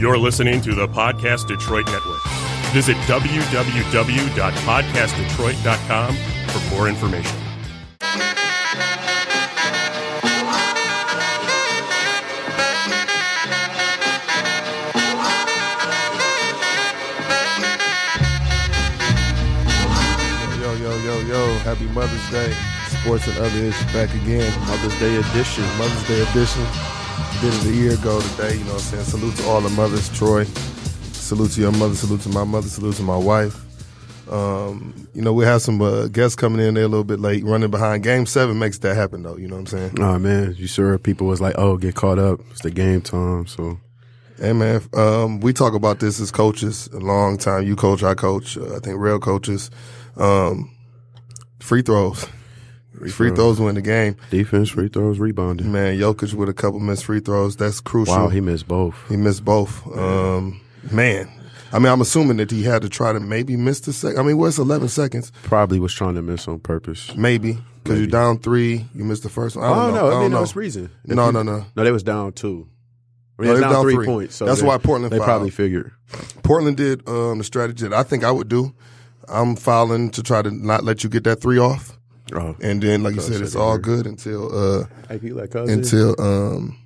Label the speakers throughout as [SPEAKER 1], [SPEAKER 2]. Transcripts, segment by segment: [SPEAKER 1] You're listening to the Podcast Detroit Network. Visit www.podcastdetroit.com for more information.
[SPEAKER 2] Yo, yo, yo, yo. Happy Mother's Day. Sports and Other is back again. Mother's Day edition. Mother's Day edition. Did it a year ago today, you know what I'm saying? Salute to all the mothers, Troy. Salute to your mother. Salute to my mother. Salute to my wife. Um, you know, we have some uh, guests coming in there a little bit late, running behind. Game 7 makes that happen, though, you know what I'm saying?
[SPEAKER 3] Oh man, you sure people was like, oh, get caught up. It's the game time. So
[SPEAKER 2] Hey man, um, we talk about this as coaches a long time. You coach, I coach. Uh, I think real coaches. Um, free throws, free, throws win the game.
[SPEAKER 3] defense, free throws, rebounding.
[SPEAKER 2] Man, Jokic with a couple missed free throws. That's crucial.
[SPEAKER 3] Wow,
[SPEAKER 2] he,
[SPEAKER 3] he missed both.
[SPEAKER 2] missed both. Um, man, I mean, I'm assuming that he had to try to maybe miss the second. I mean, what's 11 seconds?
[SPEAKER 3] Probably was trying to miss on purpose.
[SPEAKER 2] Maybe because you're down three, you missed the first one. I
[SPEAKER 3] I
[SPEAKER 2] don't
[SPEAKER 3] don't
[SPEAKER 2] know.
[SPEAKER 3] know.
[SPEAKER 2] I
[SPEAKER 3] I mean,
[SPEAKER 2] don't
[SPEAKER 3] Oh, no,
[SPEAKER 2] know.
[SPEAKER 3] it's reason. If
[SPEAKER 2] No,
[SPEAKER 3] you-
[SPEAKER 2] no, no.
[SPEAKER 3] No, they was down two. I mean,
[SPEAKER 2] No,
[SPEAKER 3] they
[SPEAKER 2] they
[SPEAKER 3] down,
[SPEAKER 2] down
[SPEAKER 3] three,
[SPEAKER 2] three.
[SPEAKER 3] points. So
[SPEAKER 2] That's
[SPEAKER 3] they-
[SPEAKER 2] why Portland
[SPEAKER 3] They
[SPEAKER 2] fouled.
[SPEAKER 3] probably figured.
[SPEAKER 2] Portland did um, the strategy that I think I would do. I'm fouling to try to not let you get that three off.
[SPEAKER 3] Oh,
[SPEAKER 2] And then, like you
[SPEAKER 3] Coach
[SPEAKER 2] said, it's
[SPEAKER 3] said it
[SPEAKER 2] all
[SPEAKER 3] here.
[SPEAKER 2] good until uh
[SPEAKER 3] AP like cousin.
[SPEAKER 2] until um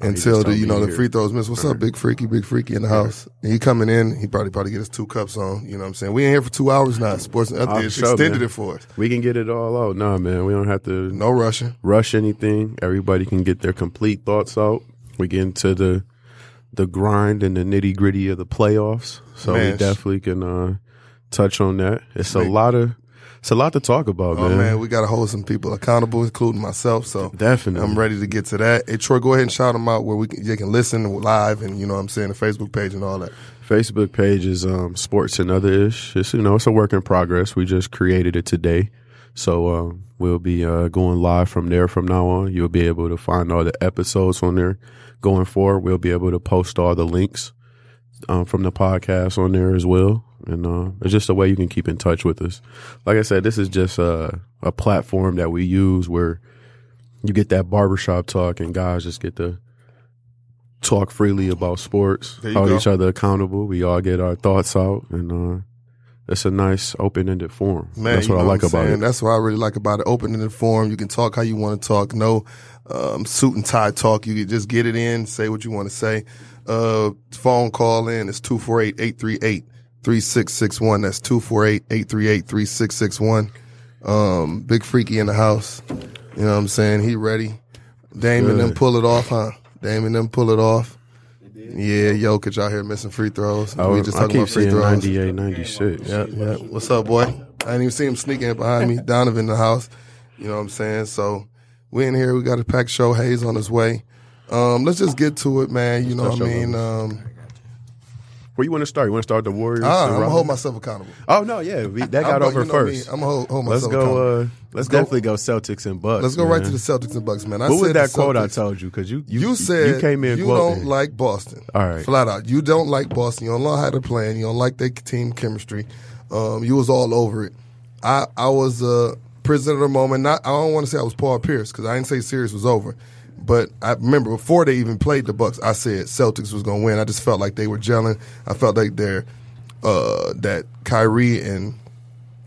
[SPEAKER 2] until
[SPEAKER 3] Oh, just
[SPEAKER 2] the
[SPEAKER 3] told
[SPEAKER 2] you
[SPEAKER 3] me
[SPEAKER 2] know the
[SPEAKER 3] here.
[SPEAKER 2] free throws miss. What's up, big freaky, big freaky in the house? And he coming in. He probably probably get his two cups on. You know what I'm saying? We in here for two hours now. Sports and
[SPEAKER 3] I'm
[SPEAKER 2] Other it's
[SPEAKER 3] sure,
[SPEAKER 2] extended
[SPEAKER 3] man.
[SPEAKER 2] it for us.
[SPEAKER 3] we can get it all out. Nah, man, we don't have to
[SPEAKER 2] No rushing.
[SPEAKER 3] rush anything. Everybody can get their complete thoughts out. We get into the the grind and the nitty gritty of the playoffs, so
[SPEAKER 2] Man.
[SPEAKER 3] we definitely can uh, touch on that. It's a lot of it's a lot to talk about,
[SPEAKER 2] Oh
[SPEAKER 3] man.
[SPEAKER 2] man, we gotta hold some people accountable, including myself. So
[SPEAKER 3] Definitely.
[SPEAKER 2] I'm ready to get to that. Hey Troy, go ahead and shout them out where we can, you can listen live and you know what I'm saying the Facebook page and all that.
[SPEAKER 3] Facebook page is um, sports and other ish. It's you know it's a work in progress. We just created it today, so um, we'll be uh, going live from there from now on. You'll be able to find all the episodes on there going forward. We'll be able to post all the links um, from the podcast on there as well, and uh, it's just a way you can keep in touch with us. Like I said, this is just a, a platform that we use where you get that barbershop talk, and guys just get to talk freely about sports,
[SPEAKER 2] There you
[SPEAKER 3] hold
[SPEAKER 2] go.
[SPEAKER 3] each other accountable. We all get our thoughts out, and uh, it's a nice open ended forum.
[SPEAKER 2] Man,
[SPEAKER 3] That's
[SPEAKER 2] you
[SPEAKER 3] what I
[SPEAKER 2] know
[SPEAKER 3] like
[SPEAKER 2] I'm
[SPEAKER 3] about
[SPEAKER 2] saying?
[SPEAKER 3] it.
[SPEAKER 2] That's what I really like about it. Open and informed. You can talk how you want to talk. No um, suit and tie talk. You can just get it in, say what you want to say. Uh, phone call in is 248 838 3661. That's 248 838 3661. Um, Big Freaky in the house. You know what I'm saying? He ready. Dame and them
[SPEAKER 3] Good.
[SPEAKER 2] pull it off, huh? Dame and them pull it off. Yeah, Jokic out here missing free throws.
[SPEAKER 3] I,
[SPEAKER 2] we
[SPEAKER 3] was-
[SPEAKER 2] just
[SPEAKER 3] Oh, I
[SPEAKER 2] talking
[SPEAKER 3] keep
[SPEAKER 2] about free
[SPEAKER 3] seeing
[SPEAKER 2] throws.
[SPEAKER 3] 98, 96.
[SPEAKER 2] Yeah, yeah. What's up, boy? I didn't even see him sneaking in behind me. Donovan in the house. You know what I'm saying? So we in here. We got a packed show. Hayes on his way. Um, let's just get to it, man. You know what I
[SPEAKER 3] Special
[SPEAKER 2] mean? Um,
[SPEAKER 3] Where you want to start? You want to start the
[SPEAKER 2] ah,
[SPEAKER 3] Warriors? and
[SPEAKER 2] I'm gonna
[SPEAKER 3] Rockets?
[SPEAKER 2] hold myself accountable.
[SPEAKER 3] Oh no, yeah, we, that got
[SPEAKER 2] I'm,
[SPEAKER 3] over first.
[SPEAKER 2] I'm gonna hold, hold myself
[SPEAKER 3] let's
[SPEAKER 2] accountable.
[SPEAKER 3] go. Uh, let's
[SPEAKER 2] go-
[SPEAKER 3] definitely go Celtics and Bucks.
[SPEAKER 2] let's go right to
[SPEAKER 3] man.
[SPEAKER 2] the Celtics and Bucks, man. I
[SPEAKER 3] What was
[SPEAKER 2] said
[SPEAKER 3] that
[SPEAKER 2] the
[SPEAKER 3] quote I
[SPEAKER 2] Celtics-
[SPEAKER 3] told you? Because you, you
[SPEAKER 2] You said
[SPEAKER 3] you came in
[SPEAKER 2] you
[SPEAKER 3] quoting.
[SPEAKER 2] don't like Boston.
[SPEAKER 3] All right.
[SPEAKER 2] flat out. You don't like Boston. You don't know how to play. You don't like their team chemistry. Um, you was all over it. I I was a prisoner of the moment. Not I don't want to say I was Paul Pierce because I didn't say series was over, but I remember before they even played the Bucks, I said Celtics was going to win. I just felt like they were gelling. I felt like their uh, that Kyrie and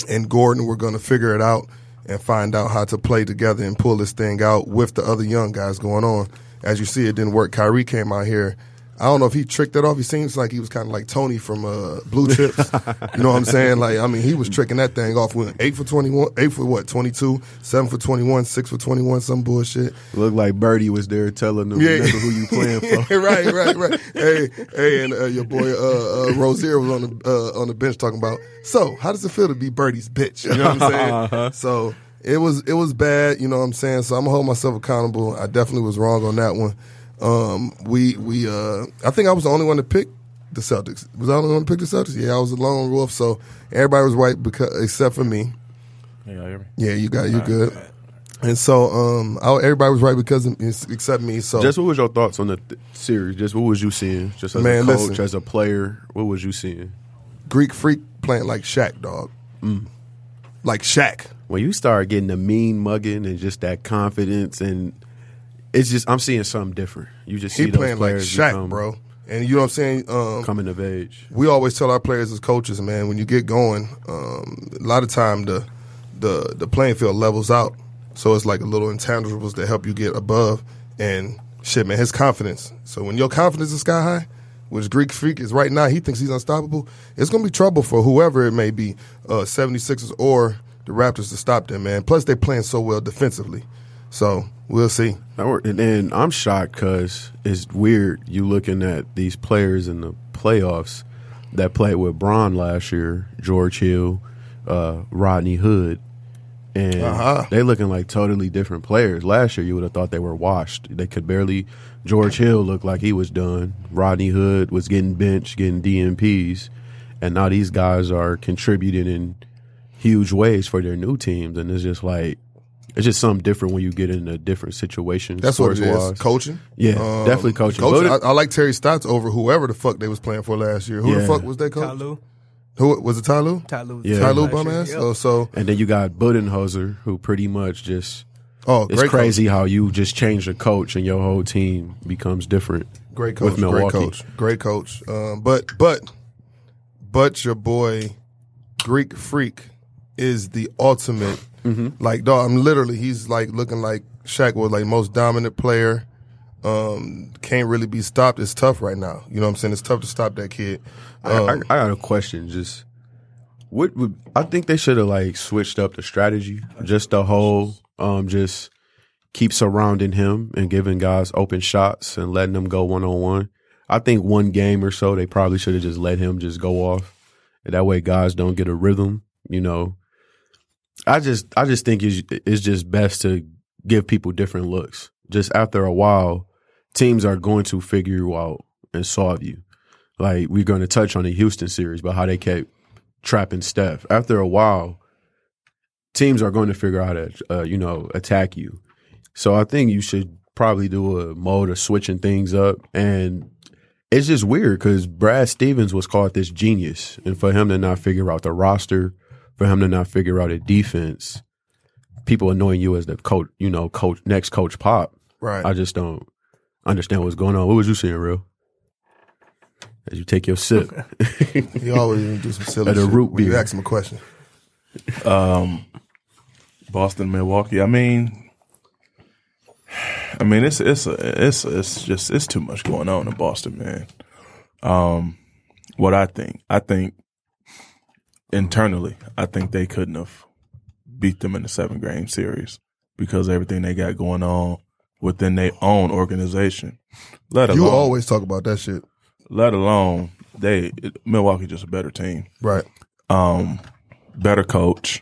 [SPEAKER 2] and Gordon were going to figure it out and find out how to play together and pull this thing out with the other young guys going on. As you see, it didn't work. Kyrie came out here. I don't know if he tricked that off. He seems like he was kind of like Tony from uh, Blue Chips. you know what I'm saying? Like, I mean, he was tricking that thing off. Went eight for twenty one, eight for what, twenty two, seven for twenty one, six for twenty one, some bullshit.
[SPEAKER 3] Looked like Birdie was there telling them remember who you playing for.
[SPEAKER 2] right, right, right. Hey, hey, and uh, your boy uh, uh, Rozier was on the uh, on the bench talking about. So, how does it feel to be Birdie's bitch? You know what I'm saying? So it was it was bad. You know what I'm saying? So I'm gonna hold myself accountable. I definitely was wrong on that one. Um, we we uh, I think I was the only one to pick the Celtics. Was I the only one to pick the Celtics? Yeah, I was a lone wolf. So everybody was right because except for me.
[SPEAKER 4] Hey, y'all hear me?
[SPEAKER 2] Yeah, you got you good. And so um, I, everybody was right because except me. So
[SPEAKER 3] Just what was your thoughts on the th- series? Just what was you seeing? Just as
[SPEAKER 2] Man,
[SPEAKER 3] a coach,
[SPEAKER 2] listen.
[SPEAKER 3] as a player, what was you seeing?
[SPEAKER 2] Greek Freak playing like Shaq, dog.
[SPEAKER 3] Mm.
[SPEAKER 2] Like Shaq.
[SPEAKER 3] When you start getting the mean mugging and just that confidence, and it's just I'm seeing something different. You just see
[SPEAKER 2] He
[SPEAKER 3] those
[SPEAKER 2] playing like
[SPEAKER 3] players
[SPEAKER 2] Shaq,
[SPEAKER 3] become-
[SPEAKER 2] bro. And you know what I'm saying? Um,
[SPEAKER 3] Coming of age.
[SPEAKER 2] we always tell our players as coaches, man, when you get going, um, a lot of time the the the playing field levels out. So it's like a little intangibles that help you get above and shit, man, his confidence. So when your confidence is sky high, which Greek Freak is right now, he thinks he's unstoppable, it's gonna be trouble for whoever it may be, uh 76ers or the Raptors to stop them, man. Plus they playing so well defensively. So we'll see.
[SPEAKER 3] That work- And then I'm shocked because it's weird you looking at these players in the playoffs that played with Braun last year, George Hill, uh, Rodney Hood, and
[SPEAKER 2] Uh-huh.
[SPEAKER 3] they looking like totally different players. Last year you would have thought they were washed. They could barely. George Hill looked like he was done. Rodney Hood was getting benched, getting DMPs, and now these guys are contributing in huge ways for their new teams, and it's just like. It's just something different when you get in a different situation.
[SPEAKER 2] That's what it
[SPEAKER 3] sports-wise.
[SPEAKER 2] is. um, Coaching.
[SPEAKER 3] Yeah, definitely coaching. Voted-
[SPEAKER 2] I, I like Terry Stotts over whoever the fuck they was playing for last year. Who the
[SPEAKER 3] Yeah.
[SPEAKER 2] fuck was they coach?
[SPEAKER 4] Tyloo.
[SPEAKER 2] Who was it? Tyloo.
[SPEAKER 4] Tyloo.
[SPEAKER 3] Yeah.
[SPEAKER 2] Tyloo bum ass.
[SPEAKER 4] Yep.
[SPEAKER 2] Oh, so
[SPEAKER 3] And then you got Budenhoser, who pretty much just
[SPEAKER 2] oh,
[SPEAKER 3] it's
[SPEAKER 2] great
[SPEAKER 3] crazy how you just change a coach and your whole team becomes different.
[SPEAKER 2] Coach. Great
[SPEAKER 3] with
[SPEAKER 2] coach. Great
[SPEAKER 3] Milwaukee.
[SPEAKER 2] coach. Great coach. Um, but but but your boy Greek Freak is the ultimate.
[SPEAKER 3] Mm-hmm.
[SPEAKER 2] Like dog, I'm literally he's like looking like Shaq was like most dominant player. Um, can't really be stopped. It's tough right now. You know what I'm saying? It's tough to stop that kid.
[SPEAKER 3] I, I, I got a question. Just what would I think they should have like switched up the strategy? Just the whole um just keep surrounding him and giving guys open shots and letting them go one on one. I think one game or so they probably should have just let him just go off. And that way guys don't get a rhythm, you know. I just I just think it's, it's just best to give people different looks. Just after a while, teams are going to figure you out and solve you like we're going to touch on the Houston series, but how they kept trapping Steph. After a while, teams are going to figure out how to, uh, you know, attack you. So I think you should probably do a mode of switching things up. And it's just weird because Brad Stevens was called this genius. And for him to not figure out the roster, for him to not figure out a defense, people annoying you as the coach, you know, coach, next coach pop.
[SPEAKER 2] Right.
[SPEAKER 3] I just don't understand what's going on. What was you seeing, real? As you take your sip,
[SPEAKER 2] He always do some silly
[SPEAKER 3] At a
[SPEAKER 2] shit
[SPEAKER 3] root
[SPEAKER 2] when you
[SPEAKER 3] beer.
[SPEAKER 2] ask him a question.
[SPEAKER 5] Boston, Milwaukee. I mean, I mean, it's it's a, it's it's just it's too much going on in Boston, man. Um, what I think, I think internally, I think they couldn't have beat them in the seven game series because everything they got going on within their own organization. Let
[SPEAKER 2] You
[SPEAKER 5] alone,
[SPEAKER 2] always talk about that shit,
[SPEAKER 5] let alone they Milwaukee just a better team
[SPEAKER 2] right?
[SPEAKER 5] um, better coach,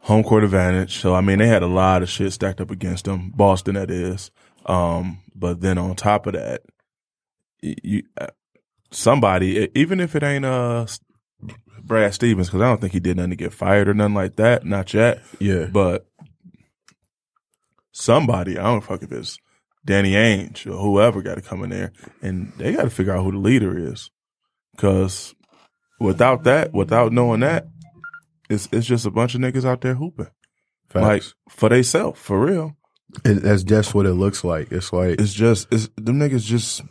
[SPEAKER 5] home court advantage. So I mean, they had a lot of shit stacked up against them. Boston, that is. Um, but then on top of that, y- you uh, somebody, e- even if it ain't uh S- Brad Stevens, because I don't think he did nothing to get fired or nothing like that, not yet.
[SPEAKER 3] yeah,
[SPEAKER 5] But somebody, I don't fuck if it's Danny Ainge or whoever got to come in there, and they got to figure out who the leader is, because without that, without knowing that, it's it's just a bunch of niggas out there hooping
[SPEAKER 3] facts.
[SPEAKER 5] like for theyself, for real.
[SPEAKER 3] and that's just what it looks like. It's like
[SPEAKER 5] It's just it's them niggas just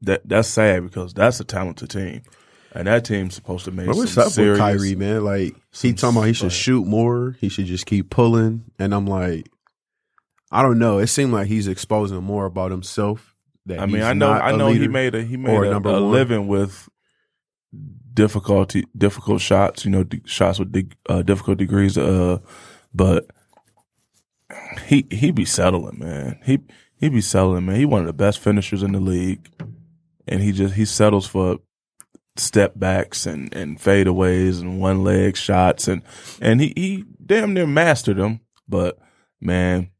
[SPEAKER 5] that that's sad because that's a talented team, and that team's supposed to make
[SPEAKER 3] Bro, what's
[SPEAKER 5] some
[SPEAKER 3] up
[SPEAKER 5] serious.
[SPEAKER 3] with Kyrie, man? Like he talking about he should shoot more. He should just keep pulling. And I'm like, I don't know. It seemed like he's exposing more about himself. That
[SPEAKER 5] I mean,
[SPEAKER 3] he's
[SPEAKER 5] I know,
[SPEAKER 3] not
[SPEAKER 5] I
[SPEAKER 3] a
[SPEAKER 5] know he
[SPEAKER 3] leader.
[SPEAKER 5] made a he made
[SPEAKER 3] or
[SPEAKER 5] a,
[SPEAKER 3] number
[SPEAKER 5] a
[SPEAKER 3] one.
[SPEAKER 5] living with difficulty, difficult shots. You know, d- shots with dig, uh, difficult degrees. Uh, but he he be settling, man. He he be settling, man. He one of the best finishers in the league, and he just he settles for step backs and and fadeaways and one leg shots and and he he damn near mastered them. But man,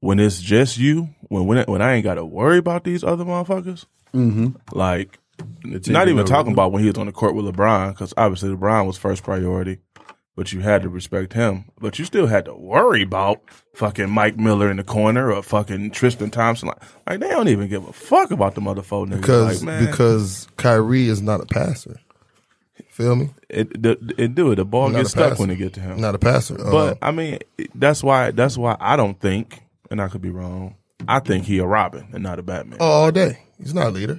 [SPEAKER 5] when it's just you, when when when I ain't got to worry about these other motherfuckers, mm-hmm. like
[SPEAKER 3] It's
[SPEAKER 5] not even
[SPEAKER 3] no-
[SPEAKER 5] talking about when he was on the court with LeBron, because obviously LeBron was first priority, but you had to respect him. But you still had to worry about fucking Mike Miller in the corner or fucking Tristan Thompson. Like, like they don't even give a fuck about the motherfucker niggas.
[SPEAKER 2] Because
[SPEAKER 5] like, man,
[SPEAKER 2] because Kyrie is not a passer. Feel me?
[SPEAKER 5] it, the- it do it. The ball
[SPEAKER 2] Not a
[SPEAKER 5] gets stuck
[SPEAKER 2] passer.
[SPEAKER 5] when it get to him.
[SPEAKER 2] Not a passer. Uh,
[SPEAKER 5] But I mean, that's why that's why I don't think, and I could be wrong. I think he a Robin and not a Batman.
[SPEAKER 2] all day. He's not a leader.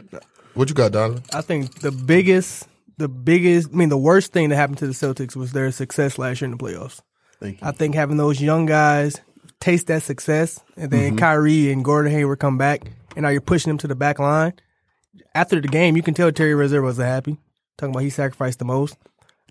[SPEAKER 2] What you got, Donovan?
[SPEAKER 4] I think the biggest, the biggest, I mean, the worst thing that happened to the Celtics was their success last year in the playoffs.
[SPEAKER 3] Thank
[SPEAKER 4] I think having those young guys taste that success, and then
[SPEAKER 3] Mm-hmm.
[SPEAKER 4] Kyrie and Gordon Hayward come back, and now you're pushing them to the back line. After the game, you can tell Terry Rozier wasn't happy. Talking about he sacrificed the most.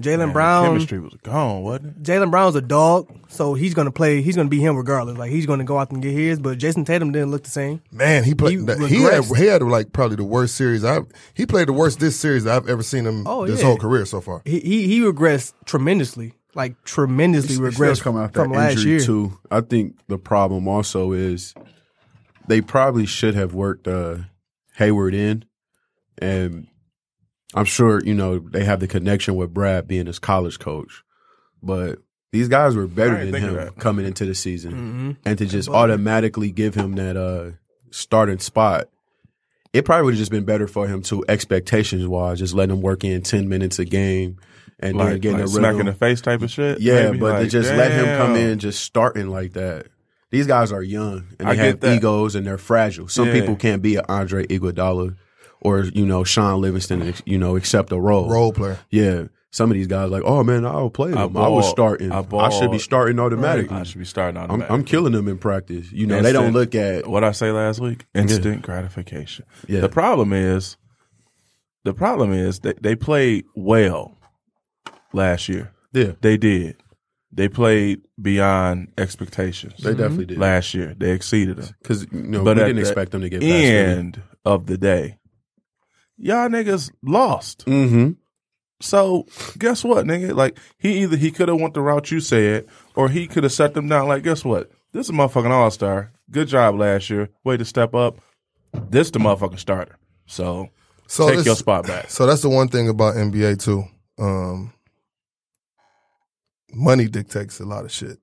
[SPEAKER 4] Jalen
[SPEAKER 5] Man,
[SPEAKER 2] um,
[SPEAKER 4] Brown,
[SPEAKER 5] chemistry was gone, wasn't it?
[SPEAKER 4] Jalen Brown's a dog, so he's gonna play. He's gonna be him regardless. Like he's gonna go out and get his. But Jason Tatum didn't look the same.
[SPEAKER 2] Man, he played.
[SPEAKER 4] You
[SPEAKER 2] that- He had,
[SPEAKER 4] regressed.
[SPEAKER 2] he had like probably the worst series I've. He played the worst this series that I've ever seen him
[SPEAKER 4] Oh,
[SPEAKER 2] this
[SPEAKER 4] yeah.
[SPEAKER 2] whole career so far.
[SPEAKER 4] He he, he regressed tremendously. Like tremendously regressed
[SPEAKER 3] coming out
[SPEAKER 4] from last
[SPEAKER 3] injury
[SPEAKER 4] year.
[SPEAKER 3] too. I think the problem also is they probably should have worked uh, Hayward in, and I'm sure you know they have the connection with Brad being his college coach, but these guys were better
[SPEAKER 5] I
[SPEAKER 3] than
[SPEAKER 5] didn't think of
[SPEAKER 3] him
[SPEAKER 5] that.
[SPEAKER 3] coming into the season,
[SPEAKER 4] Mhm.
[SPEAKER 3] and to just automatically give him that uh, starting spot. It probably would have just been better for him to expectations wise, just letting him work in ten minutes a game and then
[SPEAKER 5] Like,
[SPEAKER 3] getting
[SPEAKER 5] like
[SPEAKER 3] a
[SPEAKER 5] smack in
[SPEAKER 3] rhythm.
[SPEAKER 5] the face type of shit.
[SPEAKER 3] Yeah,
[SPEAKER 5] maybe?
[SPEAKER 3] but
[SPEAKER 5] Like,
[SPEAKER 3] to just let him come
[SPEAKER 5] damn.
[SPEAKER 3] in just starting like that. These guys are young and
[SPEAKER 5] I
[SPEAKER 3] they
[SPEAKER 5] get
[SPEAKER 3] have
[SPEAKER 5] that.
[SPEAKER 3] egos and they're fragile. Some
[SPEAKER 5] Yeah.
[SPEAKER 3] people can't be an Andre Iguodala or you know Sean Livingston, ex- you know, accept a role.
[SPEAKER 2] Role player.
[SPEAKER 3] Yeah, some of these guys like, oh man, I'll play them. I, was
[SPEAKER 5] balled.
[SPEAKER 3] starting.
[SPEAKER 5] I
[SPEAKER 3] I, should be
[SPEAKER 5] balled.
[SPEAKER 3] starting automatically.
[SPEAKER 5] I should be starting on.
[SPEAKER 3] I'm, I'm killing them in practice. You know, they
[SPEAKER 5] Instant.
[SPEAKER 3] don't look at
[SPEAKER 5] what I say last week. Instant gratification.
[SPEAKER 3] Yeah.
[SPEAKER 5] The problem is, the problem is that they played well last year.
[SPEAKER 3] yeah.
[SPEAKER 5] They did. They played beyond expectations.
[SPEAKER 3] They definitely did
[SPEAKER 5] last year. They exceeded them.
[SPEAKER 3] because you know
[SPEAKER 5] Mm-hmm. But
[SPEAKER 3] we
[SPEAKER 5] at
[SPEAKER 3] didn't
[SPEAKER 5] the
[SPEAKER 3] expect them to get past
[SPEAKER 5] End of the day, y'all niggas lost.
[SPEAKER 3] Mm-hmm.
[SPEAKER 5] So guess what, nigga? Like he either he could have went the route you said, or he could have set them down. Like guess what? This is a motherfucking all star. Good job last year. Way to step up. This the motherfucking starter. So,
[SPEAKER 2] So
[SPEAKER 5] take
[SPEAKER 2] this-
[SPEAKER 5] your spot back.
[SPEAKER 2] So that's the one thing about NBA too. Um, money dictates a lot of shit.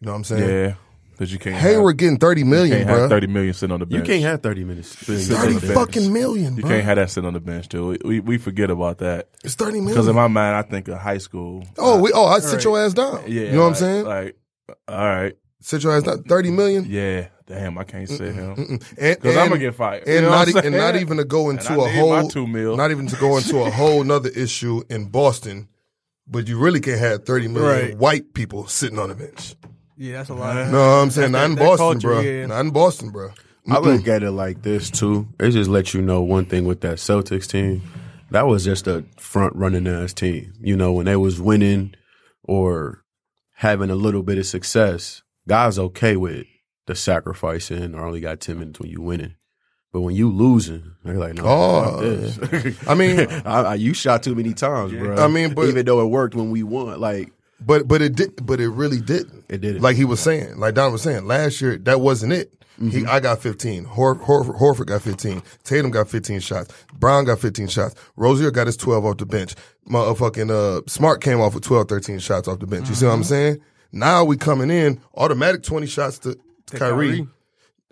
[SPEAKER 2] You know what I'm saying?
[SPEAKER 5] Yeah, because you can't.
[SPEAKER 2] Hayward getting thirty
[SPEAKER 5] have, you
[SPEAKER 2] million,
[SPEAKER 5] can't have
[SPEAKER 2] bro.
[SPEAKER 5] thirty million sitting on the
[SPEAKER 3] You
[SPEAKER 5] bench.
[SPEAKER 3] can't have thirty minutes.
[SPEAKER 2] Thirty
[SPEAKER 5] on the bench.
[SPEAKER 2] fucking million,
[SPEAKER 5] You
[SPEAKER 2] bro.
[SPEAKER 5] can't have that sitting on the bench too. We we, we forget about that
[SPEAKER 2] it's thirty
[SPEAKER 5] because in
[SPEAKER 2] million.
[SPEAKER 5] my mind I think of high school.
[SPEAKER 2] Oh, we oh, I sit
[SPEAKER 4] Right.
[SPEAKER 2] your ass down.
[SPEAKER 5] yeah.
[SPEAKER 2] you know what I'm
[SPEAKER 5] like-
[SPEAKER 2] saying?
[SPEAKER 5] Like, all right,
[SPEAKER 2] sit your ass down. Thirty million.
[SPEAKER 5] yeah. Damn, I can't sit him
[SPEAKER 2] Mm-mm. And,
[SPEAKER 5] because I'm
[SPEAKER 2] and-
[SPEAKER 5] gonna get fired. You
[SPEAKER 2] and
[SPEAKER 5] know
[SPEAKER 2] not
[SPEAKER 5] what
[SPEAKER 2] e-
[SPEAKER 5] I'm
[SPEAKER 2] and not
[SPEAKER 5] saying?
[SPEAKER 2] even to go
[SPEAKER 5] And I
[SPEAKER 2] into a
[SPEAKER 5] need my
[SPEAKER 2] whole
[SPEAKER 5] two mil.
[SPEAKER 2] not even to go into a whole nother issue in Boston, but you really can't have thirty million
[SPEAKER 4] Right.
[SPEAKER 2] white people sitting on the bench.
[SPEAKER 4] Yeah, that's a lot.
[SPEAKER 2] No, I'm saying
[SPEAKER 4] That-
[SPEAKER 2] not in
[SPEAKER 4] that
[SPEAKER 2] Boston,
[SPEAKER 4] culture,
[SPEAKER 2] bro.
[SPEAKER 4] yeah.
[SPEAKER 2] Not in Boston, bro.
[SPEAKER 3] I look at it like this too. It just lets you know one thing with that Celtics team. That was just a front running ass team. You know, when they was winning or having a little bit of success, guys okay with the sacrificing or only got ten minutes when you winning. But when you losing, they're like, no,
[SPEAKER 2] Oh,
[SPEAKER 3] fuck this.
[SPEAKER 2] I mean,
[SPEAKER 3] I, I, you shot too many times, bro.
[SPEAKER 2] I mean, but-
[SPEAKER 3] even though it worked when we won, like
[SPEAKER 2] But but it did. But it really didn't.
[SPEAKER 3] It didn't.
[SPEAKER 2] Like he was saying, like Don was saying, last year that wasn't it. He, I got 15. Hor, Hor, Horford got 15. Tatum got 15 shots. Brown got 15 shots. Rozier got his 12 off the bench. Motherfucking uh, Smart came off with 12, 13 shots off the bench. You see what I'm saying? Now we coming in automatic 20 shots to, to Kyrie.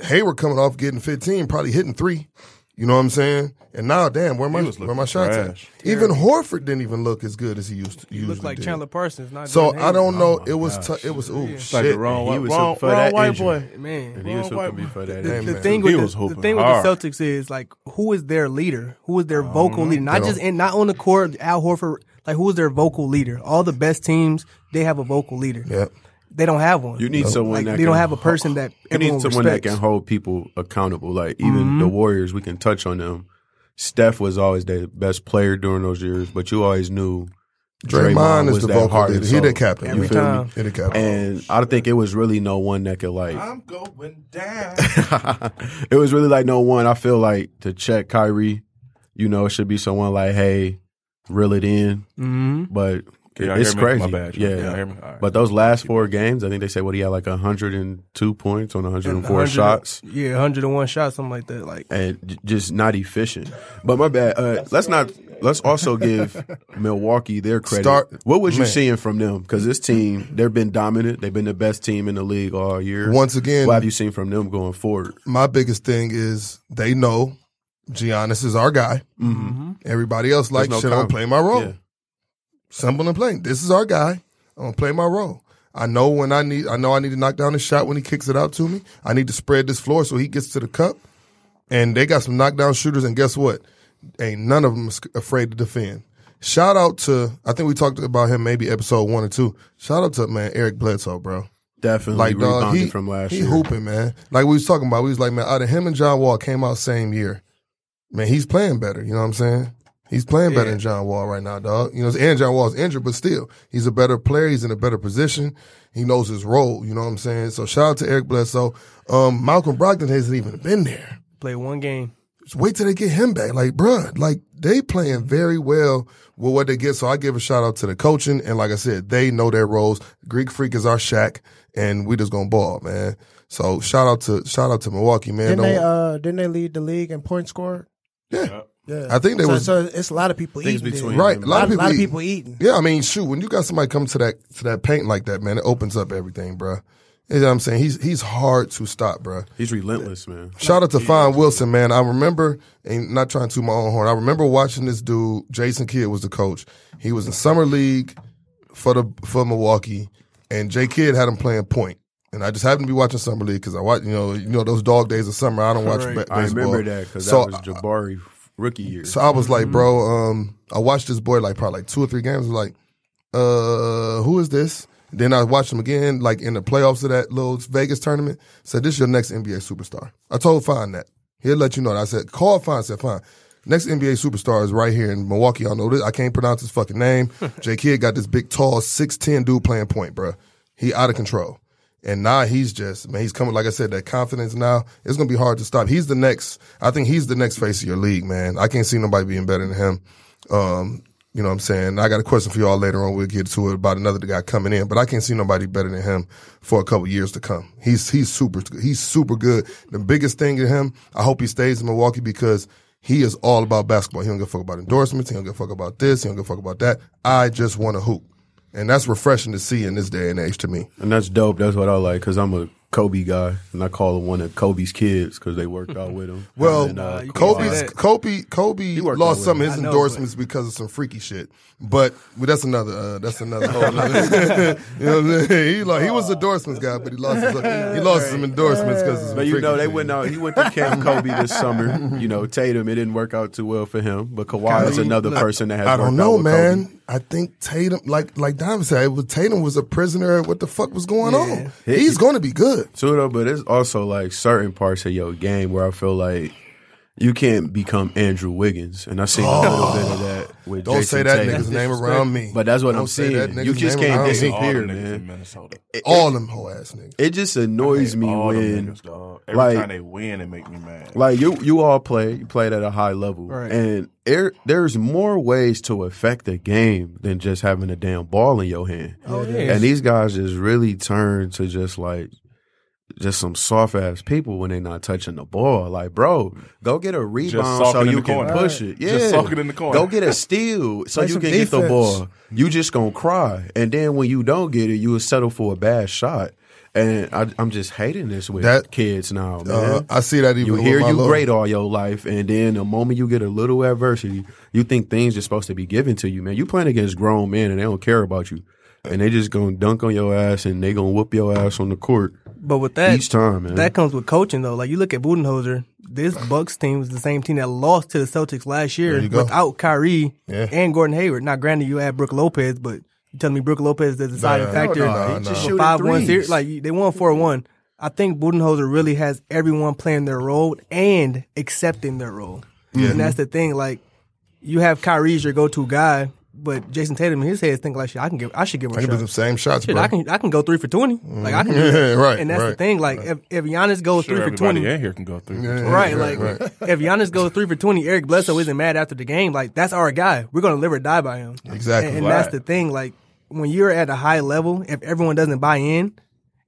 [SPEAKER 2] Hayward coming off getting 15, probably hitting three. You know what I'm saying? And now, damn, where my
[SPEAKER 5] was
[SPEAKER 2] where
[SPEAKER 5] looking
[SPEAKER 2] my shots
[SPEAKER 5] trash.
[SPEAKER 2] at? Even Horford didn't even look as good as he used to.
[SPEAKER 4] He looked like
[SPEAKER 2] did.
[SPEAKER 4] Chandler Parsons. Not
[SPEAKER 2] So I
[SPEAKER 4] Gordon Hayward.
[SPEAKER 2] don't know. It Oh was t- it was ooh
[SPEAKER 5] It's like
[SPEAKER 2] shit.
[SPEAKER 5] the wrong,
[SPEAKER 3] He
[SPEAKER 5] white-
[SPEAKER 3] was
[SPEAKER 5] wrong,
[SPEAKER 3] hooked for
[SPEAKER 5] wrong
[SPEAKER 3] that
[SPEAKER 5] white
[SPEAKER 3] injury.
[SPEAKER 5] boy.
[SPEAKER 4] man.
[SPEAKER 3] and he was hoping me for that.
[SPEAKER 4] The,
[SPEAKER 2] Hey,
[SPEAKER 4] the
[SPEAKER 2] man.
[SPEAKER 4] thing
[SPEAKER 5] He
[SPEAKER 4] with
[SPEAKER 5] was
[SPEAKER 4] the, the
[SPEAKER 5] hooping
[SPEAKER 4] thing with
[SPEAKER 5] hard.
[SPEAKER 4] the Celtics is like who is their leader? Who is their vocal leader? Not just in, not on the court. Al Horford, like who is their vocal leader? All the best teams they have a vocal leader.
[SPEAKER 2] Yeah.
[SPEAKER 4] They don't have one.
[SPEAKER 3] You need someone
[SPEAKER 4] Like,
[SPEAKER 3] that
[SPEAKER 4] they don't
[SPEAKER 3] can-
[SPEAKER 4] have a person that
[SPEAKER 3] You need
[SPEAKER 4] everyone
[SPEAKER 3] someone
[SPEAKER 4] respects.
[SPEAKER 3] that can hold people accountable. Like even
[SPEAKER 2] Mm-hmm.
[SPEAKER 3] the Warriors, we can touch on them. Steph was always the best player during those years, but you always knew
[SPEAKER 2] Draymond, is
[SPEAKER 3] was
[SPEAKER 2] the
[SPEAKER 3] that
[SPEAKER 2] vocal
[SPEAKER 3] heart and
[SPEAKER 2] leader. He the
[SPEAKER 3] soul.
[SPEAKER 2] captain.
[SPEAKER 4] Every
[SPEAKER 2] you feel
[SPEAKER 4] time.
[SPEAKER 2] me? He the captain.
[SPEAKER 3] And I think it was really no one that could like.
[SPEAKER 5] I'm going down.
[SPEAKER 3] it was really like no one. I feel like to check Kyrie, you know, it should be someone like, hey, reel it in.
[SPEAKER 2] Hmm?
[SPEAKER 4] Mhm.
[SPEAKER 3] But
[SPEAKER 5] Can y'all
[SPEAKER 3] it's
[SPEAKER 5] hear me?
[SPEAKER 3] crazy.
[SPEAKER 5] My bad.
[SPEAKER 3] Yeah.
[SPEAKER 5] Y'all hear me? All right.
[SPEAKER 3] But those last four games, I think they said what he had like 102 points on 104
[SPEAKER 4] 100
[SPEAKER 3] shots.
[SPEAKER 4] Yeah, hundred and one shots, something like that. Like
[SPEAKER 3] and j- just not efficient. But my bad. Uh, let's not. Let's also give Milwaukee their credit.
[SPEAKER 2] Start-
[SPEAKER 3] what was you
[SPEAKER 2] man.
[SPEAKER 3] seeing from them? Because this team, they've been dominant. They've been the best team in the league all year.
[SPEAKER 2] Once again,
[SPEAKER 3] what have you seen from them going forward?
[SPEAKER 2] my biggest thing is they know Giannis is our guy. Mm-hmm. Everybody else like
[SPEAKER 3] no
[SPEAKER 2] shit. I'm
[SPEAKER 3] comment.
[SPEAKER 2] play my role.
[SPEAKER 3] Yeah.
[SPEAKER 2] Simple and plain. This is our guy. I'm gonna play my role. I know when I need. I know I need to knock down the shot when he kicks it out to me. I need to spread this floor so he gets to the cup. And they got some knockdown shooters. And guess what? Ain't none of them afraid to defend. Shout out to. I think we talked about him maybe episode one or two. Shout out to man Eric Bledsoe, bro.
[SPEAKER 3] Definitely
[SPEAKER 2] Like dog,
[SPEAKER 3] rebounded
[SPEAKER 2] he,
[SPEAKER 3] from last
[SPEAKER 2] he
[SPEAKER 3] year.
[SPEAKER 2] hooping, man. Like we was talking about, we was like, man, out of him and John Wall came out same year. Man, he's playing better. You know what I'm saying? He's playing better than John Wall right now, dog. You know, and John Wall's injured, but still, he's a better player. He's in a better position. He knows his role. You know what I'm saying? So shout out to Eric Bledsoe. Um, Malcolm Brogdon hasn't even been there.
[SPEAKER 4] Play one game.
[SPEAKER 2] Just wait till they get him back. Like, bruh, like they playing very well with what they get. So I give a shout out to the coaching. And like I said, they know their roles. Greek Freak is our Shaq and we just gonna ball, man. So shout out to shout out to Milwaukee, man.
[SPEAKER 6] Didn't
[SPEAKER 2] Don't-
[SPEAKER 6] they? Uh, didn't they lead the league in point score?
[SPEAKER 2] Yeah.
[SPEAKER 6] yeah.
[SPEAKER 2] I think they
[SPEAKER 6] uh, so,
[SPEAKER 2] was-
[SPEAKER 6] So it's a lot of people
[SPEAKER 3] Things
[SPEAKER 6] eating. dude.
[SPEAKER 3] between
[SPEAKER 2] right.
[SPEAKER 3] them.
[SPEAKER 2] A
[SPEAKER 6] A lot,
[SPEAKER 2] lot, of people, eating.
[SPEAKER 6] people eating.
[SPEAKER 2] Yeah, I mean, shoot, when you got somebody come to that to that paint like that, man, it opens up everything, bruh. You know what I'm saying? He's he's hard to stop, bruh.
[SPEAKER 3] He's relentless, man.
[SPEAKER 2] Shout out to Fine Wilson, man. I remember, and not trying to toot my own horn, I remember watching this dude, Jason Kidd was the coach. He was in summer league for the for Milwaukee, and Jay Kidd had him playing point. And I just happened to be watching summer league because I watch, you know, you know those dog days of summer. I don't watch ba-
[SPEAKER 4] Correct.
[SPEAKER 2] baseball.
[SPEAKER 3] I remember that because
[SPEAKER 2] So
[SPEAKER 3] that was Jabari rookie year.
[SPEAKER 2] so I was like, bro, um, I watched this boy like probably like two or three games. I was like, uh, who is this? Then I watched him again, like in the playoffs of that little Vegas tournament. Said, this is your next NBA superstar. I told Fine that. He'll let you know that. I said, call Fine. I said, Fine. Next NBA superstar is right here in Milwaukee. Y'all know this. I can't pronounce his fucking name. J. Kidd got this big, tall, 6'10 dude playing point, bro. He out of control. And now he's just man, he's coming. Like I said, that confidence now it's gonna be hard to stop. He's the next. I think he's the next face of your league, man. I can't see nobody being better than him. Um, you know what I'm saying? I got a question for y'all later on. We'll get to it about another guy coming in, but I can't see nobody better than him for a couple years to come. He's he's super he's super good. The biggest thing to him, I hope he stays in Milwaukee because he is all about basketball. He don't give a fuck about endorsements. He don't give a fuck about this. He don't give a fuck about that. I just want to hoop, and that's refreshing to see in this day and age to me.
[SPEAKER 3] And that's dope. That's what I like because I'm a Kobe guy, and I call him one of Kobe's kids because they worked out with him.
[SPEAKER 2] Well,
[SPEAKER 3] And, uh,
[SPEAKER 4] you can't
[SPEAKER 2] Kobe's
[SPEAKER 4] say that.
[SPEAKER 2] Kobe Kobe
[SPEAKER 3] worked
[SPEAKER 2] lost
[SPEAKER 3] out
[SPEAKER 2] some of his
[SPEAKER 4] I know,
[SPEAKER 2] endorsements because of some freaky shit. But well, that's another uh, that's another whole nother. you know what I'm saying? He, like, he was an endorsements guy, but he lost his, he lost some endorsements because of some
[SPEAKER 3] But you
[SPEAKER 2] freaky
[SPEAKER 3] know, they
[SPEAKER 2] shit.
[SPEAKER 3] went out. He went to Camp Kobe this summer. You know, Tatum. It didn't work out too well for him. But Kawhi is another person that has.
[SPEAKER 2] I don't
[SPEAKER 3] worked
[SPEAKER 2] know,
[SPEAKER 3] out with Kobe.
[SPEAKER 2] man. I think Tatum, like like Diamond said, it was, Tatum was a prisoner. of What the fuck was going on?
[SPEAKER 3] He-
[SPEAKER 2] He's going to be good.
[SPEAKER 3] Pseudo, but it's also like certain parts of your game where I feel like you can't become Andrew Wiggins, and I seen a little bit of that with
[SPEAKER 2] Oh. Don't
[SPEAKER 3] Jason
[SPEAKER 2] say that
[SPEAKER 3] Tatum.
[SPEAKER 2] nigga's name around me.
[SPEAKER 3] But that's what
[SPEAKER 2] Don't
[SPEAKER 3] I'm
[SPEAKER 2] say that
[SPEAKER 3] saying.
[SPEAKER 2] nigga's
[SPEAKER 3] You just
[SPEAKER 2] name
[SPEAKER 3] can't
[SPEAKER 2] around me.
[SPEAKER 5] All the
[SPEAKER 3] disappear,
[SPEAKER 5] niggas in
[SPEAKER 3] man.
[SPEAKER 5] Minnesota.
[SPEAKER 2] All them whole ass niggas.
[SPEAKER 3] It just annoys me
[SPEAKER 5] All them
[SPEAKER 3] when
[SPEAKER 5] niggas, dog. Every
[SPEAKER 3] like-
[SPEAKER 5] time they win, they make me mad.
[SPEAKER 3] like you you all play you played at a high level
[SPEAKER 4] Right.
[SPEAKER 3] and there, there's more ways to affect the game than just having a damn ball in your hand
[SPEAKER 4] Oh, yeah.
[SPEAKER 3] and these guys just really turn to just like just some soft ass people when they're not touching the ball. Like, bro, go get a rebound
[SPEAKER 5] sock
[SPEAKER 3] so
[SPEAKER 5] it in
[SPEAKER 3] you
[SPEAKER 5] the
[SPEAKER 3] can
[SPEAKER 5] corner.
[SPEAKER 3] push it.
[SPEAKER 5] Right.
[SPEAKER 3] Yeah,
[SPEAKER 5] Just sock it in the corner.
[SPEAKER 3] Go get a steal so
[SPEAKER 6] Play
[SPEAKER 3] you
[SPEAKER 6] some
[SPEAKER 3] can get the
[SPEAKER 6] defense.
[SPEAKER 3] ball. You just gonna cry, and then when you don't get it, you will settle for a bad shot. And I, I'm just hating this with
[SPEAKER 2] That-
[SPEAKER 3] kids now, man.
[SPEAKER 2] Uh, I see that even
[SPEAKER 3] You
[SPEAKER 2] with
[SPEAKER 3] hear
[SPEAKER 2] my
[SPEAKER 3] you
[SPEAKER 2] little-
[SPEAKER 3] great all your life, and then the moment you get a little adversity, you think things are supposed to be given to you, man. You playing against grown men, and they don't care about you, and they just gonna dunk on your ass, and they gonna whoop your ass on the court
[SPEAKER 4] But with that,
[SPEAKER 3] each time, man.
[SPEAKER 4] that comes with coaching though. Like you look at Budenholzer, this Bucks team was the same team that lost to the Celtics last year
[SPEAKER 2] you go.
[SPEAKER 4] without Kyrie
[SPEAKER 2] Yeah.
[SPEAKER 4] and Gordon Hayward. Now, granted, you add Brooke Lopez, but you telling me Brooke Lopez is the deciding
[SPEAKER 2] Nah,
[SPEAKER 4] factor?
[SPEAKER 2] nah, He nah. just
[SPEAKER 3] shooting
[SPEAKER 4] Five one
[SPEAKER 3] threes.
[SPEAKER 4] series, like they won four one. I think Budenholzer really has everyone playing their role and accepting their role, and that's the thing. Like you have Kyrie as your go to guy, but Jason Tatum in his head is thinking like, shit, I can give, I should give him a
[SPEAKER 2] I can do
[SPEAKER 4] shot.
[SPEAKER 2] the same shots,
[SPEAKER 4] Shit,
[SPEAKER 2] bro.
[SPEAKER 4] I can I can go three for twenty. Like I can, do that.
[SPEAKER 2] Yeah, right,
[SPEAKER 4] And that's the
[SPEAKER 2] right,
[SPEAKER 4] thing. Like if, if Giannis goes
[SPEAKER 5] sure,
[SPEAKER 4] three for
[SPEAKER 5] everybody
[SPEAKER 4] twenty,
[SPEAKER 5] in here can go through.
[SPEAKER 2] Yeah,
[SPEAKER 4] right?
[SPEAKER 2] right,
[SPEAKER 4] Like if Giannis goes three for twenty, Eric Bledsoe isn't mad after the game. Like that's our guy. We're gonna live or die by him.
[SPEAKER 2] Exactly.
[SPEAKER 4] And, and that's the thing. Like when you're at a high level, if everyone doesn't buy in,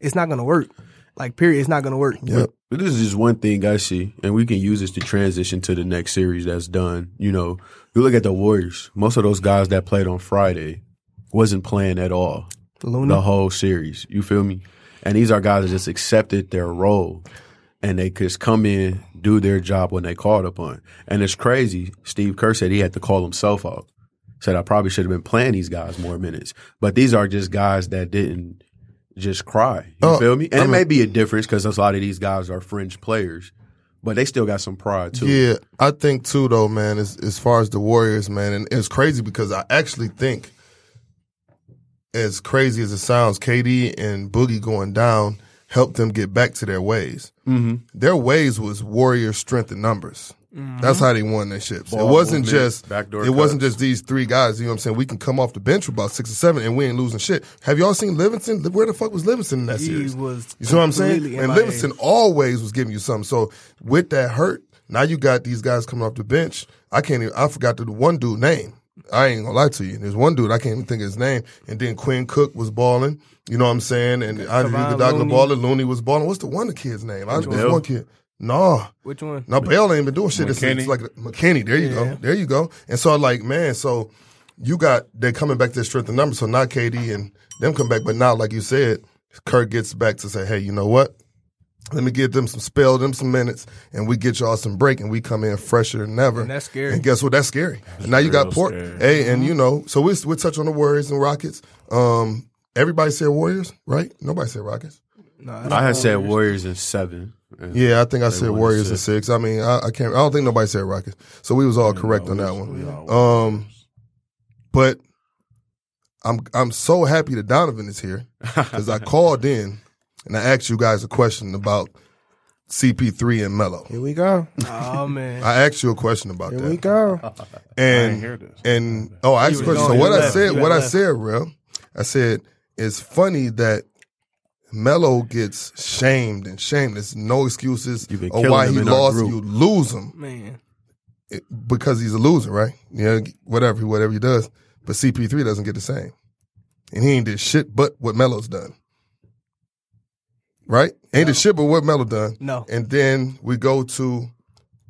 [SPEAKER 4] it's not gonna work. Like period, it's not gonna work.
[SPEAKER 2] Yep.
[SPEAKER 3] But this is just one thing I see, and we can use this to transition to the next series that's done. You know, you look at the Warriors. Most of those guys that played on Friday wasn't playing at all
[SPEAKER 4] Luna.
[SPEAKER 3] the whole series. You feel me? And these are guys that just accepted their role, and they just come in, do their job when they called upon. And it's crazy. Steve Kerr said he had to call himself out. Said I probably should have been playing these guys more minutes, but these are just guys that didn't just cry. You
[SPEAKER 2] Oh,
[SPEAKER 3] feel me? And
[SPEAKER 2] I
[SPEAKER 3] it may
[SPEAKER 2] mean-
[SPEAKER 3] be a difference because a lot of these guys are fringe players, but they still got some pride too.
[SPEAKER 2] Yeah, I think too though, man. As as far as the Warriors, man, and it's crazy because I actually think, as crazy as it sounds, KD and Boogie going down helped them get back to their ways. Mm-hmm. Their ways was Warrior strength and numbers. That's how they won their ships.
[SPEAKER 3] Mm-hmm. Ball
[SPEAKER 2] it wasn't
[SPEAKER 3] movement,
[SPEAKER 2] just
[SPEAKER 3] backdoor
[SPEAKER 2] it wasn't
[SPEAKER 3] cuts.
[SPEAKER 2] just these three guys. You know what I'm saying? We can come off the bench with about six or seven, and we ain't losing shit. Have y'all seen Livingston? Where the fuck was Livingston in that
[SPEAKER 4] He
[SPEAKER 2] series?
[SPEAKER 4] was
[SPEAKER 2] you see what I'm saying?
[SPEAKER 4] completely
[SPEAKER 2] And
[SPEAKER 4] MIA.
[SPEAKER 2] Livingston always was giving you something. So with that hurt, now you got these guys coming off the bench. I can't even. I forgot the one dude name. I ain't gonna lie to you. There's one dude I can't even think of his name. And then Quinn Cook was balling. You know what I'm saying? And Andre
[SPEAKER 4] Kevon
[SPEAKER 2] Iguodala
[SPEAKER 4] Looney.
[SPEAKER 2] balling. Looney was balling. What's the one kid's name? I just
[SPEAKER 3] Bell?
[SPEAKER 2] one kid. Nah.
[SPEAKER 4] Which one?
[SPEAKER 2] No, Bell ain't been doing shit. It's, it's
[SPEAKER 5] McKinney.
[SPEAKER 2] like McKinney. There you go. There you go. And so, like, man, so you got they're coming back to their strength of numbers. So not KD and them come back, but now, like you said, Kirk gets back to say, hey, you know what? Let me give them some spell, them some minutes, and we get y'all some break, and we come in fresher than ever.
[SPEAKER 4] And that's scary. Mm-hmm.
[SPEAKER 2] And guess what? That's scary. and now you got
[SPEAKER 5] real
[SPEAKER 2] Port.
[SPEAKER 5] scary.
[SPEAKER 2] Hey, and you know, so we we touch on the Warriors and Rockets. Um, everybody said Warriors, right? Nobody said Rockets.
[SPEAKER 3] I had said Warriors in seven. And
[SPEAKER 2] Yeah, I think I said
[SPEAKER 3] won
[SPEAKER 2] Warriors and six. I mean, I, I can't. I don't think nobody said Rockets. So we was all correct on that one. Um, but I'm I'm so happy that Donovan is here because I called in and I asked you guys a question about CP3 and Melo.
[SPEAKER 6] Here we go.
[SPEAKER 4] Oh man.
[SPEAKER 2] I asked you a question about
[SPEAKER 6] Here
[SPEAKER 2] that.
[SPEAKER 6] we go.
[SPEAKER 2] And and oh, I asked a
[SPEAKER 4] was
[SPEAKER 2] question. So
[SPEAKER 4] going-
[SPEAKER 2] what
[SPEAKER 4] you
[SPEAKER 2] I
[SPEAKER 4] left.
[SPEAKER 2] said,
[SPEAKER 4] You
[SPEAKER 2] what I
[SPEAKER 4] left.
[SPEAKER 2] said, real, I said it's funny that Melo gets shamed and shamed. There's no excuses
[SPEAKER 3] You've been
[SPEAKER 2] of
[SPEAKER 3] killing
[SPEAKER 2] why
[SPEAKER 3] him
[SPEAKER 2] he
[SPEAKER 3] in our
[SPEAKER 2] lost.
[SPEAKER 3] group.
[SPEAKER 2] You lose him
[SPEAKER 4] Man.
[SPEAKER 2] it- because he's a loser, right? Yeah, whatever, whatever he does. But CP3 doesn't get the same, and he ain't did shit but what Melo's done. Right? Ain't did shit but what Melo done.
[SPEAKER 4] No.
[SPEAKER 2] And then we go to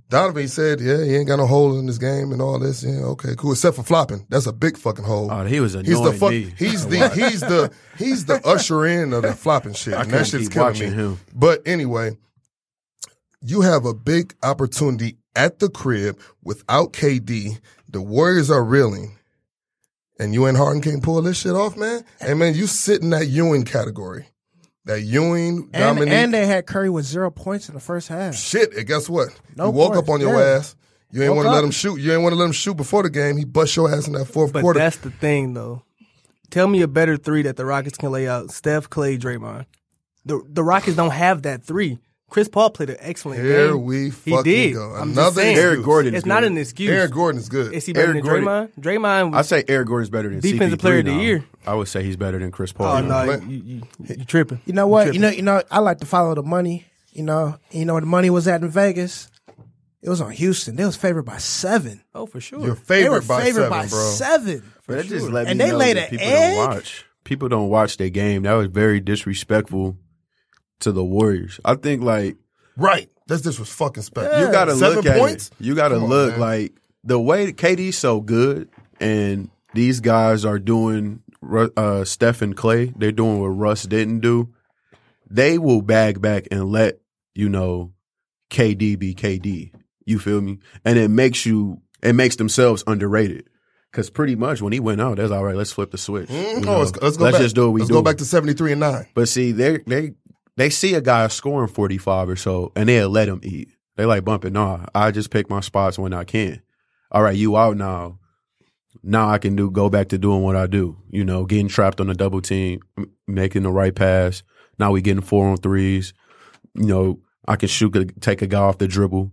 [SPEAKER 2] Donovan. He said, "Yeah, he ain't got no hole in this game and all this. Yeah, okay, cool. Except for flopping. That's a big fucking hole.
[SPEAKER 3] Oh, he was annoying
[SPEAKER 2] He's the fuck.
[SPEAKER 3] me.
[SPEAKER 2] He's the he's the he's the usher in of that flopping shit. and that
[SPEAKER 3] couldn't
[SPEAKER 2] shit's
[SPEAKER 3] keep
[SPEAKER 2] killing me.
[SPEAKER 3] watching him.
[SPEAKER 2] But anyway, you have a big opportunity at the crib without KD. The Warriors are reeling, and you and Harden can't pull this shit off, man. Hey man, you sit in that Ewing category, that Ewing
[SPEAKER 6] And,
[SPEAKER 2] Dominique
[SPEAKER 6] and they had Curry with zero points in the first half.
[SPEAKER 2] shit. And guess what?
[SPEAKER 6] No
[SPEAKER 2] you woke
[SPEAKER 6] points,
[SPEAKER 2] up on your
[SPEAKER 6] yeah.
[SPEAKER 2] ass. You ain't
[SPEAKER 6] Woke
[SPEAKER 2] want to let
[SPEAKER 6] up.
[SPEAKER 2] him shoot. You ain't want to let him shoot before the game. He bust your ass in that fourth
[SPEAKER 4] But
[SPEAKER 2] quarter.
[SPEAKER 4] that's the thing though. Tell me a better three that the Rockets can lay out. Steph, Clay, Draymond. The the Rockets don't have that three. Chris Paul played an excellent
[SPEAKER 2] Here
[SPEAKER 4] game.
[SPEAKER 2] we
[SPEAKER 4] He
[SPEAKER 2] fucking
[SPEAKER 4] did.
[SPEAKER 2] go.
[SPEAKER 4] I'm just
[SPEAKER 2] Another
[SPEAKER 4] saying.
[SPEAKER 2] excuse.
[SPEAKER 3] Eric Gordon.
[SPEAKER 4] It's not an excuse.
[SPEAKER 2] Aaron Gordon is good.
[SPEAKER 4] Is he better
[SPEAKER 3] Eric
[SPEAKER 4] than
[SPEAKER 3] Gordon-
[SPEAKER 4] Draymond? Draymond
[SPEAKER 3] I
[SPEAKER 4] was
[SPEAKER 3] say Eric Gordon's better than
[SPEAKER 4] Defensive
[SPEAKER 3] CP3
[SPEAKER 4] player of the
[SPEAKER 3] now.
[SPEAKER 4] year.
[SPEAKER 3] I would say he's better than Chris Paul.
[SPEAKER 4] Oh
[SPEAKER 3] now.
[SPEAKER 4] no,
[SPEAKER 2] Clint.
[SPEAKER 4] you, you, you, you tripping.
[SPEAKER 6] You know what? You know, you know, I like to follow the money. You know, you know where the money was at in Vegas? It was on Houston. They was favored by seven.
[SPEAKER 4] Oh, for sure.
[SPEAKER 2] You're
[SPEAKER 6] They were
[SPEAKER 2] favored by
[SPEAKER 6] favored
[SPEAKER 2] seven,
[SPEAKER 6] by
[SPEAKER 2] bro.
[SPEAKER 6] seven.
[SPEAKER 3] But that just let
[SPEAKER 6] And
[SPEAKER 3] me
[SPEAKER 6] they
[SPEAKER 3] know
[SPEAKER 6] laid
[SPEAKER 3] that
[SPEAKER 6] an
[SPEAKER 3] people
[SPEAKER 6] egg?
[SPEAKER 3] don't watch. People don't watch their game. That was very disrespectful to the Warriors. I think like
[SPEAKER 2] Right. That's just was fucking special.
[SPEAKER 3] you got to
[SPEAKER 2] seven
[SPEAKER 3] look at
[SPEAKER 2] points.
[SPEAKER 3] it. You got to
[SPEAKER 2] Come on,
[SPEAKER 3] look
[SPEAKER 2] man.
[SPEAKER 3] like the way that KD's so good, and these guys are doing Ru- uh, Steph and Clay. They're doing what Russ didn't do. They will bag back and let you know KD be KD. You feel me? And it makes you. It makes themselves underrated. Cause pretty much when he went out, that's all right. Let's flip the switch.
[SPEAKER 2] Mm,
[SPEAKER 3] you
[SPEAKER 2] oh,
[SPEAKER 3] know?
[SPEAKER 2] let's, let's go. back.
[SPEAKER 3] just do what we
[SPEAKER 2] Let's
[SPEAKER 3] do.
[SPEAKER 2] go back to seventy three and nine.
[SPEAKER 3] But see, they they they see a guy scoring forty five or so, and they'll let him eat. They like bumping. Nah, I just pick my spots when I can. All right, you out now. Now I can do go back to doing what I do. You know, getting trapped on a double team, m- making the right pass. Now we getting four on threes. You know, I can shoot, a- take a guy off the dribble.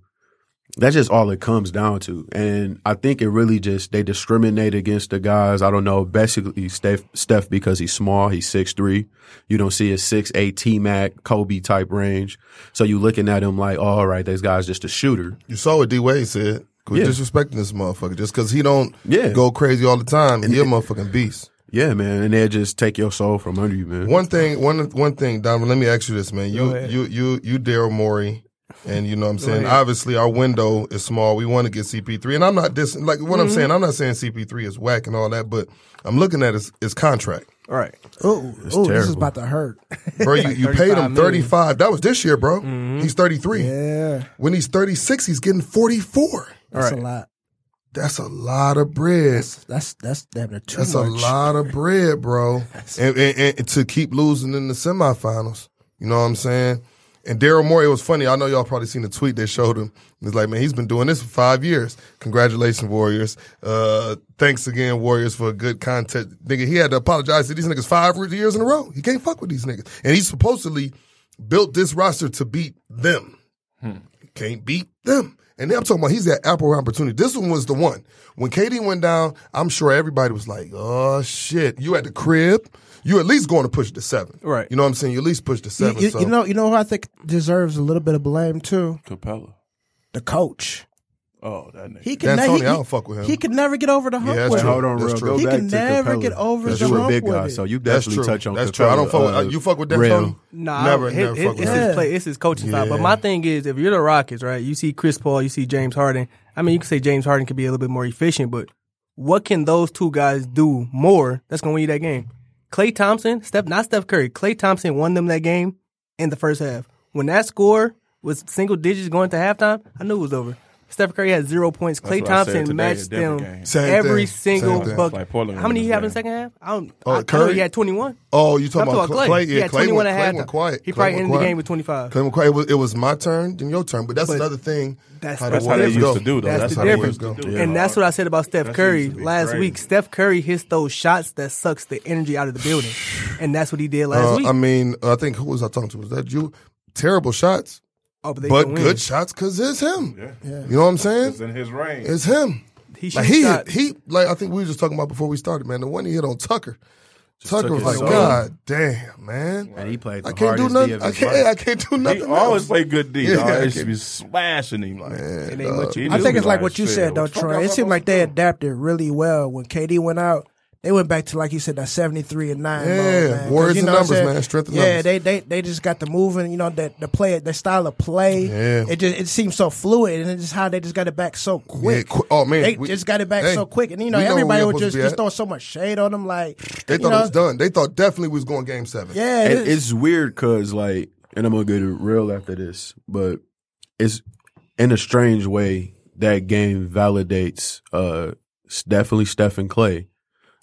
[SPEAKER 3] That's just all it comes down to, and I think it really just they discriminate against the guys. I don't know, basically Steph, Steph because he's small, he's six three. You don't see a six eight T Mac Kobe type range, so you looking at him like, oh, all right, this guy's just a shooter.
[SPEAKER 2] You saw what D Wade said. Quit
[SPEAKER 3] Yeah.
[SPEAKER 2] disrespecting this motherfucker just because he don't
[SPEAKER 3] Yeah.
[SPEAKER 2] go crazy all the time. He a motherfucking beast.
[SPEAKER 3] Yeah, man, and they just take your soul from under you, man.
[SPEAKER 2] One thing, one one thing, Donovan. Let me ask you this, man. You
[SPEAKER 4] ahead.
[SPEAKER 2] you you you Daryl Morey, and you know what I'm saying. Obviously, our window is small. We want to get CP3, and I'm not dissing. Like what I'm
[SPEAKER 4] Mm-hmm.
[SPEAKER 2] saying, I'm not saying CP3 is whack and all that, but I'm looking at his, his contract,
[SPEAKER 4] All right.
[SPEAKER 6] Ooh, ooh, this is
[SPEAKER 3] terrible.
[SPEAKER 6] about to hurt.
[SPEAKER 2] bro. You, you paid him
[SPEAKER 4] 35 million. Mm-hmm.
[SPEAKER 2] 35. That was this year, bro. He's 33.
[SPEAKER 6] yeah,
[SPEAKER 2] When he's 36, he's getting 44.
[SPEAKER 6] that's a lot.
[SPEAKER 2] That's a lot of bread.
[SPEAKER 6] That's that's damn near too
[SPEAKER 2] That's a
[SPEAKER 6] much.
[SPEAKER 2] lot of bread, bro. and, and, and to keep losing in the semifinals. You know what I'm saying? And Daryl Morey, it was funny. I know y'all probably seen the tweet that showed him. He's like, man, he's been doing this for five years. Congratulations, Warriors. Uh, thanks again, Warriors, for a good contest. Nigga, he had to apologize to these niggas five years in a row. He can't fuck with these niggas. And he supposedly built this roster to beat them can't beat them. And then I'm talking about he's at Apple opportunity. This one was the one. When KD went down, I'm sure everybody was like, oh shit. You at the crib. You at least going to push the seven.
[SPEAKER 4] Right.
[SPEAKER 2] You know what I'm saying? You at least push the
[SPEAKER 6] You,
[SPEAKER 2] seven.
[SPEAKER 6] you-
[SPEAKER 2] so.
[SPEAKER 6] you know, you know who I think deserves a little bit of blame too.
[SPEAKER 5] Capella.
[SPEAKER 6] The coach.
[SPEAKER 5] Oh, that nigga.
[SPEAKER 6] He could never.
[SPEAKER 2] D'Antoni,
[SPEAKER 6] he,
[SPEAKER 2] I don't fuck with him.
[SPEAKER 6] He could never get over the hump.
[SPEAKER 2] Yeah, that's
[SPEAKER 6] with
[SPEAKER 2] true.
[SPEAKER 6] it.
[SPEAKER 3] Hold on,
[SPEAKER 2] That's
[SPEAKER 3] real.
[SPEAKER 2] true.
[SPEAKER 3] Go
[SPEAKER 6] He
[SPEAKER 3] back
[SPEAKER 6] can
[SPEAKER 3] to
[SPEAKER 6] never
[SPEAKER 3] Capella.
[SPEAKER 6] get over
[SPEAKER 3] 'Cause
[SPEAKER 6] the
[SPEAKER 3] you a
[SPEAKER 6] hump
[SPEAKER 3] big
[SPEAKER 6] with
[SPEAKER 3] guy,
[SPEAKER 6] it.
[SPEAKER 3] so you
[SPEAKER 2] That's
[SPEAKER 3] definitely
[SPEAKER 2] true.
[SPEAKER 3] touch on
[SPEAKER 2] That's true. I
[SPEAKER 3] Capella.
[SPEAKER 2] don't fuck with-
[SPEAKER 3] uh,
[SPEAKER 2] you fuck with that,
[SPEAKER 3] Rail.
[SPEAKER 2] Tony?
[SPEAKER 4] Nah,
[SPEAKER 2] Never,
[SPEAKER 4] it-
[SPEAKER 2] never
[SPEAKER 4] it-
[SPEAKER 2] fuck with
[SPEAKER 4] it's
[SPEAKER 2] him.
[SPEAKER 4] his play. It's his coaching style. But my thing is, if you're the Rockets, right? You see Chris Paul, you see James Harden. I mean, you can say James Harden could be a little bit more efficient, but what can those two guys do more that's going to win you that game? Clay Thompson, Steph, not Steph Curry. Clay Thompson won them that game in the first half. When that score was single digits going to halftime, I knew it was over. Steph Curry had zero points. Clay
[SPEAKER 5] what I said
[SPEAKER 4] Thompson
[SPEAKER 5] today,
[SPEAKER 4] matched
[SPEAKER 5] the Denver
[SPEAKER 4] them
[SPEAKER 5] game.
[SPEAKER 2] Same
[SPEAKER 4] every
[SPEAKER 2] thing.
[SPEAKER 4] single
[SPEAKER 2] Same thing.
[SPEAKER 5] That's
[SPEAKER 4] bucket.
[SPEAKER 5] like Portland
[SPEAKER 4] How many
[SPEAKER 5] won
[SPEAKER 4] he
[SPEAKER 5] this
[SPEAKER 4] have in
[SPEAKER 5] game.
[SPEAKER 4] the second half? I don't.
[SPEAKER 2] Oh,
[SPEAKER 4] I, I know
[SPEAKER 2] Curry?
[SPEAKER 4] he had twenty one.
[SPEAKER 2] Oh, you talking
[SPEAKER 4] I'm
[SPEAKER 2] about
[SPEAKER 4] talking about Clay.
[SPEAKER 2] Clay?
[SPEAKER 4] He had 21 at
[SPEAKER 2] Clay went
[SPEAKER 4] halftime.
[SPEAKER 2] quiet.
[SPEAKER 4] He
[SPEAKER 2] Clay
[SPEAKER 4] probably
[SPEAKER 2] went
[SPEAKER 4] ended the
[SPEAKER 2] quiet.
[SPEAKER 4] game with 25.
[SPEAKER 2] Clay went quiet. It was, it was my turn, then your turn. But that's
[SPEAKER 4] But
[SPEAKER 2] another thing.
[SPEAKER 4] that's-
[SPEAKER 2] the
[SPEAKER 5] That's how they
[SPEAKER 2] Warriors
[SPEAKER 5] used
[SPEAKER 2] go.
[SPEAKER 5] to do, though.
[SPEAKER 4] That's
[SPEAKER 5] That's,
[SPEAKER 4] the
[SPEAKER 5] how they
[SPEAKER 2] difference.
[SPEAKER 5] used to do.
[SPEAKER 2] Yeah.
[SPEAKER 5] it.
[SPEAKER 4] And that's what I said about Steph
[SPEAKER 5] That
[SPEAKER 4] Curry
[SPEAKER 5] used to be
[SPEAKER 4] last
[SPEAKER 5] crazy.
[SPEAKER 4] week. Steph Curry hits those shots that sucks the energy out of the building, and that's what he did last
[SPEAKER 2] Uh,
[SPEAKER 4] week.
[SPEAKER 2] I mean, I think who was I talking to? Was that you? Terrible shots,
[SPEAKER 4] oh, but they
[SPEAKER 2] but
[SPEAKER 4] can win.
[SPEAKER 2] good shots because it's him. You know what I'm saying?
[SPEAKER 5] It's in his range.
[SPEAKER 2] It's him.
[SPEAKER 4] He
[SPEAKER 2] like
[SPEAKER 4] shoots
[SPEAKER 2] he hit,
[SPEAKER 4] shots.
[SPEAKER 2] he like I think we were just talking about before we started, man. The one he hit on Tucker, Tucker
[SPEAKER 3] took
[SPEAKER 2] was
[SPEAKER 3] his
[SPEAKER 2] like,
[SPEAKER 3] soul.
[SPEAKER 2] God damn, man.
[SPEAKER 3] And he played the
[SPEAKER 2] I can't do
[SPEAKER 3] hardest D
[SPEAKER 2] nothing.
[SPEAKER 3] of
[SPEAKER 2] I
[SPEAKER 3] his
[SPEAKER 2] can't.
[SPEAKER 3] life.
[SPEAKER 2] I can't do nothing.
[SPEAKER 5] He always
[SPEAKER 2] else.
[SPEAKER 5] play good D.
[SPEAKER 2] Yeah,
[SPEAKER 5] dog.
[SPEAKER 2] I
[SPEAKER 5] It should
[SPEAKER 2] can-
[SPEAKER 5] be smashing him. Like,
[SPEAKER 4] It ain't much you
[SPEAKER 5] He
[SPEAKER 4] do.
[SPEAKER 6] I
[SPEAKER 5] do
[SPEAKER 6] think
[SPEAKER 5] be
[SPEAKER 6] it's like
[SPEAKER 5] lying
[SPEAKER 6] what you
[SPEAKER 5] shit.
[SPEAKER 6] said though,
[SPEAKER 5] What the fuck
[SPEAKER 6] Troy.
[SPEAKER 5] am
[SPEAKER 6] It
[SPEAKER 5] I
[SPEAKER 6] seemed like
[SPEAKER 5] supposed to
[SPEAKER 6] they
[SPEAKER 5] do?
[SPEAKER 6] adapted really well when KD went out. They went back to like you said that seventy three and nine.
[SPEAKER 2] Yeah,
[SPEAKER 6] mode, man. 'Cause
[SPEAKER 2] words
[SPEAKER 6] you
[SPEAKER 2] and
[SPEAKER 6] know what I'm
[SPEAKER 2] numbers,
[SPEAKER 6] saying?
[SPEAKER 2] man. Strength and
[SPEAKER 6] yeah,
[SPEAKER 2] numbers.
[SPEAKER 6] they they they just got the moving. You know that the play, the style of play.
[SPEAKER 2] Yeah.
[SPEAKER 6] it just it seemed so fluid, and it's just how they just got it back so quick.
[SPEAKER 2] Yeah, qui- oh, man,
[SPEAKER 6] they
[SPEAKER 2] we-
[SPEAKER 6] just got it back
[SPEAKER 2] hey,
[SPEAKER 6] so quick, and you know
[SPEAKER 2] we know where
[SPEAKER 6] everybody
[SPEAKER 2] we supposed
[SPEAKER 6] was
[SPEAKER 2] to
[SPEAKER 6] just,
[SPEAKER 2] be
[SPEAKER 6] just
[SPEAKER 2] at.
[SPEAKER 6] throwing so much shade on them. Like
[SPEAKER 2] They
[SPEAKER 6] you
[SPEAKER 2] thought
[SPEAKER 6] know,
[SPEAKER 2] it was done. They thought definitely we was going game seven.
[SPEAKER 6] Yeah,
[SPEAKER 3] And
[SPEAKER 6] it is.
[SPEAKER 3] it's weird because like, and I'm gonna get it real after this, but it's in a strange way that game validates uh s- definitely Stephen Clay,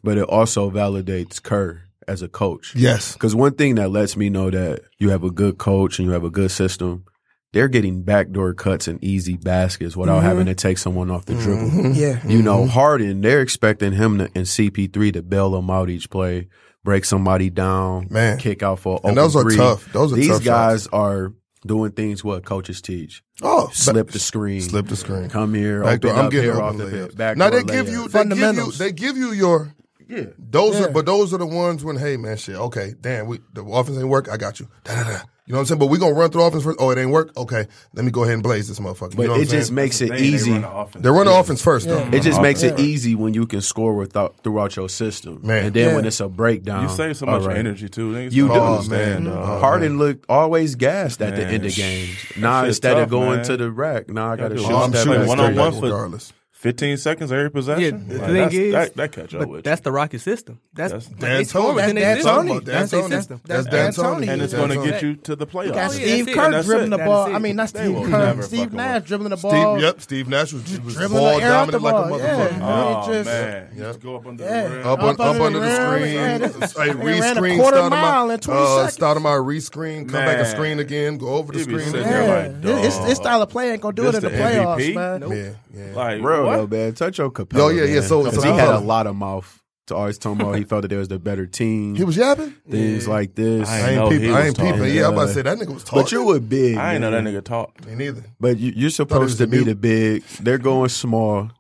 [SPEAKER 3] but it also validates Kerr as a coach.
[SPEAKER 2] Yes.
[SPEAKER 3] Because one thing that lets me know that you have a good coach and you have a good system, they're getting backdoor cuts and easy baskets without having to take someone off the dribble.
[SPEAKER 6] yeah.
[SPEAKER 3] You know,
[SPEAKER 2] Mm-hmm.
[SPEAKER 3] Harden, they're expecting him to, and CP3 to bail them out each play, break somebody down,
[SPEAKER 2] Man.
[SPEAKER 3] kick out for
[SPEAKER 2] And
[SPEAKER 3] open
[SPEAKER 2] those are
[SPEAKER 3] three.
[SPEAKER 2] tough. Those are
[SPEAKER 3] These
[SPEAKER 2] tough
[SPEAKER 3] guys
[SPEAKER 2] shots.
[SPEAKER 3] are doing things what coaches teach.
[SPEAKER 2] Oh,
[SPEAKER 3] Slip the screen.
[SPEAKER 2] slip the screen.
[SPEAKER 3] Come here.
[SPEAKER 2] Backdoor.
[SPEAKER 3] open
[SPEAKER 2] I'm
[SPEAKER 3] up
[SPEAKER 2] getting
[SPEAKER 3] here
[SPEAKER 2] open
[SPEAKER 3] off the
[SPEAKER 2] layups.
[SPEAKER 3] bit,
[SPEAKER 2] now
[SPEAKER 3] backdoor
[SPEAKER 2] they give
[SPEAKER 3] layup.
[SPEAKER 2] you they give you
[SPEAKER 6] Fundamentals.
[SPEAKER 2] they give you your
[SPEAKER 3] Yeah.
[SPEAKER 2] Those
[SPEAKER 6] Yeah.
[SPEAKER 2] are, but those are the ones when, hey man, shit, okay, damn, we the offense ain't work. I got you. Da-da-da. You know what I'm saying? But we gonna run through offense first. Oh, it ain't work. Okay, let me go ahead and blaze this motherfucker.
[SPEAKER 3] But
[SPEAKER 2] you know what I'm
[SPEAKER 3] it just
[SPEAKER 2] saying?
[SPEAKER 3] makes it
[SPEAKER 5] They- they
[SPEAKER 3] easy.
[SPEAKER 5] run the offense.
[SPEAKER 2] they run the
[SPEAKER 5] Yeah.
[SPEAKER 2] offense first though.
[SPEAKER 6] Yeah.
[SPEAKER 3] It just
[SPEAKER 5] Mhm.
[SPEAKER 3] makes it
[SPEAKER 5] Yeah.
[SPEAKER 3] easy when you can score without throughout your system,
[SPEAKER 2] Man.
[SPEAKER 3] and then
[SPEAKER 6] Yeah.
[SPEAKER 3] when it's a breakdown,
[SPEAKER 5] You save so
[SPEAKER 3] all
[SPEAKER 5] much
[SPEAKER 3] right.
[SPEAKER 5] energy too. Niggas
[SPEAKER 3] You
[SPEAKER 5] don't
[SPEAKER 3] do, Mm-hmm.
[SPEAKER 5] understand,
[SPEAKER 2] man.
[SPEAKER 5] dog.
[SPEAKER 2] Oh,
[SPEAKER 3] Harden looked always gassed at the
[SPEAKER 5] Man,
[SPEAKER 3] end of
[SPEAKER 5] sh-
[SPEAKER 3] games.
[SPEAKER 5] that
[SPEAKER 3] Now
[SPEAKER 5] shit
[SPEAKER 3] instead of
[SPEAKER 5] tough,
[SPEAKER 3] going
[SPEAKER 5] man.
[SPEAKER 3] to the rack, now I got to
[SPEAKER 5] do
[SPEAKER 3] shoot
[SPEAKER 5] it.
[SPEAKER 2] Oh, I'm
[SPEAKER 3] that
[SPEAKER 5] shooting
[SPEAKER 3] back
[SPEAKER 5] one-on-one
[SPEAKER 3] straight.
[SPEAKER 5] for-
[SPEAKER 2] regardless.
[SPEAKER 5] Fifteen seconds every
[SPEAKER 4] yeah,
[SPEAKER 5] possession.
[SPEAKER 4] the
[SPEAKER 5] Like,
[SPEAKER 4] thing
[SPEAKER 5] that's-
[SPEAKER 4] is,
[SPEAKER 5] that, that catch up
[SPEAKER 4] but
[SPEAKER 5] with
[SPEAKER 4] that's the Rocket system. That's
[SPEAKER 5] That's
[SPEAKER 4] like,
[SPEAKER 5] Dan
[SPEAKER 4] they score
[SPEAKER 2] Tony.
[SPEAKER 4] within
[SPEAKER 6] That's
[SPEAKER 4] their
[SPEAKER 6] Dan
[SPEAKER 4] system.
[SPEAKER 6] Tony.
[SPEAKER 4] That's their
[SPEAKER 6] That's-
[SPEAKER 4] system.
[SPEAKER 2] That's
[SPEAKER 6] Dan
[SPEAKER 2] Dan Tony.
[SPEAKER 6] Tony.
[SPEAKER 5] you. and it's
[SPEAKER 2] Dan
[SPEAKER 5] going to
[SPEAKER 2] Tony.
[SPEAKER 5] get you to the playoffs.
[SPEAKER 6] Got
[SPEAKER 4] Oh, yeah, that's
[SPEAKER 6] Steve
[SPEAKER 4] it.
[SPEAKER 6] Kerr
[SPEAKER 4] And that's
[SPEAKER 6] dribbling
[SPEAKER 4] it.
[SPEAKER 6] the
[SPEAKER 4] That
[SPEAKER 6] ball.
[SPEAKER 4] is it.
[SPEAKER 6] I mean, not
[SPEAKER 5] They
[SPEAKER 6] Steve
[SPEAKER 5] will
[SPEAKER 6] Kerr.
[SPEAKER 5] never
[SPEAKER 6] Steve
[SPEAKER 5] fucking
[SPEAKER 6] Nash
[SPEAKER 5] win.
[SPEAKER 6] dribbling the ball.
[SPEAKER 2] Steve, yep, Steve Nash was, was
[SPEAKER 6] Dribbling
[SPEAKER 2] ball
[SPEAKER 6] the air out the
[SPEAKER 2] dominant like a
[SPEAKER 6] ball. Yeah.
[SPEAKER 2] motherfucker.
[SPEAKER 5] Oh
[SPEAKER 6] It just-
[SPEAKER 5] man,
[SPEAKER 2] Yeah.
[SPEAKER 5] just go up under
[SPEAKER 6] Yeah.
[SPEAKER 5] the rim.
[SPEAKER 2] Up, on,
[SPEAKER 6] Up
[SPEAKER 2] up
[SPEAKER 6] under
[SPEAKER 2] under
[SPEAKER 6] the
[SPEAKER 2] the
[SPEAKER 6] rim,
[SPEAKER 2] screen,
[SPEAKER 6] yeah, that's-
[SPEAKER 2] hey,
[SPEAKER 6] they ran a
[SPEAKER 2] re-screen,
[SPEAKER 6] quarter
[SPEAKER 2] start him
[SPEAKER 6] mile
[SPEAKER 2] out,
[SPEAKER 6] in 20
[SPEAKER 2] uh,
[SPEAKER 6] seconds.
[SPEAKER 2] start him out, re-screen, come back
[SPEAKER 5] Man.
[SPEAKER 2] and screen again, go over the
[SPEAKER 5] You be
[SPEAKER 2] screen
[SPEAKER 5] sitting
[SPEAKER 2] again.
[SPEAKER 5] there
[SPEAKER 6] Yeah.
[SPEAKER 5] like, dog.
[SPEAKER 6] this, this style of play ain't gonna do
[SPEAKER 5] This
[SPEAKER 6] it in
[SPEAKER 5] the
[SPEAKER 6] the playoffs,
[SPEAKER 5] MVP?
[SPEAKER 6] man.
[SPEAKER 4] Nope.
[SPEAKER 2] Yeah, yeah.
[SPEAKER 5] Like,
[SPEAKER 3] Bro,
[SPEAKER 5] what?
[SPEAKER 3] though, man, touch your Capella.
[SPEAKER 2] Yo, yeah, yeah,
[SPEAKER 3] man.
[SPEAKER 2] so-
[SPEAKER 3] 'Cause
[SPEAKER 2] so
[SPEAKER 3] he had a
[SPEAKER 2] Capella-
[SPEAKER 3] lot of mouth to always talking about. He felt that there was the better team.
[SPEAKER 2] He was yapping.
[SPEAKER 3] things like this.
[SPEAKER 5] I
[SPEAKER 2] I
[SPEAKER 5] know
[SPEAKER 2] ain't
[SPEAKER 5] he
[SPEAKER 2] peeping.
[SPEAKER 5] was
[SPEAKER 2] I ain't
[SPEAKER 5] talking.
[SPEAKER 2] peeping. Yeah, I'm about
[SPEAKER 3] Yeah.
[SPEAKER 2] to say that nigga was talking.
[SPEAKER 3] But you were big.
[SPEAKER 5] I ain't know
[SPEAKER 3] man.
[SPEAKER 5] that nigga talked.
[SPEAKER 2] me neither.
[SPEAKER 3] But you, you're
[SPEAKER 2] it was
[SPEAKER 3] supposed
[SPEAKER 2] the
[SPEAKER 3] to be
[SPEAKER 2] mute.
[SPEAKER 3] the big. They're going small.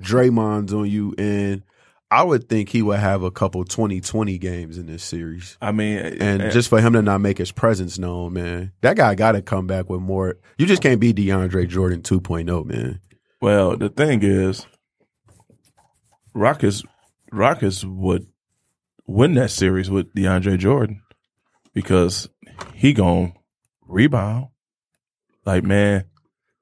[SPEAKER 3] Draymond's on you, and I would think he would have a couple 2020 games in this series.
[SPEAKER 5] I mean, eh,
[SPEAKER 3] And just for him to not make his presence known, man, that guy got to come back with more. You just can't be DeAndre Jordan 2.0, man.
[SPEAKER 5] Well, the thing is, Rockets Rockets would win that series with DeAndre Jordan because he gon' rebound. Like man,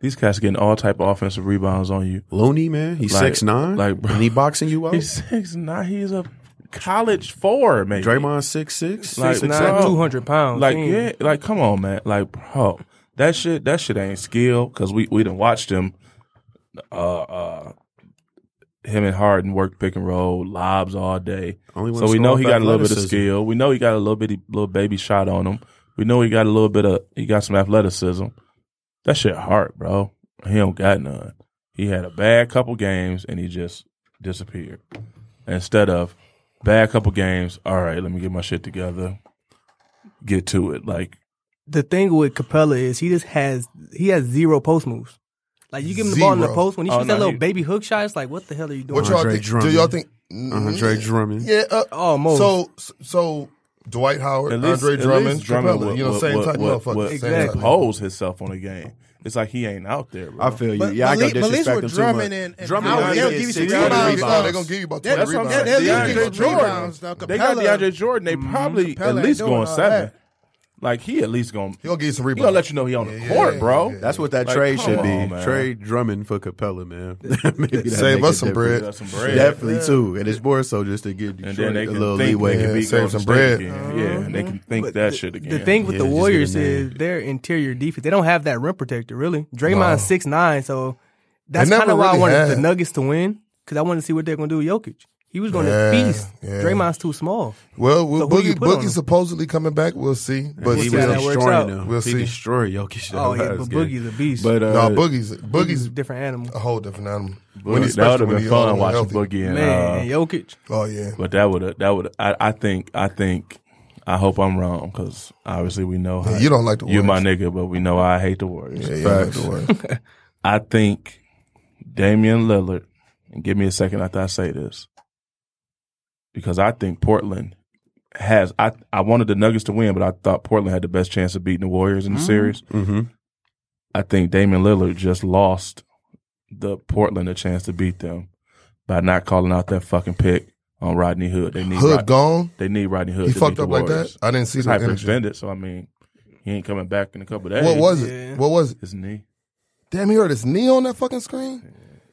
[SPEAKER 5] these cats getting all type of offensive rebounds on you.
[SPEAKER 3] Looney, man, he's
[SPEAKER 5] Like-
[SPEAKER 3] six nine,
[SPEAKER 5] like, bro.
[SPEAKER 3] and he boxing you out.
[SPEAKER 5] He's six nine. He's a college four, maybe.
[SPEAKER 3] Draymond six six.
[SPEAKER 5] Like,
[SPEAKER 4] Nine,
[SPEAKER 5] bro,
[SPEAKER 4] 200 pounds.
[SPEAKER 5] Like
[SPEAKER 4] Damn.
[SPEAKER 5] yeah, like come on, man. Like bro, that shit that shit ain't skill because we we done watched him. Uh, uh, him and Harden worked pick and roll, lobs all day.
[SPEAKER 3] Only one
[SPEAKER 5] so we
[SPEAKER 3] score
[SPEAKER 5] know
[SPEAKER 3] off
[SPEAKER 5] he got a little bit of
[SPEAKER 3] athleticism.
[SPEAKER 5] skill. We know he got a little bitty little baby shot on him. We know he got a little bit of he got some athleticism. That shit hard, bro. He don't got none. He had a bad couple games and he just disappeared. Instead of bad couple games, all right, let me get my shit together. Get to it. Like
[SPEAKER 4] the thing with Capella is he just has he has zero post moves. Like you give him the ball in the
[SPEAKER 2] Zero.
[SPEAKER 4] post when he
[SPEAKER 5] Oh,
[SPEAKER 4] shoots that
[SPEAKER 5] no,
[SPEAKER 4] little
[SPEAKER 5] he-
[SPEAKER 4] baby hook shot, it's like what the hell are you doing?
[SPEAKER 2] What y'all
[SPEAKER 3] Andre
[SPEAKER 2] think? Do
[SPEAKER 3] Drummond.
[SPEAKER 2] y'all think
[SPEAKER 3] Andre Drummond.
[SPEAKER 2] Yeah. Uh,
[SPEAKER 4] oh, Mo.
[SPEAKER 2] So so Dwight Howard,
[SPEAKER 5] at least,
[SPEAKER 2] Andre
[SPEAKER 5] at
[SPEAKER 2] Drummond,
[SPEAKER 5] least Drummond
[SPEAKER 2] Capella,
[SPEAKER 5] would-
[SPEAKER 2] you know,
[SPEAKER 5] would-
[SPEAKER 2] same
[SPEAKER 5] would-
[SPEAKER 2] type
[SPEAKER 5] would-
[SPEAKER 2] motherfucker.
[SPEAKER 5] would
[SPEAKER 2] same
[SPEAKER 4] Exactly.
[SPEAKER 2] type.
[SPEAKER 5] impose himself on a game. It's like he ain't out there, bro.
[SPEAKER 3] I feel you.
[SPEAKER 6] But-
[SPEAKER 3] yeah, I
[SPEAKER 6] but
[SPEAKER 3] go
[SPEAKER 6] at least- but at least
[SPEAKER 3] disrespect him
[SPEAKER 6] with
[SPEAKER 3] too
[SPEAKER 6] Drummond
[SPEAKER 3] much.
[SPEAKER 6] and- and
[SPEAKER 3] Drummond,
[SPEAKER 6] Howard,
[SPEAKER 3] already
[SPEAKER 6] they'll
[SPEAKER 3] get
[SPEAKER 6] give you some
[SPEAKER 3] six
[SPEAKER 6] rebounds.
[SPEAKER 3] rebounds.
[SPEAKER 2] Oh, they're gonna give you about
[SPEAKER 6] That-
[SPEAKER 2] twenty
[SPEAKER 6] that's what I'm
[SPEAKER 2] rebounds.
[SPEAKER 6] saying. They'll
[SPEAKER 5] DeAndre
[SPEAKER 6] give you some
[SPEAKER 5] Jordan.
[SPEAKER 6] rebounds. Now,
[SPEAKER 5] They got
[SPEAKER 6] Capella-
[SPEAKER 5] DeAndre Jordan.
[SPEAKER 2] Mm-hmm.
[SPEAKER 5] They probably
[SPEAKER 6] Capella
[SPEAKER 5] at
[SPEAKER 6] ain't
[SPEAKER 5] least
[SPEAKER 6] doing
[SPEAKER 5] going
[SPEAKER 6] all
[SPEAKER 5] seven.
[SPEAKER 6] that.
[SPEAKER 5] Like he at least gonna
[SPEAKER 2] He gonna give you some
[SPEAKER 5] he gonna
[SPEAKER 2] rebounds.
[SPEAKER 5] let you know he on the court, bro.
[SPEAKER 3] That's what that
[SPEAKER 5] Like,
[SPEAKER 3] trade
[SPEAKER 5] come
[SPEAKER 3] should be.
[SPEAKER 5] on, man.
[SPEAKER 3] Trade Drummond for Capella, man. Maybe that'd
[SPEAKER 2] Save
[SPEAKER 3] make
[SPEAKER 2] us
[SPEAKER 3] a
[SPEAKER 2] some
[SPEAKER 3] difference.
[SPEAKER 2] bread.
[SPEAKER 5] That's some bread.
[SPEAKER 3] Definitely too, and it's more so just to get
[SPEAKER 5] And
[SPEAKER 3] Detroit
[SPEAKER 5] then they
[SPEAKER 3] a
[SPEAKER 5] can
[SPEAKER 3] little
[SPEAKER 5] think
[SPEAKER 3] leeway.
[SPEAKER 5] they can
[SPEAKER 2] Yeah,
[SPEAKER 5] beat
[SPEAKER 2] save
[SPEAKER 5] Golden
[SPEAKER 2] some
[SPEAKER 5] State
[SPEAKER 2] bread. Uh-huh.
[SPEAKER 5] Again. Yeah, and they can think
[SPEAKER 4] But
[SPEAKER 5] that
[SPEAKER 4] the,
[SPEAKER 5] shit again.
[SPEAKER 4] The thing with
[SPEAKER 3] Yeah,
[SPEAKER 4] the
[SPEAKER 3] just get
[SPEAKER 4] Warriors
[SPEAKER 3] in there.
[SPEAKER 4] is their interior defense. They don't have that rim protector really. Draymond's six nine, so that's
[SPEAKER 2] They never
[SPEAKER 4] kind of why I
[SPEAKER 2] really
[SPEAKER 4] wanted
[SPEAKER 2] had.
[SPEAKER 4] the Nuggets to win because I wanted to see what they're going to do with Jokic. He was going to
[SPEAKER 2] Yeah,
[SPEAKER 4] feast.
[SPEAKER 2] yeah.
[SPEAKER 4] Draymond's too small.
[SPEAKER 2] Well, well
[SPEAKER 4] So who you
[SPEAKER 2] Boogie,
[SPEAKER 4] put on him?
[SPEAKER 2] Boogie supposedly coming back. We'll see. But
[SPEAKER 3] he
[SPEAKER 4] see how
[SPEAKER 3] was
[SPEAKER 4] that
[SPEAKER 2] still,
[SPEAKER 4] works
[SPEAKER 3] destroying
[SPEAKER 4] out.
[SPEAKER 3] them.
[SPEAKER 2] We'll
[SPEAKER 3] he
[SPEAKER 2] see.
[SPEAKER 3] destroyed Jokic. that
[SPEAKER 4] Oh, yeah,
[SPEAKER 3] last
[SPEAKER 4] but
[SPEAKER 3] game.
[SPEAKER 4] Boogie's a beast.
[SPEAKER 3] But uh,
[SPEAKER 2] no, Boogie's Boogie's
[SPEAKER 4] different animal.
[SPEAKER 2] a whole different animal. When he-
[SPEAKER 5] Boogie, that would
[SPEAKER 2] especially
[SPEAKER 5] have
[SPEAKER 2] when
[SPEAKER 5] been
[SPEAKER 2] he
[SPEAKER 5] fun
[SPEAKER 2] all
[SPEAKER 5] watching
[SPEAKER 2] healthy.
[SPEAKER 5] Boogie and
[SPEAKER 4] Man,
[SPEAKER 5] uh,
[SPEAKER 4] and Jokic.
[SPEAKER 2] Oh yeah.
[SPEAKER 5] But that would have that would I, I think I think I hope I'm wrong because obviously we know how
[SPEAKER 2] Yeah, you don't like the
[SPEAKER 5] you're my
[SPEAKER 2] Warriors.
[SPEAKER 5] nigga, but we know I hate the Warriors.
[SPEAKER 2] Yeah, you don't like the Warriors.
[SPEAKER 5] I think Damian Lillard, and give me a second after I say this, because I think Portland has. I I wanted the Nuggets to win, but I thought Portland had the best chance of beating the Warriors in
[SPEAKER 2] Mm-hmm.
[SPEAKER 5] the series.
[SPEAKER 3] mhm.
[SPEAKER 5] I think Damian Lillard just lost the Portland a chance to beat them by not calling out that fucking pick on Rodney Hood. They need
[SPEAKER 2] Hood
[SPEAKER 5] Rod-
[SPEAKER 2] gone.
[SPEAKER 5] They need Rodney Hood.
[SPEAKER 2] He
[SPEAKER 5] to
[SPEAKER 2] fucked
[SPEAKER 5] beat
[SPEAKER 2] up
[SPEAKER 5] the
[SPEAKER 2] like that.
[SPEAKER 5] Warriors.
[SPEAKER 2] I didn't see
[SPEAKER 5] He's
[SPEAKER 2] the energy.
[SPEAKER 5] hyperextended, so I mean, he ain't coming back in a couple days.
[SPEAKER 2] What was
[SPEAKER 4] Yeah.
[SPEAKER 2] it? What was it?
[SPEAKER 5] his knee?
[SPEAKER 2] Damn, he hurt his knee on that fucking screen.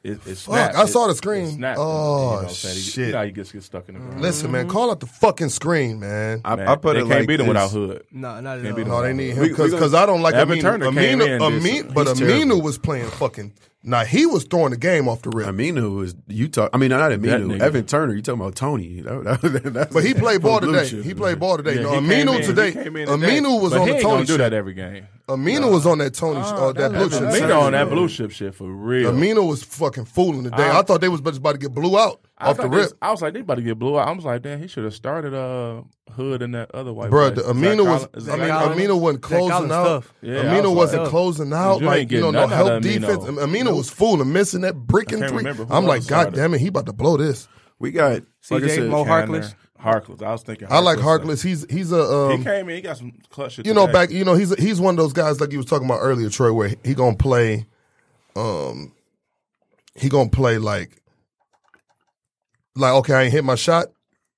[SPEAKER 5] It, it
[SPEAKER 2] Fuck,
[SPEAKER 5] snapped.
[SPEAKER 2] I saw
[SPEAKER 5] It-
[SPEAKER 2] the
[SPEAKER 5] it
[SPEAKER 2] screen.
[SPEAKER 5] snapped.
[SPEAKER 2] Oh,
[SPEAKER 5] what I'm saying? He-
[SPEAKER 2] shit. Mm-hmm.
[SPEAKER 5] You know how you just get stuck in the ground.
[SPEAKER 2] Listen, man,
[SPEAKER 5] Mm-hmm.
[SPEAKER 2] call out the fucking screen, man.
[SPEAKER 3] I,
[SPEAKER 5] Man,
[SPEAKER 3] I put
[SPEAKER 5] they
[SPEAKER 3] it
[SPEAKER 5] can't
[SPEAKER 3] like
[SPEAKER 5] beat him
[SPEAKER 3] this.
[SPEAKER 5] without Hood.
[SPEAKER 4] No, not
[SPEAKER 5] Can't
[SPEAKER 4] at
[SPEAKER 5] beat him.
[SPEAKER 4] all.
[SPEAKER 2] No, they need him
[SPEAKER 5] We- we
[SPEAKER 2] because
[SPEAKER 5] gonna-
[SPEAKER 2] I don't like
[SPEAKER 5] Evan
[SPEAKER 2] Aminu-
[SPEAKER 5] Turner came
[SPEAKER 2] Aminu-
[SPEAKER 5] in this-
[SPEAKER 2] Ami- but
[SPEAKER 3] he's
[SPEAKER 2] Aminu
[SPEAKER 3] terrible.
[SPEAKER 2] was playing fucking. Now he was throwing the game off the rip,
[SPEAKER 3] Aminu was you talk. I mean, not
[SPEAKER 5] That
[SPEAKER 3] Aminu.
[SPEAKER 5] nigga.
[SPEAKER 3] Evan Turner. You talking about Tony? That- that- that's-
[SPEAKER 2] but he played ball
[SPEAKER 3] Blue
[SPEAKER 2] today.
[SPEAKER 3] chip,
[SPEAKER 2] He
[SPEAKER 3] man.
[SPEAKER 2] played ball today.
[SPEAKER 5] Yeah,
[SPEAKER 2] No,
[SPEAKER 5] he came
[SPEAKER 2] Aminu
[SPEAKER 5] in-
[SPEAKER 2] today.
[SPEAKER 5] he came in today.
[SPEAKER 2] Aminu was
[SPEAKER 5] But
[SPEAKER 2] on
[SPEAKER 5] he
[SPEAKER 2] the
[SPEAKER 5] ain't gonna
[SPEAKER 2] Tony
[SPEAKER 5] do that
[SPEAKER 2] shit.
[SPEAKER 5] every game.
[SPEAKER 2] Aminu was on that Tony shit, or that blue
[SPEAKER 5] Evan
[SPEAKER 2] shit.
[SPEAKER 5] Amino on Ah, that blue chip shit for real.
[SPEAKER 2] Aminu was fucking fooling today. I, thought they was just about to get blew out
[SPEAKER 5] I
[SPEAKER 2] off the
[SPEAKER 5] thought
[SPEAKER 2] rip.
[SPEAKER 5] this- I was like, they about to get blew out. I was like, damn, he should have started uh Hood and that other white.
[SPEAKER 2] Bro,
[SPEAKER 5] boy.
[SPEAKER 2] the
[SPEAKER 5] Zach
[SPEAKER 2] Amina was.
[SPEAKER 5] Collins-
[SPEAKER 2] I
[SPEAKER 5] Zach
[SPEAKER 2] mean, uh,
[SPEAKER 5] Collins.
[SPEAKER 2] Amina wasn't
[SPEAKER 4] Zach Collins
[SPEAKER 2] closing out.
[SPEAKER 4] stuff.
[SPEAKER 5] Yeah, I
[SPEAKER 2] Amina
[SPEAKER 5] was
[SPEAKER 2] wasn't
[SPEAKER 5] like-
[SPEAKER 2] closing out.
[SPEAKER 5] You ain't
[SPEAKER 2] Like you know,
[SPEAKER 5] getting
[SPEAKER 2] no
[SPEAKER 5] nothing out
[SPEAKER 2] help
[SPEAKER 5] of Amino.
[SPEAKER 2] defense. Am- Amina was fooling, missing that brick and
[SPEAKER 5] can't
[SPEAKER 2] three.
[SPEAKER 5] remember who
[SPEAKER 2] I'm like,
[SPEAKER 5] else
[SPEAKER 2] God
[SPEAKER 5] started.
[SPEAKER 2] damn it, he about to blow this.
[SPEAKER 3] We got like I
[SPEAKER 4] CJ
[SPEAKER 3] said,
[SPEAKER 4] Mo
[SPEAKER 5] Tanner,
[SPEAKER 4] Harkless.
[SPEAKER 5] Harkless. I was thinking.
[SPEAKER 2] I like
[SPEAKER 5] though.
[SPEAKER 2] Harkless. He's he's a um,
[SPEAKER 5] He came in. He got some clutch. shit
[SPEAKER 2] you know
[SPEAKER 5] today.
[SPEAKER 2] back you know he's he's one of those guys like you was talking about earlier Troy where he going to play um he going to play like like okay I ain't hit my shot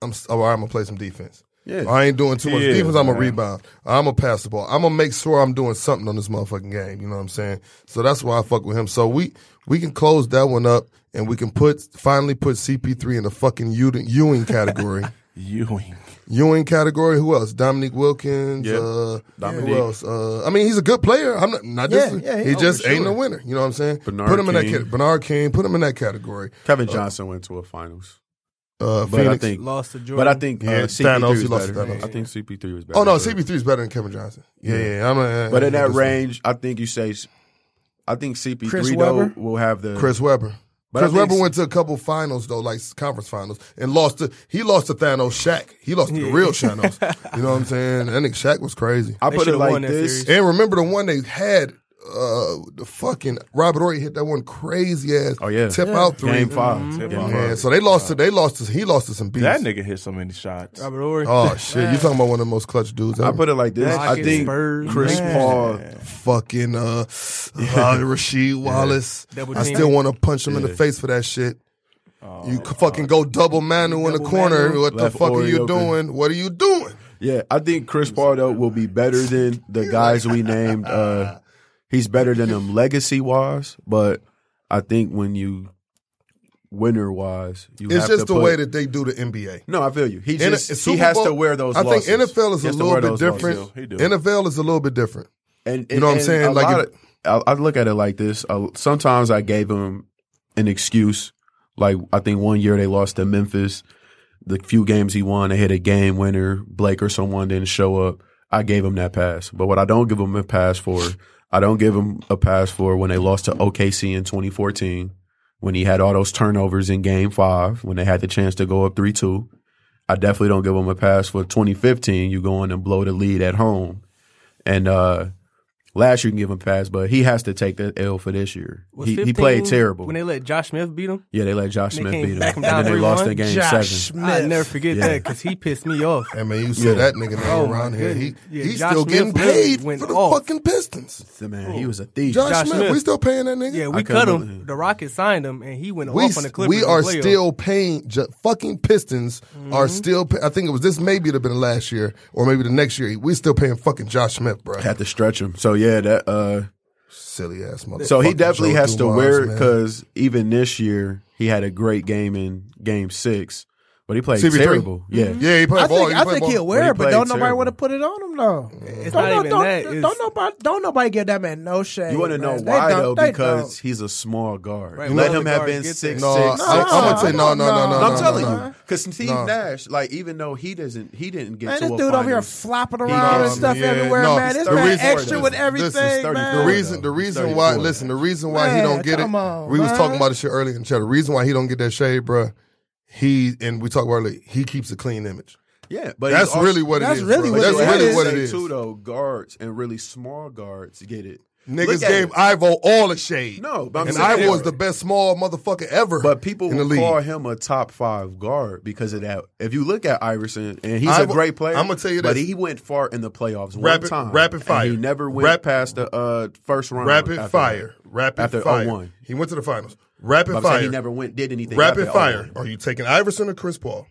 [SPEAKER 2] I'm s- all right, I'm going to play some defense.
[SPEAKER 3] Yeah.
[SPEAKER 2] I ain't doing too much
[SPEAKER 5] Yeah,
[SPEAKER 2] defense. I'm gonna
[SPEAKER 5] man.
[SPEAKER 2] rebound. I'm gonna pass the ball. I'm gonna make sure I'm doing something on this motherfucking game. You know what I'm saying? So that's why I fuck with him. So we we can close that one up, and we can put finally put CP3 in the fucking Ewing, Ewing category.
[SPEAKER 5] Ewing.
[SPEAKER 2] Ewing category. Who else? Dominique Wilkins.
[SPEAKER 3] Yep.
[SPEAKER 2] Uh,
[SPEAKER 3] Dominique.
[SPEAKER 2] Who else? Uh, I mean, he's a good player. I'm not. not
[SPEAKER 6] Yeah,
[SPEAKER 2] dis-
[SPEAKER 6] yeah, yeah.
[SPEAKER 2] he
[SPEAKER 6] Oh,
[SPEAKER 2] just
[SPEAKER 6] for
[SPEAKER 2] ain't
[SPEAKER 6] sure.
[SPEAKER 2] a winner. You know what I'm saying?
[SPEAKER 3] Bernard
[SPEAKER 2] put him in that
[SPEAKER 3] King.
[SPEAKER 2] category. Bernard King. Put him in that category.
[SPEAKER 3] Kevin Johnson went to a finals,
[SPEAKER 2] Uh,
[SPEAKER 3] Uh, but
[SPEAKER 2] Phoenix.
[SPEAKER 3] I think,
[SPEAKER 4] Lost to Jordan.
[SPEAKER 3] but I think uh,
[SPEAKER 2] Yeah,
[SPEAKER 3] CP3
[SPEAKER 2] Thanos, he
[SPEAKER 3] was
[SPEAKER 2] lost to
[SPEAKER 3] better.
[SPEAKER 2] Thanos.
[SPEAKER 3] I think CP3 was better.
[SPEAKER 2] Oh no,
[SPEAKER 3] But-
[SPEAKER 2] CP3 is better than Kevin Johnson. Yeah, yeah. I'm a,
[SPEAKER 3] But in that range, I think you say, I think CP3
[SPEAKER 6] Chris
[SPEAKER 3] though
[SPEAKER 6] Webber?
[SPEAKER 3] will have the
[SPEAKER 2] Chris Webber.
[SPEAKER 3] But I
[SPEAKER 2] Chris
[SPEAKER 3] think
[SPEAKER 2] Webber
[SPEAKER 3] s-
[SPEAKER 2] went to a couple finals though, like conference finals, and lost to he lost to Thanos Shaq. He lost to the real Thanos. you know what I'm saying? That nigga Shaq was crazy.
[SPEAKER 3] I
[SPEAKER 4] They
[SPEAKER 3] put it
[SPEAKER 4] should've
[SPEAKER 3] like
[SPEAKER 4] won that
[SPEAKER 3] this.
[SPEAKER 4] series.
[SPEAKER 2] And remember the one they had, uh, the fucking Robert Ory hit that one crazy ass
[SPEAKER 3] Oh yeah,
[SPEAKER 2] tip out three.
[SPEAKER 3] Game 5
[SPEAKER 5] Tip
[SPEAKER 3] Game
[SPEAKER 5] out.
[SPEAKER 3] five.
[SPEAKER 2] Yeah, so they lost to they lost to he lost to some beats.
[SPEAKER 5] That nigga hit so many shots.
[SPEAKER 4] Robert Ory.
[SPEAKER 2] Oh shit, you talking about one of the most clutch dudes
[SPEAKER 3] I
[SPEAKER 2] ever.
[SPEAKER 3] put it like this. I
[SPEAKER 4] Rockets,
[SPEAKER 3] think
[SPEAKER 4] Spurs,
[SPEAKER 3] Chris
[SPEAKER 4] man.
[SPEAKER 3] Paul.
[SPEAKER 2] fucking uh, uh Rasheed Wallace.
[SPEAKER 4] Double
[SPEAKER 2] I
[SPEAKER 4] team.
[SPEAKER 2] still want to punch him in the face for that shit. you c- fucking go double Manu in the
[SPEAKER 4] Double
[SPEAKER 2] corner.
[SPEAKER 4] Manu.
[SPEAKER 2] What the
[SPEAKER 3] Oh, Left
[SPEAKER 2] fuck are
[SPEAKER 3] Ory
[SPEAKER 2] you
[SPEAKER 3] open.
[SPEAKER 2] doing? What are you doing?
[SPEAKER 3] Yeah, I think Chris Paul though will be better than the guys we named. Uh, he's better than them legacy wise, but I think when you winner wise, you
[SPEAKER 2] It's
[SPEAKER 3] have
[SPEAKER 2] just
[SPEAKER 3] to
[SPEAKER 2] the way
[SPEAKER 3] put-
[SPEAKER 2] that they do the NBA.
[SPEAKER 3] No, I feel you. He
[SPEAKER 2] In a-
[SPEAKER 3] just he
[SPEAKER 2] Super
[SPEAKER 3] has to
[SPEAKER 2] Bowl-
[SPEAKER 3] wear those.
[SPEAKER 2] I think
[SPEAKER 3] losses.
[SPEAKER 2] NFL is a
[SPEAKER 3] He has to
[SPEAKER 2] little
[SPEAKER 3] wear
[SPEAKER 2] bit
[SPEAKER 3] those losses.
[SPEAKER 2] different.
[SPEAKER 5] He do, he do.
[SPEAKER 2] NFL is a little bit different.
[SPEAKER 3] And, and-
[SPEAKER 2] You know what I'm
[SPEAKER 3] and
[SPEAKER 2] saying?
[SPEAKER 3] a
[SPEAKER 2] Like
[SPEAKER 3] lot
[SPEAKER 2] if-
[SPEAKER 3] of- I, I look at it like this. Uh, sometimes I gave him an excuse Like I think one year they lost to Memphis. The few games he won, they hit a game winner. Blake or someone didn't show up. I gave him that pass. But what I don't give him a pass for, I don't give him a pass for when they lost to OKC in 2014, when he had all those turnovers in game five, when they had the chance to go up 3 2. I definitely don't give him a pass for 2015. You go in and blow the lead at home. And uh, last year you can give him a pass, but he has to take that L for this year.
[SPEAKER 4] Was
[SPEAKER 3] He, he
[SPEAKER 4] 15
[SPEAKER 3] played terrible.
[SPEAKER 4] When they let Josh Smith beat him,
[SPEAKER 3] yeah, they let Josh
[SPEAKER 4] They
[SPEAKER 3] Smith
[SPEAKER 4] came
[SPEAKER 3] beat him.
[SPEAKER 4] back from
[SPEAKER 3] And then
[SPEAKER 4] down
[SPEAKER 3] they lost
[SPEAKER 4] 3-1.
[SPEAKER 3] in game
[SPEAKER 6] Josh
[SPEAKER 3] seven.
[SPEAKER 6] Smith.
[SPEAKER 4] I'll never forget
[SPEAKER 3] Yeah.
[SPEAKER 4] that because he pissed me off.
[SPEAKER 2] Hey man, you said
[SPEAKER 3] Yeah.
[SPEAKER 2] that nigga name
[SPEAKER 4] Oh, my
[SPEAKER 2] around here. He,
[SPEAKER 4] goodness. Yeah,
[SPEAKER 2] he's
[SPEAKER 4] Josh
[SPEAKER 2] still getting
[SPEAKER 4] Smith
[SPEAKER 2] paid
[SPEAKER 4] went
[SPEAKER 2] for the
[SPEAKER 4] off.
[SPEAKER 2] fucking Pistons.
[SPEAKER 3] The man, he was a thief.
[SPEAKER 2] Josh,
[SPEAKER 4] Josh
[SPEAKER 2] Smith,
[SPEAKER 4] Smith.
[SPEAKER 2] we still paying that nigga.
[SPEAKER 4] Yeah, we
[SPEAKER 3] I
[SPEAKER 4] cut
[SPEAKER 3] couldn't
[SPEAKER 4] him.
[SPEAKER 3] believe it.
[SPEAKER 4] The Rockets signed him, and he went
[SPEAKER 2] we,
[SPEAKER 4] off on the
[SPEAKER 2] s-
[SPEAKER 4] Clippers.
[SPEAKER 2] we
[SPEAKER 4] in the
[SPEAKER 2] are
[SPEAKER 4] playoffs.
[SPEAKER 2] still paying ju- fucking Pistons
[SPEAKER 6] Mm-hmm.
[SPEAKER 2] are still. Pay, I think it was this. Maybe it'd have been last year or maybe the next year. We still paying fucking Josh Smith, bro.
[SPEAKER 3] Had to stretch him. So yeah, that uh
[SPEAKER 2] Silly ass motherfucker.
[SPEAKER 3] So he definitely
[SPEAKER 2] Joe
[SPEAKER 3] has to
[SPEAKER 2] Dumars,
[SPEAKER 3] wear it
[SPEAKER 2] man.
[SPEAKER 3] because even this year he had a great game in Game Six, but he played
[SPEAKER 2] CP3?
[SPEAKER 3] terrible. Yeah,
[SPEAKER 2] Mm-hmm.
[SPEAKER 4] Mm-hmm.
[SPEAKER 2] Yeah, he played
[SPEAKER 6] I
[SPEAKER 2] ball.
[SPEAKER 6] think,
[SPEAKER 2] he
[SPEAKER 6] I
[SPEAKER 2] played
[SPEAKER 6] think
[SPEAKER 2] ball.
[SPEAKER 6] he'll
[SPEAKER 3] But
[SPEAKER 6] wear
[SPEAKER 3] he
[SPEAKER 6] it, but
[SPEAKER 3] played
[SPEAKER 6] don't nobody
[SPEAKER 3] terrible.
[SPEAKER 6] want to put it on him though. It's
[SPEAKER 4] not even
[SPEAKER 6] don't,
[SPEAKER 4] that,
[SPEAKER 6] Don't,
[SPEAKER 4] it's-
[SPEAKER 6] nobody, don't nobody give that man no shade.
[SPEAKER 3] you want to know
[SPEAKER 6] man. They
[SPEAKER 3] why
[SPEAKER 6] don't-
[SPEAKER 3] though?
[SPEAKER 6] they
[SPEAKER 3] Because
[SPEAKER 6] don't.
[SPEAKER 3] he's a small guard.
[SPEAKER 4] Right,
[SPEAKER 3] Let
[SPEAKER 4] well,
[SPEAKER 3] him
[SPEAKER 4] the
[SPEAKER 3] have
[SPEAKER 4] guards
[SPEAKER 3] been
[SPEAKER 4] get
[SPEAKER 3] six
[SPEAKER 4] there.
[SPEAKER 3] six.
[SPEAKER 2] No,
[SPEAKER 3] six.
[SPEAKER 2] I, am gonna
[SPEAKER 6] No,
[SPEAKER 2] say no, no, no,
[SPEAKER 6] no,
[SPEAKER 2] no.
[SPEAKER 6] no.
[SPEAKER 3] I'm
[SPEAKER 2] no,
[SPEAKER 3] telling
[SPEAKER 2] no.
[SPEAKER 3] you, because Steve Nash, like even though he doesn't, he didn't get
[SPEAKER 6] Man,
[SPEAKER 3] to
[SPEAKER 6] this
[SPEAKER 3] a
[SPEAKER 6] dude over here
[SPEAKER 3] finals.
[SPEAKER 6] flopping
[SPEAKER 3] He
[SPEAKER 6] around and
[SPEAKER 3] doesn't.
[SPEAKER 6] stuff
[SPEAKER 2] Yeah,
[SPEAKER 6] everywhere,
[SPEAKER 2] no,
[SPEAKER 6] man. This
[SPEAKER 3] he's
[SPEAKER 6] man
[SPEAKER 3] 34
[SPEAKER 6] extra
[SPEAKER 3] though.
[SPEAKER 6] with
[SPEAKER 3] This is
[SPEAKER 6] everything,
[SPEAKER 2] The
[SPEAKER 3] 34 though.
[SPEAKER 6] man.
[SPEAKER 2] reason, the
[SPEAKER 3] He's
[SPEAKER 2] reason
[SPEAKER 3] 34
[SPEAKER 2] why,
[SPEAKER 3] now.
[SPEAKER 2] listen, the reason why he
[SPEAKER 6] Man,
[SPEAKER 2] don't get it,
[SPEAKER 6] come on,
[SPEAKER 2] we was
[SPEAKER 6] man.
[SPEAKER 2] talking about this shit earlier in chat. The reason why he don't get that shade, bruh, he and we talked about it, earlier, he keeps a clean image.
[SPEAKER 3] Yeah, but
[SPEAKER 2] That's
[SPEAKER 3] he's also-
[SPEAKER 2] really what it
[SPEAKER 6] That's
[SPEAKER 2] is.
[SPEAKER 6] really
[SPEAKER 2] bruh.
[SPEAKER 6] what
[SPEAKER 2] That's
[SPEAKER 6] it
[SPEAKER 2] really
[SPEAKER 6] is.
[SPEAKER 2] what it is.
[SPEAKER 3] Too though, guards and really small guards get it.
[SPEAKER 2] Niggas
[SPEAKER 3] Look at
[SPEAKER 2] gave
[SPEAKER 3] it.
[SPEAKER 2] Ivo all the shade.
[SPEAKER 3] No, but I'm
[SPEAKER 2] and
[SPEAKER 3] saying-
[SPEAKER 2] I was the best small motherfucker ever.
[SPEAKER 3] But people
[SPEAKER 2] in the
[SPEAKER 3] will
[SPEAKER 2] league.
[SPEAKER 3] call him a top five guard because of that. If you look at Iverson, and he's a
[SPEAKER 2] I w-
[SPEAKER 3] great player.
[SPEAKER 2] I'ma tell you
[SPEAKER 3] but
[SPEAKER 2] this.
[SPEAKER 3] he went far in the playoffs
[SPEAKER 2] Rapid-
[SPEAKER 3] one time.
[SPEAKER 2] rapid
[SPEAKER 3] and
[SPEAKER 2] fire.
[SPEAKER 3] he never went
[SPEAKER 2] Rap-
[SPEAKER 3] past the uh, first round. after
[SPEAKER 2] Rapid
[SPEAKER 3] that.
[SPEAKER 2] fire. Rapid
[SPEAKER 3] after
[SPEAKER 2] fire.
[SPEAKER 3] 01.
[SPEAKER 2] He went to the finals.
[SPEAKER 3] But
[SPEAKER 2] Rapid
[SPEAKER 3] I'm saying he
[SPEAKER 2] fire.
[SPEAKER 3] never went did anything.
[SPEAKER 2] Rapid
[SPEAKER 3] after
[SPEAKER 2] fire.
[SPEAKER 3] 01.
[SPEAKER 2] Are you taking Iverson or Chris Paul?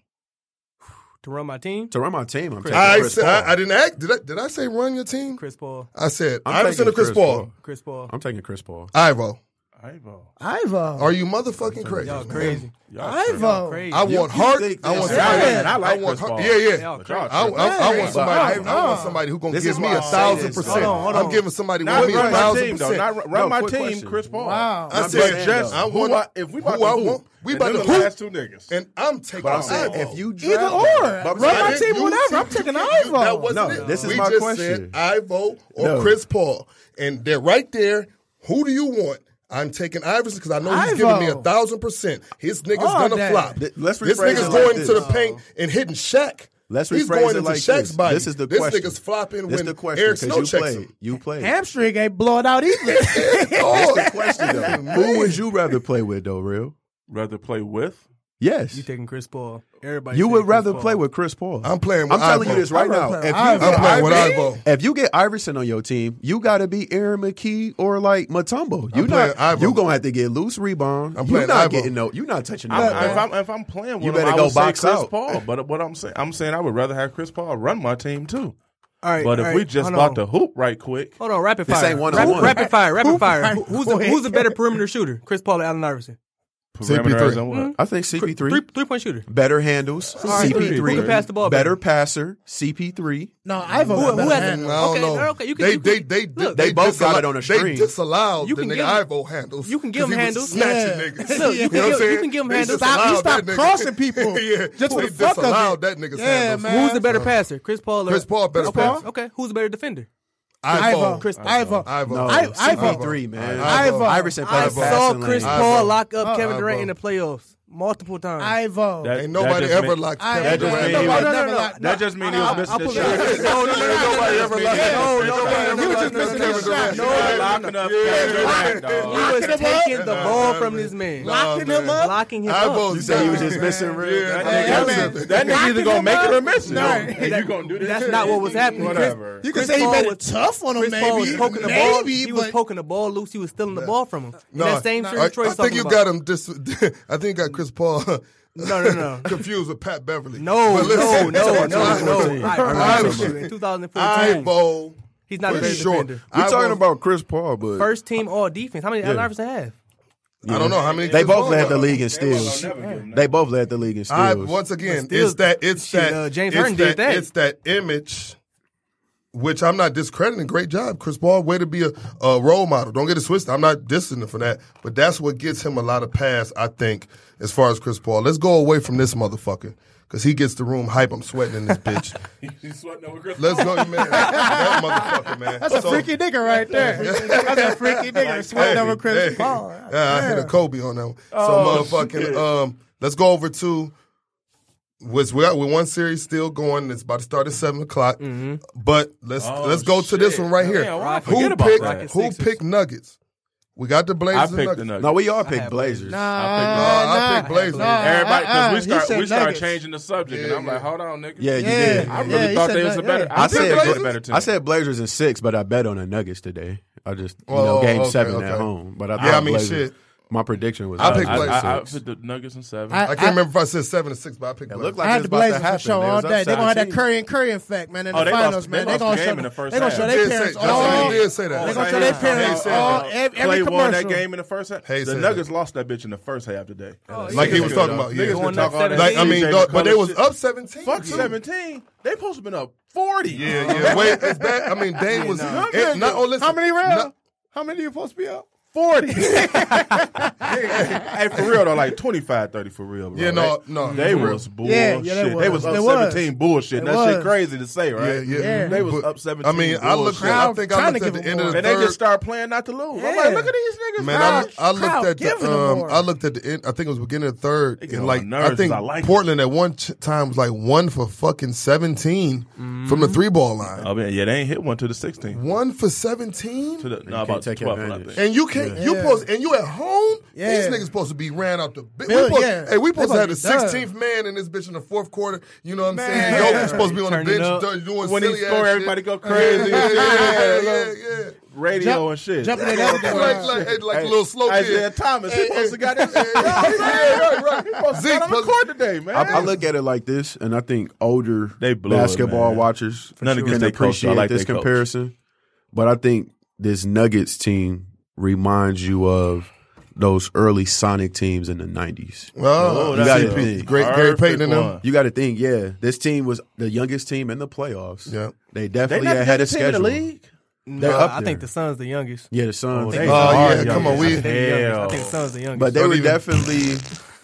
[SPEAKER 4] to run my team.
[SPEAKER 3] To run my team, I'm taking
[SPEAKER 2] I
[SPEAKER 3] Chris
[SPEAKER 2] said
[SPEAKER 3] Paul.
[SPEAKER 2] I, I didn't act. Did I, did I say run your team?
[SPEAKER 4] Chris Paul,
[SPEAKER 2] I said
[SPEAKER 3] I'm
[SPEAKER 2] Iverson
[SPEAKER 3] taking
[SPEAKER 2] or Chris,
[SPEAKER 3] Chris
[SPEAKER 2] Paul.
[SPEAKER 4] Chris Paul,
[SPEAKER 3] I'm taking Chris Paul.
[SPEAKER 2] Ivo,
[SPEAKER 5] Ivo.
[SPEAKER 6] Ivo.
[SPEAKER 2] are you motherfucking crazy?
[SPEAKER 4] y'all
[SPEAKER 2] man?
[SPEAKER 4] crazy,
[SPEAKER 6] Ivo.
[SPEAKER 4] crazy.
[SPEAKER 2] I want heart.
[SPEAKER 3] think
[SPEAKER 2] I want
[SPEAKER 3] this-
[SPEAKER 2] somebody.
[SPEAKER 6] Yeah, and
[SPEAKER 3] I like
[SPEAKER 2] want
[SPEAKER 3] Chris
[SPEAKER 2] heart.
[SPEAKER 3] Paul.
[SPEAKER 2] Yeah, yeah.
[SPEAKER 4] Y'all
[SPEAKER 3] Y'all
[SPEAKER 4] crazy.
[SPEAKER 2] I, I, I want somebody.
[SPEAKER 6] Hey,
[SPEAKER 2] I
[SPEAKER 6] no.
[SPEAKER 2] want somebody who gonna
[SPEAKER 3] This
[SPEAKER 2] give
[SPEAKER 3] is
[SPEAKER 2] me
[SPEAKER 3] why
[SPEAKER 2] a
[SPEAKER 3] I say
[SPEAKER 2] thousand
[SPEAKER 3] this.
[SPEAKER 2] percent.
[SPEAKER 4] Hold on, hold on.
[SPEAKER 2] I'm giving somebody
[SPEAKER 5] Not
[SPEAKER 2] with me a
[SPEAKER 5] run my
[SPEAKER 2] thousand
[SPEAKER 5] team though.
[SPEAKER 2] percent.
[SPEAKER 5] Not run- run
[SPEAKER 3] No,
[SPEAKER 5] my
[SPEAKER 3] quick
[SPEAKER 5] team,
[SPEAKER 3] question.
[SPEAKER 5] Chris Paul.
[SPEAKER 6] Wow.
[SPEAKER 2] I
[SPEAKER 5] I'm
[SPEAKER 2] said
[SPEAKER 5] saying,
[SPEAKER 2] just
[SPEAKER 5] though,
[SPEAKER 2] I
[SPEAKER 5] who
[SPEAKER 2] want-
[SPEAKER 5] I- if we
[SPEAKER 2] who
[SPEAKER 5] about to
[SPEAKER 2] I
[SPEAKER 5] hoop,
[SPEAKER 2] want- we
[SPEAKER 5] and
[SPEAKER 2] about
[SPEAKER 5] them
[SPEAKER 2] to
[SPEAKER 5] the
[SPEAKER 2] hoop.
[SPEAKER 5] last two niggas.
[SPEAKER 2] And I'm taking.
[SPEAKER 3] But I'm saying
[SPEAKER 2] Ivo.
[SPEAKER 3] if you
[SPEAKER 6] Either
[SPEAKER 3] draft
[SPEAKER 6] or.
[SPEAKER 3] him-
[SPEAKER 6] Run
[SPEAKER 3] but I'm
[SPEAKER 6] my
[SPEAKER 3] saying-
[SPEAKER 6] team, whatever. I'm taking Ivo.
[SPEAKER 2] That wasn't
[SPEAKER 3] No,
[SPEAKER 2] it.
[SPEAKER 3] this is
[SPEAKER 2] we
[SPEAKER 3] my
[SPEAKER 2] just
[SPEAKER 3] question.
[SPEAKER 2] Said Ivo or
[SPEAKER 3] No.
[SPEAKER 2] Chris Paul, and they're right there. Who do you want? I'm taking Iverson because I know he's giving
[SPEAKER 6] Ivo.
[SPEAKER 2] me a thousand percent. His nigga's
[SPEAKER 6] All
[SPEAKER 2] gonna
[SPEAKER 6] day.
[SPEAKER 2] flop.
[SPEAKER 3] Th- let's
[SPEAKER 2] this
[SPEAKER 3] rephrase
[SPEAKER 2] nigga's
[SPEAKER 3] it like
[SPEAKER 2] going
[SPEAKER 3] this.
[SPEAKER 2] to the paint and hitting Shaq.
[SPEAKER 3] Let's
[SPEAKER 2] he's
[SPEAKER 3] rephrase
[SPEAKER 2] going
[SPEAKER 3] it
[SPEAKER 2] into
[SPEAKER 3] like
[SPEAKER 2] Shaq's
[SPEAKER 3] this.
[SPEAKER 2] body.
[SPEAKER 3] This is the
[SPEAKER 2] this
[SPEAKER 3] question.
[SPEAKER 2] nigga's flopping
[SPEAKER 3] This
[SPEAKER 2] when
[SPEAKER 3] the question,
[SPEAKER 2] Eric
[SPEAKER 3] 'cause
[SPEAKER 2] Snow
[SPEAKER 3] you
[SPEAKER 2] checks
[SPEAKER 3] played.
[SPEAKER 2] him.
[SPEAKER 3] You played.
[SPEAKER 6] Hamstring ain't blowing out either.
[SPEAKER 2] Oh,
[SPEAKER 3] question though. Who would you rather play with though, real?
[SPEAKER 5] Rather play with?
[SPEAKER 3] Yes.
[SPEAKER 4] You taking Chris Paul? Everybody,
[SPEAKER 3] You would
[SPEAKER 4] taking Chris
[SPEAKER 3] rather
[SPEAKER 4] Paul.
[SPEAKER 3] play with Chris Paul.
[SPEAKER 2] I'm playing with
[SPEAKER 3] I'm telling
[SPEAKER 2] Ivo.
[SPEAKER 3] you this right
[SPEAKER 6] I'm
[SPEAKER 3] now.
[SPEAKER 6] playing
[SPEAKER 3] If you,
[SPEAKER 6] with Ivo.
[SPEAKER 2] I'm playing with
[SPEAKER 3] Iverson-
[SPEAKER 2] Ivo.
[SPEAKER 3] If you get Iverson on your team, you got to be Aaron McKee or like Matumbo. You
[SPEAKER 2] I'm playing
[SPEAKER 3] not.
[SPEAKER 2] Ivo.
[SPEAKER 3] You gonna have to get loose rebound.
[SPEAKER 2] I'm
[SPEAKER 3] You're
[SPEAKER 2] playing
[SPEAKER 3] not
[SPEAKER 2] Ivo.
[SPEAKER 3] getting no. You're not touching
[SPEAKER 5] I'm,
[SPEAKER 3] that.
[SPEAKER 5] if, I'm, if I'm playing with
[SPEAKER 3] You
[SPEAKER 5] him,
[SPEAKER 3] better
[SPEAKER 5] I
[SPEAKER 3] go
[SPEAKER 5] would
[SPEAKER 3] box
[SPEAKER 5] say Chris
[SPEAKER 3] out.
[SPEAKER 5] Paul. But what I'm saying, I'm saying I would rather have Chris Paul run my team too.
[SPEAKER 4] All right,
[SPEAKER 5] But
[SPEAKER 4] all
[SPEAKER 5] if
[SPEAKER 4] right,
[SPEAKER 5] we just
[SPEAKER 4] hold
[SPEAKER 5] about
[SPEAKER 4] on.
[SPEAKER 5] to hoop right quick,
[SPEAKER 4] hold on, rapid
[SPEAKER 3] This
[SPEAKER 4] fire,
[SPEAKER 3] ain't one-on-one.
[SPEAKER 4] rapid,
[SPEAKER 3] Right.
[SPEAKER 4] rapid fire, rapid fire.
[SPEAKER 6] Right.
[SPEAKER 4] Who's the, who's the better perimeter shooter? Chris Paul or Allen Iverson?
[SPEAKER 2] CP3.
[SPEAKER 5] parameters and what?
[SPEAKER 3] I think CP3
[SPEAKER 4] Three three point shooter.
[SPEAKER 3] better handles.
[SPEAKER 4] right,
[SPEAKER 3] CP3
[SPEAKER 4] who can pass the ball
[SPEAKER 3] better
[SPEAKER 4] better?
[SPEAKER 3] passer. CP3.
[SPEAKER 6] no, Ivo.
[SPEAKER 4] Who-
[SPEAKER 6] got
[SPEAKER 4] who
[SPEAKER 6] better
[SPEAKER 4] had the-
[SPEAKER 6] handles.
[SPEAKER 2] I don't
[SPEAKER 4] Okay,
[SPEAKER 2] know.
[SPEAKER 4] okay, you can-
[SPEAKER 2] they,
[SPEAKER 4] you
[SPEAKER 2] they,
[SPEAKER 4] can-
[SPEAKER 2] they,
[SPEAKER 4] look.
[SPEAKER 3] They both got
[SPEAKER 2] disallow-
[SPEAKER 3] it on a
[SPEAKER 2] They
[SPEAKER 3] screen.
[SPEAKER 2] disallowed
[SPEAKER 4] You
[SPEAKER 2] the
[SPEAKER 4] can
[SPEAKER 2] nigga
[SPEAKER 4] give-
[SPEAKER 2] Ivo handles.
[SPEAKER 4] you can give
[SPEAKER 2] 'cause
[SPEAKER 4] him
[SPEAKER 2] he
[SPEAKER 4] handles.
[SPEAKER 2] was Snatching
[SPEAKER 6] Yeah.
[SPEAKER 2] niggas.
[SPEAKER 4] Look, you can
[SPEAKER 2] know what
[SPEAKER 4] give-
[SPEAKER 2] I'm saying?
[SPEAKER 4] you can give him
[SPEAKER 2] They
[SPEAKER 4] handles.
[SPEAKER 6] Stop- you
[SPEAKER 2] disallowed
[SPEAKER 6] stop
[SPEAKER 2] that nigga.
[SPEAKER 6] crossing people
[SPEAKER 2] yeah,
[SPEAKER 6] just for
[SPEAKER 2] they
[SPEAKER 6] the fuck of it.
[SPEAKER 2] disallowed that nigga's
[SPEAKER 6] Yeah,
[SPEAKER 2] handles.
[SPEAKER 6] man.
[SPEAKER 4] Who's the better passer? Chris Paul or
[SPEAKER 2] Chris Paul better
[SPEAKER 4] Chris Paul?
[SPEAKER 2] passer.
[SPEAKER 4] Okay, who's the better defender?
[SPEAKER 6] Ivo.
[SPEAKER 2] Ivo.
[SPEAKER 6] Chris Ivo.
[SPEAKER 2] Ivo.
[SPEAKER 3] No,
[SPEAKER 6] I- Ivo.
[SPEAKER 3] CP3 man.
[SPEAKER 6] Ivo.
[SPEAKER 3] Iverson
[SPEAKER 4] I
[SPEAKER 3] plays
[SPEAKER 2] Ivo.
[SPEAKER 4] saw
[SPEAKER 3] passing lane.
[SPEAKER 4] Chris
[SPEAKER 2] Ivo.
[SPEAKER 4] Paul lock up
[SPEAKER 6] Ivo.
[SPEAKER 4] Kevin Durant in the playoffs multiple times.
[SPEAKER 6] Ivo.
[SPEAKER 5] That-
[SPEAKER 2] Ain't
[SPEAKER 5] that
[SPEAKER 2] nobody
[SPEAKER 5] just
[SPEAKER 2] ever
[SPEAKER 5] mean-
[SPEAKER 2] locked
[SPEAKER 6] I-
[SPEAKER 2] Kevin
[SPEAKER 5] that just
[SPEAKER 2] Durant.
[SPEAKER 5] mean he
[SPEAKER 6] Nobody
[SPEAKER 5] was-
[SPEAKER 6] never
[SPEAKER 4] no,
[SPEAKER 6] locked-
[SPEAKER 5] That just means he was missing the shot.
[SPEAKER 2] No, no, no, no, nobody ever locked
[SPEAKER 6] Yeah.
[SPEAKER 2] Kevin
[SPEAKER 6] You
[SPEAKER 2] Durant.
[SPEAKER 6] just missing
[SPEAKER 2] Kevin
[SPEAKER 6] that
[SPEAKER 2] Durant.
[SPEAKER 6] shot. No,
[SPEAKER 5] Locking up Kevin Durant,
[SPEAKER 4] He
[SPEAKER 5] dog.
[SPEAKER 4] was
[SPEAKER 6] him up?
[SPEAKER 4] taking the ball from this man.
[SPEAKER 2] Locking him up?
[SPEAKER 4] Locking him
[SPEAKER 2] Ivo.
[SPEAKER 4] up.
[SPEAKER 2] You
[SPEAKER 3] Say he was just missing real.
[SPEAKER 2] Yeah.
[SPEAKER 5] That
[SPEAKER 2] Yeah,
[SPEAKER 5] nigga-
[SPEAKER 2] man.
[SPEAKER 5] That nigga either gonna make it or miss it.
[SPEAKER 6] No.
[SPEAKER 5] And you gonna do this?
[SPEAKER 4] That's not what was happening. Chris-
[SPEAKER 5] Whatever.
[SPEAKER 6] You can
[SPEAKER 4] Chris
[SPEAKER 6] say he
[SPEAKER 4] Paul
[SPEAKER 6] made it
[SPEAKER 4] was-
[SPEAKER 6] tough on him,
[SPEAKER 4] Chris Paul was
[SPEAKER 6] maybe.
[SPEAKER 4] poking the ball.
[SPEAKER 6] maybe,
[SPEAKER 4] He was
[SPEAKER 6] but-
[SPEAKER 4] poking the ball loose. He was stealing the ball from him. In
[SPEAKER 2] No,
[SPEAKER 4] that same
[SPEAKER 2] no,
[SPEAKER 4] series,
[SPEAKER 2] I, I
[SPEAKER 4] Troy's
[SPEAKER 2] think
[SPEAKER 4] talking
[SPEAKER 2] you
[SPEAKER 4] about.
[SPEAKER 2] got him. Dis- I think you got Chris Paul.
[SPEAKER 4] No, no, no.
[SPEAKER 2] confused with Pat Beverly.
[SPEAKER 4] No,
[SPEAKER 2] But
[SPEAKER 4] no,
[SPEAKER 2] listen,
[SPEAKER 4] no, no,
[SPEAKER 2] listen,
[SPEAKER 4] no. I promise you, in 2014,
[SPEAKER 2] Ivo.
[SPEAKER 4] he's not a
[SPEAKER 2] for
[SPEAKER 4] better
[SPEAKER 2] sure.
[SPEAKER 4] defender.
[SPEAKER 3] We're
[SPEAKER 2] Ivo-
[SPEAKER 3] talking about Chris Paul, but
[SPEAKER 4] First team all defense. How many Allen
[SPEAKER 3] Yeah.
[SPEAKER 4] Iverson have?
[SPEAKER 2] I don't know how many. Chris
[SPEAKER 3] they both
[SPEAKER 2] Paul
[SPEAKER 3] led the
[SPEAKER 2] got.
[SPEAKER 3] league in steals. They both led the league in
[SPEAKER 2] I
[SPEAKER 3] steals.
[SPEAKER 2] once again,
[SPEAKER 4] But still,
[SPEAKER 2] it's that it's
[SPEAKER 4] shit,
[SPEAKER 2] that
[SPEAKER 4] uh, James
[SPEAKER 2] it's
[SPEAKER 4] Harden did that.
[SPEAKER 2] It's that image which I'm not discrediting. Great job, Chris Paul. Way to be a, a role model. Don't get it twisted. I'm not dissing him for that. But that's what gets him a lot of pass, I think, as far as Chris Paul. Let's go away from this motherfucker. Cause he gets the room hype. I'm sweating in this bitch.
[SPEAKER 5] He's sweating over Chris
[SPEAKER 2] Let's go, man. That motherfucker, man.
[SPEAKER 6] That's a freaky nigga right there. That's a freaky nigga sweating
[SPEAKER 2] Hey,
[SPEAKER 6] over Chris
[SPEAKER 2] hey.
[SPEAKER 6] Paul.
[SPEAKER 2] Yeah, I hit a Kobe on that one. so motherfucking. Um, let's go over to. Was we got with one series still going? It's about to start at seven o'clock. But let's let's go to this one right here.
[SPEAKER 5] Man, why I forget
[SPEAKER 2] who
[SPEAKER 5] about
[SPEAKER 2] picked
[SPEAKER 5] that?
[SPEAKER 2] who picked Nuggets? We got the Blazers.
[SPEAKER 5] I
[SPEAKER 2] and
[SPEAKER 5] picked the
[SPEAKER 2] Nuggets.
[SPEAKER 5] Nuggets.
[SPEAKER 3] No, we all picked Blazers.
[SPEAKER 2] I
[SPEAKER 6] nah,
[SPEAKER 2] picked Blazers.
[SPEAKER 6] nah,
[SPEAKER 5] Everybody, because
[SPEAKER 6] uh-uh,
[SPEAKER 5] we
[SPEAKER 6] he
[SPEAKER 5] start
[SPEAKER 6] said
[SPEAKER 5] we start
[SPEAKER 6] Nuggets.
[SPEAKER 5] changing the subject, and
[SPEAKER 2] Yeah,
[SPEAKER 5] I'm
[SPEAKER 2] yeah.
[SPEAKER 5] like, hold on, nigga.
[SPEAKER 3] Yeah, you
[SPEAKER 6] Yeah.
[SPEAKER 3] did.
[SPEAKER 5] I
[SPEAKER 3] I,
[SPEAKER 5] really
[SPEAKER 6] he
[SPEAKER 5] thought
[SPEAKER 6] said
[SPEAKER 5] they was a
[SPEAKER 6] that,
[SPEAKER 5] better. I,
[SPEAKER 6] yeah.
[SPEAKER 3] I
[SPEAKER 5] think
[SPEAKER 3] said
[SPEAKER 5] they was a
[SPEAKER 3] Bla-
[SPEAKER 5] better team.
[SPEAKER 3] I said Blazers in six, but I bet on the Nuggets today. I just you
[SPEAKER 2] Oh,
[SPEAKER 3] know game
[SPEAKER 2] okay,
[SPEAKER 3] seven
[SPEAKER 2] okay.
[SPEAKER 3] at home, but I
[SPEAKER 2] Yeah,
[SPEAKER 3] thought
[SPEAKER 2] I mean,
[SPEAKER 3] Blazers-
[SPEAKER 2] shit.
[SPEAKER 3] My prediction was
[SPEAKER 2] I picked
[SPEAKER 5] I,
[SPEAKER 2] Blazers.
[SPEAKER 5] I, I
[SPEAKER 3] six.
[SPEAKER 5] picked the Nuggets in seven.
[SPEAKER 6] I-
[SPEAKER 2] I can't remember if I said seven or six, but I picked.
[SPEAKER 3] It
[SPEAKER 2] Blazers.
[SPEAKER 3] looked
[SPEAKER 6] I
[SPEAKER 3] like it
[SPEAKER 6] had the
[SPEAKER 3] was about to
[SPEAKER 6] Blazers for
[SPEAKER 3] happen.
[SPEAKER 6] sure
[SPEAKER 3] They
[SPEAKER 6] all
[SPEAKER 3] was
[SPEAKER 6] day. They're gonna have that
[SPEAKER 3] 17.
[SPEAKER 6] Curry and Curry effect, man, in
[SPEAKER 5] Oh,
[SPEAKER 6] the
[SPEAKER 5] they lost-
[SPEAKER 6] finals,
[SPEAKER 5] they
[SPEAKER 6] man. They're
[SPEAKER 5] lost
[SPEAKER 6] gonna
[SPEAKER 5] the
[SPEAKER 6] show
[SPEAKER 5] game in the first
[SPEAKER 6] They're gonna
[SPEAKER 5] half.
[SPEAKER 6] show
[SPEAKER 2] They
[SPEAKER 6] their
[SPEAKER 2] did say-
[SPEAKER 6] parents
[SPEAKER 2] Justin
[SPEAKER 6] all.
[SPEAKER 2] did say that.
[SPEAKER 6] They're gonna show
[SPEAKER 5] Clay
[SPEAKER 6] their
[SPEAKER 5] said
[SPEAKER 6] parents
[SPEAKER 5] that.
[SPEAKER 6] all. ev-
[SPEAKER 5] Clay
[SPEAKER 6] Every
[SPEAKER 5] won that
[SPEAKER 6] commercial.
[SPEAKER 5] game in the first half.
[SPEAKER 2] Hayes
[SPEAKER 5] the
[SPEAKER 2] said
[SPEAKER 5] Nuggets lost that bitch in the first half today.
[SPEAKER 6] Oh,
[SPEAKER 2] Like he
[SPEAKER 5] Niggas
[SPEAKER 2] was
[SPEAKER 5] could,
[SPEAKER 2] talking
[SPEAKER 5] uh,
[SPEAKER 2] about,
[SPEAKER 5] niggas
[SPEAKER 2] yeah.
[SPEAKER 5] could
[SPEAKER 2] Going
[SPEAKER 5] talk
[SPEAKER 4] up
[SPEAKER 5] all that
[SPEAKER 2] Like I
[SPEAKER 5] shit.
[SPEAKER 2] mean,
[SPEAKER 5] James
[SPEAKER 2] dog, but they
[SPEAKER 5] McCollum
[SPEAKER 2] was
[SPEAKER 5] shit.
[SPEAKER 2] up seventeen.
[SPEAKER 5] Fuck
[SPEAKER 2] too.
[SPEAKER 5] seventeen. They supposed to been up forty.
[SPEAKER 2] Yeah, yeah. Wait, it's bad. I mean, Dame was. it- not, oh, listen,
[SPEAKER 6] How many rounds?
[SPEAKER 2] not-
[SPEAKER 6] How many are you supposed to be up?
[SPEAKER 5] 40. hey, for real though, like 25, 30 for real. Bro.
[SPEAKER 2] Yeah, no, no.
[SPEAKER 5] They
[SPEAKER 2] For real.
[SPEAKER 5] was bullshit.
[SPEAKER 6] Yeah, yeah, they
[SPEAKER 5] they
[SPEAKER 6] was.
[SPEAKER 5] was up
[SPEAKER 6] They was.
[SPEAKER 5] 17 bullshit.
[SPEAKER 6] They
[SPEAKER 5] that shit
[SPEAKER 6] was.
[SPEAKER 5] crazy to say, right?
[SPEAKER 2] Yeah, yeah. Yeah.
[SPEAKER 5] They was
[SPEAKER 2] But-
[SPEAKER 5] up 17.
[SPEAKER 2] I mean, I looked. At,
[SPEAKER 5] bullshit.
[SPEAKER 2] I
[SPEAKER 6] Crowd
[SPEAKER 2] think I
[SPEAKER 6] trying to
[SPEAKER 2] looked at
[SPEAKER 6] give
[SPEAKER 2] the
[SPEAKER 6] him
[SPEAKER 2] end of
[SPEAKER 6] more.
[SPEAKER 2] the
[SPEAKER 5] And
[SPEAKER 2] third.
[SPEAKER 5] they just start playing not to lose. I'm
[SPEAKER 6] Yeah.
[SPEAKER 5] like, look at these niggas.
[SPEAKER 2] Man,
[SPEAKER 5] bro.
[SPEAKER 2] I, I
[SPEAKER 6] crowd
[SPEAKER 2] looked at the
[SPEAKER 6] giving them
[SPEAKER 2] um,
[SPEAKER 6] more.
[SPEAKER 2] I looked at the end. I think it was beginning of third,
[SPEAKER 5] get
[SPEAKER 2] and
[SPEAKER 5] on
[SPEAKER 2] like
[SPEAKER 5] my nerves
[SPEAKER 2] I think
[SPEAKER 5] 'cause I like
[SPEAKER 2] Portland at one ch- time was like one for fucking 17 from
[SPEAKER 6] Mm-hmm.
[SPEAKER 2] the three ball line.
[SPEAKER 5] Oh, man, yeah, they ain't hit one to the 16.
[SPEAKER 2] One for seventeen,
[SPEAKER 5] To the, no, about
[SPEAKER 3] take
[SPEAKER 5] 12, I
[SPEAKER 3] advantage.
[SPEAKER 5] think.
[SPEAKER 2] and you can't. You post and you at home.
[SPEAKER 6] Yeah.
[SPEAKER 2] These niggas supposed to be ran out the. Bi- we
[SPEAKER 6] Bill,
[SPEAKER 2] supposed,
[SPEAKER 6] yeah.
[SPEAKER 2] Hey, we supposed
[SPEAKER 6] They
[SPEAKER 2] to have the
[SPEAKER 6] supposed to be done.
[SPEAKER 2] sixteenth man in this bitch in the fourth quarter. You know what I'm
[SPEAKER 5] Man.
[SPEAKER 2] saying? Yo, supposed to be on the
[SPEAKER 4] Turning
[SPEAKER 2] bench
[SPEAKER 4] up.
[SPEAKER 2] doing- doing
[SPEAKER 5] When he
[SPEAKER 2] silly ass
[SPEAKER 5] score,
[SPEAKER 2] shit.
[SPEAKER 5] everybody go crazy.
[SPEAKER 2] Yeah, yeah, yeah, yeah.
[SPEAKER 5] Radio
[SPEAKER 6] Jump-
[SPEAKER 5] and shit.
[SPEAKER 6] jumping in
[SPEAKER 2] Like,
[SPEAKER 6] everything.
[SPEAKER 2] like, like, hey, like a little slow kid.
[SPEAKER 5] Isaiah Thomas, he
[SPEAKER 2] Hey,
[SPEAKER 5] supposed to
[SPEAKER 2] hey.
[SPEAKER 5] got this.
[SPEAKER 2] Yeah, yeah, right, right.
[SPEAKER 5] Zeke
[SPEAKER 2] Zeke
[SPEAKER 5] on the
[SPEAKER 2] was-
[SPEAKER 5] court today, man.
[SPEAKER 3] I, I look at it like this, and I think older
[SPEAKER 5] They blew it,
[SPEAKER 3] basketball
[SPEAKER 5] man.
[SPEAKER 3] watchers
[SPEAKER 5] None against
[SPEAKER 3] can
[SPEAKER 5] they coach, though. I
[SPEAKER 3] appreciate
[SPEAKER 5] like
[SPEAKER 3] this
[SPEAKER 5] they coach.
[SPEAKER 3] comparison. But I think this Nuggets team reminds you of those early Sonic teams in the nineties.
[SPEAKER 2] Oh,
[SPEAKER 5] Oh,
[SPEAKER 3] that's
[SPEAKER 2] that's
[SPEAKER 3] it.
[SPEAKER 2] great. Gary
[SPEAKER 5] Perfect
[SPEAKER 2] Payton and them.
[SPEAKER 5] one.
[SPEAKER 3] You got to think, yeah, this team was the youngest team in the playoffs.
[SPEAKER 2] Yeah.
[SPEAKER 3] they
[SPEAKER 5] They
[SPEAKER 3] definitely
[SPEAKER 5] not the
[SPEAKER 3] had a
[SPEAKER 5] best team in the
[SPEAKER 3] schedule.
[SPEAKER 5] league.
[SPEAKER 3] They're
[SPEAKER 4] Nah,
[SPEAKER 3] up
[SPEAKER 4] I
[SPEAKER 3] there.
[SPEAKER 4] think the son's the youngest.
[SPEAKER 3] Yeah, the Suns.
[SPEAKER 5] they-
[SPEAKER 3] Oh,
[SPEAKER 5] Oh,
[SPEAKER 2] yeah,
[SPEAKER 3] yeah,
[SPEAKER 2] come on, we-
[SPEAKER 4] I think, the youngest. I
[SPEAKER 5] Hell.
[SPEAKER 4] think the son's the youngest.
[SPEAKER 3] but they
[SPEAKER 2] Don't
[SPEAKER 3] were
[SPEAKER 2] even-
[SPEAKER 3] definitely.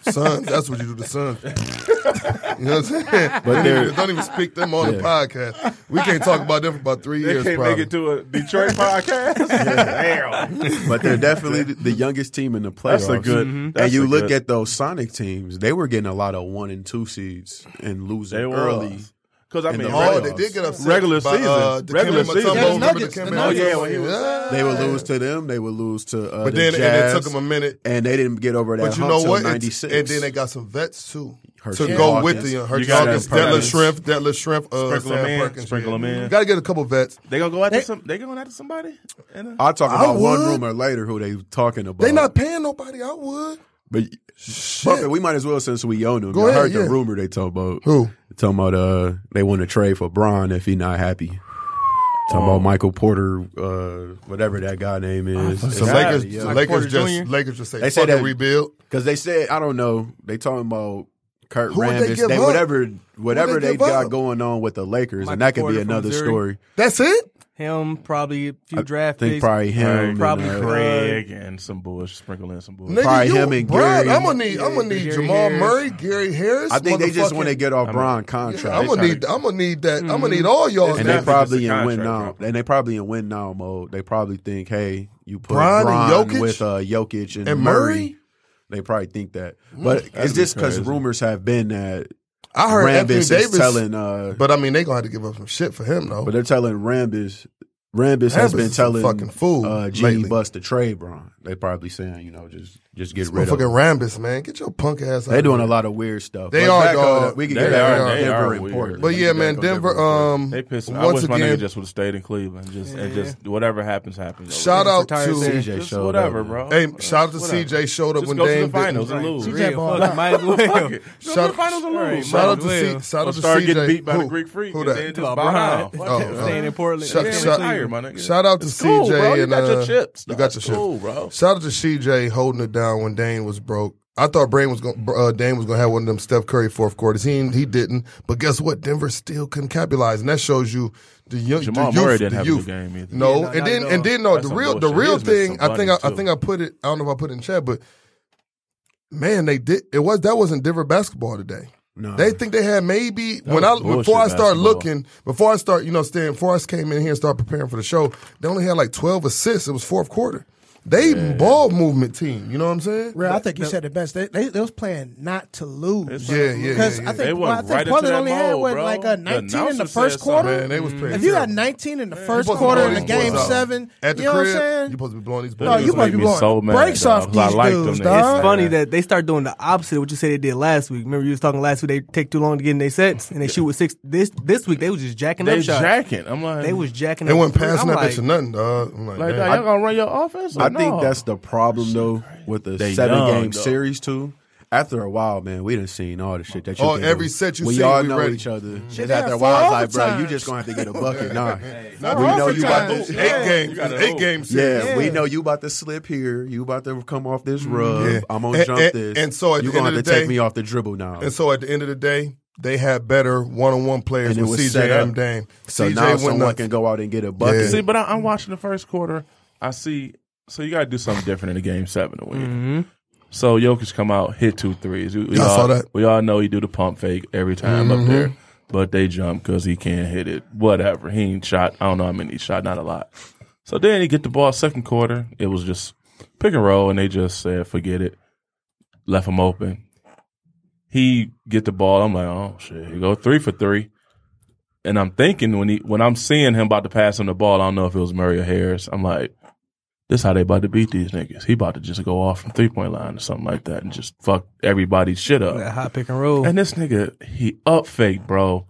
[SPEAKER 2] Sons, that's what you do to sons. You know what I'm saying?
[SPEAKER 3] But they're-
[SPEAKER 2] don't even speak them on the podcast. We can't talk about them for about three
[SPEAKER 5] They
[SPEAKER 2] years.
[SPEAKER 5] can't
[SPEAKER 2] probably.
[SPEAKER 5] make it to a Detroit podcast. Damn.
[SPEAKER 3] but they're definitely th- the youngest team in the playoffs.
[SPEAKER 5] That's a good- Mhm.
[SPEAKER 2] Mm-hmm.
[SPEAKER 5] that's
[SPEAKER 3] and you
[SPEAKER 5] a
[SPEAKER 3] look
[SPEAKER 5] good-
[SPEAKER 3] at those Sonic teams; they were getting a lot of one and two seeds and losing early.
[SPEAKER 5] Because I
[SPEAKER 3] In
[SPEAKER 5] mean,
[SPEAKER 3] the
[SPEAKER 2] Oh,
[SPEAKER 3] playoffs.
[SPEAKER 2] they did get upset.
[SPEAKER 5] Regular
[SPEAKER 2] by, uh,
[SPEAKER 5] season.
[SPEAKER 2] Dikembe
[SPEAKER 5] Regular
[SPEAKER 2] Mutombo.
[SPEAKER 5] season.
[SPEAKER 6] Yeah, the
[SPEAKER 2] Remember
[SPEAKER 6] Nuggets,
[SPEAKER 2] Dikembe
[SPEAKER 6] the Nuggets.
[SPEAKER 2] Mutombo?
[SPEAKER 5] Oh, yeah, when he was-
[SPEAKER 2] Yeah.
[SPEAKER 3] They would lose to them. They would lose to.
[SPEAKER 2] But
[SPEAKER 3] Uh, the
[SPEAKER 2] then and
[SPEAKER 3] Jazz,
[SPEAKER 2] it took them a minute.
[SPEAKER 3] and they didn't get over that.
[SPEAKER 2] But you
[SPEAKER 3] hump
[SPEAKER 2] know
[SPEAKER 3] till
[SPEAKER 2] what? It's-
[SPEAKER 3] 96.
[SPEAKER 2] And then they got some vets too
[SPEAKER 3] Herschel
[SPEAKER 2] to go
[SPEAKER 3] Hawkins.
[SPEAKER 2] with the young.
[SPEAKER 5] You
[SPEAKER 2] Herschel
[SPEAKER 5] gotta
[SPEAKER 2] Hawkins,
[SPEAKER 5] have
[SPEAKER 2] Detlef
[SPEAKER 5] parents.
[SPEAKER 2] Shrimp, Detlef Shrimp, uh,
[SPEAKER 5] Sprinkle 'em
[SPEAKER 2] Sam
[SPEAKER 5] in,
[SPEAKER 2] Perkins.
[SPEAKER 5] sprinkle 'em in.
[SPEAKER 2] Got to get a couple vets.
[SPEAKER 5] They gonna go after some. They going after somebody. And, uh,
[SPEAKER 3] I'll talk
[SPEAKER 2] I
[SPEAKER 3] about one
[SPEAKER 2] would.
[SPEAKER 3] rumor later who they talking about.
[SPEAKER 2] They not paying nobody. I would.
[SPEAKER 3] But Fuck it, we might as well since we own them.
[SPEAKER 2] Go
[SPEAKER 3] I
[SPEAKER 2] ahead,
[SPEAKER 3] heard
[SPEAKER 2] yeah.
[SPEAKER 3] the rumor they talking about
[SPEAKER 2] Who?
[SPEAKER 3] They talking about uh they want to trade for Braun if he not happy. Talking
[SPEAKER 4] Oh.
[SPEAKER 3] about Michael Porter, uh, whatever that guy name is.
[SPEAKER 2] The
[SPEAKER 3] It's-
[SPEAKER 2] Lakers,
[SPEAKER 3] yeah.
[SPEAKER 2] the
[SPEAKER 4] Michael
[SPEAKER 2] Lakers
[SPEAKER 4] Porter
[SPEAKER 2] just,
[SPEAKER 4] Jr.
[SPEAKER 2] Lakers just say,
[SPEAKER 3] They
[SPEAKER 2] they
[SPEAKER 3] said
[SPEAKER 2] fucking
[SPEAKER 3] that-
[SPEAKER 2] rebuild.
[SPEAKER 3] Because they said, I don't know, they talking about Kurt
[SPEAKER 2] Who would they
[SPEAKER 3] Rambis,
[SPEAKER 2] give
[SPEAKER 3] they,
[SPEAKER 2] up?
[SPEAKER 3] whatever whatever
[SPEAKER 2] they
[SPEAKER 3] they,
[SPEAKER 2] give
[SPEAKER 3] got
[SPEAKER 2] up?
[SPEAKER 3] going on with the Lakers, and
[SPEAKER 4] Michael
[SPEAKER 3] that could
[SPEAKER 4] Porter
[SPEAKER 3] be
[SPEAKER 4] from
[SPEAKER 3] another
[SPEAKER 4] Missouri.
[SPEAKER 3] story.
[SPEAKER 2] That's it.
[SPEAKER 4] him, probably a few draft
[SPEAKER 3] think
[SPEAKER 4] picks.
[SPEAKER 3] probably him and,
[SPEAKER 4] probably
[SPEAKER 3] uh,
[SPEAKER 4] Craig.
[SPEAKER 5] Craig and some bullshit. Sprinkle in some bullshit.
[SPEAKER 2] Nigga,
[SPEAKER 3] Probably
[SPEAKER 2] you,
[SPEAKER 3] him and
[SPEAKER 2] Brian,
[SPEAKER 3] Gary.
[SPEAKER 2] I'm gonna need. I'm gonna need
[SPEAKER 4] Gary
[SPEAKER 2] Jamal
[SPEAKER 4] Harris.
[SPEAKER 2] Murray, Gary Harris.
[SPEAKER 3] I think they just
[SPEAKER 2] motherfucking-
[SPEAKER 3] want to get off Braun contract.
[SPEAKER 2] I'm gonna need. I'm gonna need that. I'm
[SPEAKER 5] Mm-hmm.
[SPEAKER 2] gonna need all y'all.
[SPEAKER 3] and they
[SPEAKER 5] Exactly.
[SPEAKER 3] probably
[SPEAKER 5] It's a
[SPEAKER 3] in win
[SPEAKER 5] contract
[SPEAKER 3] now,
[SPEAKER 5] problem.
[SPEAKER 3] and they probably in win now mode. They probably think, hey, you put
[SPEAKER 2] Bron
[SPEAKER 3] Bron,
[SPEAKER 2] and Jokic?
[SPEAKER 3] with uh, Jokic and,
[SPEAKER 2] And Murray? Mm.
[SPEAKER 3] Murray. They probably think that, but it's just because
[SPEAKER 5] crazy.
[SPEAKER 3] rumors have been that
[SPEAKER 2] I heard Anthony
[SPEAKER 3] Rambis is
[SPEAKER 2] Davis
[SPEAKER 3] telling, uh, but,
[SPEAKER 2] But I mean, they gonna have to give up some shit for him though.
[SPEAKER 3] they're telling Rambis. Rambis,
[SPEAKER 2] Rambis
[SPEAKER 3] has been
[SPEAKER 2] is a
[SPEAKER 3] telling
[SPEAKER 2] fucking fool
[SPEAKER 3] uh, Genie
[SPEAKER 2] lately.
[SPEAKER 3] Bus to trade Bron. They probably saying, you know, just just get rid of.
[SPEAKER 2] Motherfucking
[SPEAKER 3] him.
[SPEAKER 2] Rambis, man, get your punk ass. out
[SPEAKER 3] They
[SPEAKER 2] of
[SPEAKER 3] doing
[SPEAKER 2] here.
[SPEAKER 3] a lot of weird stuff.
[SPEAKER 2] They
[SPEAKER 3] But
[SPEAKER 2] are,
[SPEAKER 3] back on
[SPEAKER 2] dog.
[SPEAKER 3] that- We can
[SPEAKER 5] They
[SPEAKER 3] get back
[SPEAKER 5] are-
[SPEAKER 3] on
[SPEAKER 5] they
[SPEAKER 3] Denver
[SPEAKER 5] are
[SPEAKER 3] and
[SPEAKER 5] weird.
[SPEAKER 3] Portland.
[SPEAKER 2] But
[SPEAKER 3] We can
[SPEAKER 2] yeah,
[SPEAKER 3] get
[SPEAKER 2] man,
[SPEAKER 3] back on
[SPEAKER 2] Denver.
[SPEAKER 3] and Portland.
[SPEAKER 2] Um,
[SPEAKER 5] They pissed. me- I
[SPEAKER 2] once
[SPEAKER 5] wish my nigga
[SPEAKER 2] again,
[SPEAKER 5] just would have stayed in Cleveland. Just and just whatever happens, happens.
[SPEAKER 2] shout out
[SPEAKER 4] Retired
[SPEAKER 2] to
[SPEAKER 4] there.
[SPEAKER 3] CJ
[SPEAKER 5] Just
[SPEAKER 3] showed
[SPEAKER 5] whatever,
[SPEAKER 3] up, man.
[SPEAKER 5] bro.
[SPEAKER 2] hey, shout out to
[SPEAKER 5] Uh, Whatever.
[SPEAKER 2] CJ showed up
[SPEAKER 5] Just
[SPEAKER 2] when
[SPEAKER 5] go to
[SPEAKER 2] Dame
[SPEAKER 5] the finals
[SPEAKER 2] didn't.
[SPEAKER 5] and lose.
[SPEAKER 4] CJ
[SPEAKER 6] ball
[SPEAKER 4] Ball,
[SPEAKER 6] out.
[SPEAKER 4] might as well.
[SPEAKER 5] Fuck it. Go to
[SPEAKER 2] Shout-
[SPEAKER 5] the finals and lose.
[SPEAKER 4] Might
[SPEAKER 2] Shout out
[SPEAKER 4] as
[SPEAKER 2] to
[SPEAKER 4] well.
[SPEAKER 2] C. Shout out to
[SPEAKER 5] Start getting
[SPEAKER 2] CJ.
[SPEAKER 5] beat by the
[SPEAKER 2] Who-
[SPEAKER 5] Greek Freak.
[SPEAKER 2] Who
[SPEAKER 5] and then
[SPEAKER 2] that?
[SPEAKER 5] just
[SPEAKER 4] Oh,
[SPEAKER 5] bow down.
[SPEAKER 4] Brian.
[SPEAKER 5] Fuck
[SPEAKER 2] Oh,
[SPEAKER 5] it.
[SPEAKER 2] oh.
[SPEAKER 4] Staying in Portland.
[SPEAKER 2] Shout-
[SPEAKER 4] Staying in
[SPEAKER 2] shout-
[SPEAKER 4] Cleveland.
[SPEAKER 5] my nigga.
[SPEAKER 2] Shout out to
[SPEAKER 5] It's cool,
[SPEAKER 2] CJ
[SPEAKER 5] bro. You
[SPEAKER 2] and
[SPEAKER 5] got
[SPEAKER 2] uh,
[SPEAKER 5] your chips.
[SPEAKER 2] You
[SPEAKER 5] dog.
[SPEAKER 2] got your
[SPEAKER 5] It's
[SPEAKER 2] shit.
[SPEAKER 5] cool, bro.
[SPEAKER 2] Shout out to CJ holding it down when Dane was broke. I thought Brain was going, uh, Dame was going to have one of them Steph Curry fourth quarters. He he didn't. But guess what? Denver still couldn't capitalize, and that shows you the, yo-
[SPEAKER 5] Jamal
[SPEAKER 2] the youth.
[SPEAKER 5] Murray didn't
[SPEAKER 2] the
[SPEAKER 5] have a good
[SPEAKER 2] youth.
[SPEAKER 5] game either.
[SPEAKER 2] No,
[SPEAKER 4] Yeah, no,
[SPEAKER 2] and
[SPEAKER 4] not
[SPEAKER 2] then
[SPEAKER 4] at
[SPEAKER 2] and
[SPEAKER 4] all.
[SPEAKER 2] then no.
[SPEAKER 5] That's
[SPEAKER 2] the
[SPEAKER 5] some
[SPEAKER 2] real the
[SPEAKER 5] bullshit.
[SPEAKER 2] real
[SPEAKER 5] He has missed
[SPEAKER 2] thing.
[SPEAKER 5] some
[SPEAKER 2] I think I, I
[SPEAKER 5] bunnies,
[SPEAKER 2] think I put it. I don't know if I put it in chat, but man, they did. It was that wasn't Denver basketball today.
[SPEAKER 3] No.
[SPEAKER 2] They think they had maybe when I
[SPEAKER 5] was
[SPEAKER 2] before I
[SPEAKER 5] bullshit
[SPEAKER 2] start
[SPEAKER 5] basketball.
[SPEAKER 2] looking, before I start, you know, staying, before I came in here and start preparing for the show, they only had like twelve assists. It was fourth quarter. They ball movement team. You know what I'm saying?
[SPEAKER 6] Real, I think you said it best. They, they, they was playing not to lose.
[SPEAKER 5] It's-
[SPEAKER 2] Yeah, yeah, yeah.
[SPEAKER 6] Because
[SPEAKER 2] yeah.
[SPEAKER 6] I
[SPEAKER 5] They
[SPEAKER 6] think, well,
[SPEAKER 5] went
[SPEAKER 6] I think
[SPEAKER 5] right into
[SPEAKER 6] Portland
[SPEAKER 5] that
[SPEAKER 6] only had
[SPEAKER 5] mode,
[SPEAKER 6] what,
[SPEAKER 5] bro.
[SPEAKER 6] like a
[SPEAKER 5] The
[SPEAKER 6] 19 in the
[SPEAKER 5] announcer
[SPEAKER 6] first
[SPEAKER 5] said
[SPEAKER 6] quarter.
[SPEAKER 2] man, they was playing.
[SPEAKER 6] If you got
[SPEAKER 2] terrible.
[SPEAKER 6] 19 in the
[SPEAKER 2] You
[SPEAKER 6] first
[SPEAKER 2] supposed to be
[SPEAKER 6] quarter in
[SPEAKER 2] blowing
[SPEAKER 6] a
[SPEAKER 2] these
[SPEAKER 6] game
[SPEAKER 2] boys out.
[SPEAKER 6] seven,
[SPEAKER 2] at the
[SPEAKER 6] you know
[SPEAKER 2] crib,
[SPEAKER 6] what I'm
[SPEAKER 2] you
[SPEAKER 6] saying?
[SPEAKER 2] supposed to be blowing these boys.
[SPEAKER 6] No, you
[SPEAKER 5] Niggas
[SPEAKER 6] might
[SPEAKER 5] made
[SPEAKER 6] be
[SPEAKER 5] me
[SPEAKER 6] blowing
[SPEAKER 5] so mad,
[SPEAKER 6] breaks
[SPEAKER 5] dog,
[SPEAKER 6] off
[SPEAKER 5] 'cause I
[SPEAKER 6] these
[SPEAKER 5] liked them
[SPEAKER 6] dudes,
[SPEAKER 5] niggas,
[SPEAKER 6] dog.
[SPEAKER 4] It's
[SPEAKER 5] man.
[SPEAKER 4] funny that they start doing the opposite of what you said they did last week. Remember you was talking last week they take too long to get in their sets and they shoot with six. This this week they was just jacking
[SPEAKER 5] They
[SPEAKER 4] up shots.
[SPEAKER 5] jacking. I'm like,
[SPEAKER 4] they was jacking.
[SPEAKER 2] They
[SPEAKER 4] up
[SPEAKER 2] went
[SPEAKER 4] three.
[SPEAKER 2] passing
[SPEAKER 4] I'm
[SPEAKER 2] that
[SPEAKER 4] like,
[SPEAKER 2] bitch or nothing, dog. I'm like,
[SPEAKER 5] like,
[SPEAKER 2] damn.
[SPEAKER 5] dog, y'all gonna run your offense?
[SPEAKER 3] I
[SPEAKER 5] Or
[SPEAKER 3] think
[SPEAKER 5] no?
[SPEAKER 3] that's the problem though with the
[SPEAKER 5] They
[SPEAKER 3] seven
[SPEAKER 5] young,
[SPEAKER 3] game
[SPEAKER 5] though.
[SPEAKER 3] series too. After a while, man, we done seen all the shit that you.
[SPEAKER 2] Oh,
[SPEAKER 3] can
[SPEAKER 2] every
[SPEAKER 3] do.
[SPEAKER 2] set you
[SPEAKER 3] we
[SPEAKER 2] seen,
[SPEAKER 3] all
[SPEAKER 2] we
[SPEAKER 3] know
[SPEAKER 2] ready.
[SPEAKER 3] each other. It's
[SPEAKER 6] they
[SPEAKER 3] after a
[SPEAKER 6] had
[SPEAKER 3] while, it's
[SPEAKER 6] four
[SPEAKER 3] like, bro, you
[SPEAKER 6] overtimes.
[SPEAKER 3] just gonna have to get a bucket. Nah,
[SPEAKER 2] Not
[SPEAKER 3] we
[SPEAKER 2] all
[SPEAKER 3] know
[SPEAKER 2] the
[SPEAKER 3] you about
[SPEAKER 2] time.
[SPEAKER 3] to.
[SPEAKER 2] Eight
[SPEAKER 5] Yeah.
[SPEAKER 2] games,
[SPEAKER 5] You gotta
[SPEAKER 2] eight
[SPEAKER 5] hope.
[SPEAKER 2] games.
[SPEAKER 3] Yeah, we know you about to slip here. You about to come off this rub.
[SPEAKER 2] Mm, Yeah.
[SPEAKER 3] I'm gonna
[SPEAKER 2] And-
[SPEAKER 3] jump
[SPEAKER 2] and-
[SPEAKER 3] this.
[SPEAKER 2] and so at
[SPEAKER 3] you're
[SPEAKER 2] the end
[SPEAKER 3] gonna
[SPEAKER 2] of
[SPEAKER 3] have to
[SPEAKER 2] the
[SPEAKER 3] take
[SPEAKER 2] day-
[SPEAKER 3] me off the dribble now.
[SPEAKER 2] And so at the end of the day, they had better one on one players
[SPEAKER 3] And it
[SPEAKER 2] with
[SPEAKER 3] was
[SPEAKER 2] CJ
[SPEAKER 3] set up.
[SPEAKER 2] and Dame.
[SPEAKER 3] So
[SPEAKER 2] CJ
[SPEAKER 3] now
[SPEAKER 2] went
[SPEAKER 3] someone
[SPEAKER 2] nuts.
[SPEAKER 3] can go out and get a bucket.
[SPEAKER 2] Yeah.
[SPEAKER 5] See, but I, I'm watching the first quarter. I see. So you got to do something different in the game seven to win. So Jokic come out, hit two threes. We, we
[SPEAKER 2] I
[SPEAKER 5] all,
[SPEAKER 2] saw that.
[SPEAKER 5] We all know he do the pump fake every time up there, but they jump because he can't hit it. Whatever. He ain't shot. I don't know how many he shot. Not a lot. So then he get the ball second quarter. It was just pick and roll, and they just said forget it. Left him open. He get the ball. I'm like, oh shit. He go three for three and I'm thinking when he when I'm seeing him about to pass him the ball, I don't know if it was Murray or Harris. I'm like, this how they about to beat these niggas. He about to just go off from three point line or something like that and just fuck everybody's shit up.
[SPEAKER 4] that hot pick and roll.
[SPEAKER 5] And this nigga, he up fake, bro,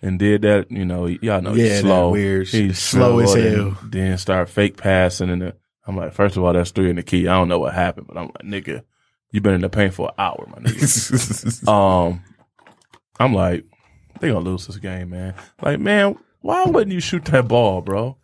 [SPEAKER 5] and did that. You know, y'all know
[SPEAKER 3] Yeah,
[SPEAKER 5] he's
[SPEAKER 3] that
[SPEAKER 5] slow.
[SPEAKER 3] weird shit.
[SPEAKER 5] He's
[SPEAKER 3] Slow as
[SPEAKER 5] and
[SPEAKER 3] hell.
[SPEAKER 5] Then start fake passing, and the, I'm like, first of all, that's three in the key. I don't know what happened, but I'm like, nigga, you been in the paint for an hour, my nigga. um, I'm like, they gonna lose this game, man. Like, man, why wouldn't you shoot that ball, bro?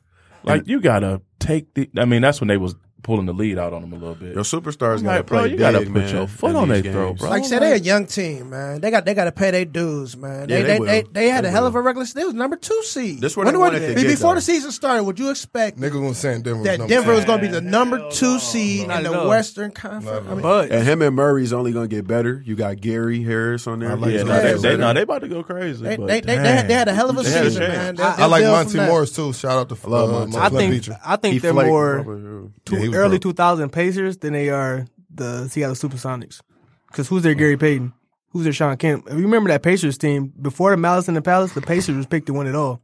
[SPEAKER 5] Like, you gotta take the. I mean, that's when they was pulling the lead out on them a little bit.
[SPEAKER 3] Your superstars
[SPEAKER 5] I'm
[SPEAKER 3] gotta
[SPEAKER 5] like,
[SPEAKER 3] play
[SPEAKER 5] bro, you gotta
[SPEAKER 3] big,
[SPEAKER 5] put
[SPEAKER 3] man,
[SPEAKER 5] your foot
[SPEAKER 3] in
[SPEAKER 5] on
[SPEAKER 3] these
[SPEAKER 5] their throat,
[SPEAKER 3] games.
[SPEAKER 5] bro.
[SPEAKER 6] Like I said, they a young team, man. They got they got to pay their dues, man. They
[SPEAKER 3] Yeah, they
[SPEAKER 6] they,
[SPEAKER 3] will.
[SPEAKER 6] they, they had
[SPEAKER 3] They
[SPEAKER 6] a hell of
[SPEAKER 3] will.
[SPEAKER 6] a regular. They was number two seed.
[SPEAKER 3] This where
[SPEAKER 6] When-
[SPEAKER 3] they
[SPEAKER 6] when-
[SPEAKER 3] wanted to
[SPEAKER 6] be-
[SPEAKER 3] get,
[SPEAKER 6] before
[SPEAKER 3] though.
[SPEAKER 6] the season started. Would you expect
[SPEAKER 2] Nigga gonna say Denver was
[SPEAKER 6] that
[SPEAKER 2] number
[SPEAKER 6] Denver
[SPEAKER 2] two.
[SPEAKER 6] was going to be the number two seed
[SPEAKER 4] Not
[SPEAKER 6] in
[SPEAKER 4] at
[SPEAKER 6] the
[SPEAKER 4] all.
[SPEAKER 6] Western Conference? I mean,
[SPEAKER 4] but
[SPEAKER 3] and him and Murray's only gonna get better. You got Gary Harris on there.
[SPEAKER 5] yeah,
[SPEAKER 3] He's
[SPEAKER 5] no,
[SPEAKER 3] gonna
[SPEAKER 5] they,
[SPEAKER 3] get
[SPEAKER 5] they,
[SPEAKER 3] better.
[SPEAKER 5] no, they about to go crazy.
[SPEAKER 6] They,
[SPEAKER 5] but
[SPEAKER 6] they, they, they, had, they had a hell of a
[SPEAKER 5] They had a
[SPEAKER 6] season,
[SPEAKER 5] chance.
[SPEAKER 6] man.
[SPEAKER 4] I-
[SPEAKER 2] I like
[SPEAKER 6] They'll build
[SPEAKER 2] Monty
[SPEAKER 6] from that.
[SPEAKER 2] Morris too. Shout out to
[SPEAKER 3] love
[SPEAKER 2] uh,
[SPEAKER 3] Monty.
[SPEAKER 4] I
[SPEAKER 2] Monty
[SPEAKER 4] think
[SPEAKER 2] Beecher.
[SPEAKER 4] I think
[SPEAKER 3] He
[SPEAKER 4] they're
[SPEAKER 3] flaked,
[SPEAKER 4] more
[SPEAKER 3] bro.
[SPEAKER 4] too
[SPEAKER 2] Yeah, he was
[SPEAKER 4] early
[SPEAKER 2] broke.
[SPEAKER 4] 2000 Pacers than they are the Seattle Supersonics. Because who's their Gary Payton? Who's their Sean Kemp? If you remember that Pacers team before the Malice in the Palace, the Pacers was picked to win it all.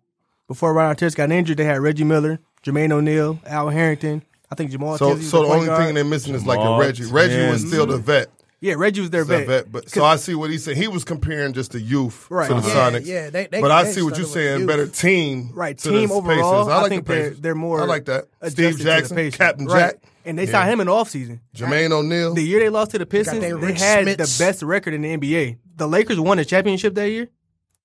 [SPEAKER 4] Before Ron Artest got injured, they had Reggie Miller, Jermaine O'Neal, Al Harrington. I think Jamal.
[SPEAKER 2] So,
[SPEAKER 4] Tinsley was
[SPEAKER 2] so the
[SPEAKER 4] point
[SPEAKER 2] only
[SPEAKER 4] guard.
[SPEAKER 2] thing they're missing is like a
[SPEAKER 5] Jamal
[SPEAKER 2] Reggie. Reggie was still the vet.
[SPEAKER 4] yeah, Reggie was their
[SPEAKER 2] The
[SPEAKER 4] vet.
[SPEAKER 2] vet, but so I see what he said. He was comparing just the youth
[SPEAKER 4] Right.
[SPEAKER 2] to the
[SPEAKER 4] Yeah,
[SPEAKER 2] Sonics.
[SPEAKER 6] yeah, they- they-
[SPEAKER 2] but I
[SPEAKER 6] they
[SPEAKER 2] see what you're
[SPEAKER 6] started with
[SPEAKER 2] saying.
[SPEAKER 6] youth.
[SPEAKER 2] Better team,
[SPEAKER 4] Right,
[SPEAKER 2] to
[SPEAKER 4] team
[SPEAKER 2] the
[SPEAKER 4] overall,
[SPEAKER 2] Pacers. I
[SPEAKER 4] I
[SPEAKER 2] like
[SPEAKER 4] think
[SPEAKER 2] the
[SPEAKER 4] they're-
[SPEAKER 2] Pacers.
[SPEAKER 4] they're more
[SPEAKER 2] I like that.
[SPEAKER 4] adjusted
[SPEAKER 2] Steve
[SPEAKER 4] to the
[SPEAKER 2] Jackson,
[SPEAKER 4] Pacers.
[SPEAKER 2] Captain
[SPEAKER 4] Right.
[SPEAKER 2] Jack,
[SPEAKER 4] and they signed him in the offseason.
[SPEAKER 2] Jermaine O'Neal.
[SPEAKER 4] The year they lost to the Pistons,
[SPEAKER 6] their
[SPEAKER 4] they
[SPEAKER 6] Rick
[SPEAKER 4] had
[SPEAKER 6] Smits.
[SPEAKER 4] the best record in the NBA. The Lakers won a championship that year,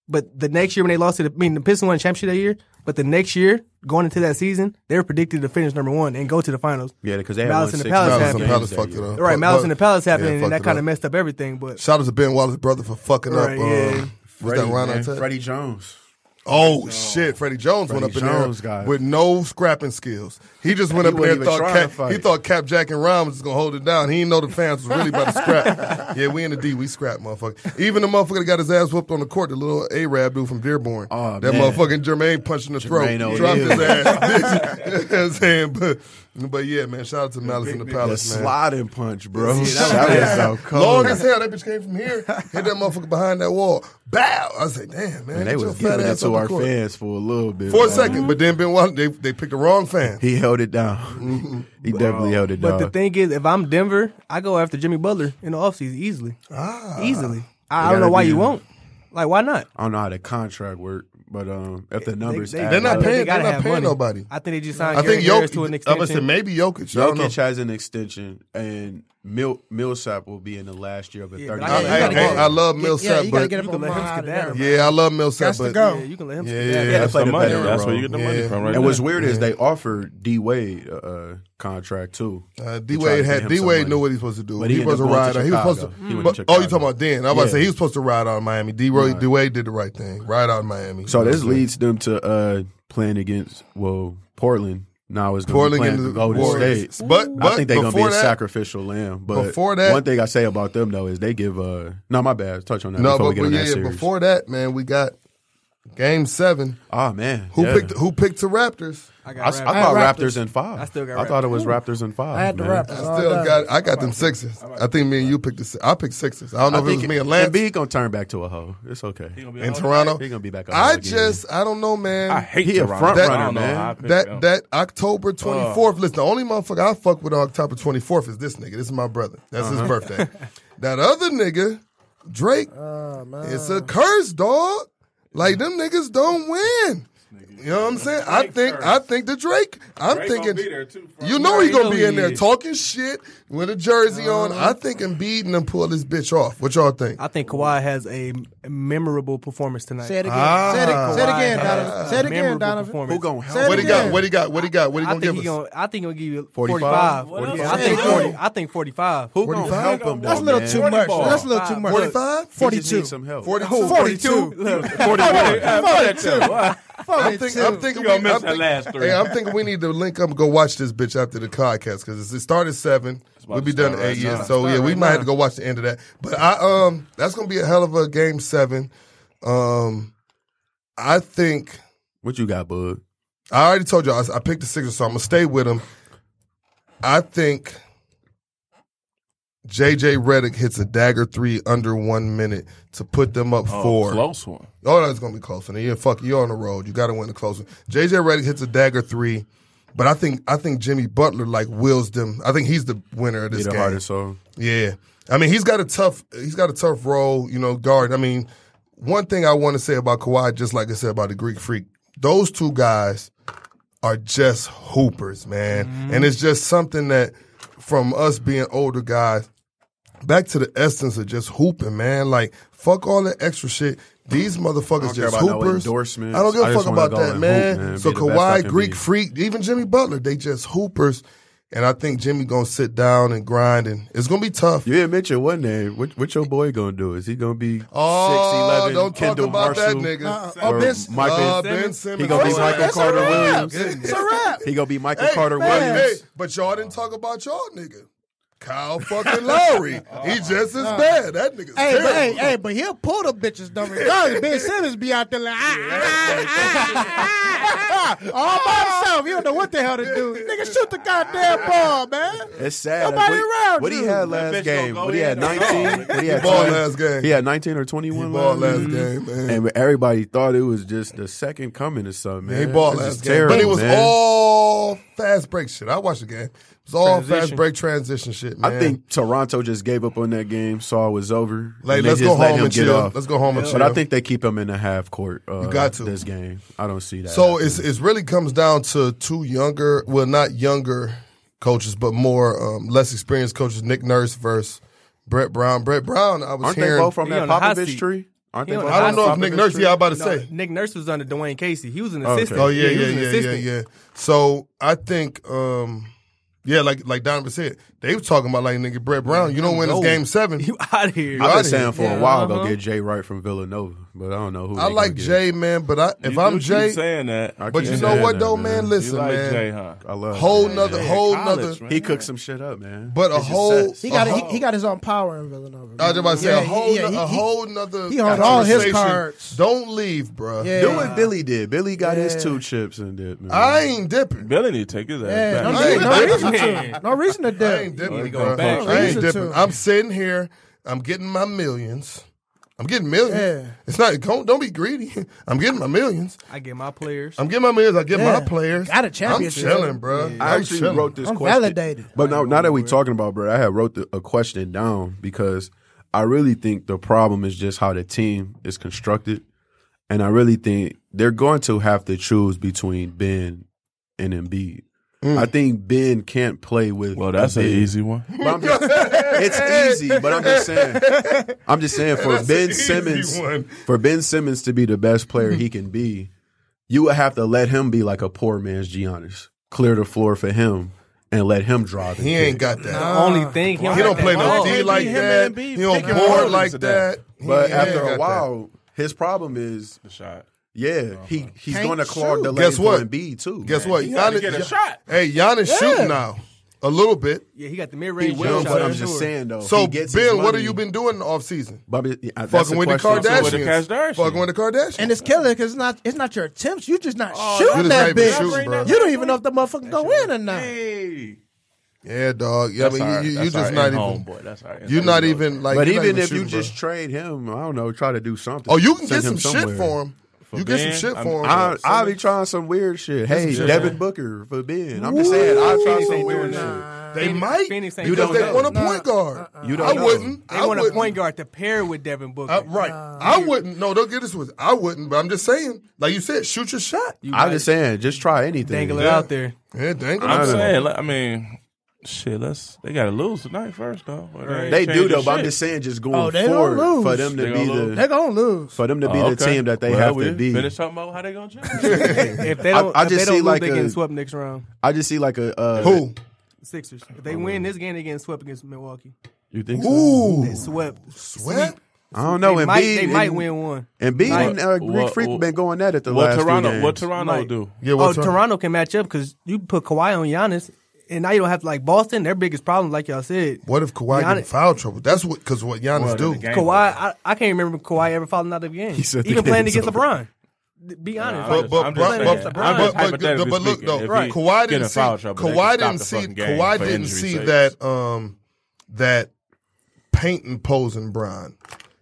[SPEAKER 4] but the next year when they lost to the, I mean, the Pistons won a championship that year, but the next year going into that season, they were predicted to finish number one and go to the finals.
[SPEAKER 3] yeah, because they had won
[SPEAKER 4] Malice in the
[SPEAKER 3] six
[SPEAKER 2] Malice
[SPEAKER 4] Palace
[SPEAKER 2] and
[SPEAKER 3] games
[SPEAKER 4] happened.
[SPEAKER 3] that
[SPEAKER 2] Palace
[SPEAKER 3] year.
[SPEAKER 2] fucked it up.
[SPEAKER 4] Right,
[SPEAKER 2] Fuck-
[SPEAKER 4] Malice
[SPEAKER 2] fuck-
[SPEAKER 4] in the Palace happened,
[SPEAKER 2] yeah,
[SPEAKER 4] and that
[SPEAKER 2] fucked it
[SPEAKER 4] kind
[SPEAKER 2] up.
[SPEAKER 4] of messed up everything. But
[SPEAKER 2] Shout out to Ben Wallace's brother for fucking
[SPEAKER 4] Right,
[SPEAKER 2] up.
[SPEAKER 4] yeah.
[SPEAKER 2] Um, was
[SPEAKER 3] Freddie,
[SPEAKER 2] that Ron
[SPEAKER 3] man.
[SPEAKER 2] Artest?
[SPEAKER 3] Freddie Jones.
[SPEAKER 2] Oh shit! Freddie Jones went
[SPEAKER 3] Freddie
[SPEAKER 2] up in
[SPEAKER 3] Jones,
[SPEAKER 2] there
[SPEAKER 3] guys.
[SPEAKER 2] with no scrapping skills. He just went
[SPEAKER 3] He
[SPEAKER 2] up in there and
[SPEAKER 3] wasn't even
[SPEAKER 2] thought
[SPEAKER 3] trying to
[SPEAKER 2] Cap,
[SPEAKER 3] fight.
[SPEAKER 2] he thought Cap Jack and Ron was just gonna hold it down. He didn't know the fans was really about to scrap. yeah, we in the D, we scrap, motherfucker. Even the motherfucker that got his ass whooped on the court, the little Arab dude from Dearborn.
[SPEAKER 3] Aw,
[SPEAKER 2] that
[SPEAKER 3] Oh, man.
[SPEAKER 2] motherfucking Jermaine punched in the
[SPEAKER 3] Jermaine
[SPEAKER 2] throat,
[SPEAKER 3] O'Neal.
[SPEAKER 2] dropped his ass. you know what I'm saying? But, but yeah, man, shout out to Malice in the
[SPEAKER 3] The
[SPEAKER 2] Palace, man.
[SPEAKER 3] sliding punch, bro.
[SPEAKER 2] that
[SPEAKER 3] That
[SPEAKER 2] was-
[SPEAKER 3] was so cold.
[SPEAKER 2] Long as hell, that bitch came from here, hit that motherfucker behind that wall. Bow! I was like, damn, man.
[SPEAKER 3] And they
[SPEAKER 2] get
[SPEAKER 3] was
[SPEAKER 2] your fat
[SPEAKER 3] giving it
[SPEAKER 2] ass on
[SPEAKER 3] to
[SPEAKER 2] the
[SPEAKER 3] our
[SPEAKER 2] court.
[SPEAKER 3] fans for a little bit.
[SPEAKER 2] For a
[SPEAKER 3] man.
[SPEAKER 2] 2nd but then Ben Wallace, they, they picked the wrong fan.
[SPEAKER 3] He held it down. he definitely held it
[SPEAKER 4] but
[SPEAKER 3] down.
[SPEAKER 4] the thing is, if I'm Denver, I go after Jimmy Butler in the offseason easily,
[SPEAKER 2] Ah.
[SPEAKER 4] easily. I, I
[SPEAKER 3] gotta
[SPEAKER 4] don't know why
[SPEAKER 3] be-
[SPEAKER 4] you won't. Like, why not?
[SPEAKER 3] I don't know how the contract work, but um, if the numbers,
[SPEAKER 4] They-
[SPEAKER 3] add
[SPEAKER 4] they-
[SPEAKER 2] They're not
[SPEAKER 3] up-
[SPEAKER 2] paying-
[SPEAKER 4] gotta
[SPEAKER 2] they're not
[SPEAKER 4] have
[SPEAKER 2] paying nobody.
[SPEAKER 4] I think they just signed
[SPEAKER 2] I
[SPEAKER 4] Gary
[SPEAKER 2] think
[SPEAKER 4] Harris to an
[SPEAKER 2] Jokic. I
[SPEAKER 4] extension.
[SPEAKER 2] must say maybe Jokic. I don't know.
[SPEAKER 3] Jokic has an extension, and Mil- Millsap will be in the last year of a
[SPEAKER 4] Yeah,
[SPEAKER 3] thirty.
[SPEAKER 4] but
[SPEAKER 2] I,
[SPEAKER 4] I-
[SPEAKER 2] hey,
[SPEAKER 6] gotta
[SPEAKER 2] I- I love
[SPEAKER 6] yeah,
[SPEAKER 2] Millsap,
[SPEAKER 6] you gotta
[SPEAKER 2] but
[SPEAKER 6] get up
[SPEAKER 4] You
[SPEAKER 6] on
[SPEAKER 4] can
[SPEAKER 6] the
[SPEAKER 4] let him
[SPEAKER 6] mile
[SPEAKER 4] sit
[SPEAKER 6] and
[SPEAKER 4] down.
[SPEAKER 6] everything.
[SPEAKER 2] yeah, I love Millsap,
[SPEAKER 6] That's the
[SPEAKER 2] but
[SPEAKER 6] goal.
[SPEAKER 4] Yeah, you can let him.
[SPEAKER 2] yeah,
[SPEAKER 4] Yeah.
[SPEAKER 2] yeah,
[SPEAKER 5] that's
[SPEAKER 2] that's
[SPEAKER 5] the
[SPEAKER 3] the
[SPEAKER 5] money.
[SPEAKER 3] veteran
[SPEAKER 5] That's
[SPEAKER 3] role.
[SPEAKER 5] where you get the money
[SPEAKER 2] Yeah.
[SPEAKER 5] from, right?
[SPEAKER 3] and what's
[SPEAKER 5] there.
[SPEAKER 3] weird is they offered D Wade a, a contract too.
[SPEAKER 2] Uh,
[SPEAKER 3] to
[SPEAKER 2] D
[SPEAKER 3] try to
[SPEAKER 2] Wade
[SPEAKER 3] get
[SPEAKER 2] had
[SPEAKER 3] him
[SPEAKER 2] D
[SPEAKER 3] some
[SPEAKER 2] Wade
[SPEAKER 3] money.
[SPEAKER 2] knew what he was supposed to do.
[SPEAKER 3] But
[SPEAKER 2] he,
[SPEAKER 3] he
[SPEAKER 2] was
[SPEAKER 3] ended
[SPEAKER 2] supposed to
[SPEAKER 3] up going
[SPEAKER 2] ride
[SPEAKER 3] to
[SPEAKER 2] out. He was supposed to.
[SPEAKER 3] Chicago. He went
[SPEAKER 2] but-
[SPEAKER 3] to
[SPEAKER 2] oh, you
[SPEAKER 3] Chicago.
[SPEAKER 2] talking about then? I was about to say
[SPEAKER 3] Yeah.
[SPEAKER 2] he was supposed to ride out of Miami. D. Wade,
[SPEAKER 3] Right.
[SPEAKER 2] D. Wade did the right thing. Ride out of Miami.
[SPEAKER 3] So this
[SPEAKER 2] Yeah.
[SPEAKER 3] leads them to uh, playing against well Portland. Now it's going to be
[SPEAKER 2] Portland
[SPEAKER 3] playing
[SPEAKER 2] and the
[SPEAKER 3] Golden
[SPEAKER 2] Warriors.
[SPEAKER 3] State.
[SPEAKER 2] But, but
[SPEAKER 3] I think they're gonna be
[SPEAKER 2] before
[SPEAKER 3] a
[SPEAKER 2] that,
[SPEAKER 3] sacrificial lamb. But
[SPEAKER 2] before that-
[SPEAKER 3] one thing I say about them though is they give. Uh, no, my bad. Touch on that.
[SPEAKER 2] No,
[SPEAKER 3] before
[SPEAKER 2] but,
[SPEAKER 3] we get
[SPEAKER 2] but
[SPEAKER 3] on
[SPEAKER 2] yeah,
[SPEAKER 3] that
[SPEAKER 2] yeah,
[SPEAKER 3] series.
[SPEAKER 2] before that, man, we got Game Seven.
[SPEAKER 3] oh man,
[SPEAKER 2] Who
[SPEAKER 3] yeah.
[SPEAKER 2] picked Who picked the Raptors?
[SPEAKER 4] I
[SPEAKER 3] I,
[SPEAKER 4] got
[SPEAKER 3] s- I
[SPEAKER 4] Raptors.
[SPEAKER 3] thought
[SPEAKER 6] had
[SPEAKER 3] Raptors. in five.
[SPEAKER 4] I still got
[SPEAKER 3] I thought it was Raptors in five.
[SPEAKER 6] I had the
[SPEAKER 3] man.
[SPEAKER 6] Raptors.
[SPEAKER 2] I
[SPEAKER 6] all
[SPEAKER 2] still
[SPEAKER 6] done.
[SPEAKER 2] got. I got them sixes. I think me and you picked the. si- I picked sixes. I don't know if it was me and Lance
[SPEAKER 3] Embiid gonna turn back to a hoe. It's okay. He
[SPEAKER 2] in Toronto.
[SPEAKER 3] gonna be back. a hoe
[SPEAKER 2] I
[SPEAKER 3] again.
[SPEAKER 2] just. I don't know, man.
[SPEAKER 5] I hate
[SPEAKER 3] He a
[SPEAKER 5] Toronto.
[SPEAKER 3] front
[SPEAKER 5] I
[SPEAKER 2] runner,
[SPEAKER 5] don't know
[SPEAKER 3] man.
[SPEAKER 5] how I picked them.
[SPEAKER 2] That that October twenty fourth. Listen, the only motherfucker I fuck with on October twenty fourth is this nigga. This is my brother. That's his birthday. that other nigga, Drake. it's a curse, dog. Like them niggas don't win. You know what I'm saying? I think I think the Drake. I'm thinking. you know he gonna be in there talking shit with a jersey on. I think Embiid and them pull this bitch off. What y'all think?
[SPEAKER 4] I think Kawhi has a memorable performance tonight.
[SPEAKER 6] Say it again.
[SPEAKER 2] Ah.
[SPEAKER 6] say it, say it
[SPEAKER 4] Kawhi
[SPEAKER 6] again,
[SPEAKER 4] has a
[SPEAKER 6] Donovan. Say it again,
[SPEAKER 4] memorable
[SPEAKER 6] Donovan.
[SPEAKER 4] performance.
[SPEAKER 3] who gonna
[SPEAKER 6] Say it
[SPEAKER 3] help?
[SPEAKER 2] What he
[SPEAKER 6] again.
[SPEAKER 2] got? What he got? What he got? What he
[SPEAKER 4] I
[SPEAKER 2] gonna
[SPEAKER 4] think
[SPEAKER 2] give
[SPEAKER 4] he
[SPEAKER 2] us?
[SPEAKER 4] gonna. I think he'll give you
[SPEAKER 3] 45?
[SPEAKER 4] 45. I think 40.
[SPEAKER 6] 45?
[SPEAKER 4] I think 45.
[SPEAKER 3] Who gonna help him?
[SPEAKER 6] That's a
[SPEAKER 3] though,
[SPEAKER 6] little
[SPEAKER 3] man?
[SPEAKER 6] too much. That's a little too much.
[SPEAKER 2] 45?
[SPEAKER 3] He just
[SPEAKER 6] 42.
[SPEAKER 3] needs Some help.
[SPEAKER 2] 42.
[SPEAKER 6] 42.
[SPEAKER 2] I'm, think, I'm thinking
[SPEAKER 5] You gonna
[SPEAKER 2] we,
[SPEAKER 5] miss
[SPEAKER 2] I'm
[SPEAKER 5] that
[SPEAKER 2] think-
[SPEAKER 5] last three.
[SPEAKER 2] Hey, I'm thinking we need to link up and go watch this bitch after the podcast because it started seven.
[SPEAKER 5] about
[SPEAKER 2] We'll be
[SPEAKER 5] to
[SPEAKER 2] done in
[SPEAKER 5] start
[SPEAKER 2] eight
[SPEAKER 5] right
[SPEAKER 2] years.
[SPEAKER 5] now.
[SPEAKER 2] So yeah, we might have to go watch the end of that. But I um that's gonna be a hell of a game seven. Um I think
[SPEAKER 3] What you got, bud?
[SPEAKER 2] I already told y'all I, I picked the Sixers, so I'm gonna stay with them. I think JJ Reddick hits a dagger three under one minute to put them up
[SPEAKER 5] Oh,
[SPEAKER 2] four.
[SPEAKER 5] Close one.
[SPEAKER 2] Oh, no, it's gonna be close. And yeah, fuck, you're on the road. You gotta win the close one. JJ Reddick hits a dagger three, but I think I think Jimmy Butler like wills them. I think he's the winner of
[SPEAKER 3] Be
[SPEAKER 2] this
[SPEAKER 3] the
[SPEAKER 2] game.
[SPEAKER 3] hardest song.
[SPEAKER 2] Yeah, I mean he's got a tough he's got a tough role, you know, guard. I mean, one thing I want to say about Kawhi, just like I said about the Greek Freak, those two guys are just hoopers, man,
[SPEAKER 3] Mm-hmm.
[SPEAKER 2] and it's just something that from us being older guys, back to the essence of just hooping, man. Like fuck all that extra shit. These motherfuckers
[SPEAKER 3] I don't care
[SPEAKER 2] just
[SPEAKER 3] about no
[SPEAKER 2] hoopers.
[SPEAKER 3] endorsements.
[SPEAKER 2] I don't give
[SPEAKER 3] I
[SPEAKER 2] a
[SPEAKER 3] just
[SPEAKER 2] fuck
[SPEAKER 3] wanna
[SPEAKER 2] about
[SPEAKER 3] go
[SPEAKER 2] that,
[SPEAKER 3] and
[SPEAKER 2] man.
[SPEAKER 3] hoop, man,
[SPEAKER 2] So
[SPEAKER 3] be the best I
[SPEAKER 2] Kawhi,
[SPEAKER 3] can
[SPEAKER 2] Greek
[SPEAKER 3] be.
[SPEAKER 2] Freak, even Jimmy Butler, they just hoopers. And I think Jimmy gonna sit down and grind, and it's gonna be tough.
[SPEAKER 3] You didn't mention one name. What, what your boy gonna do? Is he gonna be
[SPEAKER 2] Oh,
[SPEAKER 3] 6'11",
[SPEAKER 2] don't
[SPEAKER 3] Kendall
[SPEAKER 2] talk about
[SPEAKER 3] Marshall,
[SPEAKER 2] that nigga. Uh-uh.
[SPEAKER 3] or
[SPEAKER 6] Oh, this-
[SPEAKER 3] Michael?
[SPEAKER 2] Uh, ben Simmons.
[SPEAKER 3] he gonna be
[SPEAKER 2] Oh,
[SPEAKER 3] Michael
[SPEAKER 2] that's a
[SPEAKER 3] Carter
[SPEAKER 2] wrap.
[SPEAKER 3] Williams.
[SPEAKER 2] It's
[SPEAKER 6] a wrap.
[SPEAKER 3] He gonna be Michael Carter
[SPEAKER 2] man,
[SPEAKER 3] Williams.
[SPEAKER 2] hey, but y'all didn't talk about y'all nigga. Kyle fucking Lowry.
[SPEAKER 3] Oh,
[SPEAKER 2] he just as bad. That nigga's
[SPEAKER 6] Hey,
[SPEAKER 2] terrible.
[SPEAKER 6] but, hey, hey, but he'll pull the bitches though. Regardless, Ben Simmons be out there like, ah, ah, ah, ah, ah, all by himself. You don't know what the hell to do. Nigga, shoot the goddamn ball, man.
[SPEAKER 3] It's sad.
[SPEAKER 6] Nobody
[SPEAKER 3] what,
[SPEAKER 6] around
[SPEAKER 3] What he
[SPEAKER 6] you.
[SPEAKER 3] had
[SPEAKER 5] bitch
[SPEAKER 3] last
[SPEAKER 5] gonna
[SPEAKER 3] game?
[SPEAKER 5] go
[SPEAKER 3] What he had
[SPEAKER 5] in or
[SPEAKER 3] nineteen?
[SPEAKER 5] out.
[SPEAKER 3] What he had
[SPEAKER 2] Ball
[SPEAKER 3] 20?
[SPEAKER 2] last game.
[SPEAKER 3] He had nineteen or twenty one.
[SPEAKER 2] He balled
[SPEAKER 3] last
[SPEAKER 2] last game, man.
[SPEAKER 3] And everybody thought it was just the second coming or something. Man.
[SPEAKER 2] He balled
[SPEAKER 3] This is
[SPEAKER 2] last game. But it was
[SPEAKER 3] man.
[SPEAKER 2] all fast break shit. I watched the game. It was all fast
[SPEAKER 4] Transition.
[SPEAKER 2] break transition shit, man.
[SPEAKER 3] I think Toronto just gave up on that game, saw it was over.
[SPEAKER 2] Like,
[SPEAKER 3] and they
[SPEAKER 2] let's
[SPEAKER 3] just
[SPEAKER 2] go
[SPEAKER 3] let
[SPEAKER 2] home
[SPEAKER 3] him
[SPEAKER 2] and
[SPEAKER 3] get
[SPEAKER 2] chill.
[SPEAKER 3] off.
[SPEAKER 2] Let's go home and
[SPEAKER 3] but
[SPEAKER 2] chill.
[SPEAKER 3] I think they keep him in the half court. Uh,
[SPEAKER 2] got to.
[SPEAKER 3] this game. I don't see that.
[SPEAKER 2] So it's it's really comes down to two younger, well, not younger coaches, but more um, less experienced coaches. Nick Nurse versus Brett Brown. Brett Brown, I was
[SPEAKER 3] aren't they
[SPEAKER 2] hearing.
[SPEAKER 3] both from
[SPEAKER 4] He
[SPEAKER 3] that
[SPEAKER 4] on the hot
[SPEAKER 3] Popovich
[SPEAKER 4] seat.
[SPEAKER 3] tree? Aren't
[SPEAKER 4] He
[SPEAKER 3] they?
[SPEAKER 4] on
[SPEAKER 3] both
[SPEAKER 4] the
[SPEAKER 2] I don't
[SPEAKER 3] from
[SPEAKER 4] hot
[SPEAKER 3] that
[SPEAKER 2] know
[SPEAKER 4] seat.
[SPEAKER 2] if Nick
[SPEAKER 3] Popovich
[SPEAKER 2] Nurse.
[SPEAKER 3] tree?
[SPEAKER 2] Yeah, I'm about to
[SPEAKER 4] No,
[SPEAKER 2] say.
[SPEAKER 4] Nick Nurse was under Dwayne Casey. He was an
[SPEAKER 3] okay.
[SPEAKER 4] assistant.
[SPEAKER 2] Oh yeah,
[SPEAKER 4] He
[SPEAKER 2] yeah,
[SPEAKER 4] was an
[SPEAKER 2] yeah, yeah,
[SPEAKER 4] assistant.
[SPEAKER 2] yeah. So I think, um, yeah, like like Donovan said, they was talking about like nigga Brett Brown. You don't win this
[SPEAKER 4] Go.
[SPEAKER 2] game seven.
[SPEAKER 4] You out of here.
[SPEAKER 3] I've
[SPEAKER 2] outta
[SPEAKER 3] been
[SPEAKER 2] here.
[SPEAKER 3] saying for a while,
[SPEAKER 4] uh-huh.
[SPEAKER 3] go get Jay Wright from Villanova, but I don't know who.
[SPEAKER 2] I
[SPEAKER 3] they
[SPEAKER 2] like
[SPEAKER 3] gonna get.
[SPEAKER 2] Jay, man, but I if
[SPEAKER 5] You- you
[SPEAKER 2] I'm
[SPEAKER 5] keep
[SPEAKER 2] Jay,
[SPEAKER 5] saying that,
[SPEAKER 3] I
[SPEAKER 2] but
[SPEAKER 3] keep
[SPEAKER 2] you
[SPEAKER 3] saying
[SPEAKER 2] know what
[SPEAKER 3] that,
[SPEAKER 2] though,
[SPEAKER 3] man.
[SPEAKER 2] man.
[SPEAKER 5] you
[SPEAKER 2] Listen,
[SPEAKER 5] like
[SPEAKER 2] man.
[SPEAKER 5] Jay, huh?
[SPEAKER 3] I love
[SPEAKER 2] Whole
[SPEAKER 3] Jay.
[SPEAKER 2] nother, whole
[SPEAKER 5] College,
[SPEAKER 2] nother.
[SPEAKER 5] man.
[SPEAKER 3] He cooked some shit up, man.
[SPEAKER 2] But a
[SPEAKER 3] It's just
[SPEAKER 2] whole,
[SPEAKER 3] sad.
[SPEAKER 6] He got
[SPEAKER 2] a
[SPEAKER 6] he, he got his own power in Villanova.
[SPEAKER 2] I was about to say
[SPEAKER 6] Yeah,
[SPEAKER 2] a
[SPEAKER 6] he-
[SPEAKER 2] whole,
[SPEAKER 6] yeah,
[SPEAKER 2] no- a
[SPEAKER 6] he- he-
[SPEAKER 2] whole nother.
[SPEAKER 6] he hold all his
[SPEAKER 2] conversation.
[SPEAKER 6] cards.
[SPEAKER 2] Don't leave, bro.
[SPEAKER 6] Yeah.
[SPEAKER 3] Do what Billy did. Billy got his two chips and did. Man.
[SPEAKER 2] I ain't dipping.
[SPEAKER 5] Billy need to take his ass
[SPEAKER 6] Yeah,
[SPEAKER 5] back.
[SPEAKER 6] no,
[SPEAKER 2] I ain't
[SPEAKER 6] reason- no
[SPEAKER 2] back.
[SPEAKER 6] reason to. No reason to
[SPEAKER 2] I
[SPEAKER 6] dip.
[SPEAKER 2] ain't dipping,
[SPEAKER 5] ain't
[SPEAKER 2] bro.
[SPEAKER 5] going back.
[SPEAKER 2] I ain't
[SPEAKER 6] Reason
[SPEAKER 2] dipping.
[SPEAKER 6] to.
[SPEAKER 2] I'm sitting here. I'm getting my millions. I'm getting millions.
[SPEAKER 6] Yeah.
[SPEAKER 2] It's not. Don't, don't be greedy. I'm getting my millions.
[SPEAKER 4] I get my players.
[SPEAKER 2] I'm getting my millions. I get
[SPEAKER 6] Yeah.
[SPEAKER 2] my players.
[SPEAKER 6] Got a
[SPEAKER 2] I'm
[SPEAKER 6] championship.
[SPEAKER 2] chilling, bro.
[SPEAKER 3] I actually
[SPEAKER 2] am
[SPEAKER 3] wrote this
[SPEAKER 6] I'm
[SPEAKER 3] question.
[SPEAKER 6] validated.
[SPEAKER 3] But now, now that we're talking about, bro, I had wrote the, a question down because I really think the problem is just how the team is constructed, and I really think they're going to have to choose between Ben and Embiid. I think Ben can't play with.
[SPEAKER 5] Mm. Well, that's
[SPEAKER 3] the
[SPEAKER 5] an
[SPEAKER 3] big.
[SPEAKER 5] easy one.
[SPEAKER 3] But I'm just, it's easy, but I'm just saying. I'm just saying for
[SPEAKER 2] That's an
[SPEAKER 3] Ben
[SPEAKER 2] easy
[SPEAKER 3] Simmons,
[SPEAKER 2] one.
[SPEAKER 3] for Ben Simmons to be the best player he can be, you would have to let him be like a poor man's Giannis, clear the floor for him, and let him draw. The
[SPEAKER 2] He
[SPEAKER 3] pick.
[SPEAKER 2] ain't got that.
[SPEAKER 4] Only thing he,
[SPEAKER 2] Ah. He don't
[SPEAKER 4] got
[SPEAKER 2] play
[SPEAKER 4] that
[SPEAKER 2] no
[SPEAKER 4] ball.
[SPEAKER 2] D like
[SPEAKER 5] him
[SPEAKER 2] that.
[SPEAKER 5] and Embiid
[SPEAKER 2] He don't
[SPEAKER 5] pick and
[SPEAKER 2] board
[SPEAKER 5] roll
[SPEAKER 2] like
[SPEAKER 5] into that.
[SPEAKER 2] that.
[SPEAKER 3] But
[SPEAKER 2] He
[SPEAKER 3] after
[SPEAKER 2] ain't
[SPEAKER 3] a
[SPEAKER 2] got
[SPEAKER 3] while, his problem is,
[SPEAKER 5] The shot.
[SPEAKER 3] yeah, he he's
[SPEAKER 6] Can't
[SPEAKER 3] going to clog the
[SPEAKER 6] shoot.
[SPEAKER 3] lane
[SPEAKER 2] Uh-huh. Guess what?
[SPEAKER 3] for Embiid too.
[SPEAKER 2] that. Guess what?
[SPEAKER 5] He gotta get a
[SPEAKER 2] Gian-
[SPEAKER 5] shot.
[SPEAKER 2] Hey, Giannis shoot now a little bit.
[SPEAKER 4] Yeah, he got the mid range.
[SPEAKER 3] No, but I'm just saying though.
[SPEAKER 2] So
[SPEAKER 3] he gets his
[SPEAKER 2] Ben, what
[SPEAKER 3] money.
[SPEAKER 2] have you been doing in the offseason?
[SPEAKER 3] Bobby, yeah, that's
[SPEAKER 2] Fucking
[SPEAKER 3] the
[SPEAKER 2] with the
[SPEAKER 3] question.
[SPEAKER 5] Kardashians. With the
[SPEAKER 2] Kardashians.
[SPEAKER 5] Kardashians.
[SPEAKER 2] Fucking with the Kardashians.
[SPEAKER 6] And it's killer because it's not it's not your attempts. Oh, You just not
[SPEAKER 2] you
[SPEAKER 6] shooting
[SPEAKER 2] just
[SPEAKER 6] that
[SPEAKER 2] not even
[SPEAKER 6] bitch.
[SPEAKER 2] shooting, bro.
[SPEAKER 6] You don't even know if the motherfucker go in or not.
[SPEAKER 5] Hey,
[SPEAKER 2] yeah, dog. Yeah, I mean, you, you, you just not even.
[SPEAKER 5] boy. That's all right.
[SPEAKER 2] You're not even like.
[SPEAKER 3] But
[SPEAKER 2] you're not
[SPEAKER 3] even if you
[SPEAKER 2] shooting, bro.
[SPEAKER 3] just trade him, I don't know, try to do something.
[SPEAKER 2] oh, you can
[SPEAKER 3] Send
[SPEAKER 2] get some
[SPEAKER 3] him
[SPEAKER 2] shit
[SPEAKER 3] somewhere.
[SPEAKER 2] for him. You get some
[SPEAKER 5] Ben,
[SPEAKER 2] shit
[SPEAKER 5] I'm-
[SPEAKER 2] for
[SPEAKER 3] I,
[SPEAKER 2] him.
[SPEAKER 3] I'll be trying some weird shit. Hey, Devin Booker for Ben. I'm just saying, I'll try some weird shit.
[SPEAKER 2] They might
[SPEAKER 4] Phoenix ain't
[SPEAKER 2] because
[SPEAKER 3] doing
[SPEAKER 2] they
[SPEAKER 3] that.
[SPEAKER 2] want a point guard.
[SPEAKER 3] You don't
[SPEAKER 2] I
[SPEAKER 3] know.
[SPEAKER 2] wouldn't.
[SPEAKER 4] They
[SPEAKER 2] I
[SPEAKER 4] want a
[SPEAKER 2] wouldn't.
[SPEAKER 4] point guard to pair with Devin Booker.
[SPEAKER 2] Uh, right. I wouldn't. No, don't get this with. I wouldn't. But I'm just saying, like you said, shoot your shot.
[SPEAKER 3] I'm just saying, just try anything.
[SPEAKER 4] Dangle it
[SPEAKER 2] Yeah.
[SPEAKER 4] out there.
[SPEAKER 2] Yeah, dangle.
[SPEAKER 5] I'm
[SPEAKER 2] it.
[SPEAKER 5] saying. like, I mean, shit. Let's. They gotta lose tonight first, though. But ain't
[SPEAKER 3] They do
[SPEAKER 5] changing
[SPEAKER 3] though, but I'm
[SPEAKER 5] shit.
[SPEAKER 3] just saying, just going
[SPEAKER 6] Oh, they
[SPEAKER 3] forward
[SPEAKER 6] gonna lose.
[SPEAKER 3] for them to
[SPEAKER 5] They
[SPEAKER 3] be
[SPEAKER 5] gonna
[SPEAKER 3] the
[SPEAKER 5] lose.
[SPEAKER 6] They're gonna lose.
[SPEAKER 3] for them to be
[SPEAKER 5] Oh,
[SPEAKER 3] the
[SPEAKER 5] okay.
[SPEAKER 3] team that they
[SPEAKER 5] Well,
[SPEAKER 3] have
[SPEAKER 5] we
[SPEAKER 3] to be.
[SPEAKER 5] Finish talking about how they gonna change.
[SPEAKER 4] If they
[SPEAKER 3] I-
[SPEAKER 4] don't,
[SPEAKER 3] I
[SPEAKER 4] if
[SPEAKER 3] just
[SPEAKER 4] they don't
[SPEAKER 3] see
[SPEAKER 4] lose,
[SPEAKER 3] like
[SPEAKER 4] they
[SPEAKER 3] a-
[SPEAKER 4] getting swept next round.
[SPEAKER 3] I just see like a uh,
[SPEAKER 2] Who?
[SPEAKER 4] Sixers. If they win this game, they getting swept against Milwaukee.
[SPEAKER 5] you think?
[SPEAKER 2] Ooh,
[SPEAKER 4] Swept.
[SPEAKER 2] sweat.
[SPEAKER 3] I don't know.
[SPEAKER 4] they
[SPEAKER 3] and
[SPEAKER 4] might,
[SPEAKER 3] Embiid
[SPEAKER 4] they might
[SPEAKER 3] and-
[SPEAKER 4] win one.
[SPEAKER 3] Embiid
[SPEAKER 4] Might.
[SPEAKER 3] and uh,
[SPEAKER 5] What-
[SPEAKER 3] Greek Freak
[SPEAKER 5] what-
[SPEAKER 3] been going at it the
[SPEAKER 5] What
[SPEAKER 3] last few
[SPEAKER 5] Toronto?
[SPEAKER 3] games.
[SPEAKER 5] What Toronto
[SPEAKER 4] Might.
[SPEAKER 5] do?
[SPEAKER 2] Yeah,
[SPEAKER 4] Oh,
[SPEAKER 2] what's up?
[SPEAKER 4] Toronto can match up because you put Kawhi on Giannis, and now you don't have like Boston. Their biggest problem, like y'all said,
[SPEAKER 2] What if Kawhi get in
[SPEAKER 4] Giannis-
[SPEAKER 2] foul trouble? That's what because what Giannis do.
[SPEAKER 4] Kawhi. I, I can't remember Kawhi ever falling out of a game,
[SPEAKER 3] He said the
[SPEAKER 4] even playing
[SPEAKER 3] game's
[SPEAKER 4] against
[SPEAKER 3] over.
[SPEAKER 4] LeBron. Be honest,
[SPEAKER 5] I'm
[SPEAKER 2] But
[SPEAKER 5] just-
[SPEAKER 2] but
[SPEAKER 5] I'm just
[SPEAKER 2] but,
[SPEAKER 5] saying.
[SPEAKER 2] but,
[SPEAKER 4] I'm
[SPEAKER 2] but,
[SPEAKER 4] just
[SPEAKER 2] but,
[SPEAKER 5] hypothetically
[SPEAKER 2] but look
[SPEAKER 5] speaking,
[SPEAKER 2] though,
[SPEAKER 5] if he
[SPEAKER 2] Kawhi
[SPEAKER 5] get in
[SPEAKER 2] didn't see
[SPEAKER 5] foul trouble, they
[SPEAKER 2] Kawhi
[SPEAKER 5] can stop
[SPEAKER 2] didn't
[SPEAKER 5] the
[SPEAKER 2] see
[SPEAKER 5] fucking game
[SPEAKER 2] Kawhi
[SPEAKER 5] for
[SPEAKER 2] didn't
[SPEAKER 5] injury
[SPEAKER 2] see
[SPEAKER 5] sakes.
[SPEAKER 2] that um that paint imposing Brian.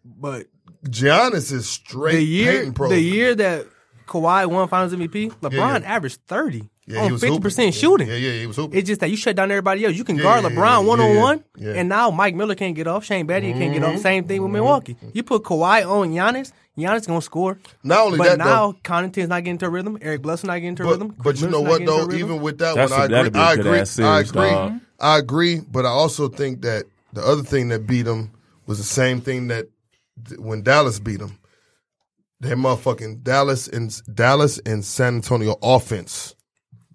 [SPEAKER 4] but
[SPEAKER 2] Giannis is straight
[SPEAKER 4] the year
[SPEAKER 2] paint imposing.
[SPEAKER 4] the year that Kawhi won Finals MVP, LeBron
[SPEAKER 2] Yeah, yeah.
[SPEAKER 4] averaged thirty
[SPEAKER 2] Yeah, he
[SPEAKER 4] on
[SPEAKER 2] was
[SPEAKER 4] fifty
[SPEAKER 2] hooping.
[SPEAKER 4] percent shooting.
[SPEAKER 2] Yeah, yeah, he was hooping.
[SPEAKER 4] It's just that you shut down everybody else. You can
[SPEAKER 2] Yeah,
[SPEAKER 4] guard
[SPEAKER 2] yeah, yeah,
[SPEAKER 4] LeBron
[SPEAKER 2] yeah,
[SPEAKER 4] one on one,
[SPEAKER 2] yeah. Mm-hmm.
[SPEAKER 4] and now Mike Miller can't get off. Shane Battier can't get off. Same thing with Milwaukee. You put Kawhi on Giannis, Giannis gonna score.
[SPEAKER 2] Not only
[SPEAKER 4] but
[SPEAKER 2] that,
[SPEAKER 4] now
[SPEAKER 2] though-
[SPEAKER 4] Connaughton's not getting to a rhythm. Eric Bledsoe not getting to a
[SPEAKER 2] but,
[SPEAKER 4] rhythm.
[SPEAKER 2] but
[SPEAKER 4] Chris
[SPEAKER 2] you know
[SPEAKER 4] Middleton's
[SPEAKER 2] what
[SPEAKER 4] not getting to a
[SPEAKER 2] though,
[SPEAKER 4] rhythm.
[SPEAKER 2] even with that
[SPEAKER 5] That's
[SPEAKER 2] one, I
[SPEAKER 5] a- that'd
[SPEAKER 2] agree.
[SPEAKER 5] be a
[SPEAKER 2] I
[SPEAKER 5] good
[SPEAKER 2] agree.
[SPEAKER 5] ass
[SPEAKER 2] I
[SPEAKER 5] series, dog. Mm-hmm.
[SPEAKER 2] agree. I agree. But I also think that the other thing that beat him was the same thing that th- when Dallas beat him. That motherfucking Dallas and Dallas and San Antonio offense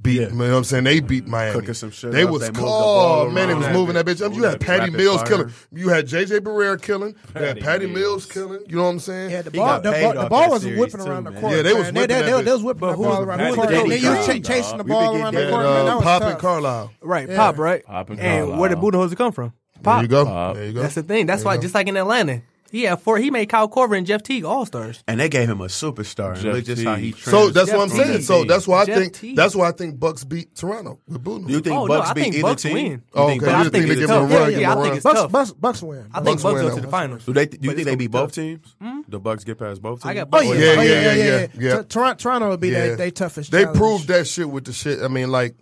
[SPEAKER 2] beat. You know what I'm saying? They beat Miami.
[SPEAKER 3] Cooking some shit
[SPEAKER 2] they
[SPEAKER 3] up.
[SPEAKER 2] was
[SPEAKER 3] They moved the
[SPEAKER 2] oh
[SPEAKER 3] ball
[SPEAKER 2] man, it
[SPEAKER 3] around
[SPEAKER 2] was
[SPEAKER 3] that
[SPEAKER 2] moving that
[SPEAKER 3] bitch.
[SPEAKER 2] bitch up. You
[SPEAKER 3] Moved
[SPEAKER 2] had
[SPEAKER 3] that
[SPEAKER 2] Patty
[SPEAKER 3] rapid
[SPEAKER 2] Mills
[SPEAKER 3] fire.
[SPEAKER 2] killing. You had JJ Barrera killing. you had Patty Mills killing. You know what I'm saying?
[SPEAKER 6] Yeah, the
[SPEAKER 3] He
[SPEAKER 6] ball,
[SPEAKER 3] got
[SPEAKER 6] the,
[SPEAKER 3] paid
[SPEAKER 6] ball- the
[SPEAKER 3] off
[SPEAKER 6] ball
[SPEAKER 3] that
[SPEAKER 6] was
[SPEAKER 3] series,
[SPEAKER 6] whipping
[SPEAKER 3] too,
[SPEAKER 6] around the
[SPEAKER 3] man.
[SPEAKER 6] court.
[SPEAKER 2] Yeah, they was
[SPEAKER 6] man. they,
[SPEAKER 2] whipping
[SPEAKER 6] they,
[SPEAKER 2] that
[SPEAKER 6] they, they was
[SPEAKER 2] bitch.
[SPEAKER 6] whipping the ball around
[SPEAKER 3] Danny
[SPEAKER 6] the court.
[SPEAKER 3] Green,
[SPEAKER 6] They
[SPEAKER 3] dog.
[SPEAKER 6] was ch- chasing the
[SPEAKER 3] We begin
[SPEAKER 6] ball around the
[SPEAKER 2] And,
[SPEAKER 3] Danny
[SPEAKER 6] court.
[SPEAKER 3] Green.
[SPEAKER 6] man.
[SPEAKER 2] uh,
[SPEAKER 6] That was
[SPEAKER 2] Pop
[SPEAKER 6] tough.
[SPEAKER 2] and Carlisle.
[SPEAKER 4] right pop right
[SPEAKER 5] Pop and
[SPEAKER 4] and where did
[SPEAKER 5] Carlisle.
[SPEAKER 4] Budenholzer come from?
[SPEAKER 2] There
[SPEAKER 4] Pop.
[SPEAKER 2] you go.
[SPEAKER 5] Pop.
[SPEAKER 2] There you go.
[SPEAKER 4] That's the thing. That's why just like in Atlanta, he had four. He made Kyle Corver and Jeff Teague all stars.
[SPEAKER 3] And they gave him a superstar. And
[SPEAKER 5] Jeff
[SPEAKER 3] look just how he.
[SPEAKER 5] Teague.
[SPEAKER 2] So that's what I'm
[SPEAKER 3] transitioned.
[SPEAKER 2] saying. So that's why I
[SPEAKER 4] Jeff
[SPEAKER 2] think
[SPEAKER 4] Teague.
[SPEAKER 2] that's why I think Bucks beat Toronto with Boone.
[SPEAKER 3] Do you think
[SPEAKER 4] Oh, no,
[SPEAKER 3] Bucks
[SPEAKER 4] I
[SPEAKER 3] beat
[SPEAKER 4] think
[SPEAKER 3] either
[SPEAKER 4] Bucks
[SPEAKER 3] team?
[SPEAKER 4] win.
[SPEAKER 3] You
[SPEAKER 2] Oh,
[SPEAKER 3] think
[SPEAKER 2] okay.
[SPEAKER 3] Bucks
[SPEAKER 2] You think
[SPEAKER 3] beat
[SPEAKER 2] they
[SPEAKER 3] either
[SPEAKER 2] give
[SPEAKER 3] team?
[SPEAKER 2] them a run?
[SPEAKER 4] Yeah,
[SPEAKER 2] give
[SPEAKER 4] yeah,
[SPEAKER 2] them a
[SPEAKER 4] I think
[SPEAKER 2] run.
[SPEAKER 4] it's
[SPEAKER 6] Bucks,
[SPEAKER 4] tough.
[SPEAKER 6] Bucks, Bucks win.
[SPEAKER 4] I think
[SPEAKER 2] Bucks win
[SPEAKER 4] Bucks go to
[SPEAKER 2] that
[SPEAKER 4] the
[SPEAKER 2] one.
[SPEAKER 4] finals.
[SPEAKER 3] Do they? Do you think they
[SPEAKER 4] gonna be
[SPEAKER 3] beat
[SPEAKER 4] tough.
[SPEAKER 3] both teams? The Bucks get past both teams.
[SPEAKER 4] I got
[SPEAKER 6] Hmm? Oh
[SPEAKER 4] Bucks.
[SPEAKER 6] yeah,
[SPEAKER 2] Yeah,
[SPEAKER 6] oh,
[SPEAKER 2] yeah,
[SPEAKER 6] yeah, yeah,
[SPEAKER 2] yeah,
[SPEAKER 6] yeah.
[SPEAKER 2] yeah.
[SPEAKER 6] Tor- Toron- Toronto would be their they toughest.
[SPEAKER 2] They
[SPEAKER 6] challenge.
[SPEAKER 2] proved that shit with the shit. I mean, like,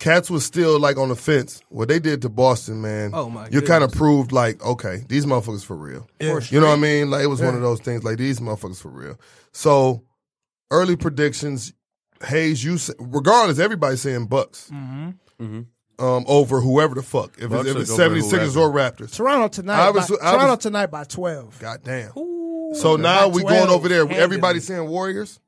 [SPEAKER 2] cats was still like on the fence. What they did to Boston, man.
[SPEAKER 4] Oh, my
[SPEAKER 2] You kind of proved like, okay, these motherfuckers for real. You know what I mean? Like it was one of those things. Like these motherfuckers for real. So early predictions, Hayes, you s- regardless, everybody's saying Bucks.
[SPEAKER 4] Mm-hmm.
[SPEAKER 2] Um, over whoever the fuck. If
[SPEAKER 3] Mm-hmm. Bucks
[SPEAKER 2] it's, if
[SPEAKER 3] or
[SPEAKER 2] it's
[SPEAKER 3] over
[SPEAKER 2] 76ers or Raptors.
[SPEAKER 6] Toronto tonight.
[SPEAKER 2] I was-
[SPEAKER 6] by,
[SPEAKER 2] I was-
[SPEAKER 6] Toronto tonight by twelve.
[SPEAKER 2] God damn. so now
[SPEAKER 6] By
[SPEAKER 2] we going
[SPEAKER 6] 12,
[SPEAKER 2] over there. Everybody
[SPEAKER 4] handily.
[SPEAKER 2] saying Warriors.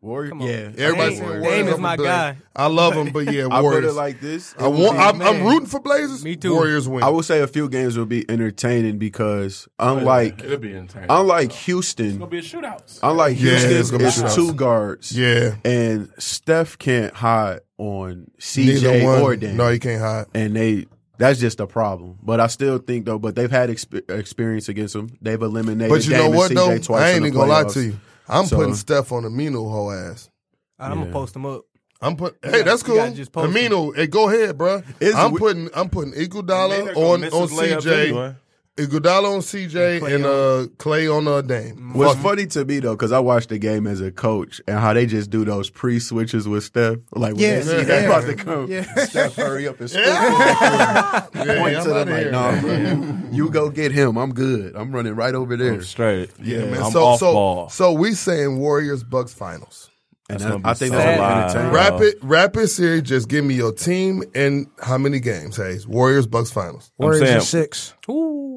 [SPEAKER 3] Warrior, yeah.
[SPEAKER 2] Everybody
[SPEAKER 4] Dame-
[SPEAKER 2] saying
[SPEAKER 4] Dame
[SPEAKER 2] Warriors.
[SPEAKER 4] is
[SPEAKER 2] I'm a
[SPEAKER 4] my
[SPEAKER 2] Blaze.
[SPEAKER 4] guy.
[SPEAKER 2] I love them, but yeah,
[SPEAKER 3] I put it
[SPEAKER 2] Warriors.
[SPEAKER 3] like this.
[SPEAKER 2] I want. I'm, I'm
[SPEAKER 4] man.
[SPEAKER 2] rooting for Blazers.
[SPEAKER 4] Me too.
[SPEAKER 2] Warriors win.
[SPEAKER 3] I will say a few games will be entertaining because
[SPEAKER 2] Oh,
[SPEAKER 3] unlike
[SPEAKER 5] It'll be entertaining.
[SPEAKER 3] unlike
[SPEAKER 5] It'll
[SPEAKER 3] Houston,
[SPEAKER 5] be a shootout.
[SPEAKER 3] unlike
[SPEAKER 2] Yeah,
[SPEAKER 3] Houston,
[SPEAKER 2] it's
[SPEAKER 3] it's,
[SPEAKER 2] gonna be shootouts.
[SPEAKER 3] two guards.
[SPEAKER 2] yeah.
[SPEAKER 3] and Steph can't hide on
[SPEAKER 2] Neither
[SPEAKER 3] CJ
[SPEAKER 2] one.
[SPEAKER 3] or Dan.
[SPEAKER 2] No, you can't hide.
[SPEAKER 3] and they that's just a problem. But I still think though, but they've had exp- experience against them. They've eliminated.
[SPEAKER 2] But you
[SPEAKER 3] Dame
[SPEAKER 2] know
[SPEAKER 3] and
[SPEAKER 2] what
[SPEAKER 3] CJ
[SPEAKER 2] though?
[SPEAKER 3] twice
[SPEAKER 2] I
[SPEAKER 3] in
[SPEAKER 2] ain't
[SPEAKER 3] the
[SPEAKER 2] even gonna lie
[SPEAKER 3] playoffs.
[SPEAKER 2] to you. I'm
[SPEAKER 3] So-
[SPEAKER 2] putting Steph on Amino whole ass.
[SPEAKER 4] I'm gonna post them up.
[SPEAKER 2] I'm putting. Hey, that's cool.
[SPEAKER 4] gotta just post
[SPEAKER 2] Amino, hey, go ahead, bro.
[SPEAKER 3] It's
[SPEAKER 2] I'm
[SPEAKER 3] we-
[SPEAKER 2] putting. I'm putting
[SPEAKER 5] Man,
[SPEAKER 2] Iguodala
[SPEAKER 5] they're gonna
[SPEAKER 2] on
[SPEAKER 5] miss
[SPEAKER 2] on
[SPEAKER 5] his layups
[SPEAKER 2] CJ.
[SPEAKER 5] anyway.
[SPEAKER 2] Iguodala on CJ and uh Clay on uh
[SPEAKER 4] Mm.
[SPEAKER 2] Dame.
[SPEAKER 3] What's funny to me though, because I watched the game as a coach and how they just do those pre switches with Steph. Like when
[SPEAKER 6] Yeah,
[SPEAKER 3] they see
[SPEAKER 6] yeah.
[SPEAKER 3] that's about to come,
[SPEAKER 6] Yeah.
[SPEAKER 3] Steph, hurry up and score.
[SPEAKER 2] Yeah,
[SPEAKER 3] Point
[SPEAKER 2] I'm
[SPEAKER 3] to them
[SPEAKER 2] outta
[SPEAKER 3] like,
[SPEAKER 2] here.
[SPEAKER 3] no, bro, you go get him. I'm good. I'm running right over there.
[SPEAKER 5] straight.
[SPEAKER 2] Yeah, man.
[SPEAKER 5] I'm
[SPEAKER 2] so
[SPEAKER 5] off
[SPEAKER 2] so
[SPEAKER 5] ball.
[SPEAKER 2] so we saying Warriors Bucks finals.
[SPEAKER 3] And
[SPEAKER 5] That's
[SPEAKER 3] that-
[SPEAKER 5] gonna be
[SPEAKER 3] I think
[SPEAKER 5] so
[SPEAKER 3] that's a
[SPEAKER 5] live,
[SPEAKER 3] entertaining.
[SPEAKER 5] bro.
[SPEAKER 2] Rapid, rapid series. Just give me your team and how many games? Hayes Warriors, Bucks, finals.
[SPEAKER 6] Warriors
[SPEAKER 5] saying-
[SPEAKER 6] in six.
[SPEAKER 4] Ooh.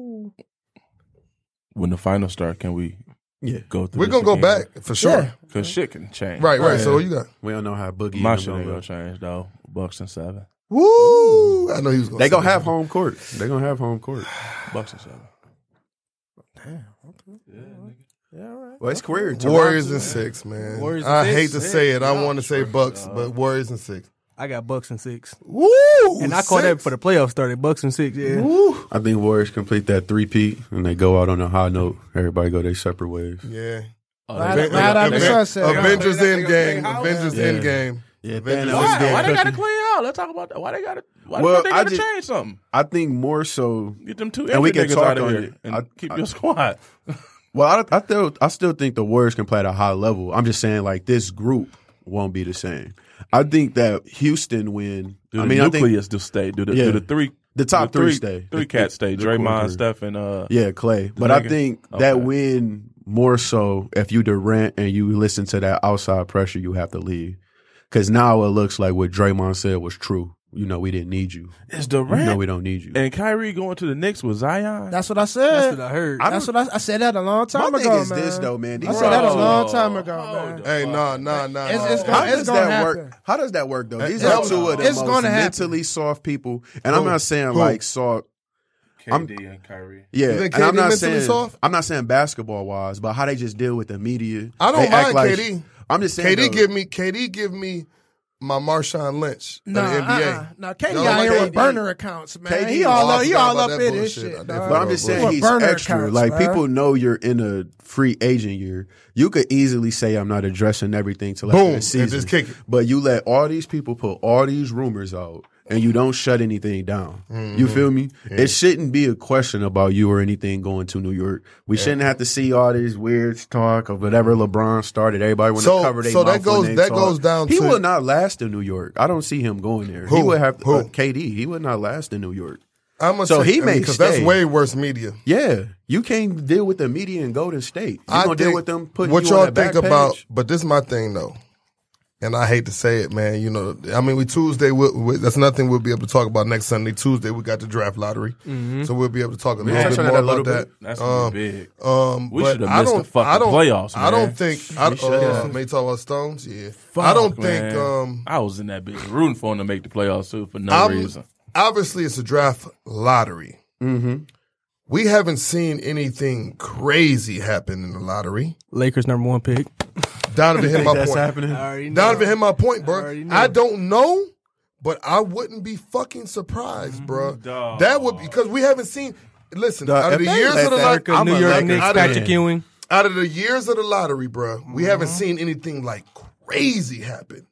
[SPEAKER 5] When the finals start, can we
[SPEAKER 3] Yeah.
[SPEAKER 5] go through?
[SPEAKER 2] We're gonna go back for sure.
[SPEAKER 6] Yeah.
[SPEAKER 5] because shit can change.
[SPEAKER 2] Right, right. So what you got?
[SPEAKER 3] We don't know how Boogie.
[SPEAKER 5] My
[SPEAKER 3] and
[SPEAKER 5] shit
[SPEAKER 3] them
[SPEAKER 5] ain't
[SPEAKER 3] gonna
[SPEAKER 5] gonna
[SPEAKER 3] look.
[SPEAKER 5] change though. Bucks and seven.
[SPEAKER 2] Woo! I know he was. Gonna
[SPEAKER 3] They
[SPEAKER 2] say
[SPEAKER 3] gonna
[SPEAKER 2] that.
[SPEAKER 3] have home court. They gonna have home court.
[SPEAKER 5] Bucks and seven.
[SPEAKER 3] Well, it's career. in Toronto.
[SPEAKER 2] Warriors and six, man.
[SPEAKER 4] Warriors in
[SPEAKER 2] I
[SPEAKER 4] six?
[SPEAKER 2] hate to say it. I want to say Bucks, but Warriors and six.
[SPEAKER 4] I got Bucks and six.
[SPEAKER 2] Woo!
[SPEAKER 4] And I called that
[SPEAKER 2] six.
[SPEAKER 4] for the playoffs started. Bucks and six, yeah.
[SPEAKER 2] Woo!
[SPEAKER 3] I think Warriors complete that three peat and they go out on a high note. Everybody go their separate ways.
[SPEAKER 2] Yeah.
[SPEAKER 5] Oh,
[SPEAKER 6] Right-
[SPEAKER 5] they-
[SPEAKER 6] right out the
[SPEAKER 2] Aven-
[SPEAKER 6] sunset.
[SPEAKER 2] Avengers
[SPEAKER 4] They gotta play
[SPEAKER 2] Endgame.
[SPEAKER 4] house.
[SPEAKER 2] Avengers
[SPEAKER 3] Yeah.
[SPEAKER 2] Endgame.
[SPEAKER 3] Yeah,
[SPEAKER 2] Avengers
[SPEAKER 3] Thanos
[SPEAKER 5] why?
[SPEAKER 2] Endgame.
[SPEAKER 5] Why they gotta
[SPEAKER 3] Cookie.
[SPEAKER 5] clean out? Let's talk about that. Why they gotta? Why
[SPEAKER 3] Well,
[SPEAKER 5] well, they
[SPEAKER 3] I
[SPEAKER 5] gotta
[SPEAKER 3] ju-
[SPEAKER 5] change something?
[SPEAKER 3] I think more so.
[SPEAKER 5] Get them two
[SPEAKER 3] And we
[SPEAKER 5] empty
[SPEAKER 3] can
[SPEAKER 5] niggas
[SPEAKER 3] talk
[SPEAKER 5] out of
[SPEAKER 3] on
[SPEAKER 5] here
[SPEAKER 3] it.
[SPEAKER 5] and
[SPEAKER 3] I-
[SPEAKER 5] keep
[SPEAKER 3] I-
[SPEAKER 5] your squad.
[SPEAKER 3] Well, I, I still I still think the Warriors can play at a high level. I'm just saying like this group won't be the same. I think that Houston win.
[SPEAKER 5] Do
[SPEAKER 3] I
[SPEAKER 5] the
[SPEAKER 3] mean, I think
[SPEAKER 5] nucleus do stay? Do the,
[SPEAKER 3] Yeah.
[SPEAKER 5] do the three?
[SPEAKER 3] The top
[SPEAKER 5] do
[SPEAKER 3] three stay.
[SPEAKER 5] Three
[SPEAKER 3] The- the-
[SPEAKER 5] cats stay.
[SPEAKER 3] the core
[SPEAKER 5] Draymond,
[SPEAKER 3] three.
[SPEAKER 5] Steph, and uh.
[SPEAKER 3] yeah, Clay. But I
[SPEAKER 5] nigga-
[SPEAKER 3] think
[SPEAKER 5] okay.
[SPEAKER 3] that win more so if you Durant and you listen to that outside pressure, you have to leave because now it looks like what Draymond said was true. You know, we didn't need you.
[SPEAKER 5] Is
[SPEAKER 3] You
[SPEAKER 5] Durant
[SPEAKER 3] know, we don't need you.
[SPEAKER 5] and Kyrie going to the Knicks with Zion?
[SPEAKER 6] That's what I
[SPEAKER 4] That's
[SPEAKER 6] said.
[SPEAKER 4] what I heard.
[SPEAKER 6] That's what I, I said that a long time
[SPEAKER 3] My
[SPEAKER 6] ago,
[SPEAKER 3] thing is
[SPEAKER 6] man.
[SPEAKER 3] this though, man. These
[SPEAKER 6] I said that a
[SPEAKER 3] are-
[SPEAKER 6] long time ago,
[SPEAKER 5] Hold
[SPEAKER 6] man.
[SPEAKER 5] the
[SPEAKER 2] Hey,
[SPEAKER 5] fuck
[SPEAKER 2] nah, nah, nah.
[SPEAKER 6] It's-
[SPEAKER 2] nah.
[SPEAKER 6] it's
[SPEAKER 3] How
[SPEAKER 6] gonna-
[SPEAKER 3] does
[SPEAKER 6] gonna
[SPEAKER 3] that
[SPEAKER 6] happen.
[SPEAKER 3] work? How does that work though? These
[SPEAKER 2] It's
[SPEAKER 3] are two of the
[SPEAKER 6] It's
[SPEAKER 3] most
[SPEAKER 6] gonna happen.
[SPEAKER 3] mentally soft people, and I'm
[SPEAKER 2] Who?
[SPEAKER 3] not saying
[SPEAKER 2] Who?
[SPEAKER 3] like soft. I'm-
[SPEAKER 5] KD and Kyrie.
[SPEAKER 3] Yeah,
[SPEAKER 2] You think
[SPEAKER 3] and I'm
[SPEAKER 2] KD
[SPEAKER 3] not
[SPEAKER 2] mentally
[SPEAKER 3] saying
[SPEAKER 2] soft?
[SPEAKER 3] I'm not saying basketball wise, but how they just deal with the media.
[SPEAKER 2] I don't
[SPEAKER 3] They act
[SPEAKER 2] mind KD.
[SPEAKER 3] I'm just saying
[SPEAKER 2] KD
[SPEAKER 3] though,
[SPEAKER 2] give me KD give me my Marshawn Lynch
[SPEAKER 6] Nah,
[SPEAKER 2] of the NBA.
[SPEAKER 6] uh-uh. nah. KD
[SPEAKER 2] No,
[SPEAKER 6] out
[SPEAKER 2] like
[SPEAKER 6] here with
[SPEAKER 2] KD.
[SPEAKER 6] burner accounts, man.
[SPEAKER 3] KD
[SPEAKER 6] he all
[SPEAKER 2] Oh, I
[SPEAKER 6] up, he
[SPEAKER 2] forgot
[SPEAKER 6] all
[SPEAKER 2] about
[SPEAKER 6] up
[SPEAKER 2] that
[SPEAKER 6] in this
[SPEAKER 2] bullshit. I
[SPEAKER 6] shit.
[SPEAKER 2] did
[SPEAKER 6] dog.
[SPEAKER 2] forget
[SPEAKER 3] But I'm just saying
[SPEAKER 6] What,
[SPEAKER 3] he's
[SPEAKER 6] burner
[SPEAKER 3] extra.
[SPEAKER 6] accounts,
[SPEAKER 3] like
[SPEAKER 6] bruh?
[SPEAKER 3] people know you're in a free agent year. You could easily say I'm not addressing everything till
[SPEAKER 2] Boom,
[SPEAKER 3] after the
[SPEAKER 2] and
[SPEAKER 3] season.
[SPEAKER 2] just kick it.
[SPEAKER 3] But you let all these people put all these rumors out and you don't shut anything down.
[SPEAKER 2] Mm-hmm.
[SPEAKER 3] You feel me? It shouldn't be a question about you or anything going to New York. We shouldn't have to see all these weird talk of whatever LeBron started. Everybody want
[SPEAKER 2] So-
[SPEAKER 3] to cover their
[SPEAKER 2] so that
[SPEAKER 3] mouth when
[SPEAKER 2] goes-
[SPEAKER 3] they
[SPEAKER 2] that
[SPEAKER 3] talk.
[SPEAKER 2] goes down
[SPEAKER 3] He
[SPEAKER 2] to-
[SPEAKER 3] will not last in New York. I don't see him going there. He
[SPEAKER 2] Who?
[SPEAKER 3] would have to,
[SPEAKER 2] Who?
[SPEAKER 3] uh, KD. He would not last in New York.
[SPEAKER 2] I'm gonna
[SPEAKER 3] So
[SPEAKER 2] say,
[SPEAKER 3] he may
[SPEAKER 2] because that's
[SPEAKER 3] stay.
[SPEAKER 2] way worse media.
[SPEAKER 3] Yeah, you can't deal with the media in Golden State. You
[SPEAKER 2] I
[SPEAKER 3] gonna deal
[SPEAKER 2] think
[SPEAKER 3] with them putting
[SPEAKER 2] what
[SPEAKER 3] you
[SPEAKER 2] y'all
[SPEAKER 3] on the
[SPEAKER 2] think
[SPEAKER 3] back
[SPEAKER 2] about.
[SPEAKER 3] page?
[SPEAKER 2] But this is my thing though, and I hate to say it, man. You know, I mean, we Tuesday. we we that's nothing we'll be able to talk about next Sunday. Tuesday we got the draft lottery,
[SPEAKER 3] Mm-hmm.
[SPEAKER 2] so we'll be able to talk a little
[SPEAKER 3] touch
[SPEAKER 2] bit
[SPEAKER 3] on that Uh,
[SPEAKER 2] more
[SPEAKER 3] a little
[SPEAKER 2] about that.
[SPEAKER 3] bit.
[SPEAKER 5] That's
[SPEAKER 2] Um,
[SPEAKER 5] gonna be big.
[SPEAKER 2] Um,
[SPEAKER 5] We
[SPEAKER 2] but
[SPEAKER 5] shoulda
[SPEAKER 2] I
[SPEAKER 5] missed
[SPEAKER 2] don't-
[SPEAKER 5] the fucking
[SPEAKER 2] I don't-
[SPEAKER 5] playoffs,
[SPEAKER 2] I don't
[SPEAKER 5] man.
[SPEAKER 2] think. I,
[SPEAKER 3] shoulda.
[SPEAKER 2] uh, may talk about Stones. Yeah, I don't
[SPEAKER 5] Fuck,
[SPEAKER 2] think.
[SPEAKER 5] man.
[SPEAKER 2] Um,
[SPEAKER 5] I was in that bitch rooting for him to make the playoffs too for no
[SPEAKER 2] I'm-
[SPEAKER 5] reason.
[SPEAKER 2] obviously it's a draft lottery.
[SPEAKER 3] Mm-hmm.
[SPEAKER 2] We haven't seen anything crazy happen in the lottery.
[SPEAKER 4] Lakers number one pick.
[SPEAKER 2] Donovan hit my point.
[SPEAKER 4] already
[SPEAKER 2] Donovan hit my point, bro.
[SPEAKER 4] already know.
[SPEAKER 2] I, don't know, but I wouldn't be fucking surprised, bro. That would because we haven't seen. Listen,
[SPEAKER 3] Dog,
[SPEAKER 2] out of
[SPEAKER 3] if
[SPEAKER 2] the
[SPEAKER 3] they
[SPEAKER 2] years
[SPEAKER 3] let
[SPEAKER 2] of the
[SPEAKER 3] that
[SPEAKER 2] lottery,
[SPEAKER 3] I'm
[SPEAKER 4] New
[SPEAKER 3] a
[SPEAKER 4] York
[SPEAKER 3] Lakers
[SPEAKER 4] Knicks,
[SPEAKER 2] out,
[SPEAKER 3] fan.
[SPEAKER 2] of,
[SPEAKER 4] Patrick Ewing.
[SPEAKER 2] out of the years of the lottery, bro, we haven't seen anything like crazy happen.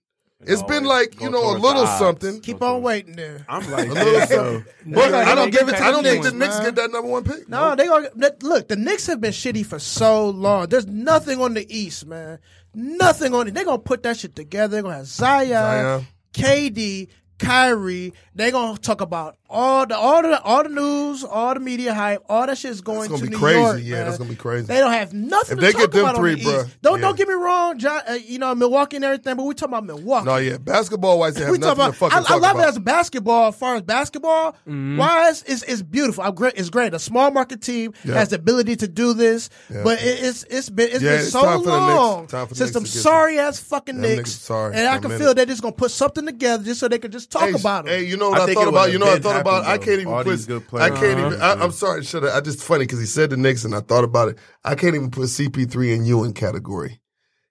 [SPEAKER 2] It's been like you know a little something,
[SPEAKER 6] Keep on waiting there.
[SPEAKER 3] I'm like,
[SPEAKER 2] a little something. But
[SPEAKER 4] they
[SPEAKER 2] I
[SPEAKER 4] gonna
[SPEAKER 2] don't
[SPEAKER 4] give
[SPEAKER 2] give it.
[SPEAKER 4] it to
[SPEAKER 2] I don't
[SPEAKER 4] the
[SPEAKER 2] think the
[SPEAKER 6] Knicks,
[SPEAKER 2] Knicks
[SPEAKER 6] man.
[SPEAKER 2] get that number one pick.
[SPEAKER 6] No, they are. that- Look, the Knicks have been shitty for so long. There's nothing on the East, man. Nothing on it. They're gonna put that shit together. They're gonna have Zion,
[SPEAKER 2] Zion.
[SPEAKER 6] KD, Kyrie. They're gonna talk about all the all the all the news, all the media hype, all that shit's
[SPEAKER 2] That's
[SPEAKER 6] going
[SPEAKER 2] gonna
[SPEAKER 6] to
[SPEAKER 2] be
[SPEAKER 6] New
[SPEAKER 2] crazy.
[SPEAKER 6] York,
[SPEAKER 2] Yeah,
[SPEAKER 6] man.
[SPEAKER 2] that's gonna be crazy.
[SPEAKER 6] They don't have
[SPEAKER 2] If
[SPEAKER 6] nothing. to
[SPEAKER 2] they
[SPEAKER 6] talk
[SPEAKER 2] get them
[SPEAKER 6] about on
[SPEAKER 2] three,
[SPEAKER 6] the
[SPEAKER 2] bruh,
[SPEAKER 6] East. don't
[SPEAKER 2] yeah.
[SPEAKER 6] don't get me wrong, John. Uh, you know Milwaukee and everything, but we talking about Milwaukee.
[SPEAKER 2] No, yeah, basketball wise, they have
[SPEAKER 6] we
[SPEAKER 2] nothing
[SPEAKER 6] talk
[SPEAKER 2] to
[SPEAKER 6] about.
[SPEAKER 2] fucking
[SPEAKER 6] I,
[SPEAKER 2] talk
[SPEAKER 6] I love
[SPEAKER 2] about. Mm-hmm.
[SPEAKER 6] it as basketball. As far as basketball wise, it's, it's beautiful. I'm great. It's great. A small market team
[SPEAKER 2] Yeah.
[SPEAKER 6] has the ability to do this, but it, it's it's been it's
[SPEAKER 2] Yeah,
[SPEAKER 6] been
[SPEAKER 2] it's
[SPEAKER 6] so
[SPEAKER 2] time for the Knicks-
[SPEAKER 6] long
[SPEAKER 2] time for the Knicks
[SPEAKER 6] since them
[SPEAKER 2] to get
[SPEAKER 6] sorry ass fucking
[SPEAKER 2] Them
[SPEAKER 6] Knicks.
[SPEAKER 2] niggas sorry
[SPEAKER 6] and I
[SPEAKER 2] for a
[SPEAKER 6] can
[SPEAKER 2] minute.
[SPEAKER 6] feel they're just gonna put something together just so they can just talk
[SPEAKER 2] Hey,
[SPEAKER 6] about it.
[SPEAKER 2] Hey, you know
[SPEAKER 3] I
[SPEAKER 2] what I,
[SPEAKER 3] think
[SPEAKER 2] thought
[SPEAKER 3] it
[SPEAKER 2] about?
[SPEAKER 3] would've
[SPEAKER 2] You know what I
[SPEAKER 3] been
[SPEAKER 2] thought about? I
[SPEAKER 3] happened,
[SPEAKER 2] can't
[SPEAKER 3] though.
[SPEAKER 2] even
[SPEAKER 3] All
[SPEAKER 2] put.
[SPEAKER 3] these good
[SPEAKER 2] I can't
[SPEAKER 3] players.
[SPEAKER 2] even. I, I'm sorry, shut up. I just funny because he said the Knicks, and I thought about it. I can't even put CP3 in Ewan category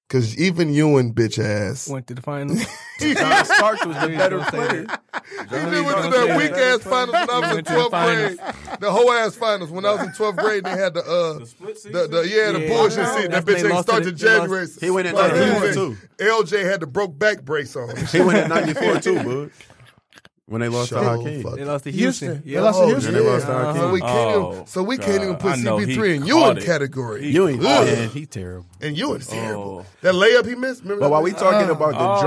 [SPEAKER 2] because even Ewan bitch ass.
[SPEAKER 4] Went to the finals.
[SPEAKER 3] Starks was the better
[SPEAKER 4] player.
[SPEAKER 2] He did went to
[SPEAKER 4] don't say
[SPEAKER 2] that
[SPEAKER 4] that.
[SPEAKER 2] weak ass finals when I was in
[SPEAKER 4] Went to the
[SPEAKER 2] twelfth grade. The whole ass finals when I was in twelfth grade, they had the uh, the, the, yeah, the
[SPEAKER 4] Yeah.
[SPEAKER 2] bullshit
[SPEAKER 4] That's
[SPEAKER 2] season. That
[SPEAKER 4] when
[SPEAKER 2] bitch
[SPEAKER 4] they
[SPEAKER 2] ain't
[SPEAKER 4] lost to
[SPEAKER 2] start
[SPEAKER 4] the-
[SPEAKER 2] to
[SPEAKER 4] they lost-
[SPEAKER 2] January.
[SPEAKER 3] He went in
[SPEAKER 2] Like,
[SPEAKER 3] 94
[SPEAKER 2] LJ
[SPEAKER 3] too.
[SPEAKER 2] LJ had the broke back brace on.
[SPEAKER 3] He went at 94 too, bud. When they lost
[SPEAKER 2] Shut
[SPEAKER 3] to
[SPEAKER 2] up,
[SPEAKER 3] Hakeem.
[SPEAKER 2] fuck.
[SPEAKER 4] They lost to
[SPEAKER 6] Houston.
[SPEAKER 4] Houston.
[SPEAKER 6] They lost to
[SPEAKER 2] Oh,
[SPEAKER 6] Houston.
[SPEAKER 3] And they lost to
[SPEAKER 2] yeah. So
[SPEAKER 3] Hakeem.
[SPEAKER 2] we can't even.
[SPEAKER 5] Oh,
[SPEAKER 2] So we can't even
[SPEAKER 5] God.
[SPEAKER 2] put
[SPEAKER 5] I know
[SPEAKER 2] CP3
[SPEAKER 5] he
[SPEAKER 2] in Ewan
[SPEAKER 5] caught it.
[SPEAKER 2] category.
[SPEAKER 3] You ain't
[SPEAKER 2] Ugh.
[SPEAKER 3] man, he terrible.
[SPEAKER 2] And Ewan's terrible. That layup he missed. Remember
[SPEAKER 3] But
[SPEAKER 2] that
[SPEAKER 3] while we
[SPEAKER 2] bitch?
[SPEAKER 3] talking about the
[SPEAKER 5] Oh.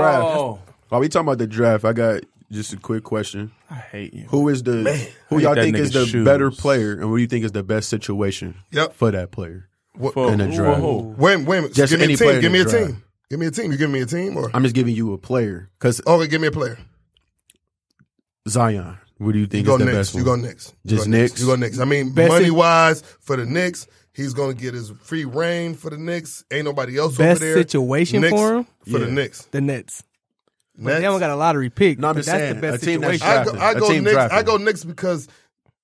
[SPEAKER 3] draft, while we talking about the draft, I got just a quick question.
[SPEAKER 5] I hate you.
[SPEAKER 3] Who is the who
[SPEAKER 5] I hate
[SPEAKER 3] y'all
[SPEAKER 5] that
[SPEAKER 3] think is the
[SPEAKER 5] nigga's shoes.
[SPEAKER 3] better player, and what do you think is the best situation
[SPEAKER 2] Yep.
[SPEAKER 3] for that player
[SPEAKER 5] For
[SPEAKER 3] in the
[SPEAKER 5] who-
[SPEAKER 3] draft?
[SPEAKER 5] who?
[SPEAKER 2] Wait, wait. a minute.
[SPEAKER 3] Just
[SPEAKER 2] give me
[SPEAKER 3] any
[SPEAKER 2] a
[SPEAKER 3] player
[SPEAKER 2] team.
[SPEAKER 3] in
[SPEAKER 2] Give
[SPEAKER 3] the
[SPEAKER 2] me a
[SPEAKER 3] draft.
[SPEAKER 2] team. Give me a team. You give me a team or
[SPEAKER 3] I'm just giving you a player because
[SPEAKER 2] okay? Give me a player.
[SPEAKER 3] Zion. What do you think
[SPEAKER 2] You go
[SPEAKER 3] is the
[SPEAKER 2] next.
[SPEAKER 3] best
[SPEAKER 2] You
[SPEAKER 3] one?
[SPEAKER 2] go next.
[SPEAKER 3] Just Knicks?
[SPEAKER 2] You go next. I mean,
[SPEAKER 4] Best
[SPEAKER 2] money
[SPEAKER 4] in-
[SPEAKER 2] wise for the Knicks, he's gonna get his free reign for the Knicks. Ain't nobody else
[SPEAKER 4] Best
[SPEAKER 2] over there.
[SPEAKER 4] situation
[SPEAKER 2] Knicks
[SPEAKER 4] for him?
[SPEAKER 2] for the
[SPEAKER 3] Yeah.
[SPEAKER 2] Knicks.
[SPEAKER 4] The Nets. But
[SPEAKER 2] Nets.
[SPEAKER 4] they don't got a lottery pick.
[SPEAKER 3] No, I'm
[SPEAKER 4] but
[SPEAKER 3] just
[SPEAKER 4] that's
[SPEAKER 3] saying,
[SPEAKER 4] the best
[SPEAKER 3] a team that's
[SPEAKER 4] situation.
[SPEAKER 2] I go,
[SPEAKER 3] drafted.
[SPEAKER 2] I
[SPEAKER 3] A
[SPEAKER 2] go
[SPEAKER 3] team
[SPEAKER 2] Knicks.
[SPEAKER 3] drafted.
[SPEAKER 2] I go Knicks because,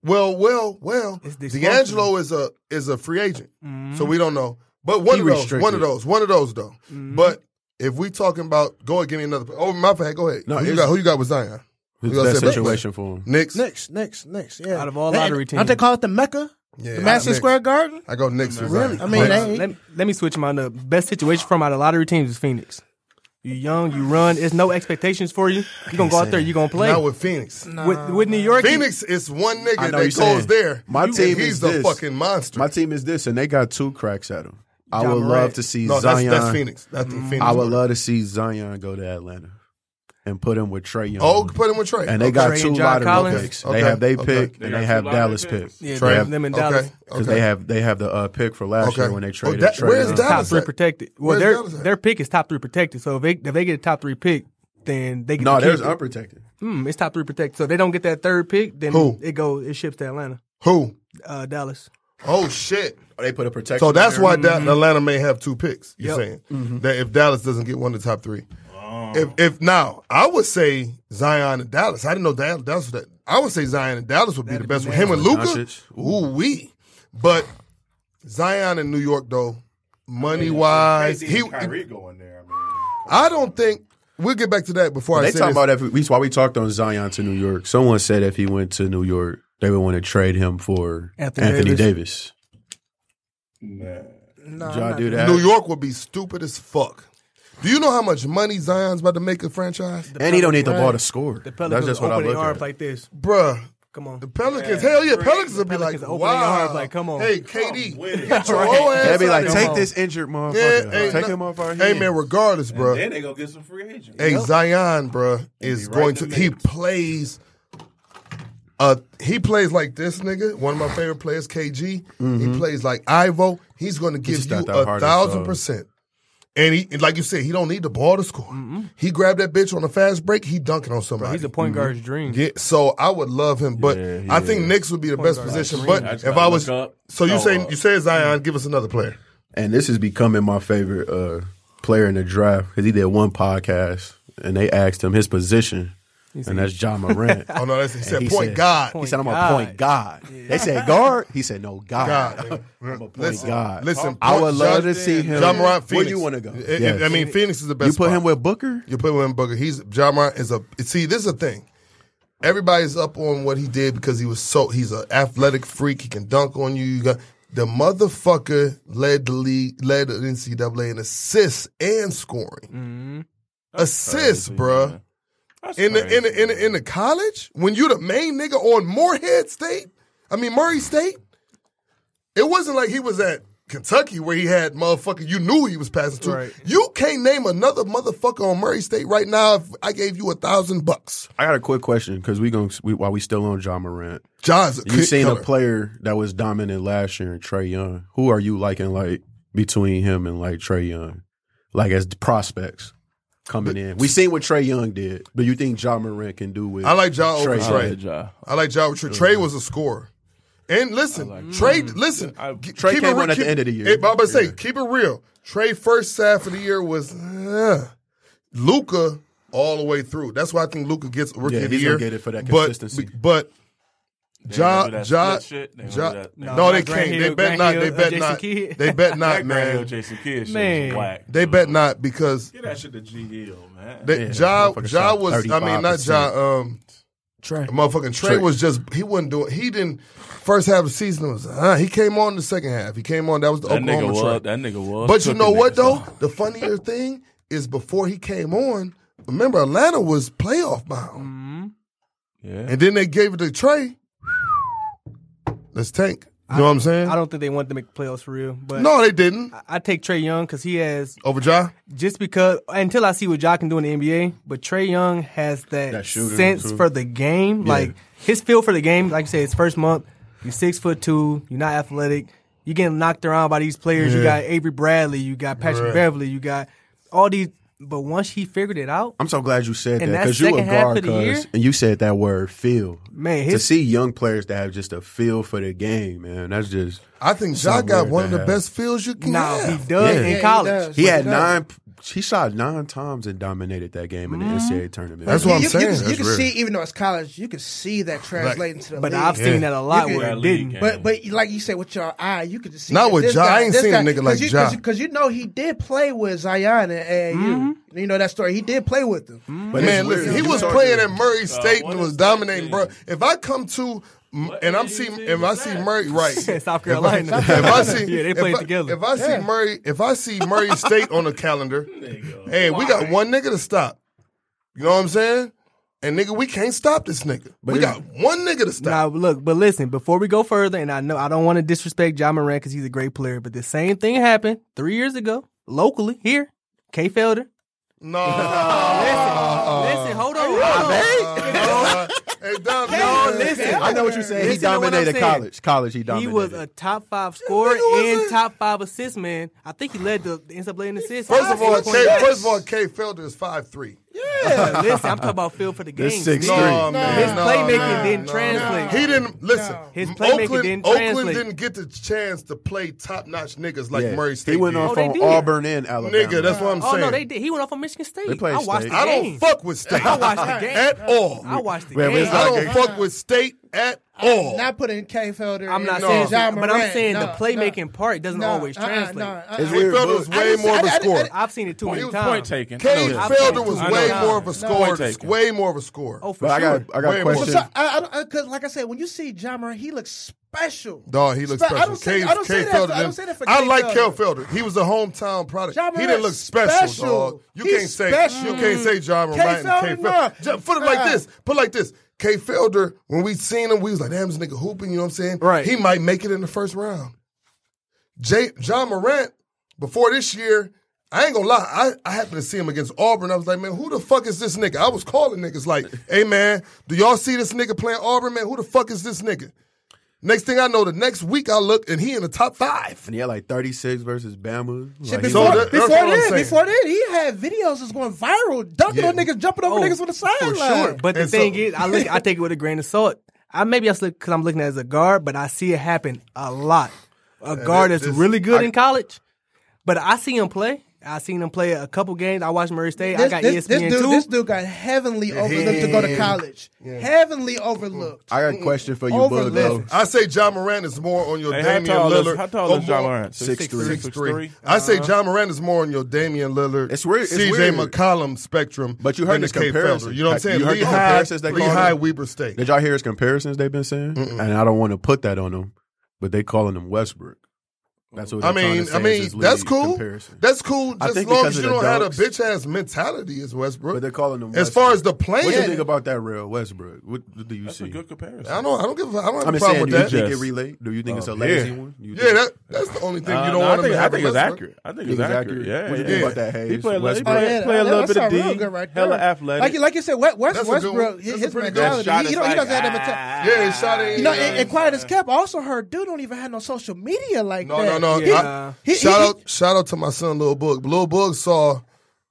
[SPEAKER 2] well, well, well,
[SPEAKER 4] It's
[SPEAKER 2] D'Angelo is a is a free agent, so we don't know. But one
[SPEAKER 3] He
[SPEAKER 2] of those, one of
[SPEAKER 3] restricted.
[SPEAKER 2] those, one of those though. But if we talking about, go ahead, give me another. Oh, my bad. Go ahead.
[SPEAKER 3] No,
[SPEAKER 2] who you
[SPEAKER 3] it's-
[SPEAKER 2] got? Who you got with Zion?
[SPEAKER 3] Who's
[SPEAKER 2] You
[SPEAKER 3] the
[SPEAKER 2] gotta
[SPEAKER 3] best
[SPEAKER 2] say best
[SPEAKER 3] situation for him?
[SPEAKER 2] Knicks.
[SPEAKER 6] Knicks, Knicks, Knicks. Yeah.
[SPEAKER 4] Out of all
[SPEAKER 6] They-
[SPEAKER 4] lottery
[SPEAKER 6] Don't they
[SPEAKER 4] teams.
[SPEAKER 6] call it the Mecca?
[SPEAKER 2] Yeah,
[SPEAKER 6] the
[SPEAKER 2] I-
[SPEAKER 6] Madison
[SPEAKER 2] Knicks.
[SPEAKER 6] Square Garden?
[SPEAKER 2] I go Knicks. with
[SPEAKER 6] Really?
[SPEAKER 2] Zion.
[SPEAKER 6] I mean,
[SPEAKER 2] Knicks.
[SPEAKER 6] they-
[SPEAKER 4] let, let me switch mine up. Best situation from out of lottery teams is Phoenix. You young, you run. There's no expectations for you. You gonna go out there. You gonna play
[SPEAKER 2] not with Phoenix.
[SPEAKER 4] with with New York.
[SPEAKER 2] Phoenix is one
[SPEAKER 3] I
[SPEAKER 2] nigga that
[SPEAKER 3] know you're
[SPEAKER 2] goes
[SPEAKER 3] saying.
[SPEAKER 2] there.
[SPEAKER 3] My
[SPEAKER 2] and
[SPEAKER 3] team
[SPEAKER 2] he's
[SPEAKER 3] is
[SPEAKER 2] the
[SPEAKER 3] this.
[SPEAKER 2] fucking monster.
[SPEAKER 3] My team is this, and they got two cracks at him. I
[SPEAKER 4] Ja
[SPEAKER 3] would
[SPEAKER 4] Morant.
[SPEAKER 3] love to see
[SPEAKER 2] no, that's,
[SPEAKER 3] Zion.
[SPEAKER 2] that's Phoenix. That's the Phoenix.
[SPEAKER 3] I would
[SPEAKER 2] one.
[SPEAKER 3] love to see Zion go to Atlanta and put him with Trey Young.
[SPEAKER 2] Oh, put him with Trey.
[SPEAKER 3] and they
[SPEAKER 2] Okay.
[SPEAKER 3] got
[SPEAKER 4] Trey
[SPEAKER 3] two
[SPEAKER 4] and John
[SPEAKER 3] lottery
[SPEAKER 4] Collins?
[SPEAKER 3] picks.
[SPEAKER 2] Okay,
[SPEAKER 3] They have they
[SPEAKER 2] okay.
[SPEAKER 3] pick
[SPEAKER 5] They
[SPEAKER 3] and
[SPEAKER 5] got
[SPEAKER 3] they
[SPEAKER 5] two
[SPEAKER 3] have
[SPEAKER 5] lottery
[SPEAKER 3] Dallas pick
[SPEAKER 5] picks?
[SPEAKER 3] because
[SPEAKER 4] yeah,
[SPEAKER 2] Trey.
[SPEAKER 4] them, them in Dallas.
[SPEAKER 3] they have they have the uh, pick for last
[SPEAKER 2] Okay.
[SPEAKER 3] year when they
[SPEAKER 2] Oh,
[SPEAKER 3] traded
[SPEAKER 2] that-
[SPEAKER 3] Trey.
[SPEAKER 2] where is
[SPEAKER 3] Young.
[SPEAKER 2] Dallas?
[SPEAKER 4] Top three
[SPEAKER 2] at?
[SPEAKER 4] protected. Well,
[SPEAKER 2] Where's
[SPEAKER 4] their
[SPEAKER 2] Dallas at?
[SPEAKER 4] their pick is top three protected. So if they if they get a top three pick, then they get
[SPEAKER 3] No,
[SPEAKER 4] to
[SPEAKER 3] there's
[SPEAKER 4] keep it.
[SPEAKER 3] unprotected.
[SPEAKER 4] Mm, it's top three protected. So if they don't get that third pick, then
[SPEAKER 2] Who?
[SPEAKER 4] it go it ships to Atlanta,
[SPEAKER 2] Who?
[SPEAKER 4] uh, Dallas.
[SPEAKER 2] Oh shit. Mm-hmm.
[SPEAKER 3] They put a protection.
[SPEAKER 2] So that's
[SPEAKER 3] there.
[SPEAKER 2] why Da- Atlanta may have two picks. You're
[SPEAKER 4] Yep.
[SPEAKER 2] saying that if Dallas doesn't get one of the top three, if if now I would say Zion and Dallas. I didn't know Dallas. Dallas was that I would say Zion and Dallas would be the best. with Him and Luca,
[SPEAKER 3] Doncic.
[SPEAKER 2] ooh we. But Zion and New York though, money wise, he.
[SPEAKER 7] going there.
[SPEAKER 2] I don't think we'll get back to that before I
[SPEAKER 3] They
[SPEAKER 2] say
[SPEAKER 3] talking
[SPEAKER 2] this.
[SPEAKER 3] about if that's why we talked on Zion to New York. Someone said if he went to New York, they would want to trade him for
[SPEAKER 4] Anthony
[SPEAKER 3] Anthony, Davis.
[SPEAKER 6] No,
[SPEAKER 3] Did y'all do that?
[SPEAKER 2] New York would be stupid as fuck. Do you know how much money Zion's about to make a franchise,
[SPEAKER 3] and he don't need the ball to score.
[SPEAKER 4] The
[SPEAKER 3] that's
[SPEAKER 4] Pelicans
[SPEAKER 3] just what I
[SPEAKER 4] open
[SPEAKER 3] look
[SPEAKER 4] their arms
[SPEAKER 3] at.
[SPEAKER 4] like this.
[SPEAKER 2] bruh?
[SPEAKER 4] Come on.
[SPEAKER 2] The Pelicans, hell yeah, Pelicans would be
[SPEAKER 4] Pelicans
[SPEAKER 2] like,
[SPEAKER 4] open their
[SPEAKER 2] wow,
[SPEAKER 4] arms like, come on.
[SPEAKER 2] hey KD, get your whole ass
[SPEAKER 3] They'd be
[SPEAKER 2] out
[SPEAKER 3] like,
[SPEAKER 2] of
[SPEAKER 4] Come
[SPEAKER 3] take
[SPEAKER 4] on.
[SPEAKER 3] this injured motherfucker.
[SPEAKER 2] here." Yeah, hey,
[SPEAKER 3] take
[SPEAKER 2] no-
[SPEAKER 3] him off our
[SPEAKER 2] Hey
[SPEAKER 3] hands.
[SPEAKER 2] man, regardless, bruh.
[SPEAKER 7] Then they go get some free agents.
[SPEAKER 2] Hey, Zion, bruh, is
[SPEAKER 7] right
[SPEAKER 2] going
[SPEAKER 7] in
[SPEAKER 2] to.
[SPEAKER 7] the
[SPEAKER 2] He
[SPEAKER 7] mix.
[SPEAKER 2] plays. Uh, he plays like this nigga. One of my favorite players, KG. He plays like Ivo. He's going to give
[SPEAKER 3] Mm-hmm. just
[SPEAKER 2] you
[SPEAKER 3] not that
[SPEAKER 2] a
[SPEAKER 3] hard to
[SPEAKER 2] thousand
[SPEAKER 3] solve.
[SPEAKER 2] percent. And he, and like you said, he don't need the ball to score. He grabbed that bitch on a fast break. He dunking on somebody.
[SPEAKER 4] He's a
[SPEAKER 3] Mm-hmm.
[SPEAKER 4] point guard's dream.
[SPEAKER 2] Yeah, so I would love him, but I think Knicks would be the best position. But if I was,
[SPEAKER 5] look up.
[SPEAKER 2] so you
[SPEAKER 5] Oh,
[SPEAKER 2] say
[SPEAKER 5] uh,
[SPEAKER 2] you said Zion, give us another player.
[SPEAKER 3] and this is becoming my favorite uh, player in the draft because he did one podcast and they asked him his position, and that's John Morant.
[SPEAKER 2] Oh no, that's, he said
[SPEAKER 3] he
[SPEAKER 2] point
[SPEAKER 3] said-
[SPEAKER 2] God.
[SPEAKER 3] he said, "I'm a point guard." They said guard. He said, "No
[SPEAKER 2] God,
[SPEAKER 3] God."
[SPEAKER 2] nigga.
[SPEAKER 3] Point
[SPEAKER 2] listen,
[SPEAKER 3] guard.
[SPEAKER 2] listen.
[SPEAKER 3] I would
[SPEAKER 2] point-
[SPEAKER 3] love
[SPEAKER 2] John-
[SPEAKER 3] to see him.
[SPEAKER 2] John Morant, Phoenix.
[SPEAKER 3] Where you want to go?
[SPEAKER 2] I- I-
[SPEAKER 3] Yes.
[SPEAKER 2] I mean, Phoenix is the best.
[SPEAKER 3] you put
[SPEAKER 2] spot.
[SPEAKER 3] him with Booker.
[SPEAKER 2] You put him in Booker. He's John Morant is a see. This is the thing. Everybody's up on what he did because he was so he's an athletic freak. He can dunk on you. You got the motherfucker led the league, led the NCAA in assists and scoring. Assists, bruh. In the, in the in the in the college, when you the main nigga on Moorhead State, I mean Murray State, it wasn't like he was at Kentucky where he had motherfucker you knew he was passing to.
[SPEAKER 4] Right.
[SPEAKER 2] You can't name another motherfucker on Murray State right now. If I gave you a thousand bucks,
[SPEAKER 3] I got a quick question because we going we, while we still on John Morant.
[SPEAKER 2] John's a
[SPEAKER 3] You
[SPEAKER 2] kick
[SPEAKER 3] seen a
[SPEAKER 2] killer.
[SPEAKER 3] player that was dominant last year in Trey Young. Who are you liking like between him and like Trey Young? Like as prospects coming in. We seen what Trey Young did, but you think John Morant can do with
[SPEAKER 2] I like Ja over
[SPEAKER 3] Trey.
[SPEAKER 2] Trey.
[SPEAKER 5] I like Ja.
[SPEAKER 2] I like John
[SPEAKER 3] Mm-hmm.
[SPEAKER 2] Trey. Trey was a scorer. And listen, Trey, listen.
[SPEAKER 5] I-
[SPEAKER 2] g-
[SPEAKER 3] Trey came
[SPEAKER 2] re-
[SPEAKER 3] on at the end of the year.
[SPEAKER 2] I'm about to say, keep it real. Trey first half of the year was Luca all the way through. That's why I think Luca gets rookie
[SPEAKER 3] Yeah,
[SPEAKER 2] of the
[SPEAKER 3] he's
[SPEAKER 2] year.
[SPEAKER 3] gonna get it for that
[SPEAKER 2] But-
[SPEAKER 3] consistency.
[SPEAKER 2] But,
[SPEAKER 5] gonna
[SPEAKER 2] Ja,
[SPEAKER 5] do that
[SPEAKER 2] Ja,
[SPEAKER 5] split shit. They gonna do
[SPEAKER 2] Ja,
[SPEAKER 5] that- they
[SPEAKER 2] no,
[SPEAKER 4] gonna
[SPEAKER 2] they
[SPEAKER 4] do that Grant
[SPEAKER 2] can't. they
[SPEAKER 4] Hill-
[SPEAKER 2] bet
[SPEAKER 4] Grant
[SPEAKER 2] not.
[SPEAKER 4] Hill,
[SPEAKER 2] they
[SPEAKER 4] uh,
[SPEAKER 2] bet
[SPEAKER 4] Jason
[SPEAKER 2] not.
[SPEAKER 4] Kidd.
[SPEAKER 2] They bet not,
[SPEAKER 5] That Grant Hill,
[SPEAKER 2] man.
[SPEAKER 5] Jason Kidd shit
[SPEAKER 4] Man.
[SPEAKER 5] was whack.
[SPEAKER 2] They bet not because
[SPEAKER 7] Get that shit to G Hill, man.
[SPEAKER 2] they,
[SPEAKER 3] Yeah,
[SPEAKER 2] Ja,
[SPEAKER 3] motherfucker
[SPEAKER 2] Ja
[SPEAKER 3] shot
[SPEAKER 2] was. I mean, not Ja. Um,
[SPEAKER 6] Trey.
[SPEAKER 2] Motherfucking Trey,
[SPEAKER 3] Trey.
[SPEAKER 2] was just he wasn't doing. He didn't first half of the season was. Uh, he came on the second half. He came on. That was the
[SPEAKER 5] That nigga
[SPEAKER 2] Oklahoma Trey.
[SPEAKER 5] was. That nigga was.
[SPEAKER 2] but you
[SPEAKER 5] cooking
[SPEAKER 2] know what
[SPEAKER 5] niggas,
[SPEAKER 2] though?
[SPEAKER 5] huh?
[SPEAKER 2] The funnier thing is before he came on. Remember Atlanta was playoff bound,
[SPEAKER 4] Mm.
[SPEAKER 5] Yeah.
[SPEAKER 2] and then they gave it to Trey. Let's tank. You know what I'm saying?
[SPEAKER 4] I don't think they want to make the playoffs for real. But
[SPEAKER 2] no, they didn't.
[SPEAKER 4] I take Trey Young because he has
[SPEAKER 2] Over Ja.
[SPEAKER 4] just because until I see what Ja can do in the NBA, but Trey Young has that,
[SPEAKER 3] That shooting,
[SPEAKER 4] sense
[SPEAKER 3] too.
[SPEAKER 4] for the game. Like his feel for the game, like you said, his first month, you're six foot two, you're not athletic, you're getting knocked around by these players. You got Avery Bradley, you got Patrick Beverly, you got all these, but once he figured it out,
[SPEAKER 3] I'm so glad you said
[SPEAKER 4] In
[SPEAKER 3] that
[SPEAKER 4] that
[SPEAKER 3] because you a
[SPEAKER 4] second half
[SPEAKER 3] guard,
[SPEAKER 4] of the
[SPEAKER 3] cuz,
[SPEAKER 4] year-
[SPEAKER 3] and you said that word feel.
[SPEAKER 4] man,
[SPEAKER 3] to
[SPEAKER 4] his
[SPEAKER 3] see young players that have just a feel for the game, man, that's just
[SPEAKER 2] I think Ja
[SPEAKER 3] Something
[SPEAKER 2] got
[SPEAKER 3] weird
[SPEAKER 2] one of
[SPEAKER 3] to
[SPEAKER 2] the
[SPEAKER 3] have.
[SPEAKER 2] best fields you can
[SPEAKER 4] now
[SPEAKER 2] have.
[SPEAKER 4] he does
[SPEAKER 3] Yeah. Yeah,
[SPEAKER 4] in
[SPEAKER 3] he
[SPEAKER 4] college.
[SPEAKER 6] does.
[SPEAKER 3] he had
[SPEAKER 6] Like that.
[SPEAKER 3] nine. He shot nine times and dominated that game in
[SPEAKER 4] Hmm?
[SPEAKER 3] the NCAA tournament.
[SPEAKER 2] That's what I'm
[SPEAKER 6] you,
[SPEAKER 2] saying.
[SPEAKER 6] You, can- you
[SPEAKER 2] That's
[SPEAKER 6] can
[SPEAKER 2] rare.
[SPEAKER 6] see, even though it's college, you can see that translating to the
[SPEAKER 4] But
[SPEAKER 6] league.
[SPEAKER 4] I've seen
[SPEAKER 2] Yeah.
[SPEAKER 4] that a lot
[SPEAKER 6] You
[SPEAKER 4] where
[SPEAKER 6] can-
[SPEAKER 4] it didn't.
[SPEAKER 6] But but like you said, with your eye, you could just see.
[SPEAKER 2] Not
[SPEAKER 6] that
[SPEAKER 2] with
[SPEAKER 6] this
[SPEAKER 2] Ja. I
[SPEAKER 6] guy-
[SPEAKER 2] ain't
[SPEAKER 6] this
[SPEAKER 2] seen a
[SPEAKER 6] guy-
[SPEAKER 2] nigga like
[SPEAKER 6] you,
[SPEAKER 2] Ja.
[SPEAKER 6] Because you know he did play with Zion and AAU.
[SPEAKER 4] Mm-hmm.
[SPEAKER 6] You know that story. He did play with them.
[SPEAKER 3] But
[SPEAKER 2] Man,
[SPEAKER 3] it's
[SPEAKER 2] listen,
[SPEAKER 3] weird.
[SPEAKER 2] he
[SPEAKER 3] You
[SPEAKER 2] was
[SPEAKER 3] talking-
[SPEAKER 2] playing at Murray State
[SPEAKER 7] what
[SPEAKER 2] and
[SPEAKER 7] is
[SPEAKER 2] was
[SPEAKER 7] that
[SPEAKER 2] dominating,
[SPEAKER 7] thing?
[SPEAKER 2] bro. If I come to m- and I'm
[SPEAKER 7] NBA
[SPEAKER 2] seeing
[SPEAKER 7] team
[SPEAKER 2] if I
[SPEAKER 7] is
[SPEAKER 2] see
[SPEAKER 7] that?
[SPEAKER 2] Murray right. If
[SPEAKER 4] South Carolina.
[SPEAKER 2] I see,
[SPEAKER 4] yeah, they
[SPEAKER 2] if
[SPEAKER 4] played
[SPEAKER 2] I-
[SPEAKER 4] together.
[SPEAKER 2] If I see Murray, if I see Murray State on the calendar, hey, we got one nigga to stop. You know what I'm saying? And nigga, we can't stop this nigga. we got one nigga to
[SPEAKER 4] Now
[SPEAKER 2] stop.
[SPEAKER 4] look, but listen, before we go further, and I know I don't want to disrespect John Moran because he's a great player, but the same thing happened three years ago locally here, K Felder.
[SPEAKER 2] No.
[SPEAKER 3] Uh,
[SPEAKER 4] listen, hold on, hold on.
[SPEAKER 2] Uh, hey, Dom,
[SPEAKER 4] No, listen.
[SPEAKER 3] Oh, I know what you're saying. He
[SPEAKER 4] Listen to what I'm
[SPEAKER 3] dominated
[SPEAKER 4] saying.
[SPEAKER 3] college. College, he
[SPEAKER 4] He
[SPEAKER 3] dominated.
[SPEAKER 4] was a top five scorer and top five assist man. I think he led the ends up leading assists.
[SPEAKER 2] First of all, K,
[SPEAKER 4] Yes.
[SPEAKER 2] first of all, K Felder is five three.
[SPEAKER 4] listen, I'm talking about Phil for the game.
[SPEAKER 3] This six
[SPEAKER 4] Steve.
[SPEAKER 3] three.
[SPEAKER 2] No, man.
[SPEAKER 4] His
[SPEAKER 2] no,
[SPEAKER 4] playmaking
[SPEAKER 2] man,
[SPEAKER 4] didn't
[SPEAKER 2] no.
[SPEAKER 4] translate.
[SPEAKER 2] He didn't listen.
[SPEAKER 4] His playmaking
[SPEAKER 2] Oakland,
[SPEAKER 4] didn't
[SPEAKER 2] Oakland
[SPEAKER 4] translate.
[SPEAKER 2] didn't get the chance to play top notch niggas like
[SPEAKER 3] Yeah.
[SPEAKER 2] Murray State.
[SPEAKER 3] He went
[SPEAKER 2] did.
[SPEAKER 3] off
[SPEAKER 4] Oh, they
[SPEAKER 3] on
[SPEAKER 4] did.
[SPEAKER 3] Auburn and Alabama.
[SPEAKER 2] nigga. That's what I'm
[SPEAKER 4] Oh
[SPEAKER 2] saying.
[SPEAKER 4] no, they did. He went off on Michigan State.
[SPEAKER 3] They played
[SPEAKER 4] I watched
[SPEAKER 3] State.
[SPEAKER 4] the
[SPEAKER 2] I don't
[SPEAKER 4] game.
[SPEAKER 2] fuck with State
[SPEAKER 4] I watched the game.
[SPEAKER 2] at all.
[SPEAKER 4] I watched the
[SPEAKER 3] Wait,
[SPEAKER 4] game.
[SPEAKER 3] wait,
[SPEAKER 2] I don't fuck with State at all.
[SPEAKER 6] Not putting K. Felder.
[SPEAKER 4] I'm not
[SPEAKER 6] in
[SPEAKER 4] saying,
[SPEAKER 6] Ja
[SPEAKER 4] but I'm
[SPEAKER 6] Morant.
[SPEAKER 4] saying the
[SPEAKER 6] No,
[SPEAKER 4] playmaking
[SPEAKER 6] no,
[SPEAKER 4] part doesn't
[SPEAKER 6] no,
[SPEAKER 4] always
[SPEAKER 6] uh-uh,
[SPEAKER 4] translate.
[SPEAKER 6] no, uh-uh.
[SPEAKER 3] It's
[SPEAKER 2] K
[SPEAKER 3] weird,
[SPEAKER 2] Felder was
[SPEAKER 3] but-
[SPEAKER 6] I
[SPEAKER 2] way
[SPEAKER 6] didn't
[SPEAKER 2] more
[SPEAKER 6] see-
[SPEAKER 2] of a
[SPEAKER 6] I- I- I
[SPEAKER 2] scorer.
[SPEAKER 6] didn't-
[SPEAKER 4] I've seen it too many
[SPEAKER 5] He was
[SPEAKER 4] times.
[SPEAKER 5] point taken.
[SPEAKER 2] K
[SPEAKER 5] I know that.
[SPEAKER 4] I've seen
[SPEAKER 2] Felder
[SPEAKER 4] it
[SPEAKER 2] was
[SPEAKER 4] too
[SPEAKER 2] way
[SPEAKER 4] many
[SPEAKER 2] more of a
[SPEAKER 4] times.
[SPEAKER 2] scorer.
[SPEAKER 5] Point taken.
[SPEAKER 2] Way more of a scorer.
[SPEAKER 4] Oh, for
[SPEAKER 3] But I
[SPEAKER 4] sure.
[SPEAKER 3] got I got
[SPEAKER 2] Wait,
[SPEAKER 3] a
[SPEAKER 2] wait.
[SPEAKER 6] So,
[SPEAKER 3] question.
[SPEAKER 6] so I, I don't because like I said, when you see John Moran, he looks special.
[SPEAKER 2] Dog, he looks
[SPEAKER 6] Spe-
[SPEAKER 2] special.
[SPEAKER 6] I don't say,
[SPEAKER 2] K-
[SPEAKER 6] I don't
[SPEAKER 2] K
[SPEAKER 6] say that. For, I
[SPEAKER 2] didn't-
[SPEAKER 6] don't say that for
[SPEAKER 2] I
[SPEAKER 6] K.
[SPEAKER 2] like Kel
[SPEAKER 6] Felder.
[SPEAKER 2] Felder. He was a hometown product.
[SPEAKER 6] Ja
[SPEAKER 2] he
[SPEAKER 6] Morant's
[SPEAKER 2] didn't look special,
[SPEAKER 6] special.
[SPEAKER 2] dog. You
[SPEAKER 6] He's
[SPEAKER 2] can't say
[SPEAKER 6] special.
[SPEAKER 2] you can't say John
[SPEAKER 6] K.
[SPEAKER 2] Morant and K.
[SPEAKER 6] Felder, nah.
[SPEAKER 2] Felder. Ja- Put it like
[SPEAKER 6] Uh-uh.
[SPEAKER 2] this. Put it like this. K. Felder, when we seen him, we was like, damn, this nigga hooping. You know what I'm saying?
[SPEAKER 4] Right.
[SPEAKER 2] He might make it in the first round. J- John Morant, before this year. I ain't gonna lie, I, I happened to see him against Auburn. I was like, man, who the fuck is this nigga? I was calling niggas like, hey man, do y'all see this nigga playing Auburn, man? Who the fuck is this nigga? Next thing I know, the next week I look and he in the top five.
[SPEAKER 3] and he had like 36 versus Bama.
[SPEAKER 6] Shit,
[SPEAKER 3] Like, he
[SPEAKER 6] before,
[SPEAKER 2] So
[SPEAKER 3] was-
[SPEAKER 2] that-
[SPEAKER 6] before
[SPEAKER 2] that's what I'm
[SPEAKER 6] then,
[SPEAKER 2] saying.
[SPEAKER 6] before then, he had videos that's going viral, dunking
[SPEAKER 2] Yeah.
[SPEAKER 6] on niggas, jumping over
[SPEAKER 4] Oh,
[SPEAKER 6] niggas on the sideline.
[SPEAKER 4] But the
[SPEAKER 2] And so-
[SPEAKER 4] thing is, I look, I take it with a grain of salt. I maybe I look because I'm looking at it as a guard, but I see it happen a lot. A guard
[SPEAKER 2] thi-
[SPEAKER 4] that's
[SPEAKER 2] this-
[SPEAKER 4] really good
[SPEAKER 2] I-
[SPEAKER 4] in college, but I see him play. I seen him play a couple games. I watched Murray State. I
[SPEAKER 6] this,
[SPEAKER 4] got E
[SPEAKER 6] this,
[SPEAKER 4] ESPN
[SPEAKER 6] this dude,
[SPEAKER 4] too.
[SPEAKER 6] this dude got heavenly overlooked to go to college. Heavenly overlooked.
[SPEAKER 3] I got a question for you, Bug.
[SPEAKER 6] Overlooked.
[SPEAKER 3] Though
[SPEAKER 2] I say John Moran is more on your
[SPEAKER 5] Hey, how
[SPEAKER 2] Damian
[SPEAKER 5] tall
[SPEAKER 2] Lillard.
[SPEAKER 5] is how tall
[SPEAKER 2] or
[SPEAKER 5] is John
[SPEAKER 2] more-
[SPEAKER 5] Moran?
[SPEAKER 3] Six three.
[SPEAKER 5] six
[SPEAKER 2] Six three.
[SPEAKER 5] three. Uh-huh.
[SPEAKER 2] I say John Moran is more on your Damian Lillard,
[SPEAKER 3] It's weird- it's
[SPEAKER 2] CJ
[SPEAKER 3] weird.
[SPEAKER 2] McCollum spectrum.
[SPEAKER 3] But you heard
[SPEAKER 2] than
[SPEAKER 3] his
[SPEAKER 2] the K.
[SPEAKER 3] comparison.
[SPEAKER 2] Felder. You know what I'm saying?
[SPEAKER 3] You heard the
[SPEAKER 2] Lehigh,
[SPEAKER 3] comparisons they call
[SPEAKER 2] Lehigh
[SPEAKER 3] him?
[SPEAKER 2] Weber State.
[SPEAKER 3] Did y'all hear his comparisons they've been saying? And I don't want to put that on them, but they calling him Westbrook. That's what
[SPEAKER 2] I
[SPEAKER 3] they're trying
[SPEAKER 2] mean,
[SPEAKER 3] to say
[SPEAKER 2] I
[SPEAKER 3] is
[SPEAKER 2] mean,
[SPEAKER 3] his
[SPEAKER 2] that's
[SPEAKER 3] league
[SPEAKER 2] cool.
[SPEAKER 3] comparison.
[SPEAKER 2] That's cool.
[SPEAKER 3] I
[SPEAKER 2] Just as
[SPEAKER 3] think
[SPEAKER 2] long
[SPEAKER 3] because
[SPEAKER 2] as you
[SPEAKER 3] of the
[SPEAKER 2] don't have a
[SPEAKER 3] dunks.
[SPEAKER 2] bitch ass mentality as Westbrook.
[SPEAKER 3] but they're calling him.
[SPEAKER 2] As far as the
[SPEAKER 3] Westbrook.
[SPEAKER 2] plan,
[SPEAKER 3] what do you think about that real Westbrook? What, what do you
[SPEAKER 5] That's
[SPEAKER 3] see?
[SPEAKER 5] a good comparison.
[SPEAKER 2] I don't. I don't give. A, I don't have
[SPEAKER 3] I'm
[SPEAKER 2] a
[SPEAKER 3] just
[SPEAKER 2] problem
[SPEAKER 3] saying,
[SPEAKER 2] with
[SPEAKER 3] do you
[SPEAKER 2] that.
[SPEAKER 3] think
[SPEAKER 5] Yes.
[SPEAKER 3] it relate? Do you think it's a
[SPEAKER 5] Oh,
[SPEAKER 3] lazy
[SPEAKER 5] yeah.
[SPEAKER 3] one? Do you
[SPEAKER 2] yeah,
[SPEAKER 3] think-
[SPEAKER 2] that, that's the only thing
[SPEAKER 5] Uh,
[SPEAKER 2] you don't
[SPEAKER 5] no,
[SPEAKER 2] want
[SPEAKER 5] I think,
[SPEAKER 2] to
[SPEAKER 5] I
[SPEAKER 2] have.
[SPEAKER 5] think
[SPEAKER 2] a
[SPEAKER 5] it's
[SPEAKER 2] Westbrook.
[SPEAKER 5] accurate. I think
[SPEAKER 3] Think
[SPEAKER 5] it's
[SPEAKER 3] it's
[SPEAKER 5] accurate.
[SPEAKER 3] accurate?
[SPEAKER 5] Yeah,
[SPEAKER 3] What you
[SPEAKER 5] yeah.
[SPEAKER 3] think about that, Hayes?
[SPEAKER 5] He play, a li- he
[SPEAKER 3] Westbrook?
[SPEAKER 5] play, play a
[SPEAKER 6] Oh, that-
[SPEAKER 5] little
[SPEAKER 6] that's
[SPEAKER 5] bit of
[SPEAKER 6] not
[SPEAKER 5] D,
[SPEAKER 6] real good right
[SPEAKER 5] hella
[SPEAKER 6] there.
[SPEAKER 5] athletic.
[SPEAKER 6] Like, you- like you said, West, West,
[SPEAKER 2] That's a good one.
[SPEAKER 6] Westbrook,
[SPEAKER 2] That's a
[SPEAKER 6] his
[SPEAKER 2] pretty good
[SPEAKER 6] mentality,
[SPEAKER 2] shot. Ah,
[SPEAKER 6] he, he don't, he doesn't have that mentality.
[SPEAKER 2] Yeah, his shot ain't.
[SPEAKER 6] You know,
[SPEAKER 2] uh,
[SPEAKER 6] and, and quiet as kept. Also, her dude don't even have no social media like
[SPEAKER 2] No, no,
[SPEAKER 6] that.
[SPEAKER 2] no.
[SPEAKER 4] Yeah.
[SPEAKER 2] I-
[SPEAKER 6] He-
[SPEAKER 2] shout
[SPEAKER 6] he-
[SPEAKER 2] out, shout out to my son, Lil Boog. Lil Boog saw,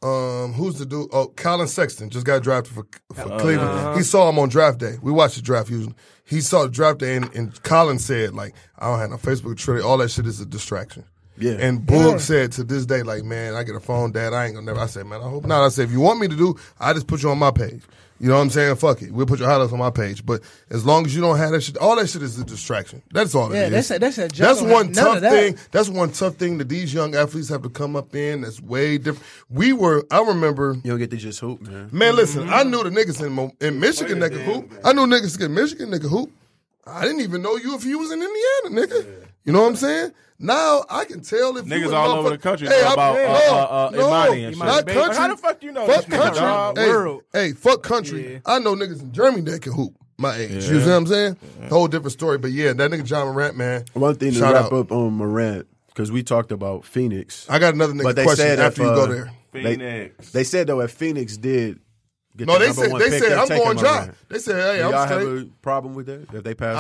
[SPEAKER 2] um, who's the dude? Oh, Colin Sexton just got drafted for, for
[SPEAKER 6] Uh-huh.
[SPEAKER 2] Cleveland. He saw him on draft day. We watch the draft usually. He saw the draft day, and, and Colin said, like, I don't have no Facebook, Twitter. All that shit is a distraction.
[SPEAKER 3] Yeah.
[SPEAKER 2] And Boog said to this day, like, man, I get a phone, Dad. I ain't gonna never. I said, man, I hope not. I said, if you want me to do, I just put you on my page. You know what I'm saying? Fuck it. We'll put your highlights on my page. But as long as you don't have that shit, all that shit is a distraction. That's all
[SPEAKER 6] Yeah,
[SPEAKER 2] it is.
[SPEAKER 6] that's a- that's a
[SPEAKER 2] That's
[SPEAKER 6] jungle.
[SPEAKER 2] one
[SPEAKER 6] None
[SPEAKER 2] tough
[SPEAKER 6] of that.
[SPEAKER 2] thing. That's one tough thing that these young athletes have to come up in. That's way different. We were. I remember.
[SPEAKER 3] You don't get to just hoop, man.
[SPEAKER 2] Man, listen. I knew the niggas in Mo- in Michigan nigga hoop. I knew niggas in Michigan nigga hoop. I didn't even know you if you was in Indiana, nigga. You know what I'm saying? Now I can tell if you
[SPEAKER 5] Niggas
[SPEAKER 2] a
[SPEAKER 5] all over the
[SPEAKER 2] motherfucker-
[SPEAKER 5] country
[SPEAKER 2] Hey,
[SPEAKER 5] know
[SPEAKER 2] I-
[SPEAKER 5] about,
[SPEAKER 2] no,
[SPEAKER 5] uh, uh, uh,
[SPEAKER 2] no,
[SPEAKER 5] Imani and shit.
[SPEAKER 2] not
[SPEAKER 5] Imani Bates.
[SPEAKER 2] country.
[SPEAKER 5] How the fuck you know
[SPEAKER 2] Fuck
[SPEAKER 5] this nigga, dog?
[SPEAKER 2] country. Hey,
[SPEAKER 4] World.
[SPEAKER 2] hey, fuck country. I know niggas in Germany that can hoop. My age, you see what I'm saying? Whole different story, but yeah, that nigga John Morant, man.
[SPEAKER 3] One thing to
[SPEAKER 2] Shout
[SPEAKER 3] wrap
[SPEAKER 2] out.
[SPEAKER 3] up on Morant because we talked about Phoenix,
[SPEAKER 2] I got another nigga
[SPEAKER 3] but they
[SPEAKER 2] question
[SPEAKER 3] said
[SPEAKER 2] after
[SPEAKER 3] if,
[SPEAKER 2] you go
[SPEAKER 3] uh,
[SPEAKER 2] there.
[SPEAKER 3] they-
[SPEAKER 7] Phoenix.
[SPEAKER 3] They, said though if Phoenix did. Get
[SPEAKER 2] No,
[SPEAKER 3] the
[SPEAKER 2] they
[SPEAKER 3] number
[SPEAKER 2] said
[SPEAKER 3] one
[SPEAKER 2] they
[SPEAKER 3] pick,
[SPEAKER 2] said
[SPEAKER 3] they're
[SPEAKER 2] I'm
[SPEAKER 3] taking
[SPEAKER 2] going
[SPEAKER 3] Morant.
[SPEAKER 2] John. They said,
[SPEAKER 3] Do
[SPEAKER 2] hey,
[SPEAKER 3] y'all
[SPEAKER 2] I'm
[SPEAKER 3] have
[SPEAKER 2] straight.
[SPEAKER 3] a problem with that if they pass
[SPEAKER 2] Uh,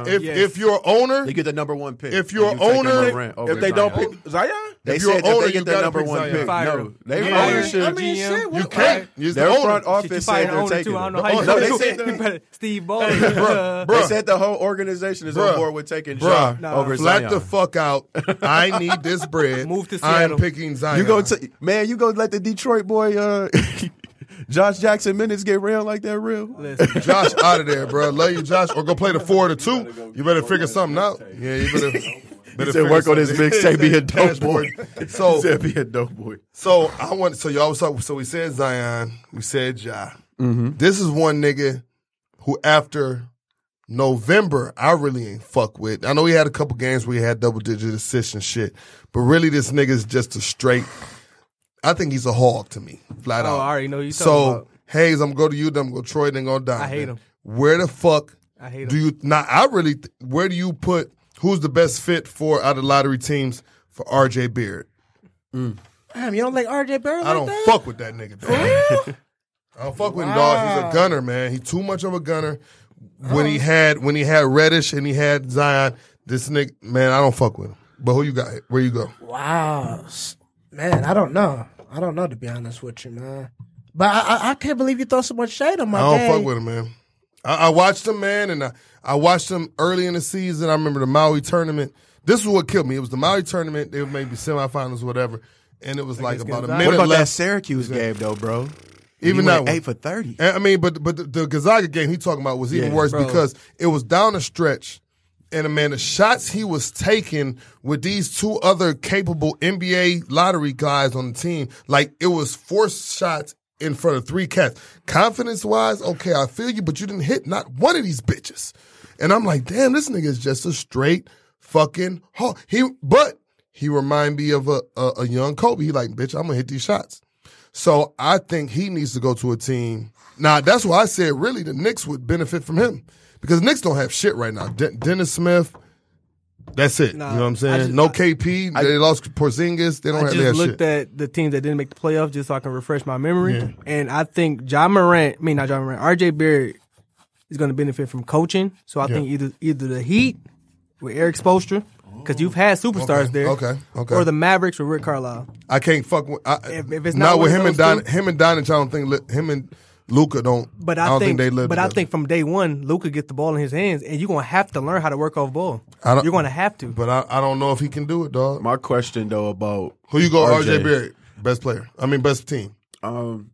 [SPEAKER 3] on Zion?
[SPEAKER 2] if
[SPEAKER 4] Yes.
[SPEAKER 2] if you're owner,
[SPEAKER 3] They get the number one pick.
[SPEAKER 2] If you're
[SPEAKER 3] and you take
[SPEAKER 2] owner-
[SPEAKER 3] Morant over
[SPEAKER 2] if they
[SPEAKER 3] Zion.
[SPEAKER 2] don't pick-
[SPEAKER 5] Zion?
[SPEAKER 3] They
[SPEAKER 2] If you're
[SPEAKER 3] said
[SPEAKER 2] an
[SPEAKER 3] that
[SPEAKER 2] owner,
[SPEAKER 3] they
[SPEAKER 2] you
[SPEAKER 3] get their
[SPEAKER 2] gotta
[SPEAKER 3] number
[SPEAKER 2] pick
[SPEAKER 3] one
[SPEAKER 2] Zion.
[SPEAKER 3] pick.
[SPEAKER 4] Fire
[SPEAKER 3] No,
[SPEAKER 4] him.
[SPEAKER 3] they
[SPEAKER 4] Yeah.
[SPEAKER 3] fired
[SPEAKER 4] Fire
[SPEAKER 6] I
[SPEAKER 4] him.
[SPEAKER 3] shit.
[SPEAKER 6] mean,
[SPEAKER 4] GM.
[SPEAKER 6] shit. What,
[SPEAKER 2] You can't. It's the
[SPEAKER 3] Their front
[SPEAKER 2] owner.
[SPEAKER 4] Shit, you
[SPEAKER 3] office
[SPEAKER 4] fire
[SPEAKER 3] said
[SPEAKER 4] the
[SPEAKER 3] they're
[SPEAKER 4] owner
[SPEAKER 3] taking
[SPEAKER 4] too. I don't
[SPEAKER 3] him.
[SPEAKER 4] know how you
[SPEAKER 3] No,
[SPEAKER 4] do
[SPEAKER 3] they
[SPEAKER 4] it.
[SPEAKER 3] said
[SPEAKER 4] You better Steve Bowles.
[SPEAKER 2] Bruh,
[SPEAKER 3] They
[SPEAKER 2] bruh,
[SPEAKER 3] said the whole organization is
[SPEAKER 2] Bruh.
[SPEAKER 3] on board with taking Ja
[SPEAKER 2] bruh.
[SPEAKER 3] over
[SPEAKER 2] flat
[SPEAKER 3] Zion.
[SPEAKER 2] the fuck out. I need this bread.
[SPEAKER 4] Move to
[SPEAKER 2] I'm
[SPEAKER 4] Seattle.
[SPEAKER 2] picking Zion.
[SPEAKER 3] You go to man, you go let the Detroit boy uh, Josh Jackson minutes get real like that real.
[SPEAKER 4] Listen,
[SPEAKER 2] Josh out of there, bro. Love you, Josh. Or go play the four to two. You better figure something out. Yeah, you better. better
[SPEAKER 3] He said, "Work on his mixtape, be a dope boy."
[SPEAKER 2] So
[SPEAKER 3] Said be a dope boy.
[SPEAKER 2] So I want. So y'all was talking. So we said Zion. We said Ja. This is one nigga who after November I really ain't fuck with. I know he had a couple games where he had double digit assists and shit, but really this nigga's just a straight. I think he's a hog to me, flat
[SPEAKER 4] Oh,
[SPEAKER 2] out.
[SPEAKER 4] I already know who you're
[SPEAKER 2] so
[SPEAKER 4] talking about.
[SPEAKER 2] Hayes, I'm gonna go to you. Then I'm gonna go to Troy. Then go down.
[SPEAKER 4] I hate him.
[SPEAKER 2] Where the fuck?
[SPEAKER 4] I hate him.
[SPEAKER 2] Do you now? I really. th- Where do you put? Who's the best fit for out of lottery teams for RJ Beard?
[SPEAKER 6] Damn, you don't like RJ Barrett
[SPEAKER 2] I
[SPEAKER 6] like
[SPEAKER 2] don't
[SPEAKER 6] that?
[SPEAKER 2] fuck with that nigga. Dog. I don't fuck with him, dog. He's a gunner, man. He's too much of a gunner. When he had when he had Reddish and he had Zion, this nigga, man, I don't fuck with him. But who you got? Where you go?
[SPEAKER 6] Wow, S- man, I don't know. I don't know to be honest with you, man. But I, I, I can't believe you throw so much shade on my.
[SPEAKER 2] I don't
[SPEAKER 6] guy.
[SPEAKER 2] fuck with him, man. I, I watched him, man, and I, I watched him early in the season. I remember the Maui tournament. This is what killed me. It was the Maui tournament. They were maybe semifinals, whatever. And it was like about a
[SPEAKER 4] Gonzaga.
[SPEAKER 2] minute
[SPEAKER 4] What
[SPEAKER 2] left.
[SPEAKER 3] Syracuse game though, bro?
[SPEAKER 2] Even that one.
[SPEAKER 3] for thirty.
[SPEAKER 2] And, I mean, but but the, the Gonzaga game he talking about was even
[SPEAKER 3] Yeah.
[SPEAKER 2] worse
[SPEAKER 4] Bro.
[SPEAKER 2] because it was down a stretch, and uh, man, the shots he was taking with these two other capable NBA lottery guys on the team, like it was forced shots in front of three cats. Confidence wise, okay, I feel you, but you didn't hit not one of these bitches, and I'm like, damn, this nigga is just a straight fucking hog. He but he remind me of a, a a young Kobe. He like, bitch, I'm gonna hit these shots. So I think he needs to go to a team. Now that's why I said really the Knicks would benefit from him because the Knicks don't have shit right now. De- Dennis Smith, that's it.
[SPEAKER 4] Nah,
[SPEAKER 2] you know what I'm saying?
[SPEAKER 4] I just-
[SPEAKER 2] no
[SPEAKER 4] I-
[SPEAKER 2] KP. they lost Porzingis. They don't
[SPEAKER 4] I
[SPEAKER 2] have, they have
[SPEAKER 4] just
[SPEAKER 2] shit.
[SPEAKER 4] looked at the teams that didn't make the playoffs just so I can refresh my memory. And I think John Morant, I mean not John Morant, RJ Barrett is going to benefit from coaching. So I think either either the Heat with Eric Spoelstra because you've had superstars
[SPEAKER 2] Okay,
[SPEAKER 4] there,
[SPEAKER 2] okay, okay.
[SPEAKER 4] or the Mavericks with Rick Carlisle.
[SPEAKER 2] I can't fuck with. I,
[SPEAKER 4] If- if it's
[SPEAKER 2] not
[SPEAKER 4] not
[SPEAKER 2] with him
[SPEAKER 4] one of
[SPEAKER 2] and
[SPEAKER 4] those
[SPEAKER 2] Don,
[SPEAKER 4] two-
[SPEAKER 2] him and Donich. I don't think li- him and Luca don't.
[SPEAKER 4] But I,
[SPEAKER 2] don't think, they live.
[SPEAKER 4] but I
[SPEAKER 2] together.
[SPEAKER 4] think from day one, Luca gets the ball in his hands, and you're gonna have to learn how to work off ball.
[SPEAKER 2] I don't-
[SPEAKER 4] You're gonna have to.
[SPEAKER 2] But I, I don't know if he can do it, dog.
[SPEAKER 3] My question though about
[SPEAKER 2] Who you go?
[SPEAKER 3] RJ.
[SPEAKER 2] RJ, Barrett, best player. I mean, best team.
[SPEAKER 3] um,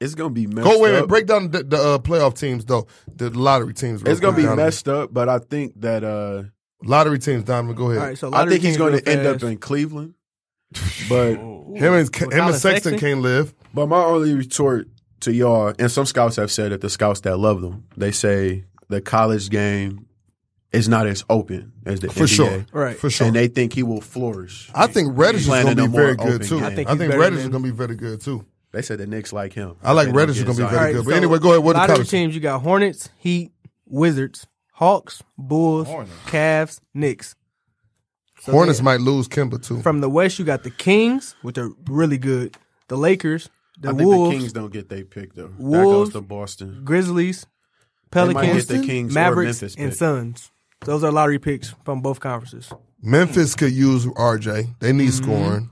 [SPEAKER 3] it's gonna be messed
[SPEAKER 2] Go wait,
[SPEAKER 3] up.
[SPEAKER 2] wait, break down the, the uh, playoff teams though. The lottery teams. real
[SPEAKER 3] It's gonna
[SPEAKER 2] quick,
[SPEAKER 3] be
[SPEAKER 2] Donovan.
[SPEAKER 3] messed up, but I think that uh,
[SPEAKER 2] Lottery teams, Donovan. Go ahead.
[SPEAKER 4] All right, so
[SPEAKER 3] I
[SPEAKER 4] lottery
[SPEAKER 3] think he's
[SPEAKER 4] teams
[SPEAKER 3] going
[SPEAKER 4] real
[SPEAKER 3] to end up
[SPEAKER 4] fast.
[SPEAKER 3] in Cleveland. But
[SPEAKER 2] Him and him
[SPEAKER 4] Colin
[SPEAKER 2] and Sexton,
[SPEAKER 4] Sexton?
[SPEAKER 2] can't live.
[SPEAKER 3] But my only retort to y'all, and some scouts have said that the scouts that love them, they say the college game is not as open as the
[SPEAKER 2] For
[SPEAKER 3] NBA.
[SPEAKER 2] sure.
[SPEAKER 4] Right.
[SPEAKER 2] For sure.
[SPEAKER 3] And they think he will flourish.
[SPEAKER 2] I think Reddish is
[SPEAKER 3] Playing
[SPEAKER 2] going
[SPEAKER 3] in
[SPEAKER 2] to
[SPEAKER 3] a
[SPEAKER 2] be
[SPEAKER 3] more
[SPEAKER 2] very
[SPEAKER 3] open
[SPEAKER 2] good too.
[SPEAKER 3] game.
[SPEAKER 2] I
[SPEAKER 3] I
[SPEAKER 2] think,
[SPEAKER 4] think he's better
[SPEAKER 2] Reddish is
[SPEAKER 4] than-
[SPEAKER 2] going to be very good too.
[SPEAKER 3] They said the Knicks like him.
[SPEAKER 2] I like
[SPEAKER 3] They don't
[SPEAKER 2] Reddish is
[SPEAKER 3] get
[SPEAKER 2] going to be
[SPEAKER 3] Zion.
[SPEAKER 2] very
[SPEAKER 4] All right,
[SPEAKER 2] good. But
[SPEAKER 4] so
[SPEAKER 2] anyway, go ahead. What the
[SPEAKER 4] lottery
[SPEAKER 2] college?
[SPEAKER 4] teams you got Hornets, Heat, Wizards, Hawks, Bulls, Cavs, Knicks. So
[SPEAKER 2] Hornets
[SPEAKER 4] then,
[SPEAKER 2] might lose Kimba too.
[SPEAKER 4] From the West, you got the Kings, which are really good. The Lakers, the
[SPEAKER 3] I think
[SPEAKER 4] Wolves,
[SPEAKER 3] the Kings don't get they pick though. That
[SPEAKER 4] Wolves,
[SPEAKER 3] goes to Boston.
[SPEAKER 4] Grizzlies,
[SPEAKER 3] They might
[SPEAKER 4] Pelicans,
[SPEAKER 3] get the Kings or
[SPEAKER 4] Mavericks,
[SPEAKER 3] Memphis
[SPEAKER 4] and
[SPEAKER 3] pick.
[SPEAKER 4] Suns. Those are lottery picks from both conferences.
[SPEAKER 2] Memphis could use RJ. They
[SPEAKER 4] Mm-hmm.
[SPEAKER 2] need scoring.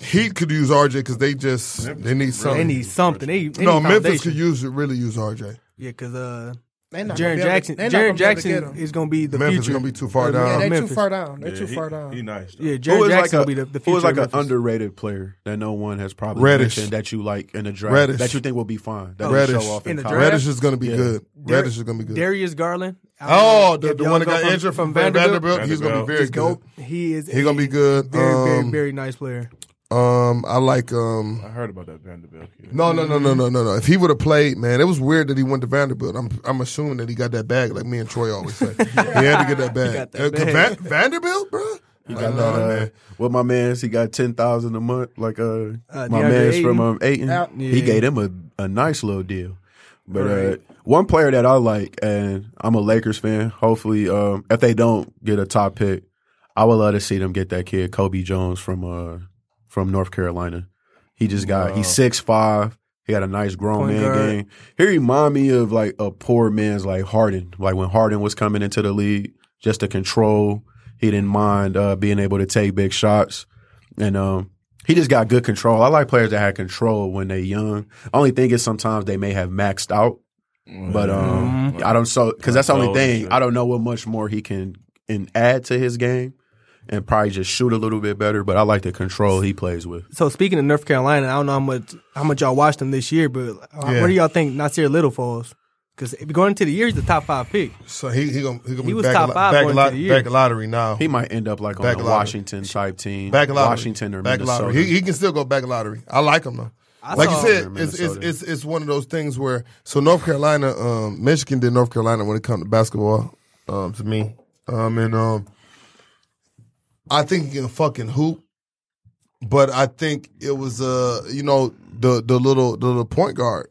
[SPEAKER 2] Heat could use RJ because they just they need
[SPEAKER 3] Oh,
[SPEAKER 4] They
[SPEAKER 2] something.
[SPEAKER 4] need something. They, they
[SPEAKER 2] no,
[SPEAKER 4] need
[SPEAKER 2] Memphis could
[SPEAKER 4] foundation.
[SPEAKER 2] use it. Really use RJ.
[SPEAKER 4] Yeah, because uh,
[SPEAKER 6] They not gonna
[SPEAKER 4] Jaron
[SPEAKER 6] be able to-
[SPEAKER 4] Jackson,
[SPEAKER 6] they
[SPEAKER 4] Jaron
[SPEAKER 6] not gonna be able to
[SPEAKER 4] Jackson
[SPEAKER 6] get him.
[SPEAKER 4] is going to be the
[SPEAKER 2] Memphis
[SPEAKER 4] future.
[SPEAKER 2] gonna be too far
[SPEAKER 4] of
[SPEAKER 2] down.
[SPEAKER 6] Yeah, they too
[SPEAKER 4] Memphis.
[SPEAKER 6] far down. They too
[SPEAKER 7] he,
[SPEAKER 6] far
[SPEAKER 7] He
[SPEAKER 6] down.
[SPEAKER 7] nice. Though.
[SPEAKER 4] Yeah,
[SPEAKER 3] Who
[SPEAKER 4] Jaron
[SPEAKER 3] is like
[SPEAKER 4] Jackson
[SPEAKER 3] a,
[SPEAKER 4] will be the, the future.
[SPEAKER 3] who is like
[SPEAKER 4] of
[SPEAKER 3] an
[SPEAKER 4] Memphis.
[SPEAKER 3] underrated player that no one has probably
[SPEAKER 2] Reddish.
[SPEAKER 3] mentioned that you like in the draft
[SPEAKER 2] Reddish.
[SPEAKER 3] that you think will be fine. That will
[SPEAKER 2] Reddish.
[SPEAKER 3] show off
[SPEAKER 4] Oh, In
[SPEAKER 3] in,
[SPEAKER 4] the
[SPEAKER 3] college.
[SPEAKER 4] draft?
[SPEAKER 2] Reddish is going to be
[SPEAKER 3] Yeah.
[SPEAKER 2] good.
[SPEAKER 4] Dar-
[SPEAKER 2] Reddish is going to be good.
[SPEAKER 4] Darius Garland.
[SPEAKER 2] oh,
[SPEAKER 4] If
[SPEAKER 2] the, the
[SPEAKER 4] y'all
[SPEAKER 2] one that
[SPEAKER 4] go
[SPEAKER 2] got
[SPEAKER 4] from-
[SPEAKER 2] injured from, Vanderbilt.
[SPEAKER 4] Vanderbilt.
[SPEAKER 2] He's going to be
[SPEAKER 7] Vanderbilt.
[SPEAKER 2] very
[SPEAKER 4] Just
[SPEAKER 2] good.
[SPEAKER 4] go. He is.
[SPEAKER 2] He gonna be
[SPEAKER 4] a
[SPEAKER 2] good.
[SPEAKER 4] Very,
[SPEAKER 2] Um,
[SPEAKER 4] very, very nice player.
[SPEAKER 2] Um, I like um.
[SPEAKER 7] I heard about that Vanderbilt kid.
[SPEAKER 2] No, no, no, no,
[SPEAKER 4] Mm-hmm.
[SPEAKER 2] no, no, no. If he would have played, man, it was weird that he went to Vanderbilt. I'm, I'm assuming that he got that bag, like me and Troy always say. he had to get that bag.
[SPEAKER 4] got that
[SPEAKER 2] Uh, 'cause
[SPEAKER 4] bag.
[SPEAKER 2] Van- Vanderbilt, bro. He
[SPEAKER 3] Got that, uh, what my man's he got ten thousand a month. Like uh,
[SPEAKER 4] Uh,
[SPEAKER 3] my
[SPEAKER 4] DeAndre
[SPEAKER 3] man's from
[SPEAKER 4] Ayton.
[SPEAKER 3] um Aiton,
[SPEAKER 6] Out.
[SPEAKER 3] he
[SPEAKER 4] Yeah.
[SPEAKER 3] gave him a, a nice little deal. But uh, one player that I like, and I'm a Lakers fan. Hopefully, um, if they don't get a top pick, I would love to see them get that kid Kobe Jones from uh from North Carolina. He just got he's six five. He got a nice grown
[SPEAKER 4] Point
[SPEAKER 3] man
[SPEAKER 4] guard.
[SPEAKER 3] game. He remind me of like a poor man's like Harden, like when Harden was coming into the league, just the control. He didn't mind uh, being able to take big shots, and um, he just got good control. I like players that had control when they young. Only thing is sometimes they may have maxed out, but um,
[SPEAKER 4] Mm-hmm.
[SPEAKER 3] I don't so because that's the only
[SPEAKER 5] Control and
[SPEAKER 3] thing.
[SPEAKER 4] oh,
[SPEAKER 5] shit.
[SPEAKER 3] I don't know what much more he can and add to his game, and probably just shoot a little bit better. But I like the control he plays with.
[SPEAKER 4] So speaking of North Carolina, I don't know how much how much y'all watched him this year, but uh, what do y'all think Nasir Little falls? Because going into the year, he's the top five pick.
[SPEAKER 2] So he he gonna, he gonna
[SPEAKER 4] He
[SPEAKER 2] be
[SPEAKER 4] was
[SPEAKER 2] back,
[SPEAKER 4] top
[SPEAKER 2] li-
[SPEAKER 4] five
[SPEAKER 2] back,
[SPEAKER 4] going
[SPEAKER 2] li-
[SPEAKER 4] into the year.
[SPEAKER 2] back lottery now.
[SPEAKER 3] He might end up like
[SPEAKER 2] Back
[SPEAKER 3] on a
[SPEAKER 2] lottery.
[SPEAKER 3] Washington type team,
[SPEAKER 2] back lottery.
[SPEAKER 3] Washington or
[SPEAKER 2] back
[SPEAKER 3] Minnesota.
[SPEAKER 2] lottery. He, he can still go back lottery. I like him though. like you
[SPEAKER 4] saw-
[SPEAKER 2] said,
[SPEAKER 3] Minnesota.
[SPEAKER 2] it's, it's it's it's one of those things where so North Carolina, um, Michigan did North Carolina when it comes to basketball, um, to me, um, and um, I think he can fucking hoop, but I think it was uh you know the the little the little point guard,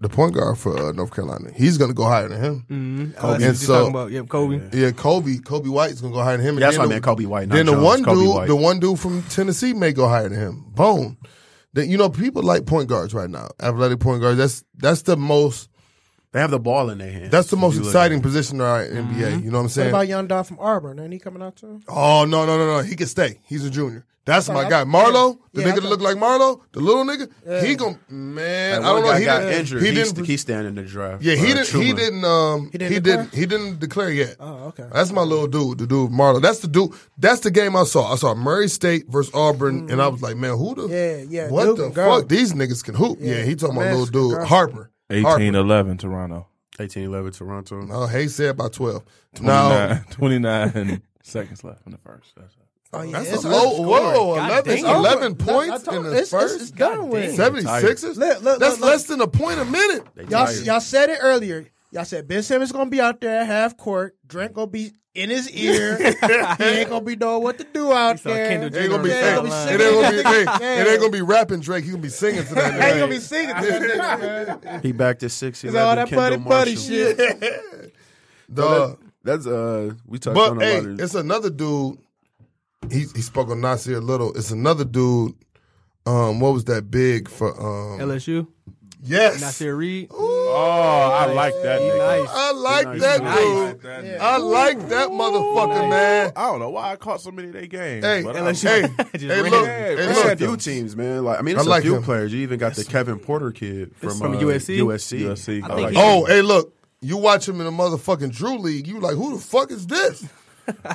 [SPEAKER 2] the point guard for uh, North Carolina, he's gonna go higher than him.
[SPEAKER 4] Mm-hmm.
[SPEAKER 2] Kobe. And so-
[SPEAKER 4] talking about, yeah, Kobe.
[SPEAKER 2] Yeah, Kobe Kobe White's gonna go higher than him. And
[SPEAKER 3] That's
[SPEAKER 2] then
[SPEAKER 3] why I
[SPEAKER 2] the-
[SPEAKER 3] meant Kobe White. Not
[SPEAKER 2] then the
[SPEAKER 3] Jones,
[SPEAKER 2] one
[SPEAKER 3] Kobe
[SPEAKER 2] dude,
[SPEAKER 3] White.
[SPEAKER 2] the one dude from Tennessee may go higher than him. Bone. That you know, people like point guards right now. Athletic point guards. That's that's the most
[SPEAKER 3] they have the ball in their hand.
[SPEAKER 2] that's the most
[SPEAKER 3] You look Mm-hmm.
[SPEAKER 2] exciting position in our NBA. You know what I'm
[SPEAKER 6] What
[SPEAKER 2] saying?
[SPEAKER 6] about Young Don from Auburn? Ain't he coming out too?
[SPEAKER 2] Oh no no no no! He can stay. He's a junior. That's my guy, Marlo. The
[SPEAKER 6] Yeah, I
[SPEAKER 2] nigga that
[SPEAKER 6] thought-
[SPEAKER 2] look like Marlo, the little nigga. He gon' man.
[SPEAKER 3] That
[SPEAKER 2] I
[SPEAKER 3] one
[SPEAKER 2] don't know.
[SPEAKER 3] guy
[SPEAKER 2] He
[SPEAKER 3] got
[SPEAKER 2] didn't,
[SPEAKER 3] injured.
[SPEAKER 2] He
[SPEAKER 3] He's-
[SPEAKER 2] didn't.
[SPEAKER 3] He's standing the draft.
[SPEAKER 2] yeah, he
[SPEAKER 3] Uh,
[SPEAKER 2] didn't. He
[SPEAKER 3] Truman.
[SPEAKER 2] didn't. Um, he
[SPEAKER 6] didn't
[SPEAKER 2] didn't. He
[SPEAKER 6] declare?
[SPEAKER 2] didn't, declare yet.
[SPEAKER 6] Oh, okay.
[SPEAKER 2] That's my little dude, the dude Marlo. That's the dude. That's the game I saw. I saw Murray State versus Auburn, and I was like, man, who the
[SPEAKER 6] Mm-hmm. Yeah, yeah,
[SPEAKER 2] what
[SPEAKER 6] Duke
[SPEAKER 2] the
[SPEAKER 6] and Garland.
[SPEAKER 2] fuck? These niggas can hoop. Yeah, he talking about
[SPEAKER 6] Mask
[SPEAKER 2] little
[SPEAKER 6] and
[SPEAKER 2] dude
[SPEAKER 6] Garland.
[SPEAKER 2] Harper.
[SPEAKER 5] Eighteen
[SPEAKER 2] Harper.
[SPEAKER 5] eleven Toronto.
[SPEAKER 3] 18-11 Toronto.
[SPEAKER 2] Oh, Hayes said about twelve. Now
[SPEAKER 5] 29, 29 seconds left in the first. That's it.
[SPEAKER 6] Oh, yeah,
[SPEAKER 2] that's
[SPEAKER 6] it's
[SPEAKER 2] a low.
[SPEAKER 6] over.
[SPEAKER 2] Whoa, eleven,
[SPEAKER 6] It's over.
[SPEAKER 2] 11
[SPEAKER 6] No, I
[SPEAKER 2] points
[SPEAKER 6] told-
[SPEAKER 2] in the
[SPEAKER 6] it's- it's-
[SPEAKER 2] first.
[SPEAKER 6] It's done with.
[SPEAKER 2] Seventy sixes.
[SPEAKER 6] Look, look,
[SPEAKER 2] That's
[SPEAKER 6] look, look.
[SPEAKER 2] less than a point a minute.
[SPEAKER 6] Y'all,
[SPEAKER 3] tired.
[SPEAKER 6] y'all said it earlier. Y'all said Ben Simmons gonna be out there at half court. Drink gonna be in his ear. he ain't gonna be knowing what to do out
[SPEAKER 4] saw
[SPEAKER 6] there.
[SPEAKER 4] Kendall
[SPEAKER 2] It ain't gonna be.
[SPEAKER 4] Yeah,
[SPEAKER 2] hey,
[SPEAKER 4] gonna be
[SPEAKER 2] it
[SPEAKER 4] singing.
[SPEAKER 2] ain't gonna be. hey, It
[SPEAKER 6] Yeah.
[SPEAKER 2] ain't gonna be rapping Drake. He gonna be singing to that.
[SPEAKER 6] Ain't
[SPEAKER 2] nigga.
[SPEAKER 6] gonna be singing. to that nigga, man.
[SPEAKER 3] He back to six.
[SPEAKER 6] It's all that buddy buddy shit.
[SPEAKER 2] Dog.
[SPEAKER 3] That's uh, we talked
[SPEAKER 2] But
[SPEAKER 3] on a
[SPEAKER 2] hey,
[SPEAKER 3] lot of.
[SPEAKER 2] it's another dude. He he spoke on Nasir Little. It's another dude. Um, what was that big for? Um,
[SPEAKER 4] LSU.
[SPEAKER 2] yes,
[SPEAKER 4] Nasir Reed.
[SPEAKER 5] Oh, I like that
[SPEAKER 4] He nice.
[SPEAKER 2] I like
[SPEAKER 3] Nice.
[SPEAKER 2] that
[SPEAKER 4] Nice.
[SPEAKER 2] dude. I like that motherfucker, man.
[SPEAKER 5] I don't know why I caught so many of their games.
[SPEAKER 2] Hey,
[SPEAKER 5] but
[SPEAKER 2] hey,
[SPEAKER 5] I-
[SPEAKER 4] LSU.
[SPEAKER 2] hey,
[SPEAKER 4] Just
[SPEAKER 2] hey,
[SPEAKER 4] ran.
[SPEAKER 2] look,
[SPEAKER 5] Yeah,
[SPEAKER 2] hey,
[SPEAKER 5] ran
[SPEAKER 3] It's a
[SPEAKER 2] look.
[SPEAKER 5] through.
[SPEAKER 3] few teams, man. Like I mean,
[SPEAKER 2] I
[SPEAKER 3] it's
[SPEAKER 2] like
[SPEAKER 3] a few
[SPEAKER 2] him.
[SPEAKER 3] players. You even got the Kevin Porter kid from,
[SPEAKER 4] from
[SPEAKER 3] uh,
[SPEAKER 4] USC?
[SPEAKER 3] USC.
[SPEAKER 5] USC.
[SPEAKER 3] I
[SPEAKER 5] I
[SPEAKER 3] like
[SPEAKER 5] think
[SPEAKER 3] him.
[SPEAKER 2] Oh, hey, look. You watch him in the motherfucking Drew League. You like, who the fuck is this?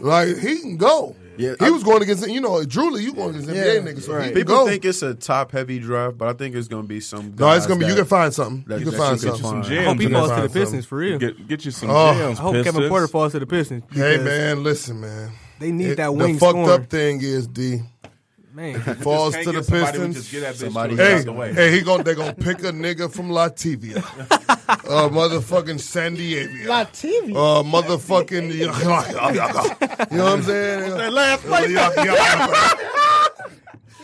[SPEAKER 2] like he can go.
[SPEAKER 3] Yeah.
[SPEAKER 2] he was going against you know Drew League. You going against NBA niggas? So he can
[SPEAKER 3] people
[SPEAKER 2] go.
[SPEAKER 3] think it's a top heavy draft, but I think it's going to be some.
[SPEAKER 2] no, it's
[SPEAKER 3] guys
[SPEAKER 2] gonna be. You
[SPEAKER 3] that-
[SPEAKER 2] can find something.
[SPEAKER 3] that-
[SPEAKER 2] You can
[SPEAKER 3] that
[SPEAKER 2] find
[SPEAKER 3] you can
[SPEAKER 2] something.
[SPEAKER 3] find.
[SPEAKER 4] I hope he
[SPEAKER 5] Gems.
[SPEAKER 4] falls to the
[SPEAKER 2] find
[SPEAKER 4] Pistons for real.
[SPEAKER 5] Get, get you some
[SPEAKER 2] Oh,
[SPEAKER 5] gems.
[SPEAKER 4] I hope Kevin
[SPEAKER 5] Pistons.
[SPEAKER 4] Porter falls to the Pistons.
[SPEAKER 2] Hey
[SPEAKER 4] because
[SPEAKER 2] man, listen, man.
[SPEAKER 4] they need
[SPEAKER 2] It-
[SPEAKER 4] that
[SPEAKER 2] the
[SPEAKER 4] wing
[SPEAKER 2] fucked
[SPEAKER 4] scorer.
[SPEAKER 2] up thing is D
[SPEAKER 4] Man,
[SPEAKER 2] falls
[SPEAKER 7] Can't
[SPEAKER 2] to the
[SPEAKER 7] get somebody who
[SPEAKER 2] Pistons.
[SPEAKER 7] Just get that bitch
[SPEAKER 3] Somebody
[SPEAKER 7] to the-
[SPEAKER 2] Hey,
[SPEAKER 3] out the way.
[SPEAKER 2] hey, he gon' they gonna pick a nigga from Latvia, uh, motherfucking San Diego,
[SPEAKER 6] Lativi.
[SPEAKER 2] uh, motherfucking, you know what I'm saying? That last place,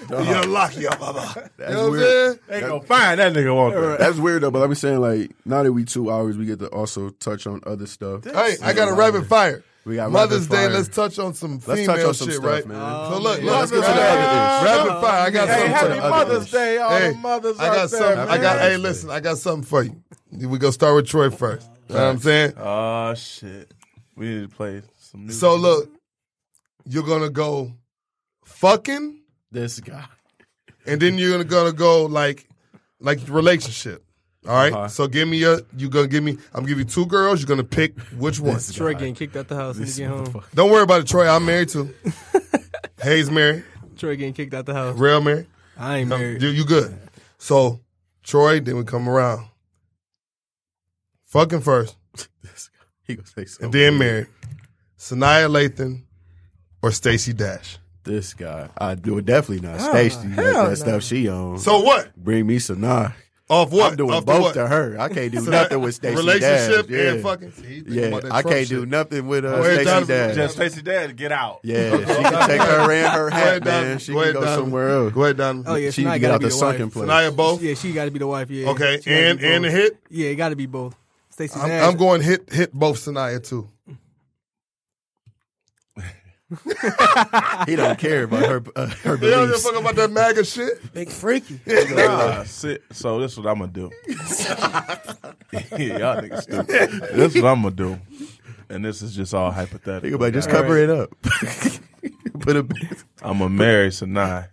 [SPEAKER 2] you're lucky, you know what
[SPEAKER 3] That's
[SPEAKER 2] I'm
[SPEAKER 3] weird.
[SPEAKER 2] saying?
[SPEAKER 5] They gonna find that nigga Walker.
[SPEAKER 3] That's weird though, but I'm saying like now that we two hours, we get to also touch on other stuff.
[SPEAKER 2] Hey, I got a rapid fire.
[SPEAKER 3] We got
[SPEAKER 2] Mother's
[SPEAKER 3] rapid
[SPEAKER 2] Day.
[SPEAKER 3] fire.
[SPEAKER 2] Let's touch on some
[SPEAKER 3] Let's
[SPEAKER 2] female
[SPEAKER 3] touch on some
[SPEAKER 2] shit,
[SPEAKER 3] stuff,
[SPEAKER 2] right?
[SPEAKER 3] man.
[SPEAKER 2] So look,
[SPEAKER 3] Yeah,
[SPEAKER 2] let's
[SPEAKER 3] let's get to the other
[SPEAKER 2] Rapid fire. I got
[SPEAKER 5] Hey,
[SPEAKER 2] something.
[SPEAKER 5] happy
[SPEAKER 2] for the other
[SPEAKER 5] Mother's Day, all the mothers
[SPEAKER 2] I got
[SPEAKER 5] out there,
[SPEAKER 2] something. I
[SPEAKER 5] man.
[SPEAKER 2] got. Hey, listen, I got something for you. We gonna start with Troy first. You know what I'm saying?
[SPEAKER 5] Oh shit. We need to play some new
[SPEAKER 2] So look, you're gonna go fucking,
[SPEAKER 3] This guy.
[SPEAKER 2] and then you're gonna gonna go like like relationship. All right?
[SPEAKER 3] Uh-huh.
[SPEAKER 2] So give me a you gonna give me. I'm gonna give you two girls. You're gonna pick which one.
[SPEAKER 4] Troy getting kicked out the house when he get home.
[SPEAKER 2] Don't worry about it, Troy. I'm married too. Hayes married.
[SPEAKER 4] Troy getting kicked out the house.
[SPEAKER 2] Rail married.
[SPEAKER 4] I ain't
[SPEAKER 2] No,
[SPEAKER 4] married.
[SPEAKER 2] Um, you, you good. So, Troy, then we come around. Fucking first,
[SPEAKER 3] He gonna say something.
[SPEAKER 2] and then married. Sanaya Lathan or Stacey Dash.
[SPEAKER 3] This guy. I do definitely not. Stacey, like that stuff she on.
[SPEAKER 2] Ah, So what?
[SPEAKER 3] bring me some nah.
[SPEAKER 2] Off what?
[SPEAKER 3] I'm doing
[SPEAKER 2] Off the
[SPEAKER 3] both
[SPEAKER 2] what?
[SPEAKER 3] to her. I can't do nothing with Stacey.
[SPEAKER 2] Relationship
[SPEAKER 3] Dash. yeah.
[SPEAKER 2] and fucking. See, he thinking
[SPEAKER 3] Yeah,
[SPEAKER 2] about that
[SPEAKER 3] I
[SPEAKER 2] Trump
[SPEAKER 3] can't do
[SPEAKER 2] shit.
[SPEAKER 3] nothing with uh,
[SPEAKER 2] Where's
[SPEAKER 3] Stacey
[SPEAKER 2] Donovan?
[SPEAKER 3] Dash.
[SPEAKER 7] Just Stacey Dad, get out.
[SPEAKER 3] yeah, she can take her and her
[SPEAKER 2] Go ahead,
[SPEAKER 3] hat, man.
[SPEAKER 2] Donovan.
[SPEAKER 3] She
[SPEAKER 2] Go
[SPEAKER 3] can
[SPEAKER 2] ahead,
[SPEAKER 3] go
[SPEAKER 2] Donovan.
[SPEAKER 3] somewhere else.
[SPEAKER 2] Go ahead, Donovan.
[SPEAKER 4] Oh yeah,
[SPEAKER 3] She
[SPEAKER 4] Sanaya
[SPEAKER 3] need to get
[SPEAKER 4] gotta
[SPEAKER 3] out
[SPEAKER 4] be
[SPEAKER 3] the
[SPEAKER 4] wife.
[SPEAKER 3] sunken place.
[SPEAKER 2] Sanaya both.
[SPEAKER 4] Yeah, she got to be the wife. Yeah.
[SPEAKER 2] okay,
[SPEAKER 4] She gotta
[SPEAKER 2] and
[SPEAKER 4] be both.
[SPEAKER 2] and the hit.
[SPEAKER 4] Yeah, it got to be both. Stacey
[SPEAKER 2] I'm,
[SPEAKER 4] Nash.
[SPEAKER 2] I'm going hit hit both Sanaya too.
[SPEAKER 3] He don't care about her uh, her
[SPEAKER 2] They don't give a
[SPEAKER 3] beliefs.
[SPEAKER 2] fuck about that MAGA shit.
[SPEAKER 6] Big freaky.
[SPEAKER 5] Nah, sit. Ah, So this is what I'm gonna do. yeah, y'all niggas stupid. this is what I'm gonna do. and this is just all hypothetical.
[SPEAKER 3] Think about it, just cover it up. Put a
[SPEAKER 5] I'm gonna marry Sinai,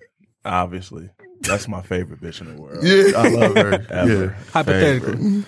[SPEAKER 5] obviously. That's my favorite bitch in the world.
[SPEAKER 3] yeah. I love her.
[SPEAKER 5] Ever.
[SPEAKER 3] Yeah,
[SPEAKER 4] Hypothetically.
[SPEAKER 5] Favorite.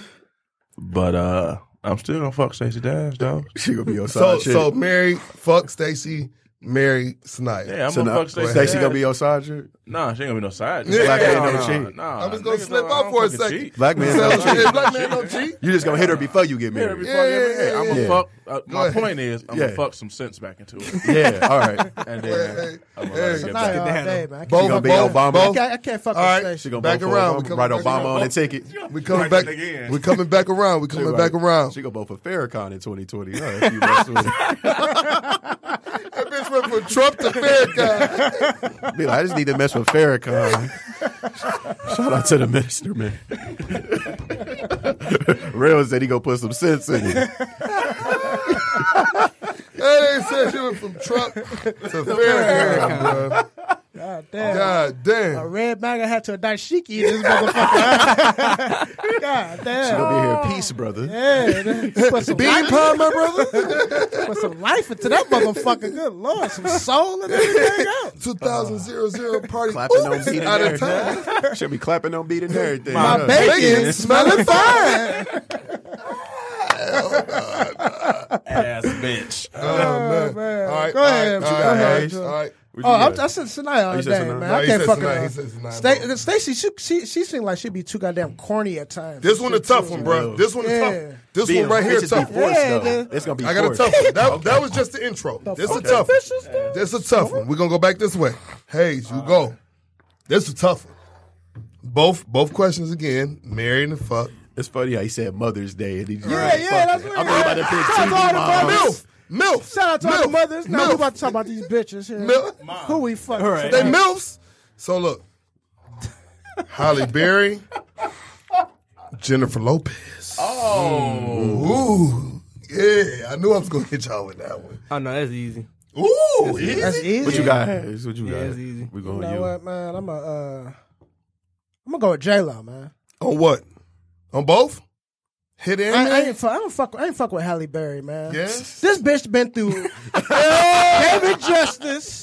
[SPEAKER 5] But uh I'm still gonna fuck Stacey Dash, though.
[SPEAKER 3] she gonna be your
[SPEAKER 2] So
[SPEAKER 3] side chick.
[SPEAKER 2] so Mary fuck Stacy, Mary Snyder.
[SPEAKER 5] Yeah, I'm
[SPEAKER 3] So
[SPEAKER 5] gonna
[SPEAKER 3] now-
[SPEAKER 5] fuck Stacey.
[SPEAKER 3] Stacey
[SPEAKER 5] Dash.
[SPEAKER 3] gonna be your side chick.
[SPEAKER 5] Nah, she ain't gonna be no side.
[SPEAKER 2] Yeah. Black man
[SPEAKER 5] Nah,
[SPEAKER 3] don't cheat.
[SPEAKER 5] Nah,
[SPEAKER 2] I'm just gonna
[SPEAKER 5] niggas
[SPEAKER 2] slip
[SPEAKER 5] don't-
[SPEAKER 2] out
[SPEAKER 5] I don't
[SPEAKER 2] for a
[SPEAKER 5] fucking
[SPEAKER 2] second.
[SPEAKER 5] cheat.
[SPEAKER 3] Black
[SPEAKER 2] So,
[SPEAKER 3] man, don't cheat.
[SPEAKER 2] if black man don't cheat.
[SPEAKER 3] You just gonna hit her before you get
[SPEAKER 5] Yeah,
[SPEAKER 3] married.
[SPEAKER 5] before I get
[SPEAKER 2] yeah,
[SPEAKER 5] married, I'm gonna
[SPEAKER 3] yeah.
[SPEAKER 5] fuck. Uh, my
[SPEAKER 2] Yeah.
[SPEAKER 5] point is, I'm
[SPEAKER 3] Yeah.
[SPEAKER 5] gonna fuck some sense back into it,
[SPEAKER 3] Yeah, all right.
[SPEAKER 5] and then I'm gonna let
[SPEAKER 2] Hey,
[SPEAKER 5] her get
[SPEAKER 6] Nah,
[SPEAKER 5] back.
[SPEAKER 6] all
[SPEAKER 4] that
[SPEAKER 6] day,
[SPEAKER 4] up.
[SPEAKER 6] man. I can't-
[SPEAKER 2] Both,
[SPEAKER 3] She gonna be
[SPEAKER 2] both,
[SPEAKER 3] Obama.
[SPEAKER 6] I
[SPEAKER 2] both.
[SPEAKER 6] can't, I can't fuck
[SPEAKER 2] All right.
[SPEAKER 6] with Stacey.
[SPEAKER 3] She gonna
[SPEAKER 2] Back
[SPEAKER 3] vote
[SPEAKER 2] around, we
[SPEAKER 3] For
[SPEAKER 2] coming
[SPEAKER 3] Obama. Write
[SPEAKER 2] back
[SPEAKER 3] Obama
[SPEAKER 2] around.
[SPEAKER 3] on the ticket.
[SPEAKER 2] We coming back.
[SPEAKER 7] again.
[SPEAKER 2] We coming back around. We coming back around.
[SPEAKER 3] She gonna vote for Farrakhan in 2020. All right, you mess with it.
[SPEAKER 2] That bitch went from Trump to Farrakhan.
[SPEAKER 3] Be like, I just need to mess with Farrakhan. Shout out to the minister, man. Real said he gonna put some sense in it.
[SPEAKER 2] That ain't said she went from Trump to Farrakhan, bro.
[SPEAKER 6] God damn.
[SPEAKER 2] God
[SPEAKER 6] A
[SPEAKER 2] damn.
[SPEAKER 6] red MAGA hat to a dashiki in this motherfucker. God damn.
[SPEAKER 3] Gonna be here, peace, brother.
[SPEAKER 6] Yeah, man. put some,
[SPEAKER 2] Bean
[SPEAKER 6] life,
[SPEAKER 2] Pie, my brother?
[SPEAKER 6] put some life into that motherfucker. Good lord, some soul and everything else.
[SPEAKER 2] 2000 party.
[SPEAKER 3] Clapping
[SPEAKER 2] Ooh,
[SPEAKER 3] on beat and
[SPEAKER 2] out
[SPEAKER 5] Oh,
[SPEAKER 2] of
[SPEAKER 3] everything.
[SPEAKER 2] time.
[SPEAKER 3] She'll be clapping on beat and everything.
[SPEAKER 6] My
[SPEAKER 3] Yeah.
[SPEAKER 6] bacon,
[SPEAKER 2] Bacon
[SPEAKER 3] Oh,
[SPEAKER 6] smelling fine.
[SPEAKER 5] Ass bitch.
[SPEAKER 2] Oh, man. All right.
[SPEAKER 6] Go
[SPEAKER 2] all
[SPEAKER 6] ahead,
[SPEAKER 2] right,
[SPEAKER 6] you
[SPEAKER 2] all
[SPEAKER 6] got
[SPEAKER 2] right,
[SPEAKER 3] Hayes.
[SPEAKER 2] All right.
[SPEAKER 3] What you
[SPEAKER 6] Oh, I'm,
[SPEAKER 3] got?
[SPEAKER 6] I said Sinai all
[SPEAKER 3] you
[SPEAKER 6] day,
[SPEAKER 3] said Sinai?
[SPEAKER 6] man.
[SPEAKER 3] No,
[SPEAKER 6] I
[SPEAKER 2] he
[SPEAKER 6] can't
[SPEAKER 2] said
[SPEAKER 6] fuck
[SPEAKER 2] Sinai. He
[SPEAKER 6] with
[SPEAKER 2] said
[SPEAKER 6] her.
[SPEAKER 2] Sinai,
[SPEAKER 6] Sta-
[SPEAKER 2] bro.
[SPEAKER 6] Stacey, she, she she seemed like she'd be too goddamn corny at times.
[SPEAKER 2] This one a tough one, bro. This one a
[SPEAKER 6] Yeah.
[SPEAKER 2] tough. This
[SPEAKER 3] Being
[SPEAKER 2] one right here
[SPEAKER 3] rich is be
[SPEAKER 2] tough.
[SPEAKER 3] forced,
[SPEAKER 6] Yeah,
[SPEAKER 3] though.
[SPEAKER 6] dude.
[SPEAKER 3] It's gonna be.
[SPEAKER 2] I got a
[SPEAKER 3] forced.
[SPEAKER 2] tough one. That, that was just the intro. This is a tough one.
[SPEAKER 6] Fishes, dude.
[SPEAKER 2] This a tough one. We're gonna go back this way. Hayes, you go. This is a tough one. Both both questions again. Marry and fuck.
[SPEAKER 3] It's funny how he said Mother's Day and he just
[SPEAKER 6] Yeah, yeah, that's what
[SPEAKER 3] I'm
[SPEAKER 6] it is.
[SPEAKER 3] about to pick
[SPEAKER 6] Shout out
[SPEAKER 3] TV
[SPEAKER 6] to all the
[SPEAKER 3] moms.
[SPEAKER 6] mothers.
[SPEAKER 2] Milf. Milf.
[SPEAKER 6] Shout out to all the
[SPEAKER 2] Milf.
[SPEAKER 6] mothers. Now we
[SPEAKER 2] Milf.
[SPEAKER 6] about to talk about these bitches here.
[SPEAKER 2] Milf.
[SPEAKER 6] Who we fucking?
[SPEAKER 2] They milfs. So look, Holly Berry, Jennifer Lopez. Oh, ooh, yeah. I knew I was gonna hit y'all with that one.
[SPEAKER 4] Oh no, that's easy.
[SPEAKER 2] Ooh, easy.
[SPEAKER 6] That's easy.
[SPEAKER 3] What you got? Hayes? What you
[SPEAKER 4] Yeah,
[SPEAKER 3] got?
[SPEAKER 4] it's easy.
[SPEAKER 3] We
[SPEAKER 6] You
[SPEAKER 3] going
[SPEAKER 6] know
[SPEAKER 3] you.
[SPEAKER 6] what, man? I'm a, uh, I'm gonna go with J Lo, man.
[SPEAKER 2] On what? On both? Hit in.
[SPEAKER 6] I, I ain't fuck. I don't fuck. I ain't fuck with Halle Berry, man.
[SPEAKER 2] Yes.
[SPEAKER 6] This bitch been through David Justice.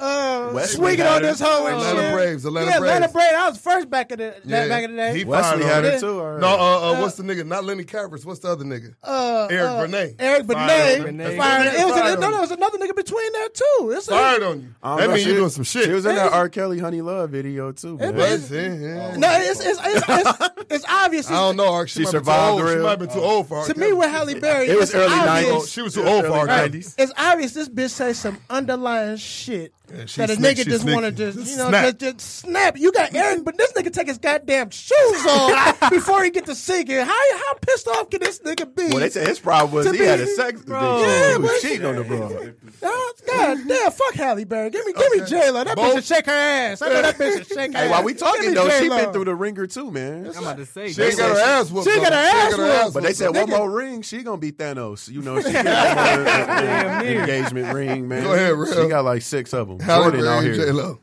[SPEAKER 6] Uh,
[SPEAKER 3] Wesley
[SPEAKER 6] swinging
[SPEAKER 3] had
[SPEAKER 6] on
[SPEAKER 3] her.
[SPEAKER 6] this hoe and
[SPEAKER 2] Atlanta
[SPEAKER 6] shit.
[SPEAKER 2] Braves, Atlanta
[SPEAKER 6] yeah, Atlanta
[SPEAKER 2] Braves.
[SPEAKER 6] Braves. I was first back in the
[SPEAKER 2] Yeah.
[SPEAKER 6] back in the day.
[SPEAKER 2] He
[SPEAKER 3] Wesley
[SPEAKER 2] fired
[SPEAKER 3] had
[SPEAKER 2] on
[SPEAKER 3] it
[SPEAKER 2] it.
[SPEAKER 3] too. Or
[SPEAKER 2] No, uh, uh, what's the nigga? Not Lenny Kravitz. What's the other nigga?
[SPEAKER 6] uh,
[SPEAKER 2] Eric
[SPEAKER 6] uh,
[SPEAKER 2] Benet. Fired
[SPEAKER 6] Eric Benet.
[SPEAKER 2] on
[SPEAKER 4] Benet.
[SPEAKER 6] Fired-
[SPEAKER 2] Benet
[SPEAKER 6] It was
[SPEAKER 2] fired
[SPEAKER 6] a, no,
[SPEAKER 2] on
[SPEAKER 6] no, it was another nigga between there too. It's a,
[SPEAKER 2] Fired on you.
[SPEAKER 3] I don't
[SPEAKER 2] That
[SPEAKER 3] know,
[SPEAKER 2] means
[SPEAKER 3] she-
[SPEAKER 2] you're doing some shit.
[SPEAKER 3] She was in that
[SPEAKER 6] It's-
[SPEAKER 3] R. Kelly Honey Love video too. Man.
[SPEAKER 6] was-
[SPEAKER 2] That's it, yeah.
[SPEAKER 6] No, it's it's it's, it's, it's obvious.
[SPEAKER 2] Oh. I don't know. Ark. She,
[SPEAKER 3] She
[SPEAKER 2] might be too
[SPEAKER 3] survived
[SPEAKER 2] old.
[SPEAKER 3] the
[SPEAKER 2] She
[SPEAKER 3] real-
[SPEAKER 2] might be too old for R.
[SPEAKER 6] To me,
[SPEAKER 2] Kelly.
[SPEAKER 6] with Halle Berry,
[SPEAKER 3] It was
[SPEAKER 6] it's
[SPEAKER 3] early
[SPEAKER 6] obvious.
[SPEAKER 2] Oh,
[SPEAKER 3] 90s.
[SPEAKER 2] she was too old for R.
[SPEAKER 3] Early
[SPEAKER 2] Kelly.
[SPEAKER 3] 90s.
[SPEAKER 6] It's obvious this bitch say some underlying shit
[SPEAKER 2] she
[SPEAKER 6] that a
[SPEAKER 2] snick-
[SPEAKER 6] nigga
[SPEAKER 2] she
[SPEAKER 6] just
[SPEAKER 2] snick-
[SPEAKER 6] want to just you know
[SPEAKER 2] snap.
[SPEAKER 6] just, just snap. You got Aaron, but this nigga take his goddamn shoes off before he get to singing. How how pissed off can this nigga be?
[SPEAKER 3] Well, they said his problem was
[SPEAKER 6] To
[SPEAKER 3] he had
[SPEAKER 6] me,
[SPEAKER 3] a sex addiction.
[SPEAKER 4] bro.
[SPEAKER 6] Yeah,
[SPEAKER 3] he was
[SPEAKER 6] but-
[SPEAKER 3] cheating on the bro.
[SPEAKER 6] Oh, God damn, fuck Halle Berry. Give me give me J Lo. That bitch
[SPEAKER 2] Both-
[SPEAKER 6] should shake her ass. I know that bitch should shake her.
[SPEAKER 3] Hey, while we
[SPEAKER 6] ass.
[SPEAKER 3] talking
[SPEAKER 6] Give me
[SPEAKER 3] though, she
[SPEAKER 6] J-Lo.
[SPEAKER 3] been through the ringer too, man.
[SPEAKER 4] I'm about to say.
[SPEAKER 2] She ain't got her ass whooped.
[SPEAKER 6] She ain't got
[SPEAKER 2] though.
[SPEAKER 6] her ass whooped.
[SPEAKER 3] But they said one more ring, she gonna be Thanos. You know, she got that more, uh, engagement ring, man.
[SPEAKER 2] Go ahead, Real.
[SPEAKER 3] She got like six of them.
[SPEAKER 2] Halle
[SPEAKER 3] Jordan out
[SPEAKER 2] Berry,
[SPEAKER 3] here.
[SPEAKER 2] J Lo.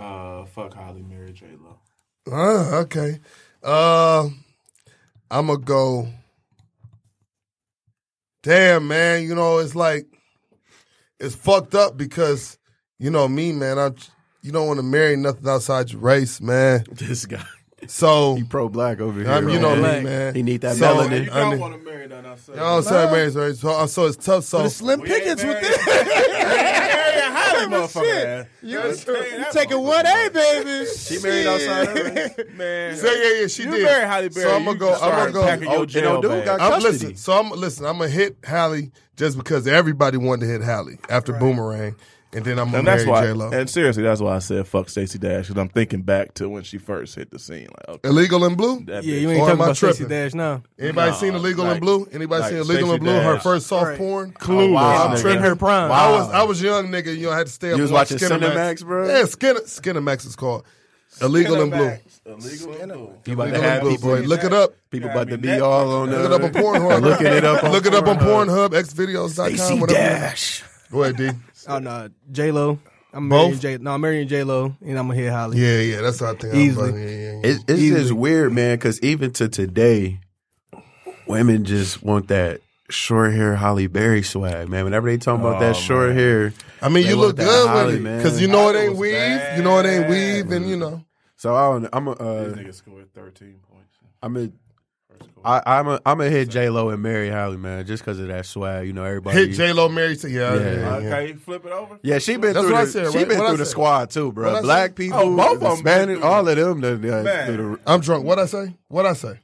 [SPEAKER 7] Uh, fuck Holly, Mary J Lo.
[SPEAKER 2] Ah, okay. Uh, I'm gonna go. Damn, man. You know, it's like it's fucked up because you know me, man. I you don't want to marry nothing outside your race, man.
[SPEAKER 3] This guy,
[SPEAKER 2] So
[SPEAKER 3] he pro black over here.
[SPEAKER 2] I'm, you know
[SPEAKER 3] man.
[SPEAKER 2] me, man.
[SPEAKER 3] He need that
[SPEAKER 2] So-
[SPEAKER 3] melanin.
[SPEAKER 7] You
[SPEAKER 2] I
[SPEAKER 7] don't
[SPEAKER 2] mean-
[SPEAKER 7] want to marry that outside.
[SPEAKER 2] You know what I'm saying, Mary's right? So, so it's tough. So
[SPEAKER 6] The Slim Pickens with this.
[SPEAKER 7] motherfucker.
[SPEAKER 6] You you taking one A, baby.
[SPEAKER 3] She married outside her race.
[SPEAKER 7] man.
[SPEAKER 2] Yeah, yeah, yeah, she
[SPEAKER 7] you
[SPEAKER 2] did.
[SPEAKER 7] marry Halle Berry.
[SPEAKER 2] So I'm gonna go. I'm gonna go.
[SPEAKER 3] Oh,
[SPEAKER 7] Your
[SPEAKER 3] and
[SPEAKER 7] jail
[SPEAKER 3] O'Doul
[SPEAKER 7] bag.
[SPEAKER 4] Uh,
[SPEAKER 3] got
[SPEAKER 2] I'm
[SPEAKER 3] custody.
[SPEAKER 2] listen. So I'm listen. I'm gonna hit Hallie just because everybody wanted to hit Hallie after Boomerang, and then I'm gonna
[SPEAKER 5] And that's
[SPEAKER 2] marry
[SPEAKER 5] why.
[SPEAKER 2] J Lo.
[SPEAKER 5] And seriously, that's why I said fuck Stacey Dash because I'm thinking back to when she first hit the scene. Like, okay,
[SPEAKER 2] Illegal in Blue.
[SPEAKER 5] that
[SPEAKER 4] Yeah,
[SPEAKER 5] bitch.
[SPEAKER 4] you ain't
[SPEAKER 2] Or
[SPEAKER 4] talking
[SPEAKER 2] am I
[SPEAKER 4] about Stacey
[SPEAKER 2] tripping?
[SPEAKER 4] Dash now.
[SPEAKER 2] Anybody
[SPEAKER 5] Nah,
[SPEAKER 2] seen Illegal in
[SPEAKER 5] like-
[SPEAKER 2] Blue? Anybody
[SPEAKER 5] like
[SPEAKER 2] seen Illegal in
[SPEAKER 5] Stacey
[SPEAKER 2] Blue? Her
[SPEAKER 5] Dash.
[SPEAKER 2] first soft
[SPEAKER 4] Right.
[SPEAKER 2] porn.
[SPEAKER 5] Clueless,
[SPEAKER 3] wow.
[SPEAKER 5] nigga.
[SPEAKER 2] I'm tripping.
[SPEAKER 4] In her prime.
[SPEAKER 2] I
[SPEAKER 3] Wow.
[SPEAKER 2] was I was young nigga. You know, I had to stay up.
[SPEAKER 3] You was
[SPEAKER 2] and watch
[SPEAKER 3] watching Cinemax, bro?
[SPEAKER 2] Yeah, Skinner, Skinemax is called. Illegal in Blue.
[SPEAKER 7] Illegal and blue.
[SPEAKER 3] You about to
[SPEAKER 2] Illegal in
[SPEAKER 3] have
[SPEAKER 2] Blue,
[SPEAKER 3] people,
[SPEAKER 2] boy. Look it up.
[SPEAKER 3] people
[SPEAKER 7] Yeah, I
[SPEAKER 3] about to
[SPEAKER 7] mean,
[SPEAKER 3] be
[SPEAKER 7] that-
[SPEAKER 3] all on
[SPEAKER 2] Look it up on
[SPEAKER 3] the
[SPEAKER 2] Pornhub.
[SPEAKER 3] Looking it up on
[SPEAKER 2] Look it up on Pornhub, xvideos.com, whatever.
[SPEAKER 3] Dash.
[SPEAKER 2] Go ahead, D.
[SPEAKER 4] Oh no, J Lo. I'm marrying
[SPEAKER 2] Both?
[SPEAKER 4] J. No, I'm marrying J Lo, and I'm gonna hit Holly.
[SPEAKER 2] Yeah, yeah, that's how I think.
[SPEAKER 4] Easily.
[SPEAKER 2] I'm about- yeah, yeah, yeah.
[SPEAKER 3] It's, it's just weird, man, because even to today, women just want that short hair Holly Berry swag, man. Whenever they talking about
[SPEAKER 2] Oh,
[SPEAKER 3] that short hair,
[SPEAKER 2] I mean,
[SPEAKER 3] They
[SPEAKER 2] you
[SPEAKER 3] want
[SPEAKER 2] look
[SPEAKER 3] that
[SPEAKER 2] good
[SPEAKER 3] Holly,
[SPEAKER 2] with it
[SPEAKER 3] man.
[SPEAKER 2] because you know it
[SPEAKER 3] Holly
[SPEAKER 2] ain't
[SPEAKER 3] was
[SPEAKER 2] weave.
[SPEAKER 3] bad.
[SPEAKER 2] You know it ain't weave, and you know.
[SPEAKER 3] so I don't. I'm a. Uh,
[SPEAKER 7] These niggas scored 13 points.
[SPEAKER 3] I'm a.
[SPEAKER 7] First quarter.
[SPEAKER 3] I, I'm a. I'm a hit J Lo and Mary Holly, man, just because of that swag. You know, everybody.
[SPEAKER 2] Hit J Lo, Mary to yeah,
[SPEAKER 3] Yeah.
[SPEAKER 2] yeah, yeah.
[SPEAKER 7] okay, flip it over.
[SPEAKER 3] yeah, she been
[SPEAKER 2] That's
[SPEAKER 3] through.
[SPEAKER 2] what I
[SPEAKER 3] the,
[SPEAKER 2] said,
[SPEAKER 3] she
[SPEAKER 2] right?
[SPEAKER 3] been
[SPEAKER 2] What I
[SPEAKER 3] through the
[SPEAKER 2] said.
[SPEAKER 3] squad too,
[SPEAKER 2] What I
[SPEAKER 3] bro.
[SPEAKER 2] said?
[SPEAKER 3] Black people,
[SPEAKER 7] Oh, both of them
[SPEAKER 3] Hispanic,
[SPEAKER 7] been through
[SPEAKER 3] all of them. done- done
[SPEAKER 7] Man.
[SPEAKER 3] through
[SPEAKER 2] I'm drunk. What I say? What I say?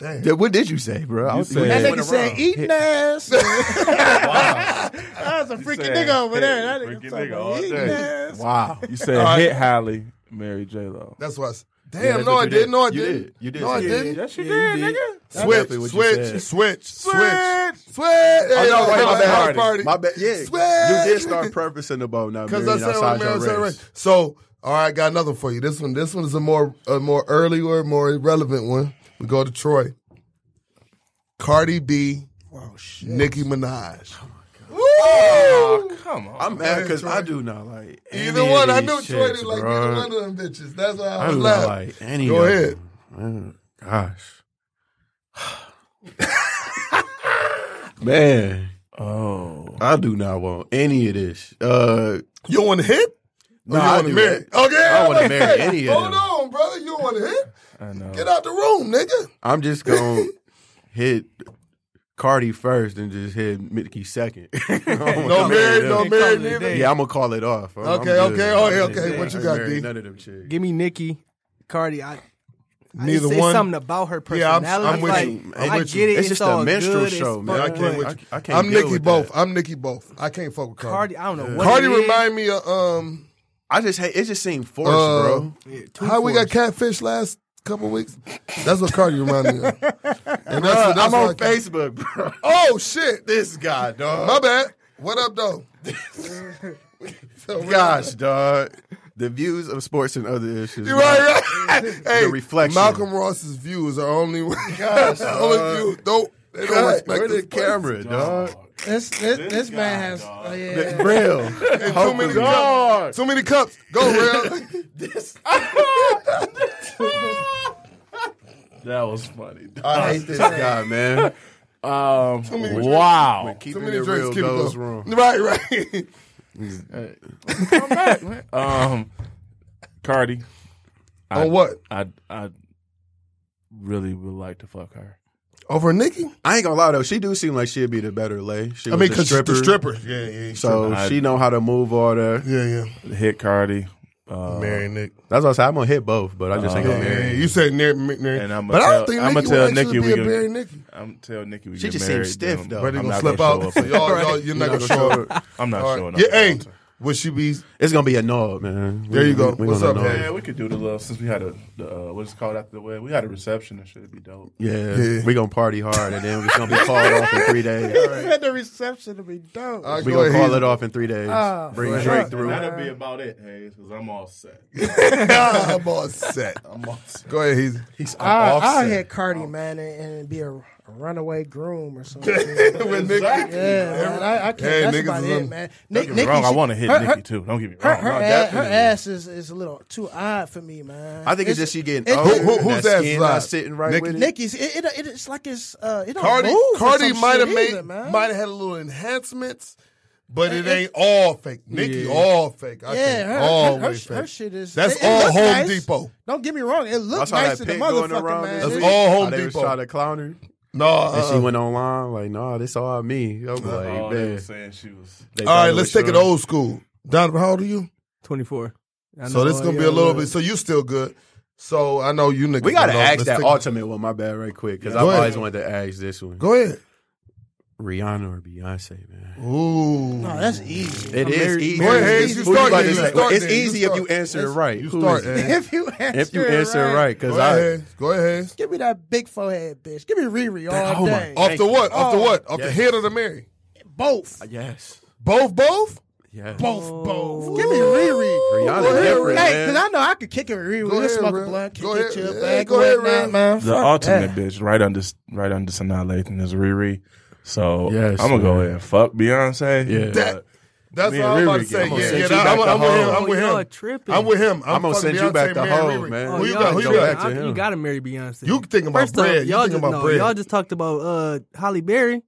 [SPEAKER 2] Damn.
[SPEAKER 3] the- what did you say, bro? I
[SPEAKER 5] You
[SPEAKER 3] was-
[SPEAKER 5] said-
[SPEAKER 6] That
[SPEAKER 5] Yeah.
[SPEAKER 6] nigga said, eating ass. That was a freaking nigga over there. That nigga,
[SPEAKER 7] Freaking
[SPEAKER 6] talking
[SPEAKER 7] nigga
[SPEAKER 6] about
[SPEAKER 7] all
[SPEAKER 6] eating
[SPEAKER 7] day.
[SPEAKER 6] ass.
[SPEAKER 3] wow.
[SPEAKER 5] You said
[SPEAKER 2] right.
[SPEAKER 5] hit Holly, Mary J Lo.
[SPEAKER 2] That's what I said. Damn,
[SPEAKER 3] Yeah, that's
[SPEAKER 2] no,
[SPEAKER 3] what
[SPEAKER 2] I
[SPEAKER 3] you
[SPEAKER 2] did. not No, I
[SPEAKER 3] You
[SPEAKER 2] didn't.
[SPEAKER 3] did. You did.
[SPEAKER 2] No, I
[SPEAKER 3] say it.
[SPEAKER 2] didn't.
[SPEAKER 5] Yes, you
[SPEAKER 3] Yeah,
[SPEAKER 5] did,
[SPEAKER 3] you
[SPEAKER 5] nigga.
[SPEAKER 3] That's
[SPEAKER 2] Switch,
[SPEAKER 3] definitely what you
[SPEAKER 2] switch,
[SPEAKER 3] said.
[SPEAKER 2] switch, switch, switch.
[SPEAKER 3] Oh,
[SPEAKER 2] Hey, hey,
[SPEAKER 3] no, wait, my
[SPEAKER 2] hey,
[SPEAKER 3] bad.
[SPEAKER 2] house party.
[SPEAKER 3] My bad. Yeah,
[SPEAKER 2] Switch.
[SPEAKER 3] you did start purposing about now.
[SPEAKER 2] Because
[SPEAKER 3] Because
[SPEAKER 2] I said
[SPEAKER 3] outside
[SPEAKER 2] what Mary
[SPEAKER 3] your
[SPEAKER 2] said
[SPEAKER 3] race.
[SPEAKER 2] right. So, all right, got another one for you. This one, this one's a more a more earlier, more relevant one. We go to Troy. Cardi B,
[SPEAKER 6] Oh, shit.
[SPEAKER 2] Nicki Minaj.
[SPEAKER 5] Come on.
[SPEAKER 3] I'm mad because I do not like
[SPEAKER 2] Either
[SPEAKER 3] any
[SPEAKER 2] one.
[SPEAKER 3] Of
[SPEAKER 2] I
[SPEAKER 3] these
[SPEAKER 2] knew
[SPEAKER 3] chicks,
[SPEAKER 2] Troy didn't like
[SPEAKER 3] bro.
[SPEAKER 2] either one of them bitches. That's why I
[SPEAKER 3] I
[SPEAKER 2] was
[SPEAKER 3] do not
[SPEAKER 2] laughing.
[SPEAKER 3] like any.
[SPEAKER 2] Go
[SPEAKER 3] of
[SPEAKER 2] ahead.
[SPEAKER 3] Them. Oh, gosh. Man,
[SPEAKER 5] oh.
[SPEAKER 3] I do not want any of this. Uh,
[SPEAKER 2] You want to hit? Or
[SPEAKER 3] Nah,
[SPEAKER 2] you
[SPEAKER 3] I
[SPEAKER 2] want to
[SPEAKER 3] do.
[SPEAKER 2] marry? Okay,
[SPEAKER 3] I
[SPEAKER 2] I'm
[SPEAKER 3] wanna
[SPEAKER 2] like,
[SPEAKER 3] marry
[SPEAKER 2] hey,
[SPEAKER 3] any of
[SPEAKER 2] Hold
[SPEAKER 3] them.
[SPEAKER 2] on, brother. You want to hit?
[SPEAKER 5] I know.
[SPEAKER 2] Get out the room, nigga.
[SPEAKER 3] I'm just gonna hit Cardi first and just hit Mickey second.
[SPEAKER 2] No
[SPEAKER 3] no
[SPEAKER 2] married, no married, nigga.
[SPEAKER 3] Yeah, I'm gonna call it off. I'm- I'm
[SPEAKER 2] Okay,
[SPEAKER 3] good.
[SPEAKER 2] okay, oh, yeah,
[SPEAKER 3] I ain't
[SPEAKER 2] okay. What you
[SPEAKER 3] married
[SPEAKER 2] got, D?
[SPEAKER 3] None of them chicks.
[SPEAKER 4] Give me Nikki, Cardi. I, I
[SPEAKER 2] Neither
[SPEAKER 4] just say
[SPEAKER 2] one.
[SPEAKER 4] something about her
[SPEAKER 2] Yeah, I'm-
[SPEAKER 4] personality.
[SPEAKER 2] I'm with
[SPEAKER 4] like,
[SPEAKER 2] you. I'm
[SPEAKER 4] i
[SPEAKER 2] with you.
[SPEAKER 4] get it.
[SPEAKER 3] It's just
[SPEAKER 4] all
[SPEAKER 3] a menstrual
[SPEAKER 4] good as
[SPEAKER 3] show,
[SPEAKER 4] fuck,
[SPEAKER 3] man. I
[SPEAKER 4] but
[SPEAKER 3] can't.
[SPEAKER 2] with
[SPEAKER 3] I,
[SPEAKER 2] you.
[SPEAKER 3] I can't
[SPEAKER 2] I'm
[SPEAKER 3] deal
[SPEAKER 2] Nicki
[SPEAKER 3] with
[SPEAKER 2] both.
[SPEAKER 3] that.
[SPEAKER 2] I'm Nicki both. I can't fuck with Cardi.
[SPEAKER 4] Cardi, I don't know. What
[SPEAKER 2] Cardi
[SPEAKER 4] it is.
[SPEAKER 2] remind me of um
[SPEAKER 3] I just hate. It just seemed forced,
[SPEAKER 2] Uh,
[SPEAKER 3] bro.
[SPEAKER 4] Yeah, two
[SPEAKER 2] how we got
[SPEAKER 4] fours.
[SPEAKER 2] catfish last couple weeks. That's what Cardi reminded me of. And that's, what- that's
[SPEAKER 3] I'm
[SPEAKER 2] why I
[SPEAKER 3] on
[SPEAKER 2] can't-
[SPEAKER 3] Facebook, bro.
[SPEAKER 2] Oh shit!
[SPEAKER 3] This guy, dog.
[SPEAKER 2] My bad. What up, though?
[SPEAKER 3] Gosh, dog. The views of sports and other issues.
[SPEAKER 2] You right, right. hey,
[SPEAKER 3] reflection.
[SPEAKER 2] Malcolm Ross's views are only Gosh, uh, only views. Don't they don't
[SPEAKER 3] God,
[SPEAKER 2] respect
[SPEAKER 3] where
[SPEAKER 2] this
[SPEAKER 3] the camera, dog?
[SPEAKER 6] This, this, this, man has. Oh, yeah.
[SPEAKER 3] Real.
[SPEAKER 2] Too many cups. Too many cups. Go real.
[SPEAKER 5] That was funny.
[SPEAKER 3] I hate this guy, man.
[SPEAKER 5] Um, wow.
[SPEAKER 2] Too
[SPEAKER 3] Keeping
[SPEAKER 2] many
[SPEAKER 3] it
[SPEAKER 2] drinks.
[SPEAKER 3] real
[SPEAKER 2] keep it
[SPEAKER 3] goes
[SPEAKER 2] going.
[SPEAKER 3] wrong.
[SPEAKER 2] Right, right.
[SPEAKER 5] Um, Cardi, I-
[SPEAKER 2] On what?
[SPEAKER 5] I I really would like to fuck her.
[SPEAKER 2] Over Nikki?
[SPEAKER 3] I ain't gonna lie though, she do seem like she'd be the better lay. She
[SPEAKER 2] I
[SPEAKER 3] was
[SPEAKER 2] mean,
[SPEAKER 3] the
[SPEAKER 2] because
[SPEAKER 3] stripper,
[SPEAKER 2] the stripper. Yeah, yeah.
[SPEAKER 3] so
[SPEAKER 5] I-
[SPEAKER 3] she know how to move all that.
[SPEAKER 2] yeah, yeah.
[SPEAKER 5] Hit Cardi. Uh,
[SPEAKER 2] Marry Nick.
[SPEAKER 3] That's what I said. I'm gonna hit both, but I just ain't gonna
[SPEAKER 2] Yeah,
[SPEAKER 3] marry.
[SPEAKER 2] yeah, you said near, near.
[SPEAKER 5] And I'ma
[SPEAKER 2] but I
[SPEAKER 5] tell-
[SPEAKER 2] don't think
[SPEAKER 5] I'ma
[SPEAKER 2] Nikki
[SPEAKER 5] tell
[SPEAKER 2] will actually
[SPEAKER 5] Nikki we
[SPEAKER 2] be a
[SPEAKER 5] can-
[SPEAKER 2] Barry Nikki.
[SPEAKER 5] I'm telling Nikki we
[SPEAKER 3] She
[SPEAKER 5] get
[SPEAKER 3] just
[SPEAKER 5] married.
[SPEAKER 3] seems stiff,
[SPEAKER 5] then
[SPEAKER 3] though.
[SPEAKER 2] But they
[SPEAKER 5] I'm
[SPEAKER 2] gonna
[SPEAKER 5] not
[SPEAKER 2] slip
[SPEAKER 5] show
[SPEAKER 2] out.
[SPEAKER 5] up.
[SPEAKER 2] So y'all, y'all, you're not
[SPEAKER 3] Not
[SPEAKER 2] gonna
[SPEAKER 3] gonna
[SPEAKER 2] show
[SPEAKER 3] show
[SPEAKER 2] up.
[SPEAKER 5] I'm not
[SPEAKER 2] All right.
[SPEAKER 5] showing up.
[SPEAKER 2] Yeah, hey, would she be?
[SPEAKER 3] It's gonna be a no, man.
[SPEAKER 2] There you go. What's
[SPEAKER 3] gonna
[SPEAKER 2] up,
[SPEAKER 3] know.
[SPEAKER 7] Yeah, we could do the little since we had a the, uh, what is it called after the wedding. We had a reception and shit. It'd be dope.
[SPEAKER 3] Yeah,
[SPEAKER 2] Yeah.
[SPEAKER 3] we gonna party hard, and then it's gonna be called off in three days.
[SPEAKER 6] Had the reception to be dope.
[SPEAKER 2] All right,
[SPEAKER 3] We
[SPEAKER 2] go
[SPEAKER 3] gonna
[SPEAKER 2] ahead. Ah.
[SPEAKER 3] call it off in three days.
[SPEAKER 6] Oh,
[SPEAKER 3] Bring
[SPEAKER 2] fuck.
[SPEAKER 3] Drake
[SPEAKER 7] And
[SPEAKER 3] through.
[SPEAKER 7] that'll be about it, Hayes, because I'm all set.
[SPEAKER 2] I'm all set.
[SPEAKER 7] I'm all set.
[SPEAKER 2] Go ahead, he's.
[SPEAKER 3] He's on
[SPEAKER 6] I, I'll
[SPEAKER 3] offset.
[SPEAKER 6] hit Cardi, man, and, and be a, a runaway groom or something.
[SPEAKER 2] With Nikki.
[SPEAKER 6] Yeah, man, I, I can't.
[SPEAKER 2] Hey,
[SPEAKER 6] that's
[SPEAKER 2] niggas
[SPEAKER 6] about
[SPEAKER 2] is
[SPEAKER 6] it,
[SPEAKER 2] on-
[SPEAKER 6] man.
[SPEAKER 5] Don't
[SPEAKER 6] Nick,
[SPEAKER 5] get me
[SPEAKER 6] Nikki,
[SPEAKER 5] wrong. I
[SPEAKER 6] she-
[SPEAKER 5] want to hit
[SPEAKER 6] her,
[SPEAKER 5] Nikki too. Don't get me
[SPEAKER 6] Her,
[SPEAKER 5] wrong.
[SPEAKER 6] her,
[SPEAKER 5] No,
[SPEAKER 6] ass, her
[SPEAKER 5] definitely.
[SPEAKER 6] ass is, is a little too odd for me, man.
[SPEAKER 3] I think it's, just she getting older.
[SPEAKER 2] Who- who-
[SPEAKER 3] and
[SPEAKER 2] who's
[SPEAKER 3] that
[SPEAKER 2] that
[SPEAKER 3] skin
[SPEAKER 2] side?
[SPEAKER 3] not sitting right
[SPEAKER 2] Nikki-
[SPEAKER 3] with it.
[SPEAKER 6] Nikki's. It, it, it's like it's. Uh, it don't
[SPEAKER 2] Cardi,
[SPEAKER 6] move or
[SPEAKER 2] Cardi
[SPEAKER 6] some
[SPEAKER 2] might have
[SPEAKER 6] shit
[SPEAKER 2] made,
[SPEAKER 6] either, man.
[SPEAKER 2] might have had a little enhancements, but it ain't all fake. Nikki, all fake. I
[SPEAKER 6] Yeah,
[SPEAKER 2] think
[SPEAKER 6] her, her, her,
[SPEAKER 2] always
[SPEAKER 6] her,
[SPEAKER 2] fake.
[SPEAKER 6] shit is.
[SPEAKER 2] That's
[SPEAKER 6] it, it
[SPEAKER 2] all
[SPEAKER 6] look
[SPEAKER 2] Home
[SPEAKER 6] nice.
[SPEAKER 2] Depot.
[SPEAKER 6] Don't get me wrong. It
[SPEAKER 3] I
[SPEAKER 6] looks
[SPEAKER 3] saw
[SPEAKER 6] nice to
[SPEAKER 3] that
[SPEAKER 6] the
[SPEAKER 3] pic going
[SPEAKER 6] motherfucker,
[SPEAKER 3] around.
[SPEAKER 6] man.
[SPEAKER 3] this
[SPEAKER 2] That's
[SPEAKER 3] week.
[SPEAKER 2] all
[SPEAKER 3] How
[SPEAKER 2] Home
[SPEAKER 3] they was
[SPEAKER 2] Depot.
[SPEAKER 3] trying to clown her.
[SPEAKER 2] no,
[SPEAKER 3] And
[SPEAKER 2] uh,
[SPEAKER 3] she went online like, "No, this all me." I'm
[SPEAKER 7] Oh,
[SPEAKER 3] like,
[SPEAKER 7] they
[SPEAKER 3] man.
[SPEAKER 7] were saying she was.
[SPEAKER 3] They
[SPEAKER 2] all
[SPEAKER 3] thought
[SPEAKER 2] right,
[SPEAKER 3] it
[SPEAKER 2] let's
[SPEAKER 3] was
[SPEAKER 2] take it
[SPEAKER 3] real.
[SPEAKER 2] old school. Donovan, how old are you?
[SPEAKER 4] 24. I
[SPEAKER 2] So this
[SPEAKER 6] Oh,
[SPEAKER 4] know,
[SPEAKER 2] is gonna be a
[SPEAKER 4] yeah,
[SPEAKER 2] little
[SPEAKER 4] look.
[SPEAKER 2] bit. So you still good. So I know you niggas.
[SPEAKER 3] We gotta
[SPEAKER 2] don't know.
[SPEAKER 3] ask
[SPEAKER 2] Let's
[SPEAKER 3] that
[SPEAKER 2] take-
[SPEAKER 3] ultimate one. My bad, right quick, because
[SPEAKER 2] Go
[SPEAKER 3] I've
[SPEAKER 2] ahead.
[SPEAKER 3] always wanted to ask this one:
[SPEAKER 2] Go ahead.
[SPEAKER 3] Rihanna or Beyonce, man.
[SPEAKER 2] Ooh.
[SPEAKER 6] No, that's easy.
[SPEAKER 3] It is
[SPEAKER 4] married-
[SPEAKER 3] easy.
[SPEAKER 2] Go ahead, Hayes, you
[SPEAKER 3] Who
[SPEAKER 2] start
[SPEAKER 3] about
[SPEAKER 2] then,
[SPEAKER 3] to
[SPEAKER 2] you
[SPEAKER 3] say?
[SPEAKER 2] start
[SPEAKER 3] it's
[SPEAKER 2] then, you
[SPEAKER 3] easy if
[SPEAKER 2] start.
[SPEAKER 3] you answer it right.
[SPEAKER 2] You
[SPEAKER 3] Who
[SPEAKER 2] start,
[SPEAKER 3] is it?
[SPEAKER 2] Ed.
[SPEAKER 6] If you answer,
[SPEAKER 3] If you answer
[SPEAKER 6] right,
[SPEAKER 3] it right,
[SPEAKER 2] Go
[SPEAKER 3] because I
[SPEAKER 2] ahead. Go ahead.
[SPEAKER 6] give me that big forehead, bitch. Give me Riri all
[SPEAKER 3] oh my
[SPEAKER 6] day.
[SPEAKER 2] Off the what? Off the
[SPEAKER 6] Oh.
[SPEAKER 2] what? Off the
[SPEAKER 3] Yes.
[SPEAKER 2] head of the Mary.
[SPEAKER 6] Both,
[SPEAKER 3] yes,
[SPEAKER 2] Both, both.
[SPEAKER 3] yes.
[SPEAKER 6] both, both. Give me Riri.
[SPEAKER 3] Rihanna different,
[SPEAKER 6] Hey, because
[SPEAKER 3] man.
[SPEAKER 6] I know I could kick it with Riri.
[SPEAKER 2] Go
[SPEAKER 6] We'll
[SPEAKER 2] ahead,
[SPEAKER 6] smoke
[SPEAKER 2] Ren.
[SPEAKER 6] a blunt, kick
[SPEAKER 2] Go
[SPEAKER 6] it
[SPEAKER 2] ahead.
[SPEAKER 6] to
[SPEAKER 2] Yeah,
[SPEAKER 6] a back.
[SPEAKER 2] go
[SPEAKER 6] and
[SPEAKER 2] ahead,
[SPEAKER 6] whatnot,
[SPEAKER 2] Ren.
[SPEAKER 6] man.
[SPEAKER 5] The
[SPEAKER 6] Fuck
[SPEAKER 5] ultimate
[SPEAKER 6] that.
[SPEAKER 5] bitch, right under right under Annihilation is Riri. So
[SPEAKER 3] Yes,
[SPEAKER 5] I'm gonna go
[SPEAKER 3] man.
[SPEAKER 5] ahead and fuck Beyonce.
[SPEAKER 3] Yeah.
[SPEAKER 2] That- That's
[SPEAKER 5] Me
[SPEAKER 2] what I'm
[SPEAKER 5] and
[SPEAKER 2] about to
[SPEAKER 5] Riri
[SPEAKER 2] say.
[SPEAKER 5] get- I'ma
[SPEAKER 2] Yeah,
[SPEAKER 3] send
[SPEAKER 2] yeah.
[SPEAKER 3] you
[SPEAKER 2] nah,
[SPEAKER 3] back
[SPEAKER 2] I'm,
[SPEAKER 3] to
[SPEAKER 2] I'm with him.
[SPEAKER 3] home.
[SPEAKER 2] I'm with
[SPEAKER 4] Oh, y'all
[SPEAKER 2] him.
[SPEAKER 4] are tripping.
[SPEAKER 2] I'm with him. I'm,
[SPEAKER 3] I'm gonna
[SPEAKER 2] fucking
[SPEAKER 3] send you
[SPEAKER 2] Beyonce,
[SPEAKER 3] back to
[SPEAKER 2] Mary,
[SPEAKER 3] home,
[SPEAKER 2] Riri.
[SPEAKER 3] man.
[SPEAKER 4] Oh,
[SPEAKER 2] Who you
[SPEAKER 4] y'all-
[SPEAKER 2] got? Who you
[SPEAKER 3] Go back
[SPEAKER 2] got?
[SPEAKER 3] to him.
[SPEAKER 4] You gotta marry Beyonce.
[SPEAKER 2] You thinking about
[SPEAKER 4] First off,
[SPEAKER 2] bread? You
[SPEAKER 4] y'all
[SPEAKER 2] thinking
[SPEAKER 4] just
[SPEAKER 2] about
[SPEAKER 4] no, y'all
[SPEAKER 2] bread?
[SPEAKER 4] just talked about uh, Holly Berry.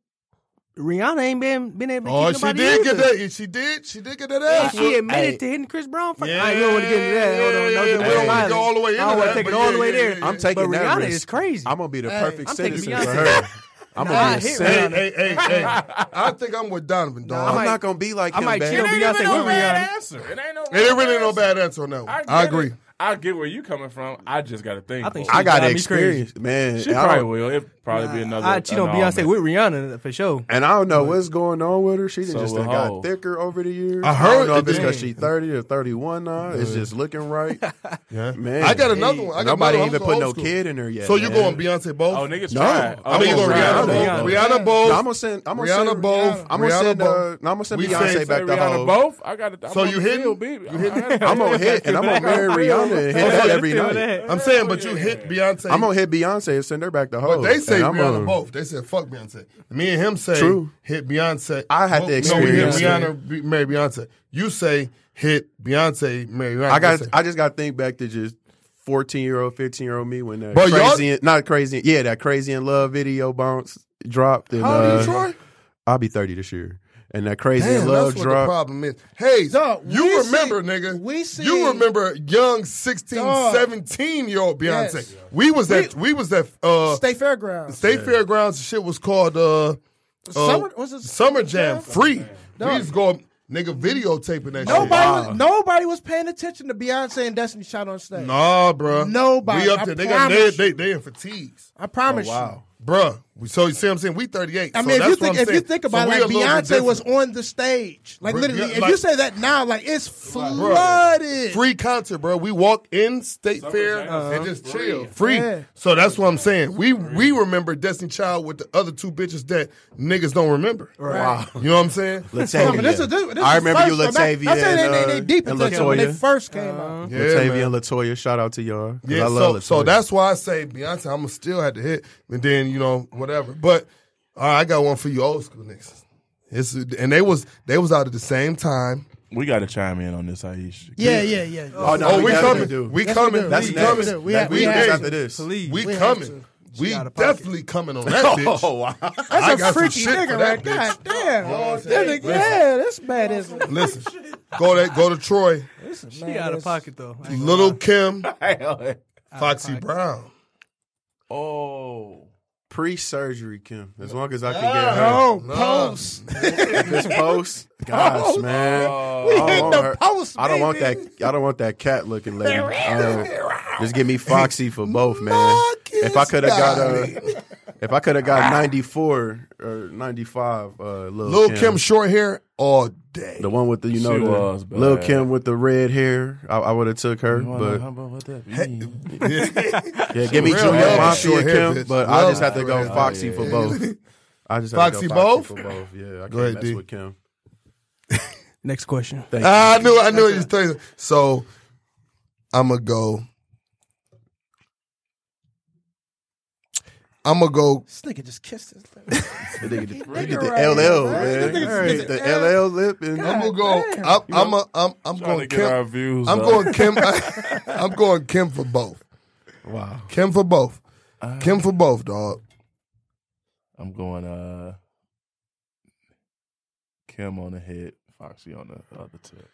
[SPEAKER 4] Rihanna ain't been been able to
[SPEAKER 2] Oh,
[SPEAKER 4] get
[SPEAKER 2] she
[SPEAKER 4] nobody
[SPEAKER 2] did
[SPEAKER 4] either.
[SPEAKER 2] get that. She did. She did get that
[SPEAKER 4] And
[SPEAKER 2] ass.
[SPEAKER 4] she
[SPEAKER 2] whooped.
[SPEAKER 4] admitted
[SPEAKER 3] Hey.
[SPEAKER 4] to hitting Chris Brown. First.
[SPEAKER 2] Yeah,
[SPEAKER 4] I don't want to get into that. Hold on, no,
[SPEAKER 2] yeah,
[SPEAKER 4] no,
[SPEAKER 2] yeah,
[SPEAKER 4] Will
[SPEAKER 2] yeah. We
[SPEAKER 4] Island.
[SPEAKER 2] go all the way
[SPEAKER 4] I
[SPEAKER 2] into
[SPEAKER 4] don't want
[SPEAKER 2] that,
[SPEAKER 4] to take
[SPEAKER 2] but
[SPEAKER 4] it all
[SPEAKER 2] yeah,
[SPEAKER 4] the way
[SPEAKER 2] yeah,
[SPEAKER 4] there.
[SPEAKER 2] yeah,
[SPEAKER 3] I'm taking
[SPEAKER 4] but
[SPEAKER 3] that
[SPEAKER 4] Rihanna
[SPEAKER 3] risk.
[SPEAKER 4] is crazy.
[SPEAKER 3] I'm gonna be the perfect
[SPEAKER 4] I'm taking
[SPEAKER 3] citizen for
[SPEAKER 4] Beyonce.
[SPEAKER 3] her. I'm
[SPEAKER 4] Nah,
[SPEAKER 3] gonna
[SPEAKER 4] I
[SPEAKER 3] be
[SPEAKER 4] hit
[SPEAKER 3] a
[SPEAKER 2] Hey,
[SPEAKER 3] saint.
[SPEAKER 2] hey, hey, hey. I think I'm with Donovan, dog.
[SPEAKER 4] I
[SPEAKER 3] I'm
[SPEAKER 4] might-
[SPEAKER 3] not gonna be like
[SPEAKER 4] I
[SPEAKER 3] him,
[SPEAKER 4] might cheat
[SPEAKER 3] babe.
[SPEAKER 4] on Beyonce with Rihanna.
[SPEAKER 5] answer. It ain't no.
[SPEAKER 2] It ain't really no bad answer on that one. I,
[SPEAKER 5] get
[SPEAKER 2] agree.
[SPEAKER 5] it. I get where you coming from. I just got to think.
[SPEAKER 4] I think
[SPEAKER 5] for
[SPEAKER 3] I
[SPEAKER 5] it.
[SPEAKER 3] got
[SPEAKER 4] Drive me
[SPEAKER 3] experience, man.
[SPEAKER 5] She
[SPEAKER 3] and I
[SPEAKER 5] probably
[SPEAKER 3] don't-
[SPEAKER 5] will. It probably be another.
[SPEAKER 4] I cheat on
[SPEAKER 5] another
[SPEAKER 4] Beyonce
[SPEAKER 5] element.
[SPEAKER 4] with Rihanna for sure.
[SPEAKER 3] And I don't know what's going on with her. She done
[SPEAKER 5] So
[SPEAKER 3] just
[SPEAKER 5] a
[SPEAKER 3] done got
[SPEAKER 5] hoe.
[SPEAKER 3] thicker over the years.
[SPEAKER 2] I heard
[SPEAKER 3] don't know
[SPEAKER 2] it
[SPEAKER 3] if it's because
[SPEAKER 2] did.
[SPEAKER 3] she's thirty or thirty-one now. It's just looking right.
[SPEAKER 2] Yeah.
[SPEAKER 3] Man,
[SPEAKER 2] I got another one. I got another
[SPEAKER 3] Nobody
[SPEAKER 2] one.
[SPEAKER 3] even
[SPEAKER 2] I'm
[SPEAKER 3] put
[SPEAKER 2] so
[SPEAKER 3] no
[SPEAKER 2] old school.
[SPEAKER 3] kid in her yet.
[SPEAKER 2] So you
[SPEAKER 3] man.
[SPEAKER 2] going Beyonce both?
[SPEAKER 5] Oh, niggas
[SPEAKER 3] No.
[SPEAKER 5] tried.
[SPEAKER 3] I
[SPEAKER 5] Oh,
[SPEAKER 2] I mean, you
[SPEAKER 5] niggas
[SPEAKER 2] going
[SPEAKER 5] tried.
[SPEAKER 2] Rihanna
[SPEAKER 5] Okay.
[SPEAKER 2] both? Rihanna
[SPEAKER 3] No,
[SPEAKER 2] both.
[SPEAKER 3] I'm gonna send. I'm gonna
[SPEAKER 2] Rihanna
[SPEAKER 3] send.
[SPEAKER 2] both.
[SPEAKER 3] I'm gonna
[SPEAKER 2] Rihanna
[SPEAKER 3] send.
[SPEAKER 2] both.
[SPEAKER 3] Uh, no, I'm gonna send
[SPEAKER 2] We
[SPEAKER 3] Beyonce
[SPEAKER 2] say-
[SPEAKER 3] back
[SPEAKER 5] Say
[SPEAKER 3] the
[SPEAKER 5] Rihanna
[SPEAKER 3] hoe.
[SPEAKER 5] both. I got.
[SPEAKER 2] So you hitting?
[SPEAKER 5] You
[SPEAKER 3] I'm gonna hit and I'm gonna marry Rihanna and hit that every
[SPEAKER 4] Feel
[SPEAKER 3] night.
[SPEAKER 4] that.
[SPEAKER 2] I'm saying, but you hit Beyonce.
[SPEAKER 3] I'm gonna hit Beyonce and send her back the hoe.
[SPEAKER 2] But they say
[SPEAKER 3] And I'm
[SPEAKER 2] Rihanna
[SPEAKER 3] gonna-
[SPEAKER 2] both. They said fuck Beyonce. Me and him say
[SPEAKER 3] True.
[SPEAKER 2] hit Beyonce.
[SPEAKER 3] I had to
[SPEAKER 2] Well,
[SPEAKER 3] experience
[SPEAKER 2] No, we hit Rihanna be- marry Beyonce. You say hit Beyonce marry Rihanna.
[SPEAKER 3] I got.
[SPEAKER 2] They say-
[SPEAKER 3] I just got to think back to just fourteen year old, fifteen year old me when that
[SPEAKER 2] Bro, y'all-
[SPEAKER 3] crazy, in, not crazy, yeah, that crazy in love video bounce dropped. And,
[SPEAKER 2] How old are you,
[SPEAKER 3] uh,
[SPEAKER 2] Troy?
[SPEAKER 3] I'll be thirty this year, and that crazy
[SPEAKER 2] Damn,
[SPEAKER 3] in love
[SPEAKER 2] that's what the
[SPEAKER 3] dropped.
[SPEAKER 2] problem is. Hey,
[SPEAKER 6] Dog, we
[SPEAKER 2] you remember,
[SPEAKER 6] see-
[SPEAKER 2] nigga.
[SPEAKER 6] we see-
[SPEAKER 2] you remember young 16,
[SPEAKER 6] Dog.
[SPEAKER 2] 17 year old Beyonce.
[SPEAKER 6] Yes.
[SPEAKER 2] We was at we, was at uh,
[SPEAKER 6] State Fairgrounds.
[SPEAKER 2] State Fairgrounds. Shit was called uh, uh,
[SPEAKER 6] Summer- was it
[SPEAKER 2] Summer Jam
[SPEAKER 6] Jam?
[SPEAKER 2] free.
[SPEAKER 6] Dog.
[SPEAKER 2] We just go nigga videotaping that
[SPEAKER 6] Nobody,
[SPEAKER 2] shit.
[SPEAKER 6] was, nobody was paying attention to Beyonce and Destiny shot on stage.
[SPEAKER 2] Nah, bruh.
[SPEAKER 6] Nobody.
[SPEAKER 2] We up
[SPEAKER 6] I
[SPEAKER 2] there. They got
[SPEAKER 6] promise
[SPEAKER 2] they,
[SPEAKER 6] you.
[SPEAKER 2] they they in fatigues.
[SPEAKER 6] I promise
[SPEAKER 2] Bruh. We- So you see what I'm saying? We 38.
[SPEAKER 6] you. I
[SPEAKER 2] Oh, so
[SPEAKER 6] mean, if
[SPEAKER 2] that's
[SPEAKER 6] you
[SPEAKER 2] what
[SPEAKER 6] think
[SPEAKER 2] I'm
[SPEAKER 6] if you
[SPEAKER 2] saying.
[SPEAKER 6] think
[SPEAKER 2] So
[SPEAKER 6] about
[SPEAKER 2] we
[SPEAKER 6] it,
[SPEAKER 2] a
[SPEAKER 6] like
[SPEAKER 2] little bit
[SPEAKER 6] Beyonce
[SPEAKER 2] different.
[SPEAKER 6] was on the stage, like
[SPEAKER 2] Bro,
[SPEAKER 6] literally.
[SPEAKER 2] yeah,
[SPEAKER 6] if
[SPEAKER 2] like-
[SPEAKER 6] you say that now, like it's
[SPEAKER 2] Bruh.
[SPEAKER 6] flooded.
[SPEAKER 2] free concert, bro. We walk in State Fair
[SPEAKER 5] Jam.
[SPEAKER 2] and just chill, free.
[SPEAKER 6] Yeah.
[SPEAKER 2] So that's what I'm saying. We we remember Destiny Child with the other two bitches that niggas don't remember.
[SPEAKER 3] Wow.
[SPEAKER 2] You know what I'm saying?
[SPEAKER 6] I, mean, this is- this- this
[SPEAKER 3] I
[SPEAKER 6] is
[SPEAKER 3] remember you,
[SPEAKER 6] first from-
[SPEAKER 3] Latavia,
[SPEAKER 6] I said
[SPEAKER 3] and,
[SPEAKER 6] they, they,
[SPEAKER 3] uh,
[SPEAKER 6] they deep
[SPEAKER 3] and
[SPEAKER 6] into it when they
[SPEAKER 3] Latoya.
[SPEAKER 6] first came out.
[SPEAKER 2] Yeah,
[SPEAKER 3] Latavia
[SPEAKER 2] man.
[SPEAKER 3] and Latoya, shout out to y'all. 'cause
[SPEAKER 2] Yeah,
[SPEAKER 3] I
[SPEAKER 2] so
[SPEAKER 3] love
[SPEAKER 2] so
[SPEAKER 3] Latoya.
[SPEAKER 2] that's why I say Beyonce. I'm gonna still have to hit, and then you know whatever. But all right, I got one for you old school niggas. It's and they was they was out at the same time.
[SPEAKER 5] We got to chime in on this, Aisha.
[SPEAKER 6] Yeah, yeah, yeah.
[SPEAKER 3] Oh, no,
[SPEAKER 2] oh, we,
[SPEAKER 3] definitely
[SPEAKER 2] coming.
[SPEAKER 3] do.
[SPEAKER 2] We
[SPEAKER 6] Yes, we
[SPEAKER 2] coming.
[SPEAKER 6] do.
[SPEAKER 3] That's
[SPEAKER 2] we
[SPEAKER 3] next.
[SPEAKER 2] coming.
[SPEAKER 6] do. We
[SPEAKER 3] That-
[SPEAKER 6] have-
[SPEAKER 2] we
[SPEAKER 3] we
[SPEAKER 2] have
[SPEAKER 3] next
[SPEAKER 2] to.
[SPEAKER 3] after this.
[SPEAKER 4] Please.
[SPEAKER 2] We,
[SPEAKER 6] We have
[SPEAKER 2] coming.
[SPEAKER 6] to.
[SPEAKER 2] We
[SPEAKER 4] out of pocket.
[SPEAKER 2] definitely coming on that bitch.
[SPEAKER 3] Oh wow!
[SPEAKER 2] I
[SPEAKER 6] That's a
[SPEAKER 2] got some
[SPEAKER 6] freaky
[SPEAKER 2] shit for that
[SPEAKER 6] nigga right
[SPEAKER 2] bitch.
[SPEAKER 6] God damn.
[SPEAKER 2] You know what I'm
[SPEAKER 6] That
[SPEAKER 2] saying?
[SPEAKER 6] nigga- yeah, that's bad as
[SPEAKER 2] Listen, go to go to Troy.
[SPEAKER 4] She out of pocket though. I ain't gonna
[SPEAKER 2] Little Kim,
[SPEAKER 5] Yeah.
[SPEAKER 2] Foxy Brown.
[SPEAKER 5] Oh.
[SPEAKER 3] Pre-surgery, Kim. As long as I can get
[SPEAKER 5] Ah,
[SPEAKER 3] her
[SPEAKER 6] No, Oh, post.
[SPEAKER 3] this post, gosh, man. I
[SPEAKER 6] We
[SPEAKER 3] don't
[SPEAKER 6] hit
[SPEAKER 3] want
[SPEAKER 6] the
[SPEAKER 3] her-
[SPEAKER 6] post.
[SPEAKER 3] I don't want that.
[SPEAKER 6] baby.
[SPEAKER 3] I don't want that cat looking lady. Uh, just give me Foxy for both, man.
[SPEAKER 6] Marcus
[SPEAKER 3] if I could have got uh, if I could have got ninety four or ninety five, uh, Lil,
[SPEAKER 2] Little
[SPEAKER 3] Kim,
[SPEAKER 2] Kim, short hair all day.
[SPEAKER 3] the one with the you know
[SPEAKER 5] She
[SPEAKER 3] the
[SPEAKER 5] was bad.
[SPEAKER 3] Lil Kim with the red hair, I, I would have took her, but yeah, give me
[SPEAKER 2] real
[SPEAKER 3] Junior
[SPEAKER 2] love
[SPEAKER 3] Mafia
[SPEAKER 2] short hair,
[SPEAKER 3] Kim,
[SPEAKER 2] bitch.
[SPEAKER 3] but I
[SPEAKER 2] Love
[SPEAKER 3] just have to
[SPEAKER 2] short
[SPEAKER 3] go
[SPEAKER 2] hair.
[SPEAKER 3] Foxy
[SPEAKER 5] Oh,
[SPEAKER 3] for
[SPEAKER 5] yeah.
[SPEAKER 3] both. I just have
[SPEAKER 2] Foxy
[SPEAKER 3] to go
[SPEAKER 2] both?
[SPEAKER 3] for both. Yeah, I can't
[SPEAKER 2] ahead,
[SPEAKER 3] mess
[SPEAKER 2] D.
[SPEAKER 3] with Kim.
[SPEAKER 4] Next question.
[SPEAKER 2] Ah, I knew, I knew it was crazy. So I'm gonna go. I'm gonna go.
[SPEAKER 6] This nigga just kissed his lip.
[SPEAKER 3] They did the,
[SPEAKER 6] Nigga
[SPEAKER 3] they did the
[SPEAKER 6] right here,
[SPEAKER 3] LL,
[SPEAKER 6] man.
[SPEAKER 3] man.
[SPEAKER 6] This nigga's-
[SPEAKER 3] They did The LL lip and
[SPEAKER 2] I'm gonna go. I'm, I'm, a, I'm, I'm
[SPEAKER 5] Trying
[SPEAKER 2] going
[SPEAKER 5] to get our
[SPEAKER 2] Kim.
[SPEAKER 5] views.
[SPEAKER 2] I'm
[SPEAKER 5] up.
[SPEAKER 2] going Kim. I'm going Kim for both.
[SPEAKER 3] wow.
[SPEAKER 2] Kim for both.
[SPEAKER 5] Uh.
[SPEAKER 2] Kim for both, dog.
[SPEAKER 5] I'm going. Uh, Kim on the head, Foxy on the other tip.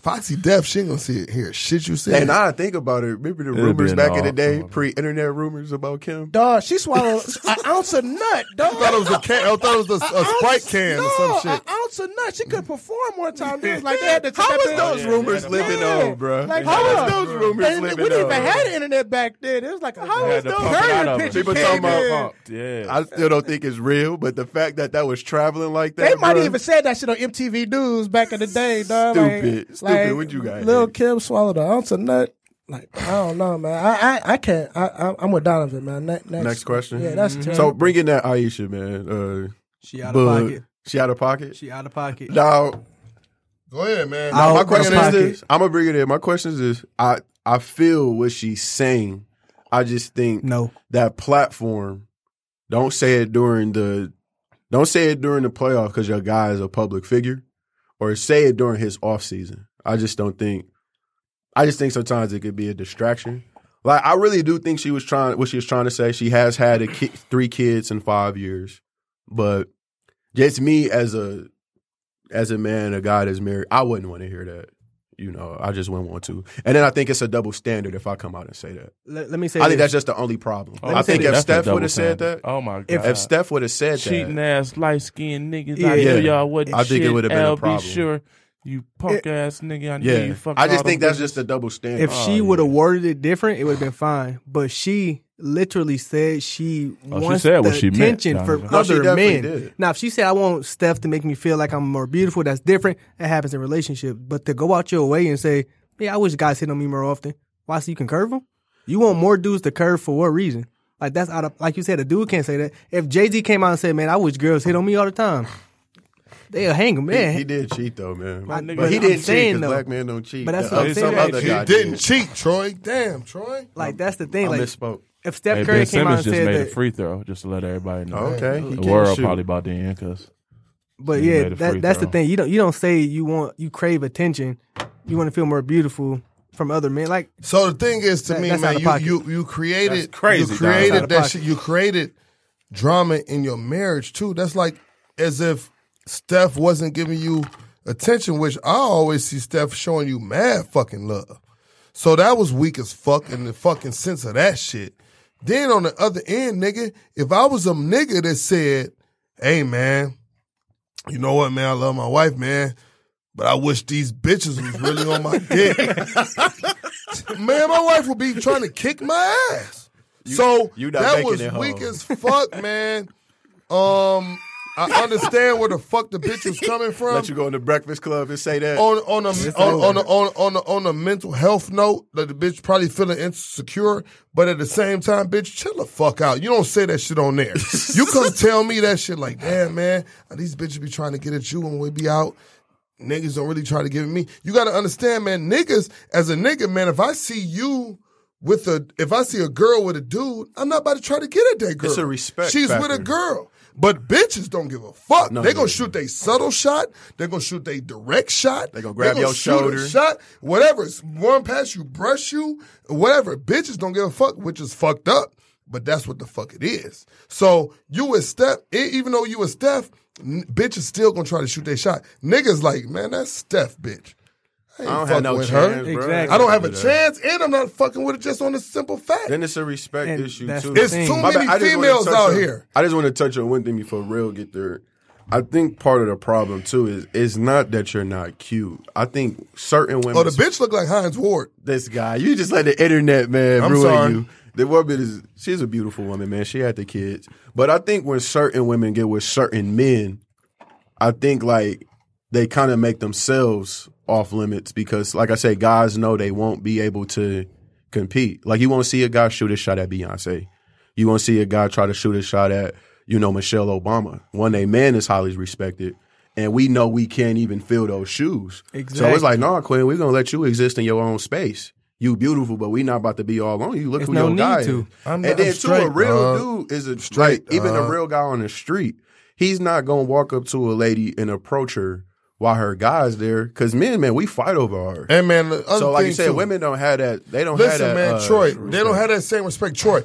[SPEAKER 2] Foxy Deaf, she ain't gonna see it here. Shit, you said.
[SPEAKER 3] And now I think about it. Remember the
[SPEAKER 5] It'd
[SPEAKER 3] rumors
[SPEAKER 5] be an
[SPEAKER 3] back in the
[SPEAKER 5] all-
[SPEAKER 3] day,
[SPEAKER 5] all-
[SPEAKER 3] pre-internet rumors about Kim.
[SPEAKER 6] Dog, she swallowed an ounce of nut, dog.
[SPEAKER 2] I thought it was a can. I thought it was a, a Sprite can
[SPEAKER 6] no,
[SPEAKER 2] or some shit.
[SPEAKER 6] an ounce of nut. She could perform one time. It was like they had to
[SPEAKER 3] How
[SPEAKER 6] tap
[SPEAKER 3] was
[SPEAKER 6] in-
[SPEAKER 3] those rumors
[SPEAKER 6] yeah.
[SPEAKER 3] living
[SPEAKER 6] Yeah.
[SPEAKER 3] on, bruh?
[SPEAKER 6] Like,
[SPEAKER 3] How
[SPEAKER 6] how
[SPEAKER 3] was those rumors
[SPEAKER 6] And we
[SPEAKER 3] living
[SPEAKER 6] didn't even
[SPEAKER 3] on?
[SPEAKER 6] have internet back then. It was like, how
[SPEAKER 5] They had
[SPEAKER 6] was
[SPEAKER 5] to
[SPEAKER 6] those
[SPEAKER 5] pump it out
[SPEAKER 6] current
[SPEAKER 5] of her.
[SPEAKER 6] pictures
[SPEAKER 3] People
[SPEAKER 6] came
[SPEAKER 3] talking about-
[SPEAKER 6] in?
[SPEAKER 5] Pumped, yeah.
[SPEAKER 3] I still don't think it's real, but the fact that that was traveling like that,
[SPEAKER 6] They might
[SPEAKER 3] bruh,
[SPEAKER 6] even said that shit on MTV News back in the day, dog. Like-
[SPEAKER 3] Stupid. Stupid.
[SPEAKER 6] like,
[SPEAKER 3] What you got
[SPEAKER 6] Lil
[SPEAKER 3] here?
[SPEAKER 6] Kim swallowed an ounce of nut. Like, I don't know, man. I I, I can't. I, I, I'm with Donovan, man. Ne- next,
[SPEAKER 3] Next question.
[SPEAKER 6] Yeah,
[SPEAKER 5] Mhm.
[SPEAKER 6] that's
[SPEAKER 3] So
[SPEAKER 6] terrible.
[SPEAKER 3] bring in that Aisha, man. Uh,
[SPEAKER 4] She out of
[SPEAKER 3] but-
[SPEAKER 4] pocket.
[SPEAKER 3] She out of pocket.
[SPEAKER 4] She out of pocket.
[SPEAKER 3] Now,
[SPEAKER 2] Go ahead, man.
[SPEAKER 4] I'll-
[SPEAKER 3] my
[SPEAKER 4] Out
[SPEAKER 3] question
[SPEAKER 4] of
[SPEAKER 3] is
[SPEAKER 4] pocket.
[SPEAKER 3] this: I'm gonna bring it in. My question is this: I I feel what she's saying. I just think
[SPEAKER 4] No.
[SPEAKER 3] that platform. Don't say it during the, don't say it during the playoff because your guy is a public figure, or say it during his off season. I just don't think. I just think sometimes it could be a distraction. Like I really do think she was trying what she was trying to say. She has had a ki- three kids in five years, but Just me as a as a man, a guy that's married, I wouldn't want to hear that. You know, I just wouldn't want to. And then I think it's a double standard if I come out and say that.
[SPEAKER 4] Let, let me say
[SPEAKER 3] I think
[SPEAKER 4] this.
[SPEAKER 3] that's just the only problem.
[SPEAKER 5] Oh,
[SPEAKER 3] I think if
[SPEAKER 5] that's the
[SPEAKER 3] Steph
[SPEAKER 5] double
[SPEAKER 3] would have said
[SPEAKER 5] standard.
[SPEAKER 3] that,
[SPEAKER 5] oh my god,
[SPEAKER 3] if Steph would have said
[SPEAKER 5] cheating
[SPEAKER 3] that,
[SPEAKER 5] ass light skinned niggas. I
[SPEAKER 3] Yeah.
[SPEAKER 5] knew y'all wasn't
[SPEAKER 3] I think it
[SPEAKER 5] shit.
[SPEAKER 3] would've been a
[SPEAKER 5] LB
[SPEAKER 3] problem.
[SPEAKER 5] Sure, you punk ass nigga. I knew you
[SPEAKER 3] yeah,
[SPEAKER 5] fucked
[SPEAKER 3] I just
[SPEAKER 5] all them
[SPEAKER 3] think that's
[SPEAKER 5] bitches.
[SPEAKER 3] just a double standard.
[SPEAKER 4] if
[SPEAKER 5] Oh,
[SPEAKER 4] she would have worded it different, it would have been fine. But she literally said she
[SPEAKER 5] Oh, she
[SPEAKER 4] wants
[SPEAKER 5] said
[SPEAKER 4] the
[SPEAKER 5] what she meant,
[SPEAKER 4] attention for
[SPEAKER 5] Donovan.
[SPEAKER 3] No, she
[SPEAKER 4] other
[SPEAKER 3] definitely
[SPEAKER 4] men.
[SPEAKER 3] did.
[SPEAKER 4] Now, if she said, "I want Steph to make me feel like I'm more beautiful," that's different. That happens in relationships. But to go out your way and say, "Yeah, I wish guys hit on me more often," why? So you can curve them? You want more dudes to curve for what reason? Like that's out of like you said, a dude can't say that. If Jay Z came out and said, "Man, I wish girls hit on me all the time," they'll hang him.
[SPEAKER 3] he,
[SPEAKER 4] Man,
[SPEAKER 3] he did cheat though, man.
[SPEAKER 4] My
[SPEAKER 3] But
[SPEAKER 4] nigga,
[SPEAKER 3] he
[SPEAKER 4] I'm
[SPEAKER 3] didn't cheat
[SPEAKER 4] saying,
[SPEAKER 3] because
[SPEAKER 4] though.
[SPEAKER 3] black men don't cheat.
[SPEAKER 4] But that's
[SPEAKER 3] Uh,
[SPEAKER 4] what I'm
[SPEAKER 3] some
[SPEAKER 4] saying.
[SPEAKER 3] other
[SPEAKER 5] He
[SPEAKER 3] guy
[SPEAKER 2] You didn't cheat, Troy. Damn, Troy.
[SPEAKER 4] like that's the thing.
[SPEAKER 3] I
[SPEAKER 4] Like
[SPEAKER 3] misspoke.
[SPEAKER 4] if Steph
[SPEAKER 5] Hey,
[SPEAKER 4] Curry
[SPEAKER 5] ben
[SPEAKER 4] came out and
[SPEAKER 5] Simmons just
[SPEAKER 4] said
[SPEAKER 5] made
[SPEAKER 4] that,
[SPEAKER 5] a free throw. Just to let everybody know.
[SPEAKER 3] Okay, he
[SPEAKER 5] the
[SPEAKER 3] can't
[SPEAKER 5] world
[SPEAKER 3] shoot.
[SPEAKER 5] probably about to end because
[SPEAKER 4] But
[SPEAKER 5] He
[SPEAKER 4] yeah,
[SPEAKER 5] made a
[SPEAKER 4] that,
[SPEAKER 5] free
[SPEAKER 4] that's the
[SPEAKER 5] throw.
[SPEAKER 4] thing. You don't you don't say you want you crave attention. You want to feel more beautiful from other men. Like
[SPEAKER 2] So the thing is, to
[SPEAKER 4] That-
[SPEAKER 2] me,
[SPEAKER 4] that's out
[SPEAKER 2] man,
[SPEAKER 4] of
[SPEAKER 2] you,
[SPEAKER 4] pocket.
[SPEAKER 2] you you created
[SPEAKER 5] That's crazy,
[SPEAKER 2] You
[SPEAKER 5] dog.
[SPEAKER 2] created
[SPEAKER 5] That's out
[SPEAKER 4] of
[SPEAKER 2] that
[SPEAKER 4] pocket.
[SPEAKER 2] shit. You created drama in your marriage too. That's like as if Steph wasn't giving you attention, which I always see Steph showing you mad fucking love. So that was weak as fuck in the fucking sense of that shit. Then on the other end, nigga, if I was a nigga that said, "Hey, man, you know what, man? I love my wife, man." But I wish these bitches was really on my dick. man, my wife would be trying to kick my ass. so
[SPEAKER 3] you not
[SPEAKER 2] that
[SPEAKER 3] making
[SPEAKER 2] was
[SPEAKER 3] it home.
[SPEAKER 2] weak as fuck, man. Um, I understand where the fuck the bitch was coming from.
[SPEAKER 3] Let you go in the Breakfast Club and say that.
[SPEAKER 2] On on a on on a, on a, on, a, on a mental health note, that the bitch probably feeling insecure, but at the same time, bitch, chill the fuck out. You don't say that shit on there. you come tell me that shit like, damn man, these bitches be trying to get at you when we be out niggas don't really try to give it me. You got to understand, man. Niggas, as a nigga, man, if I see you with a, if I see a girl with a dude, I'm not about to try to get at that girl.
[SPEAKER 3] It's a respect
[SPEAKER 2] She's
[SPEAKER 3] factor.
[SPEAKER 2] with a girl. But bitches don't give a fuck.
[SPEAKER 3] No,
[SPEAKER 2] they gonna
[SPEAKER 3] no.
[SPEAKER 2] shoot they subtle shot. They gonna shoot they direct shot.
[SPEAKER 3] They gonna grab your
[SPEAKER 2] shoot a
[SPEAKER 3] shoulder.
[SPEAKER 2] shot. Whatever. It's Run past you, brush you, whatever. Bitches don't give a fuck, which is fucked up. But that's what the fuck it is. So you and Steph, e- even though you and Steph, n- bitches still gonna try to shoot their shot. Niggas like, man, that's Steph, bitch. I, ain't
[SPEAKER 3] I don't
[SPEAKER 2] fucking
[SPEAKER 3] have no
[SPEAKER 2] with
[SPEAKER 3] chance,
[SPEAKER 2] her.
[SPEAKER 3] bro.
[SPEAKER 4] Exactly.
[SPEAKER 2] I don't have a
[SPEAKER 3] do that.
[SPEAKER 2] chance, and I'm not fucking with it just on the simple fact.
[SPEAKER 3] Then it's a respect
[SPEAKER 4] And
[SPEAKER 3] issue
[SPEAKER 4] that's
[SPEAKER 3] too.
[SPEAKER 4] the
[SPEAKER 2] It's
[SPEAKER 4] thing.
[SPEAKER 2] too
[SPEAKER 4] My
[SPEAKER 3] bad.
[SPEAKER 2] many
[SPEAKER 3] I just wanna
[SPEAKER 2] females
[SPEAKER 3] touch
[SPEAKER 2] out
[SPEAKER 3] on-
[SPEAKER 2] here.
[SPEAKER 3] I just want to touch on one thing before real get there. I think part of the problem too is it's not that you're not cute. I think certain women.
[SPEAKER 2] Oh, the bitch look like Heinz Ward.
[SPEAKER 3] This guy, you just let the internet man
[SPEAKER 2] I'm
[SPEAKER 3] ruin
[SPEAKER 2] sorry.
[SPEAKER 3] you. The woman is she's a beautiful woman, man. She had the kids, but I think when certain women get with certain men, I think like they kind of make themselves off limits because, like I say, guys know they won't be able to compete. Like you won't see a guy shoot a shot at Beyonce. You won't see a guy try to shoot a shot at you know Michelle Obama. One a man is highly respected, and we know we can't even fill those shoes. So
[SPEAKER 4] Exactly.
[SPEAKER 3] it's like, nah, Quinn, we're gonna let you exist in your own space. You beautiful, but we not about to be all on you. Look
[SPEAKER 4] There's
[SPEAKER 3] who
[SPEAKER 4] no
[SPEAKER 3] your
[SPEAKER 4] need
[SPEAKER 3] guy
[SPEAKER 4] to.
[SPEAKER 3] is.
[SPEAKER 5] I'm
[SPEAKER 3] and
[SPEAKER 5] not-
[SPEAKER 3] then
[SPEAKER 5] I'm
[SPEAKER 3] too, a
[SPEAKER 5] straight,
[SPEAKER 3] real
[SPEAKER 2] dog.
[SPEAKER 3] dude is a
[SPEAKER 2] Straight,
[SPEAKER 3] like, even a
[SPEAKER 2] dog.
[SPEAKER 3] real guy on the street. He's not gonna walk up to a lady and approach her while her guy's there. Cause men, man, we fight over her.
[SPEAKER 2] And man, the other
[SPEAKER 3] So like
[SPEAKER 2] thing
[SPEAKER 3] you said,
[SPEAKER 2] too,
[SPEAKER 3] women don't have that. They don't
[SPEAKER 2] Listen,
[SPEAKER 3] have that.
[SPEAKER 2] man,
[SPEAKER 3] uh,
[SPEAKER 2] Troy, they
[SPEAKER 3] respect.
[SPEAKER 2] don't have that same respect. Troy,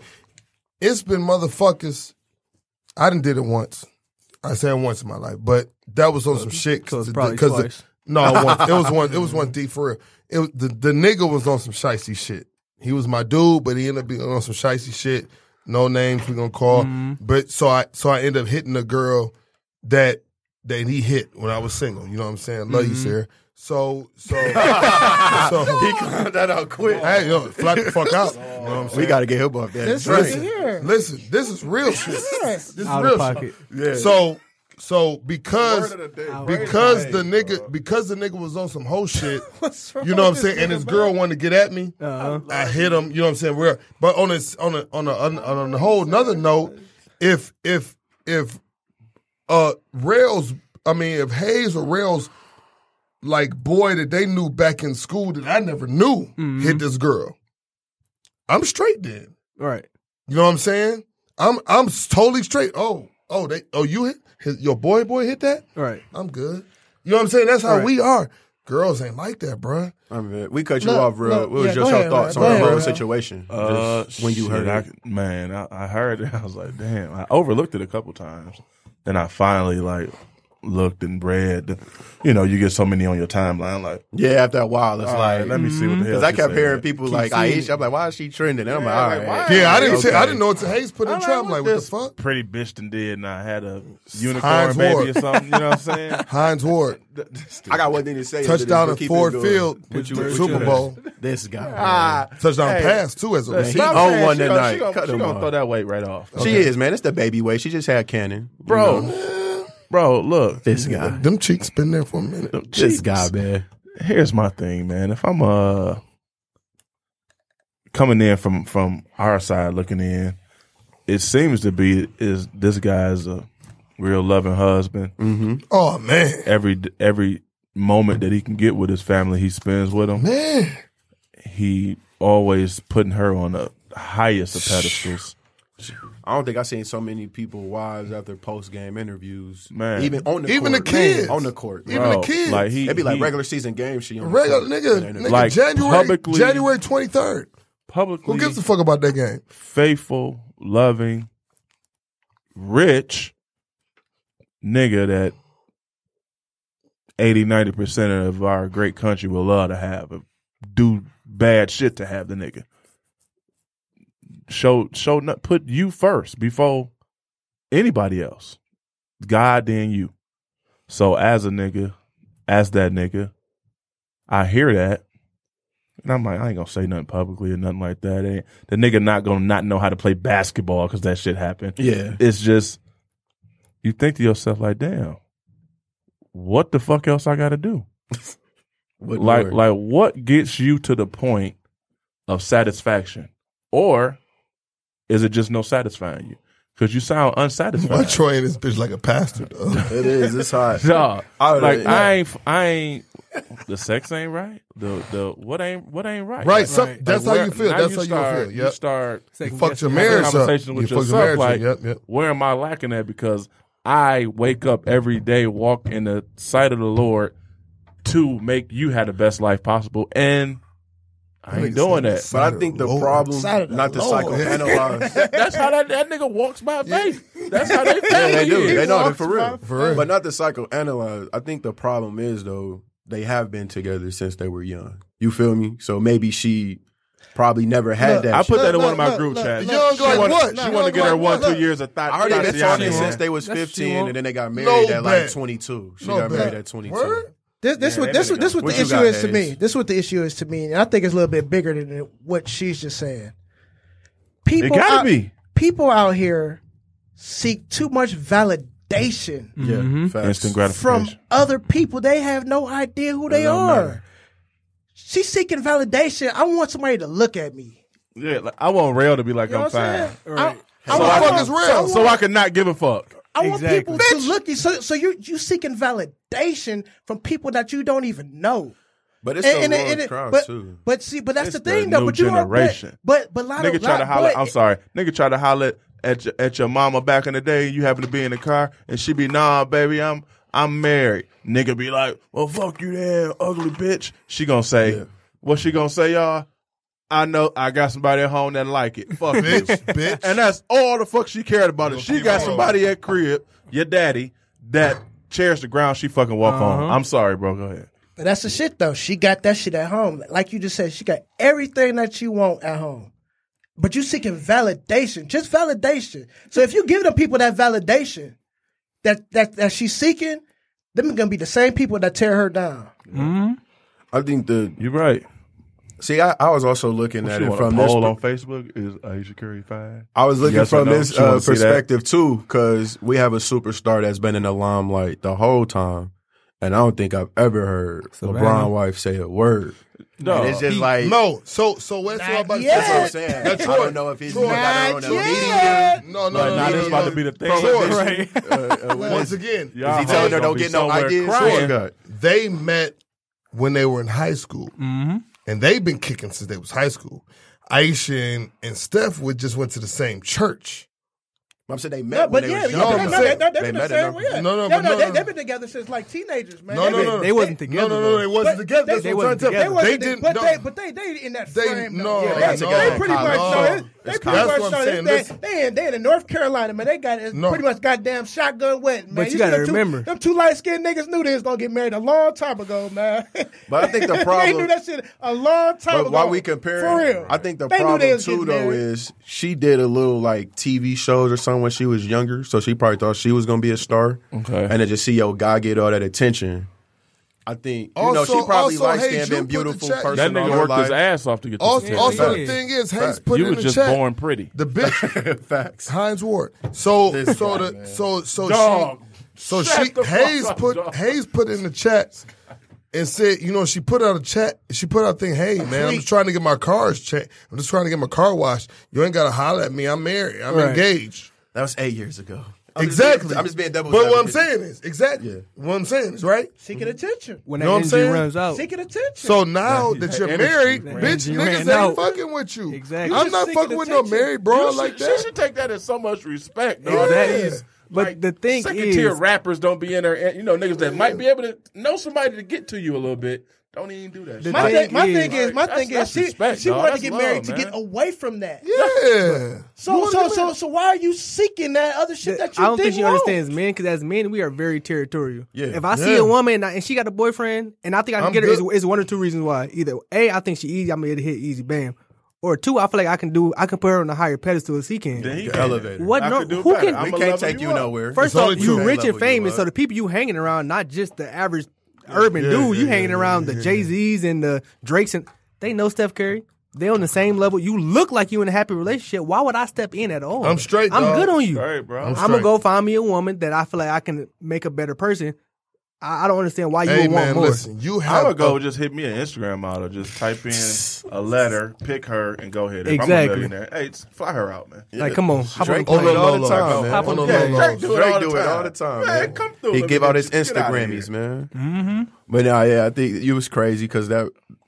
[SPEAKER 2] it's been motherfuckers. I didn't did it once. I said it once in my life, but that was on some shit.
[SPEAKER 4] so it's
[SPEAKER 2] the-
[SPEAKER 4] probably
[SPEAKER 2] the-
[SPEAKER 4] twice.
[SPEAKER 2] no, once. it was one. It was one D for real. It was, the the nigga was on some shicey shit. He was my dude, but he ended up being on some shicey shit. No names we gonna call,
[SPEAKER 4] Mm-hmm.
[SPEAKER 2] but so I so I ended up hitting a girl that that he hit when I was single. You know what I'm saying? Love
[SPEAKER 4] Mm-hmm.
[SPEAKER 2] you, Sarah. So so so
[SPEAKER 3] He climbed that out quick.
[SPEAKER 2] Hey, yo, flat the fuck out. You know what I'm
[SPEAKER 3] we
[SPEAKER 2] saying?
[SPEAKER 3] got to get him off that.
[SPEAKER 6] This
[SPEAKER 3] drink.
[SPEAKER 6] is here.
[SPEAKER 2] Listen, this is real shit. This is
[SPEAKER 4] out
[SPEAKER 2] real
[SPEAKER 4] of pocket.
[SPEAKER 2] shit. So, so because
[SPEAKER 7] Word of the day.
[SPEAKER 2] because
[SPEAKER 7] Word
[SPEAKER 2] the
[SPEAKER 7] of the day,
[SPEAKER 2] nigga because the nigga was on some whole shit,
[SPEAKER 6] What's wrong
[SPEAKER 2] you know what I'm
[SPEAKER 6] with
[SPEAKER 2] saying? And
[SPEAKER 6] nigga,
[SPEAKER 2] his girl
[SPEAKER 6] man?
[SPEAKER 2] wanted to get at me.
[SPEAKER 4] Uh-huh.
[SPEAKER 2] I hit him. You know what I'm saying? We're, but on this on a on a on, a- on a whole another note, if if if uh Rails, I mean if Hayes or Rails like boy that they knew back in school that I never knew
[SPEAKER 4] Mm-hmm.
[SPEAKER 2] hit this girl, I'm straight then.
[SPEAKER 4] Right.
[SPEAKER 2] You know what I'm saying? I'm I'm totally straight. Oh, oh, they oh you hit his, your boy boy hit that?
[SPEAKER 4] Right.
[SPEAKER 2] I'm good. You know what I'm saying? That's how
[SPEAKER 4] Right.
[SPEAKER 2] we are. Girls ain't like that, bruh.
[SPEAKER 3] I mean, we cut you
[SPEAKER 6] Look,
[SPEAKER 3] off, real.
[SPEAKER 6] look,
[SPEAKER 3] what was
[SPEAKER 6] yeah,
[SPEAKER 3] just
[SPEAKER 6] go
[SPEAKER 3] your
[SPEAKER 6] ahead,
[SPEAKER 3] thoughts
[SPEAKER 6] man.
[SPEAKER 3] on
[SPEAKER 6] Go
[SPEAKER 3] the
[SPEAKER 6] ahead,
[SPEAKER 3] real
[SPEAKER 6] man.
[SPEAKER 3] situation?
[SPEAKER 5] uh,
[SPEAKER 3] Just when you
[SPEAKER 5] shit,
[SPEAKER 3] heard
[SPEAKER 5] I,
[SPEAKER 3] it.
[SPEAKER 5] man, I, I heard it. I was like, damn. I overlooked it a couple times. Then I finally like looked and read. You know, you get so many on your timeline. Like,
[SPEAKER 3] Yeah, after a while, it's
[SPEAKER 5] all
[SPEAKER 3] like
[SPEAKER 5] right, let me see what the hell.
[SPEAKER 3] Because I
[SPEAKER 5] she
[SPEAKER 3] kept
[SPEAKER 5] said.
[SPEAKER 3] hearing people like Aisha. I'm like, why is she trending? And I'm like, all right.
[SPEAKER 2] Yeah, I didn't. see- I
[SPEAKER 3] okay.
[SPEAKER 2] didn't know it's Hayes put in
[SPEAKER 5] I'm
[SPEAKER 2] trap. I'm
[SPEAKER 5] like,
[SPEAKER 2] like,
[SPEAKER 5] what
[SPEAKER 2] what the
[SPEAKER 5] this
[SPEAKER 2] fuck?
[SPEAKER 5] Pretty bitch done did, and I had a unicorn
[SPEAKER 2] Heinz
[SPEAKER 5] baby
[SPEAKER 2] Ward.
[SPEAKER 5] or something. You know what I'm saying?
[SPEAKER 2] Heinz Ward
[SPEAKER 3] I got one thing to say.
[SPEAKER 2] touchdown
[SPEAKER 3] to
[SPEAKER 2] at Ford Field, Super Bowl
[SPEAKER 3] This guy.
[SPEAKER 2] touchdown pass too as a
[SPEAKER 3] He
[SPEAKER 2] receiver.
[SPEAKER 5] But I'm
[SPEAKER 3] owned
[SPEAKER 5] saying
[SPEAKER 3] one
[SPEAKER 5] she
[SPEAKER 3] that
[SPEAKER 5] gonna-
[SPEAKER 3] night.
[SPEAKER 5] She gonna,
[SPEAKER 3] Cut
[SPEAKER 5] she
[SPEAKER 3] him
[SPEAKER 5] gonna
[SPEAKER 3] off.
[SPEAKER 5] throw that weight right off,
[SPEAKER 3] She is, man. It's the baby way. She just had Cannon. you
[SPEAKER 5] bro.
[SPEAKER 3] know.
[SPEAKER 5] Bro, look,
[SPEAKER 3] This guy.
[SPEAKER 2] Them cheeks been there for a minute.
[SPEAKER 3] This guy, man.
[SPEAKER 5] here's my thing, man. If I'm uh coming in from from our side looking in, it seems to be is this guy's a real loving husband.
[SPEAKER 2] Oh man,
[SPEAKER 5] Every every moment that he can get with his family, he spends with them.
[SPEAKER 2] man,
[SPEAKER 5] He always putting her on the highest of pedestals.
[SPEAKER 3] I don't think I've seen so many people wives after post game interviews.
[SPEAKER 5] Man.
[SPEAKER 3] even on the
[SPEAKER 2] Even
[SPEAKER 3] court.
[SPEAKER 2] the kids.
[SPEAKER 3] on the court.
[SPEAKER 2] Even the
[SPEAKER 5] Bro,
[SPEAKER 2] kids.
[SPEAKER 5] like he,
[SPEAKER 3] It'd be like
[SPEAKER 5] he
[SPEAKER 3] regular season game. She on the
[SPEAKER 2] regular
[SPEAKER 3] court.
[SPEAKER 2] nigga, nigga
[SPEAKER 5] Like,
[SPEAKER 2] January
[SPEAKER 5] publicly-
[SPEAKER 2] January twenty third.
[SPEAKER 5] publicly
[SPEAKER 2] Who gives a fuck about that game?
[SPEAKER 5] faithful, loving, rich nigga that 80, 90% of our great country will love to have. Do bad shit to have the nigga. Show, show, no- put you first before anybody else. God then you. So as a nigga, as that nigga, I hear that. And I'm like, I ain't gonna say nothing publicly or nothing like that. Ain't the nigga not gonna not know how to play basketball because that shit happened.
[SPEAKER 3] Yeah.
[SPEAKER 5] It's just you think to yourself like, damn, what the fuck else I gotta do?
[SPEAKER 3] What
[SPEAKER 5] like
[SPEAKER 3] Lord.
[SPEAKER 5] like what gets you to the point of satisfaction? Or is it just no satisfying you? Because you sound unsatisfied.
[SPEAKER 2] I'm trying this bitch like a pastor, though.
[SPEAKER 3] it is. It's hot.
[SPEAKER 5] Dog.
[SPEAKER 3] I would-
[SPEAKER 5] like
[SPEAKER 3] yeah.
[SPEAKER 5] I ain't, I ain't. The sex ain't right. The the what ain't what ain't right.
[SPEAKER 2] Right,
[SPEAKER 5] Like,
[SPEAKER 2] some-
[SPEAKER 5] like
[SPEAKER 2] that's how
[SPEAKER 5] where-
[SPEAKER 2] you feel.
[SPEAKER 5] now
[SPEAKER 2] That's how you
[SPEAKER 5] start,
[SPEAKER 2] feel.
[SPEAKER 5] You
[SPEAKER 2] Yep.
[SPEAKER 5] start
[SPEAKER 2] You
[SPEAKER 4] Second
[SPEAKER 2] fucked
[SPEAKER 4] guess.
[SPEAKER 2] your
[SPEAKER 5] having a
[SPEAKER 2] marriage up.
[SPEAKER 5] conversation
[SPEAKER 2] You
[SPEAKER 5] with
[SPEAKER 2] fucked your
[SPEAKER 5] yourself.
[SPEAKER 2] marriage up.
[SPEAKER 5] Like,
[SPEAKER 2] Yep, yep.
[SPEAKER 5] where am I lacking at? Because I wake up every day, walk in the sight of the Lord to make you have the best life possible, and I ain't doing that.
[SPEAKER 3] But I think the
[SPEAKER 2] Lord.
[SPEAKER 3] problem,
[SPEAKER 6] Side of the
[SPEAKER 3] not to
[SPEAKER 6] Lord.
[SPEAKER 3] psychoanalyze.
[SPEAKER 5] That's how that, that nigga walks by faith. That's how they think
[SPEAKER 3] yeah, they
[SPEAKER 5] he
[SPEAKER 3] do.
[SPEAKER 5] is.
[SPEAKER 3] They know it for real.
[SPEAKER 2] For real.
[SPEAKER 3] But not to psychoanalyze. I think the problem is though they have been together since they were young. You feel me? So maybe she probably never had
[SPEAKER 6] Look,
[SPEAKER 3] that.
[SPEAKER 5] I put
[SPEAKER 3] shit.
[SPEAKER 5] that in
[SPEAKER 6] Look,
[SPEAKER 5] one of my
[SPEAKER 6] look,
[SPEAKER 5] group
[SPEAKER 6] look,
[SPEAKER 5] chats.
[SPEAKER 6] look,
[SPEAKER 2] Young
[SPEAKER 5] she
[SPEAKER 2] like
[SPEAKER 5] wanna,
[SPEAKER 2] what?
[SPEAKER 5] She
[SPEAKER 2] Young
[SPEAKER 5] wanna get
[SPEAKER 2] like
[SPEAKER 5] her
[SPEAKER 2] what?
[SPEAKER 5] one two
[SPEAKER 2] Look.
[SPEAKER 5] years of thought.
[SPEAKER 3] I already been talking since
[SPEAKER 5] Tatiana.
[SPEAKER 3] they was
[SPEAKER 4] That's what she
[SPEAKER 3] 15
[SPEAKER 4] want.
[SPEAKER 3] and then they got married
[SPEAKER 2] No
[SPEAKER 3] at like
[SPEAKER 2] bet.
[SPEAKER 3] 22. She
[SPEAKER 2] No
[SPEAKER 3] got
[SPEAKER 2] bet.
[SPEAKER 3] married at 22.
[SPEAKER 2] Word?
[SPEAKER 6] This this what this what this what
[SPEAKER 3] What
[SPEAKER 6] the
[SPEAKER 3] you
[SPEAKER 6] issue
[SPEAKER 3] got,
[SPEAKER 6] is to
[SPEAKER 3] Hayes?
[SPEAKER 6] me. This what the issue is to me, and I think it's a little bit bigger than what she's just saying. People
[SPEAKER 5] gotta
[SPEAKER 6] out,
[SPEAKER 5] be.
[SPEAKER 6] people out here seek too much validation
[SPEAKER 3] Yeah. Facts.
[SPEAKER 5] Instant
[SPEAKER 6] from
[SPEAKER 5] gratification.
[SPEAKER 6] other people. They have no idea who they are. She's seeking validation. I want somebody to look at me.
[SPEAKER 5] yeah, like, I want Rail to be like
[SPEAKER 6] You know
[SPEAKER 5] I'm
[SPEAKER 6] what I'm
[SPEAKER 5] fine,
[SPEAKER 6] saying? I,
[SPEAKER 2] How
[SPEAKER 6] I
[SPEAKER 2] the
[SPEAKER 6] want-
[SPEAKER 2] fuck is real?
[SPEAKER 5] so I can not give a fuck.
[SPEAKER 6] I want
[SPEAKER 4] Exactly.
[SPEAKER 6] people to look. at- So, so you you seeking validation from people that you don't even know.
[SPEAKER 3] But it's
[SPEAKER 6] And-
[SPEAKER 3] the
[SPEAKER 6] and-
[SPEAKER 3] wrong
[SPEAKER 6] and-
[SPEAKER 3] crowd
[SPEAKER 6] but,
[SPEAKER 3] too.
[SPEAKER 6] but see, but that's
[SPEAKER 5] It's
[SPEAKER 6] the thing
[SPEAKER 5] the
[SPEAKER 6] though.
[SPEAKER 5] new
[SPEAKER 6] But you don't.
[SPEAKER 5] generation.
[SPEAKER 6] But but, but a lot of
[SPEAKER 5] Nigga try to
[SPEAKER 6] lot-
[SPEAKER 5] holler.
[SPEAKER 6] but-
[SPEAKER 5] I'm sorry. Nigga try to holler at your, at your mama back in the day. You happen to be in the car, and she be nah, baby, I'm I'm married. Nigga be like, well, fuck you, then, ugly bitch. She gonna say, what she gonna say, y'all? I know I got somebody at home that like it. Fuck bitch, bitch. And that's all the fuck she cared about. Is she got somebody at crib, your daddy, that chairs the ground she fucking walk on. I'm sorry, bro. Go ahead.
[SPEAKER 6] But that's the shit though. She got that shit at home. Like you just said, she got everything that you want at home. But you seeking validation, just validation. So if you give them people that validation that that that she's seeking, them gonna be the same people that tear her down.
[SPEAKER 3] I think the
[SPEAKER 5] You right.
[SPEAKER 3] see, I, I was also looking at
[SPEAKER 5] She
[SPEAKER 3] it
[SPEAKER 5] want a
[SPEAKER 3] from this
[SPEAKER 5] poll
[SPEAKER 3] per-
[SPEAKER 5] on Facebook is Aisha Curry fine?
[SPEAKER 3] I was looking
[SPEAKER 5] Yes or
[SPEAKER 3] from
[SPEAKER 5] no?
[SPEAKER 3] this
[SPEAKER 5] She wanna
[SPEAKER 3] uh,
[SPEAKER 5] see that.
[SPEAKER 3] perspective too, because we have a superstar that's been in the limelight the whole time, and I don't think I've ever heard LeBron wife say a word.
[SPEAKER 5] No,
[SPEAKER 3] and it's just like
[SPEAKER 2] No, so so that's what I'm about to
[SPEAKER 6] Not
[SPEAKER 3] that's what I'm
[SPEAKER 2] say.
[SPEAKER 3] saying.
[SPEAKER 2] Now,
[SPEAKER 3] I
[SPEAKER 2] Troy,
[SPEAKER 3] don't know if he's
[SPEAKER 2] Troy,
[SPEAKER 3] got
[SPEAKER 6] Not
[SPEAKER 3] on own media.
[SPEAKER 6] yet.
[SPEAKER 2] No, no,
[SPEAKER 5] Like,
[SPEAKER 2] no,
[SPEAKER 5] now
[SPEAKER 2] no,
[SPEAKER 5] this
[SPEAKER 2] no,
[SPEAKER 5] about
[SPEAKER 2] no.
[SPEAKER 5] to be the thing.
[SPEAKER 2] Troy,
[SPEAKER 3] Uh, uh, what
[SPEAKER 2] Once
[SPEAKER 3] is-
[SPEAKER 2] again,
[SPEAKER 5] Y'all
[SPEAKER 3] is he telling her
[SPEAKER 5] gonna
[SPEAKER 3] don't
[SPEAKER 5] be
[SPEAKER 3] get no
[SPEAKER 5] somewhere
[SPEAKER 3] ideas?
[SPEAKER 5] crying.
[SPEAKER 3] Swear to God.
[SPEAKER 2] they met when they were in high school,
[SPEAKER 4] Mm-hmm.
[SPEAKER 2] and they've been kicking since they was high school. Aisha and, and Steph would just went to the same church.
[SPEAKER 3] I'm saying they met,
[SPEAKER 6] No,
[SPEAKER 3] when
[SPEAKER 6] but
[SPEAKER 3] they
[SPEAKER 6] yeah,
[SPEAKER 3] was
[SPEAKER 6] no,
[SPEAKER 3] younger.
[SPEAKER 6] no, no,
[SPEAKER 2] saying-
[SPEAKER 6] they- no, they've
[SPEAKER 3] They
[SPEAKER 6] been the
[SPEAKER 3] met
[SPEAKER 6] same
[SPEAKER 3] in
[SPEAKER 6] way.
[SPEAKER 2] No,
[SPEAKER 3] a-
[SPEAKER 2] no,
[SPEAKER 6] yeah,
[SPEAKER 2] but no,
[SPEAKER 6] they-
[SPEAKER 2] no.
[SPEAKER 6] They've been together since like teenagers, man.
[SPEAKER 2] No,
[SPEAKER 6] They've
[SPEAKER 2] no,
[SPEAKER 6] been-
[SPEAKER 2] no,
[SPEAKER 4] They wasn't
[SPEAKER 2] No, no,
[SPEAKER 4] together.
[SPEAKER 2] no,
[SPEAKER 4] though.
[SPEAKER 2] they wasn't
[SPEAKER 6] But
[SPEAKER 2] together.
[SPEAKER 6] they-
[SPEAKER 2] That's
[SPEAKER 4] they
[SPEAKER 2] what I'm
[SPEAKER 4] wasn't
[SPEAKER 2] trying to
[SPEAKER 6] They
[SPEAKER 2] tell you.
[SPEAKER 6] wasn't,
[SPEAKER 2] They
[SPEAKER 6] they,
[SPEAKER 2] didn't.
[SPEAKER 6] but they,
[SPEAKER 2] no.
[SPEAKER 6] but they, they in that
[SPEAKER 2] They-
[SPEAKER 6] frame.
[SPEAKER 2] no,
[SPEAKER 6] though.
[SPEAKER 2] no,
[SPEAKER 6] yeah, they,
[SPEAKER 2] no.
[SPEAKER 6] they pretty much.
[SPEAKER 2] No.
[SPEAKER 6] No, it- They
[SPEAKER 2] It's
[SPEAKER 6] pretty
[SPEAKER 2] common. That's
[SPEAKER 6] much
[SPEAKER 2] what I'm
[SPEAKER 6] shot-
[SPEAKER 2] saying.
[SPEAKER 6] They,
[SPEAKER 2] Listen.
[SPEAKER 6] they, in, they in North Carolina, man. They got it
[SPEAKER 2] No.
[SPEAKER 6] pretty much goddamn shotgun wet, man.
[SPEAKER 4] But you
[SPEAKER 6] see
[SPEAKER 4] gotta
[SPEAKER 6] them two-
[SPEAKER 4] remember-
[SPEAKER 6] them two light skinned niggas knew they was gonna get married a long time ago, man.
[SPEAKER 3] But I think the
[SPEAKER 6] they
[SPEAKER 3] problem-
[SPEAKER 6] knew that shit a long time ago.
[SPEAKER 3] But why we
[SPEAKER 6] For
[SPEAKER 3] comparing?
[SPEAKER 6] real,
[SPEAKER 3] I think the
[SPEAKER 6] They knew they
[SPEAKER 3] problem
[SPEAKER 6] was
[SPEAKER 3] too
[SPEAKER 6] getting
[SPEAKER 3] though
[SPEAKER 6] married.
[SPEAKER 3] is she did a little like TV shows or something when she was younger, so she probably thought she was gonna be a star.
[SPEAKER 5] Okay.
[SPEAKER 3] and to just see your guy get all that attention, I think you know she
[SPEAKER 2] Also-
[SPEAKER 3] probably
[SPEAKER 2] also,
[SPEAKER 3] likes
[SPEAKER 2] hey,
[SPEAKER 3] skinned
[SPEAKER 2] you
[SPEAKER 3] and
[SPEAKER 2] put the
[SPEAKER 3] beautiful
[SPEAKER 2] check-
[SPEAKER 3] person.
[SPEAKER 5] That nigga
[SPEAKER 3] all her
[SPEAKER 5] worked his
[SPEAKER 3] life.
[SPEAKER 5] ass off to get this.
[SPEAKER 2] Also,
[SPEAKER 5] titty.
[SPEAKER 2] also the
[SPEAKER 4] Facts.
[SPEAKER 2] thing is, Hanks put
[SPEAKER 5] you
[SPEAKER 2] it in
[SPEAKER 5] was
[SPEAKER 2] the
[SPEAKER 5] just
[SPEAKER 2] chat.
[SPEAKER 5] born pretty.
[SPEAKER 2] The bitch,
[SPEAKER 3] Facts.
[SPEAKER 2] Heinz Ward. So,
[SPEAKER 3] This
[SPEAKER 2] so
[SPEAKER 3] guy,
[SPEAKER 2] the,
[SPEAKER 3] man.
[SPEAKER 2] so, so
[SPEAKER 5] Dog.
[SPEAKER 2] she, so
[SPEAKER 5] Shut
[SPEAKER 2] she,
[SPEAKER 5] the fuck
[SPEAKER 2] Hayes
[SPEAKER 5] up,
[SPEAKER 2] put,
[SPEAKER 5] dog.
[SPEAKER 2] Hayes put in the chat and said, you know, she put out a chat. She put out a thing, hey man, I'm just trying to get my cars checked. I'm just trying to get my car washed. You ain't got to holler at me. I'm married. I'm
[SPEAKER 4] Right.
[SPEAKER 2] engaged.
[SPEAKER 3] That was eight years ago. I'm just being-
[SPEAKER 2] Exactly.
[SPEAKER 3] I'm just being double.
[SPEAKER 2] But what I'm
[SPEAKER 3] advocate.
[SPEAKER 2] saying is, exactly.
[SPEAKER 3] Yeah.
[SPEAKER 2] What I'm saying is, right?
[SPEAKER 6] seeking attention.
[SPEAKER 4] When
[SPEAKER 2] You
[SPEAKER 4] that
[SPEAKER 2] know what I'm
[SPEAKER 4] energy
[SPEAKER 2] saying?
[SPEAKER 4] runs out,
[SPEAKER 6] Seeking attention.
[SPEAKER 2] So now that you're married,
[SPEAKER 4] That
[SPEAKER 2] bitch,
[SPEAKER 4] energy
[SPEAKER 2] niggas
[SPEAKER 4] ran
[SPEAKER 2] ain't
[SPEAKER 4] out.
[SPEAKER 2] fucking with you.
[SPEAKER 4] Exactly.
[SPEAKER 2] I'm
[SPEAKER 6] You
[SPEAKER 2] not
[SPEAKER 6] just
[SPEAKER 2] fucking
[SPEAKER 6] seeking
[SPEAKER 2] with no
[SPEAKER 6] attention.
[SPEAKER 2] married broad
[SPEAKER 5] You
[SPEAKER 2] like
[SPEAKER 5] should-
[SPEAKER 2] that.
[SPEAKER 5] She should take that as so much respect. Dog.
[SPEAKER 4] Yeah.
[SPEAKER 5] That is.
[SPEAKER 4] But the thing
[SPEAKER 5] second tier
[SPEAKER 4] is-
[SPEAKER 5] rappers don't be in there. and, You know, niggas that might be able to know somebody to get to you a little bit. Don't even do that. shit.
[SPEAKER 6] my
[SPEAKER 4] thing
[SPEAKER 6] thing, my
[SPEAKER 4] is-
[SPEAKER 6] thing is, my
[SPEAKER 5] That's-
[SPEAKER 6] thing
[SPEAKER 5] that's
[SPEAKER 6] is, she
[SPEAKER 5] respect,
[SPEAKER 6] she
[SPEAKER 5] dog.
[SPEAKER 6] wanted
[SPEAKER 5] That's
[SPEAKER 6] to get
[SPEAKER 5] love,
[SPEAKER 6] married to
[SPEAKER 5] man.
[SPEAKER 6] get away from that.
[SPEAKER 2] Yeah.
[SPEAKER 6] So so so so why are you seeking that other shit that you
[SPEAKER 4] I don't think
[SPEAKER 6] didn't
[SPEAKER 4] she
[SPEAKER 6] want?
[SPEAKER 4] understands men because as men we are very territorial.
[SPEAKER 3] Yeah.
[SPEAKER 4] If I see
[SPEAKER 2] Yeah.
[SPEAKER 4] a woman and, I- and she got a boyfriend and I think I can
[SPEAKER 2] I'm
[SPEAKER 4] get her,
[SPEAKER 2] good.
[SPEAKER 4] it's, it's one or two reasons why. Either a, I think she easy, I'm gonna hit easy, bam, or two, I feel like I can do, I can put her on a higher pedestal as he can.
[SPEAKER 5] Then he
[SPEAKER 3] The
[SPEAKER 5] can-
[SPEAKER 3] elevator.
[SPEAKER 4] What?
[SPEAKER 5] I
[SPEAKER 4] No,
[SPEAKER 5] could do
[SPEAKER 4] who
[SPEAKER 5] better.
[SPEAKER 4] can-
[SPEAKER 5] I'ma
[SPEAKER 3] We
[SPEAKER 5] level
[SPEAKER 3] can't take you,
[SPEAKER 5] up.
[SPEAKER 3] nowhere.
[SPEAKER 4] First
[SPEAKER 2] There's
[SPEAKER 4] off,
[SPEAKER 2] only two
[SPEAKER 4] you
[SPEAKER 2] men
[SPEAKER 4] rich and
[SPEAKER 3] level you
[SPEAKER 4] famous,
[SPEAKER 3] up.
[SPEAKER 4] so the people you hanging around, not just the average urban
[SPEAKER 2] yeah,
[SPEAKER 4] dude, you
[SPEAKER 2] yeah,
[SPEAKER 4] hanging
[SPEAKER 2] yeah,
[SPEAKER 4] around the Jay Z's and the Drakes, and they know Steph Curry. They on the same level. You look like you in a happy relationship. Why would I step in at all?
[SPEAKER 2] I'm straight,
[SPEAKER 4] I'm
[SPEAKER 2] dog.
[SPEAKER 4] good on you.
[SPEAKER 5] All right, bro.
[SPEAKER 2] I'm
[SPEAKER 4] I'm gonna
[SPEAKER 2] straight.
[SPEAKER 4] go find me a woman that I feel like I can make a better person. I, I don't understand why you
[SPEAKER 2] Hey
[SPEAKER 4] would want
[SPEAKER 2] man,
[SPEAKER 4] more.
[SPEAKER 2] listen, you
[SPEAKER 5] I'm
[SPEAKER 2] have
[SPEAKER 5] gonna
[SPEAKER 2] a
[SPEAKER 5] go just hit me an Instagram model. Just type in a letter, pick her, and go hit her. If I'm a
[SPEAKER 4] Exactly.
[SPEAKER 5] millionaire. Hey, it's- fly her out, man.
[SPEAKER 4] Like, come on, hop on the
[SPEAKER 3] Drake
[SPEAKER 4] plane.
[SPEAKER 3] do it all
[SPEAKER 2] no,
[SPEAKER 3] the time,
[SPEAKER 2] no,
[SPEAKER 3] man.
[SPEAKER 2] no,
[SPEAKER 3] Hop on
[SPEAKER 2] no,
[SPEAKER 3] the
[SPEAKER 2] no,
[SPEAKER 3] plane.
[SPEAKER 2] no.
[SPEAKER 5] Drake do it
[SPEAKER 3] Drake
[SPEAKER 5] all
[SPEAKER 3] do
[SPEAKER 5] the
[SPEAKER 3] it
[SPEAKER 5] time.
[SPEAKER 3] all the
[SPEAKER 2] Oh,
[SPEAKER 3] time, man.
[SPEAKER 5] come through.
[SPEAKER 3] He
[SPEAKER 5] Let
[SPEAKER 3] give
[SPEAKER 5] me
[SPEAKER 3] out
[SPEAKER 5] get
[SPEAKER 3] his
[SPEAKER 5] you. Get
[SPEAKER 3] Insta
[SPEAKER 5] out of here.
[SPEAKER 3] Grammys, man. Mm-hmm. But nah, yeah, I think it was crazy because that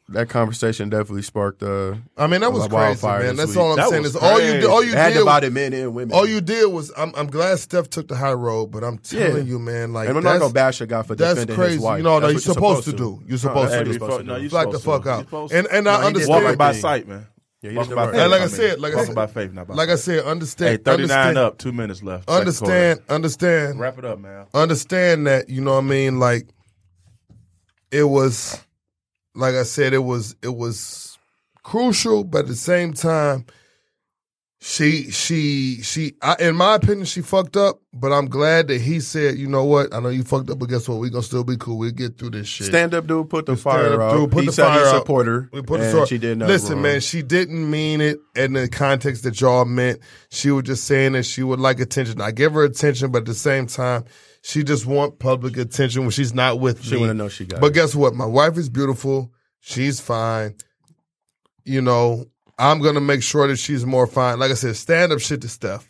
[SPEAKER 3] that conversation definitely sparked. Uh,
[SPEAKER 2] I mean, that was
[SPEAKER 3] Like
[SPEAKER 2] crazy,
[SPEAKER 3] wildfire
[SPEAKER 2] man.
[SPEAKER 3] this
[SPEAKER 2] That's
[SPEAKER 3] week.
[SPEAKER 2] all I'm
[SPEAKER 5] That
[SPEAKER 2] saying
[SPEAKER 5] was
[SPEAKER 2] is all you
[SPEAKER 5] crazy.
[SPEAKER 2] did, all you
[SPEAKER 3] it had
[SPEAKER 2] did,
[SPEAKER 3] about men and women.
[SPEAKER 2] all you did was. I'm, I'm glad Steph took the high road, but I'm telling
[SPEAKER 3] Yeah.
[SPEAKER 2] you, man, like
[SPEAKER 3] and I'm not
[SPEAKER 2] that's-
[SPEAKER 3] gonna bash a guy for
[SPEAKER 2] that's
[SPEAKER 3] defending
[SPEAKER 2] crazy.
[SPEAKER 3] his wife.
[SPEAKER 2] You know, no,
[SPEAKER 3] That's
[SPEAKER 2] you're
[SPEAKER 3] what you're
[SPEAKER 2] supposed, to
[SPEAKER 3] supposed
[SPEAKER 2] do.
[SPEAKER 3] to.
[SPEAKER 2] You're supposed
[SPEAKER 5] Hey,
[SPEAKER 2] to
[SPEAKER 5] you
[SPEAKER 2] do.
[SPEAKER 5] fuck- no, you
[SPEAKER 2] Black the fuck
[SPEAKER 5] supposed to. You
[SPEAKER 2] out.
[SPEAKER 5] supposed to.
[SPEAKER 2] And and
[SPEAKER 3] No,
[SPEAKER 2] I
[SPEAKER 3] he did the
[SPEAKER 2] understand.
[SPEAKER 5] Walking
[SPEAKER 3] right
[SPEAKER 5] by
[SPEAKER 3] thing.
[SPEAKER 5] sight, man.
[SPEAKER 3] Yeah, he
[SPEAKER 5] Walking
[SPEAKER 3] did
[SPEAKER 5] by
[SPEAKER 3] the
[SPEAKER 5] faith.
[SPEAKER 3] right
[SPEAKER 2] And like I
[SPEAKER 5] mean.
[SPEAKER 2] said, like I
[SPEAKER 5] Walking
[SPEAKER 2] said-
[SPEAKER 5] by faith, not by
[SPEAKER 2] Like I
[SPEAKER 5] sight.
[SPEAKER 2] said, understand.
[SPEAKER 5] Hey, 39
[SPEAKER 2] understand,
[SPEAKER 5] up, two minutes left. Second
[SPEAKER 2] Understand, understand,
[SPEAKER 5] quarter. Wrap it up, man.
[SPEAKER 2] understand that. You know what I mean? Like it was, like I said, it was it was crucial, but at the same time, she she she I, in my opinion she fucked up but i'm glad that he said you know what i know you fucked up but guess what we gonna still be cool we'll get through this shit
[SPEAKER 3] Stand up, dude. Put the
[SPEAKER 2] Stand
[SPEAKER 3] fire
[SPEAKER 2] up,
[SPEAKER 3] out.
[SPEAKER 2] dude, put
[SPEAKER 3] he
[SPEAKER 2] the
[SPEAKER 3] said
[SPEAKER 2] fire
[SPEAKER 3] he
[SPEAKER 2] out.
[SPEAKER 3] support her.
[SPEAKER 2] we put
[SPEAKER 3] and
[SPEAKER 2] the sword.
[SPEAKER 3] She did nothing
[SPEAKER 2] listen
[SPEAKER 3] wrong.
[SPEAKER 2] man she didn't mean it in the context that y'all meant she was just saying that she would like attention i give her attention but at the same time she just want public attention when she's not with
[SPEAKER 3] She
[SPEAKER 2] me
[SPEAKER 3] want to know she got.
[SPEAKER 2] but
[SPEAKER 3] it.
[SPEAKER 2] guess what? My wife is beautiful. She's fine. You know, I'm gonna make sure that she's more fine. Like I said, stand up shit to Steph.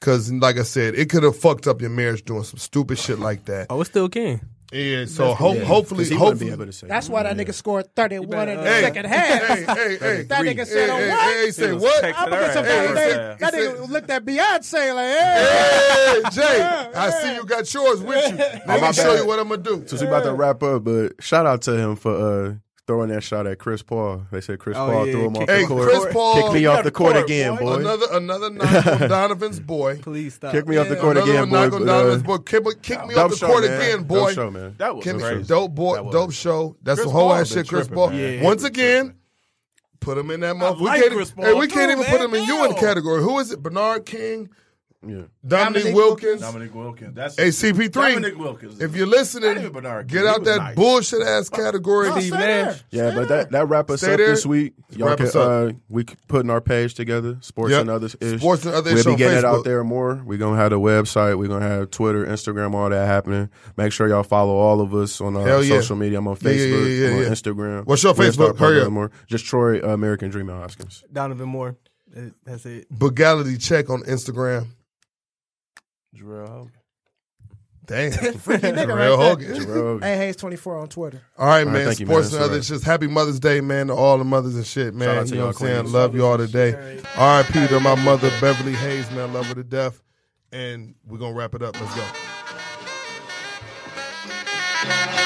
[SPEAKER 2] Cause like I said, it could have fucked up your marriage doing some stupid shit like that.
[SPEAKER 4] Oh, it still can.
[SPEAKER 2] Yeah, so ho- hopefully,
[SPEAKER 3] 'Cause he wouldn't
[SPEAKER 2] hopefully.
[SPEAKER 3] be able to say.
[SPEAKER 6] That's why that nigga scored 31 in the
[SPEAKER 2] uh, Hey,
[SPEAKER 6] second half.
[SPEAKER 2] Hey, hey, hey.
[SPEAKER 6] That nigga
[SPEAKER 2] Hey,
[SPEAKER 6] said, "Oh,
[SPEAKER 2] hey,
[SPEAKER 6] what?"
[SPEAKER 2] hey, hey,
[SPEAKER 5] He
[SPEAKER 2] say
[SPEAKER 5] was
[SPEAKER 2] what?
[SPEAKER 5] texting
[SPEAKER 6] I'm gonna
[SPEAKER 5] her
[SPEAKER 6] get some
[SPEAKER 5] ass.
[SPEAKER 2] Hey,
[SPEAKER 6] validation.
[SPEAKER 2] hey,
[SPEAKER 6] That
[SPEAKER 2] he
[SPEAKER 6] nigga
[SPEAKER 2] said-
[SPEAKER 6] looked at Beyonce like, hey.
[SPEAKER 2] Hey, Jay, I see you got yours with you. Let me
[SPEAKER 3] my
[SPEAKER 2] show
[SPEAKER 3] bad.
[SPEAKER 2] you what I'm gonna do.
[SPEAKER 3] So we about to wrap up, but shout out to him for uh, throwing that shot at Chris Paul. They said Chris
[SPEAKER 4] Oh,
[SPEAKER 3] Paul
[SPEAKER 4] yeah,
[SPEAKER 3] threw him off
[SPEAKER 4] kick
[SPEAKER 2] Hey,
[SPEAKER 3] the court.
[SPEAKER 2] Chris Paul.
[SPEAKER 3] Kick me off the court
[SPEAKER 5] court,
[SPEAKER 3] again,
[SPEAKER 5] boy.
[SPEAKER 3] boy.
[SPEAKER 2] Another another knock on Donovan's boy.
[SPEAKER 4] Please stop.
[SPEAKER 3] Kick me off the court
[SPEAKER 2] another one
[SPEAKER 3] again, boy.
[SPEAKER 2] knock on
[SPEAKER 3] but, uh,
[SPEAKER 2] Donovan's boy. Kick, kick me
[SPEAKER 3] dope
[SPEAKER 2] off the
[SPEAKER 3] show,
[SPEAKER 2] court
[SPEAKER 3] man.
[SPEAKER 2] again, boy.
[SPEAKER 3] Dope show, man.
[SPEAKER 5] That was
[SPEAKER 2] Kim
[SPEAKER 5] crazy.
[SPEAKER 2] is dope boy,
[SPEAKER 3] That was-
[SPEAKER 2] dope show. That's
[SPEAKER 5] Chris
[SPEAKER 2] some whole
[SPEAKER 5] Paul
[SPEAKER 2] ass
[SPEAKER 5] been
[SPEAKER 2] shit, Chris
[SPEAKER 5] tripping,
[SPEAKER 2] Paul.
[SPEAKER 5] man.
[SPEAKER 2] Once again, put him in that motherfucker. we can't,
[SPEAKER 5] Chris
[SPEAKER 2] hey,
[SPEAKER 5] Paul
[SPEAKER 2] we can't
[SPEAKER 5] too,
[SPEAKER 2] even
[SPEAKER 5] man.
[SPEAKER 2] put him in Ewan
[SPEAKER 5] Damn.
[SPEAKER 2] category. Who is it? Bernard King,
[SPEAKER 3] Yeah.
[SPEAKER 2] Dominic,
[SPEAKER 6] Dominic
[SPEAKER 2] Wilkins,
[SPEAKER 5] Dominic Wilkins. That's
[SPEAKER 2] ACP3.
[SPEAKER 5] Dominic Wilkins.
[SPEAKER 2] If you're
[SPEAKER 5] Not even
[SPEAKER 2] listening,
[SPEAKER 5] Bernard King.
[SPEAKER 2] get
[SPEAKER 5] He
[SPEAKER 2] out
[SPEAKER 5] was
[SPEAKER 2] that
[SPEAKER 5] nice.
[SPEAKER 2] bullshit ass category.
[SPEAKER 6] Steve
[SPEAKER 4] Nash.
[SPEAKER 3] Yeah, but that, that wrap us
[SPEAKER 2] Stay
[SPEAKER 3] up
[SPEAKER 2] there.
[SPEAKER 3] this week. Y'all
[SPEAKER 2] Wrap
[SPEAKER 3] can,
[SPEAKER 2] us up.
[SPEAKER 3] uh, we c- putting our page together, sports
[SPEAKER 2] Yep.
[SPEAKER 3] and others. Ish.
[SPEAKER 2] Sports and Other Ish on
[SPEAKER 3] We'll be getting it
[SPEAKER 2] Facebook.
[SPEAKER 3] out there more. We're gonna have the website. We're gonna have Twitter, Instagram, all that happening. Make sure y'all follow all of us on our
[SPEAKER 2] Hell yeah.
[SPEAKER 3] social media. I'm on
[SPEAKER 2] Yeah,
[SPEAKER 3] Facebook,
[SPEAKER 2] yeah, yeah, yeah,
[SPEAKER 3] I'm on
[SPEAKER 2] yeah.
[SPEAKER 3] Instagram.
[SPEAKER 2] What's your
[SPEAKER 3] We'll start
[SPEAKER 2] Facebook? Hurry
[SPEAKER 3] posting
[SPEAKER 2] up.
[SPEAKER 3] More. Just Troy uh, American Dream Hoskins.
[SPEAKER 4] Donovan Moore. That- That's it.
[SPEAKER 2] Bugality check on Instagram. Damn.
[SPEAKER 6] nigga
[SPEAKER 2] Jarrell
[SPEAKER 6] right there.
[SPEAKER 2] Hogan.
[SPEAKER 3] Rogue.
[SPEAKER 6] Hey, Hayes 24 on Twitter.
[SPEAKER 2] All right, man.
[SPEAKER 3] thank you, man.
[SPEAKER 2] Sports and
[SPEAKER 3] That's
[SPEAKER 2] other
[SPEAKER 3] right.
[SPEAKER 2] just happy Mother's Day, man, to all the mothers and shit, man.
[SPEAKER 3] Shout out to
[SPEAKER 2] you know
[SPEAKER 3] y'all
[SPEAKER 2] what I'm saying?
[SPEAKER 3] queens.
[SPEAKER 2] Love you all today. R.I.P. to my mother, Beverly Hayes, man. Love her to death. And we're gonna wrap it up. Let's go.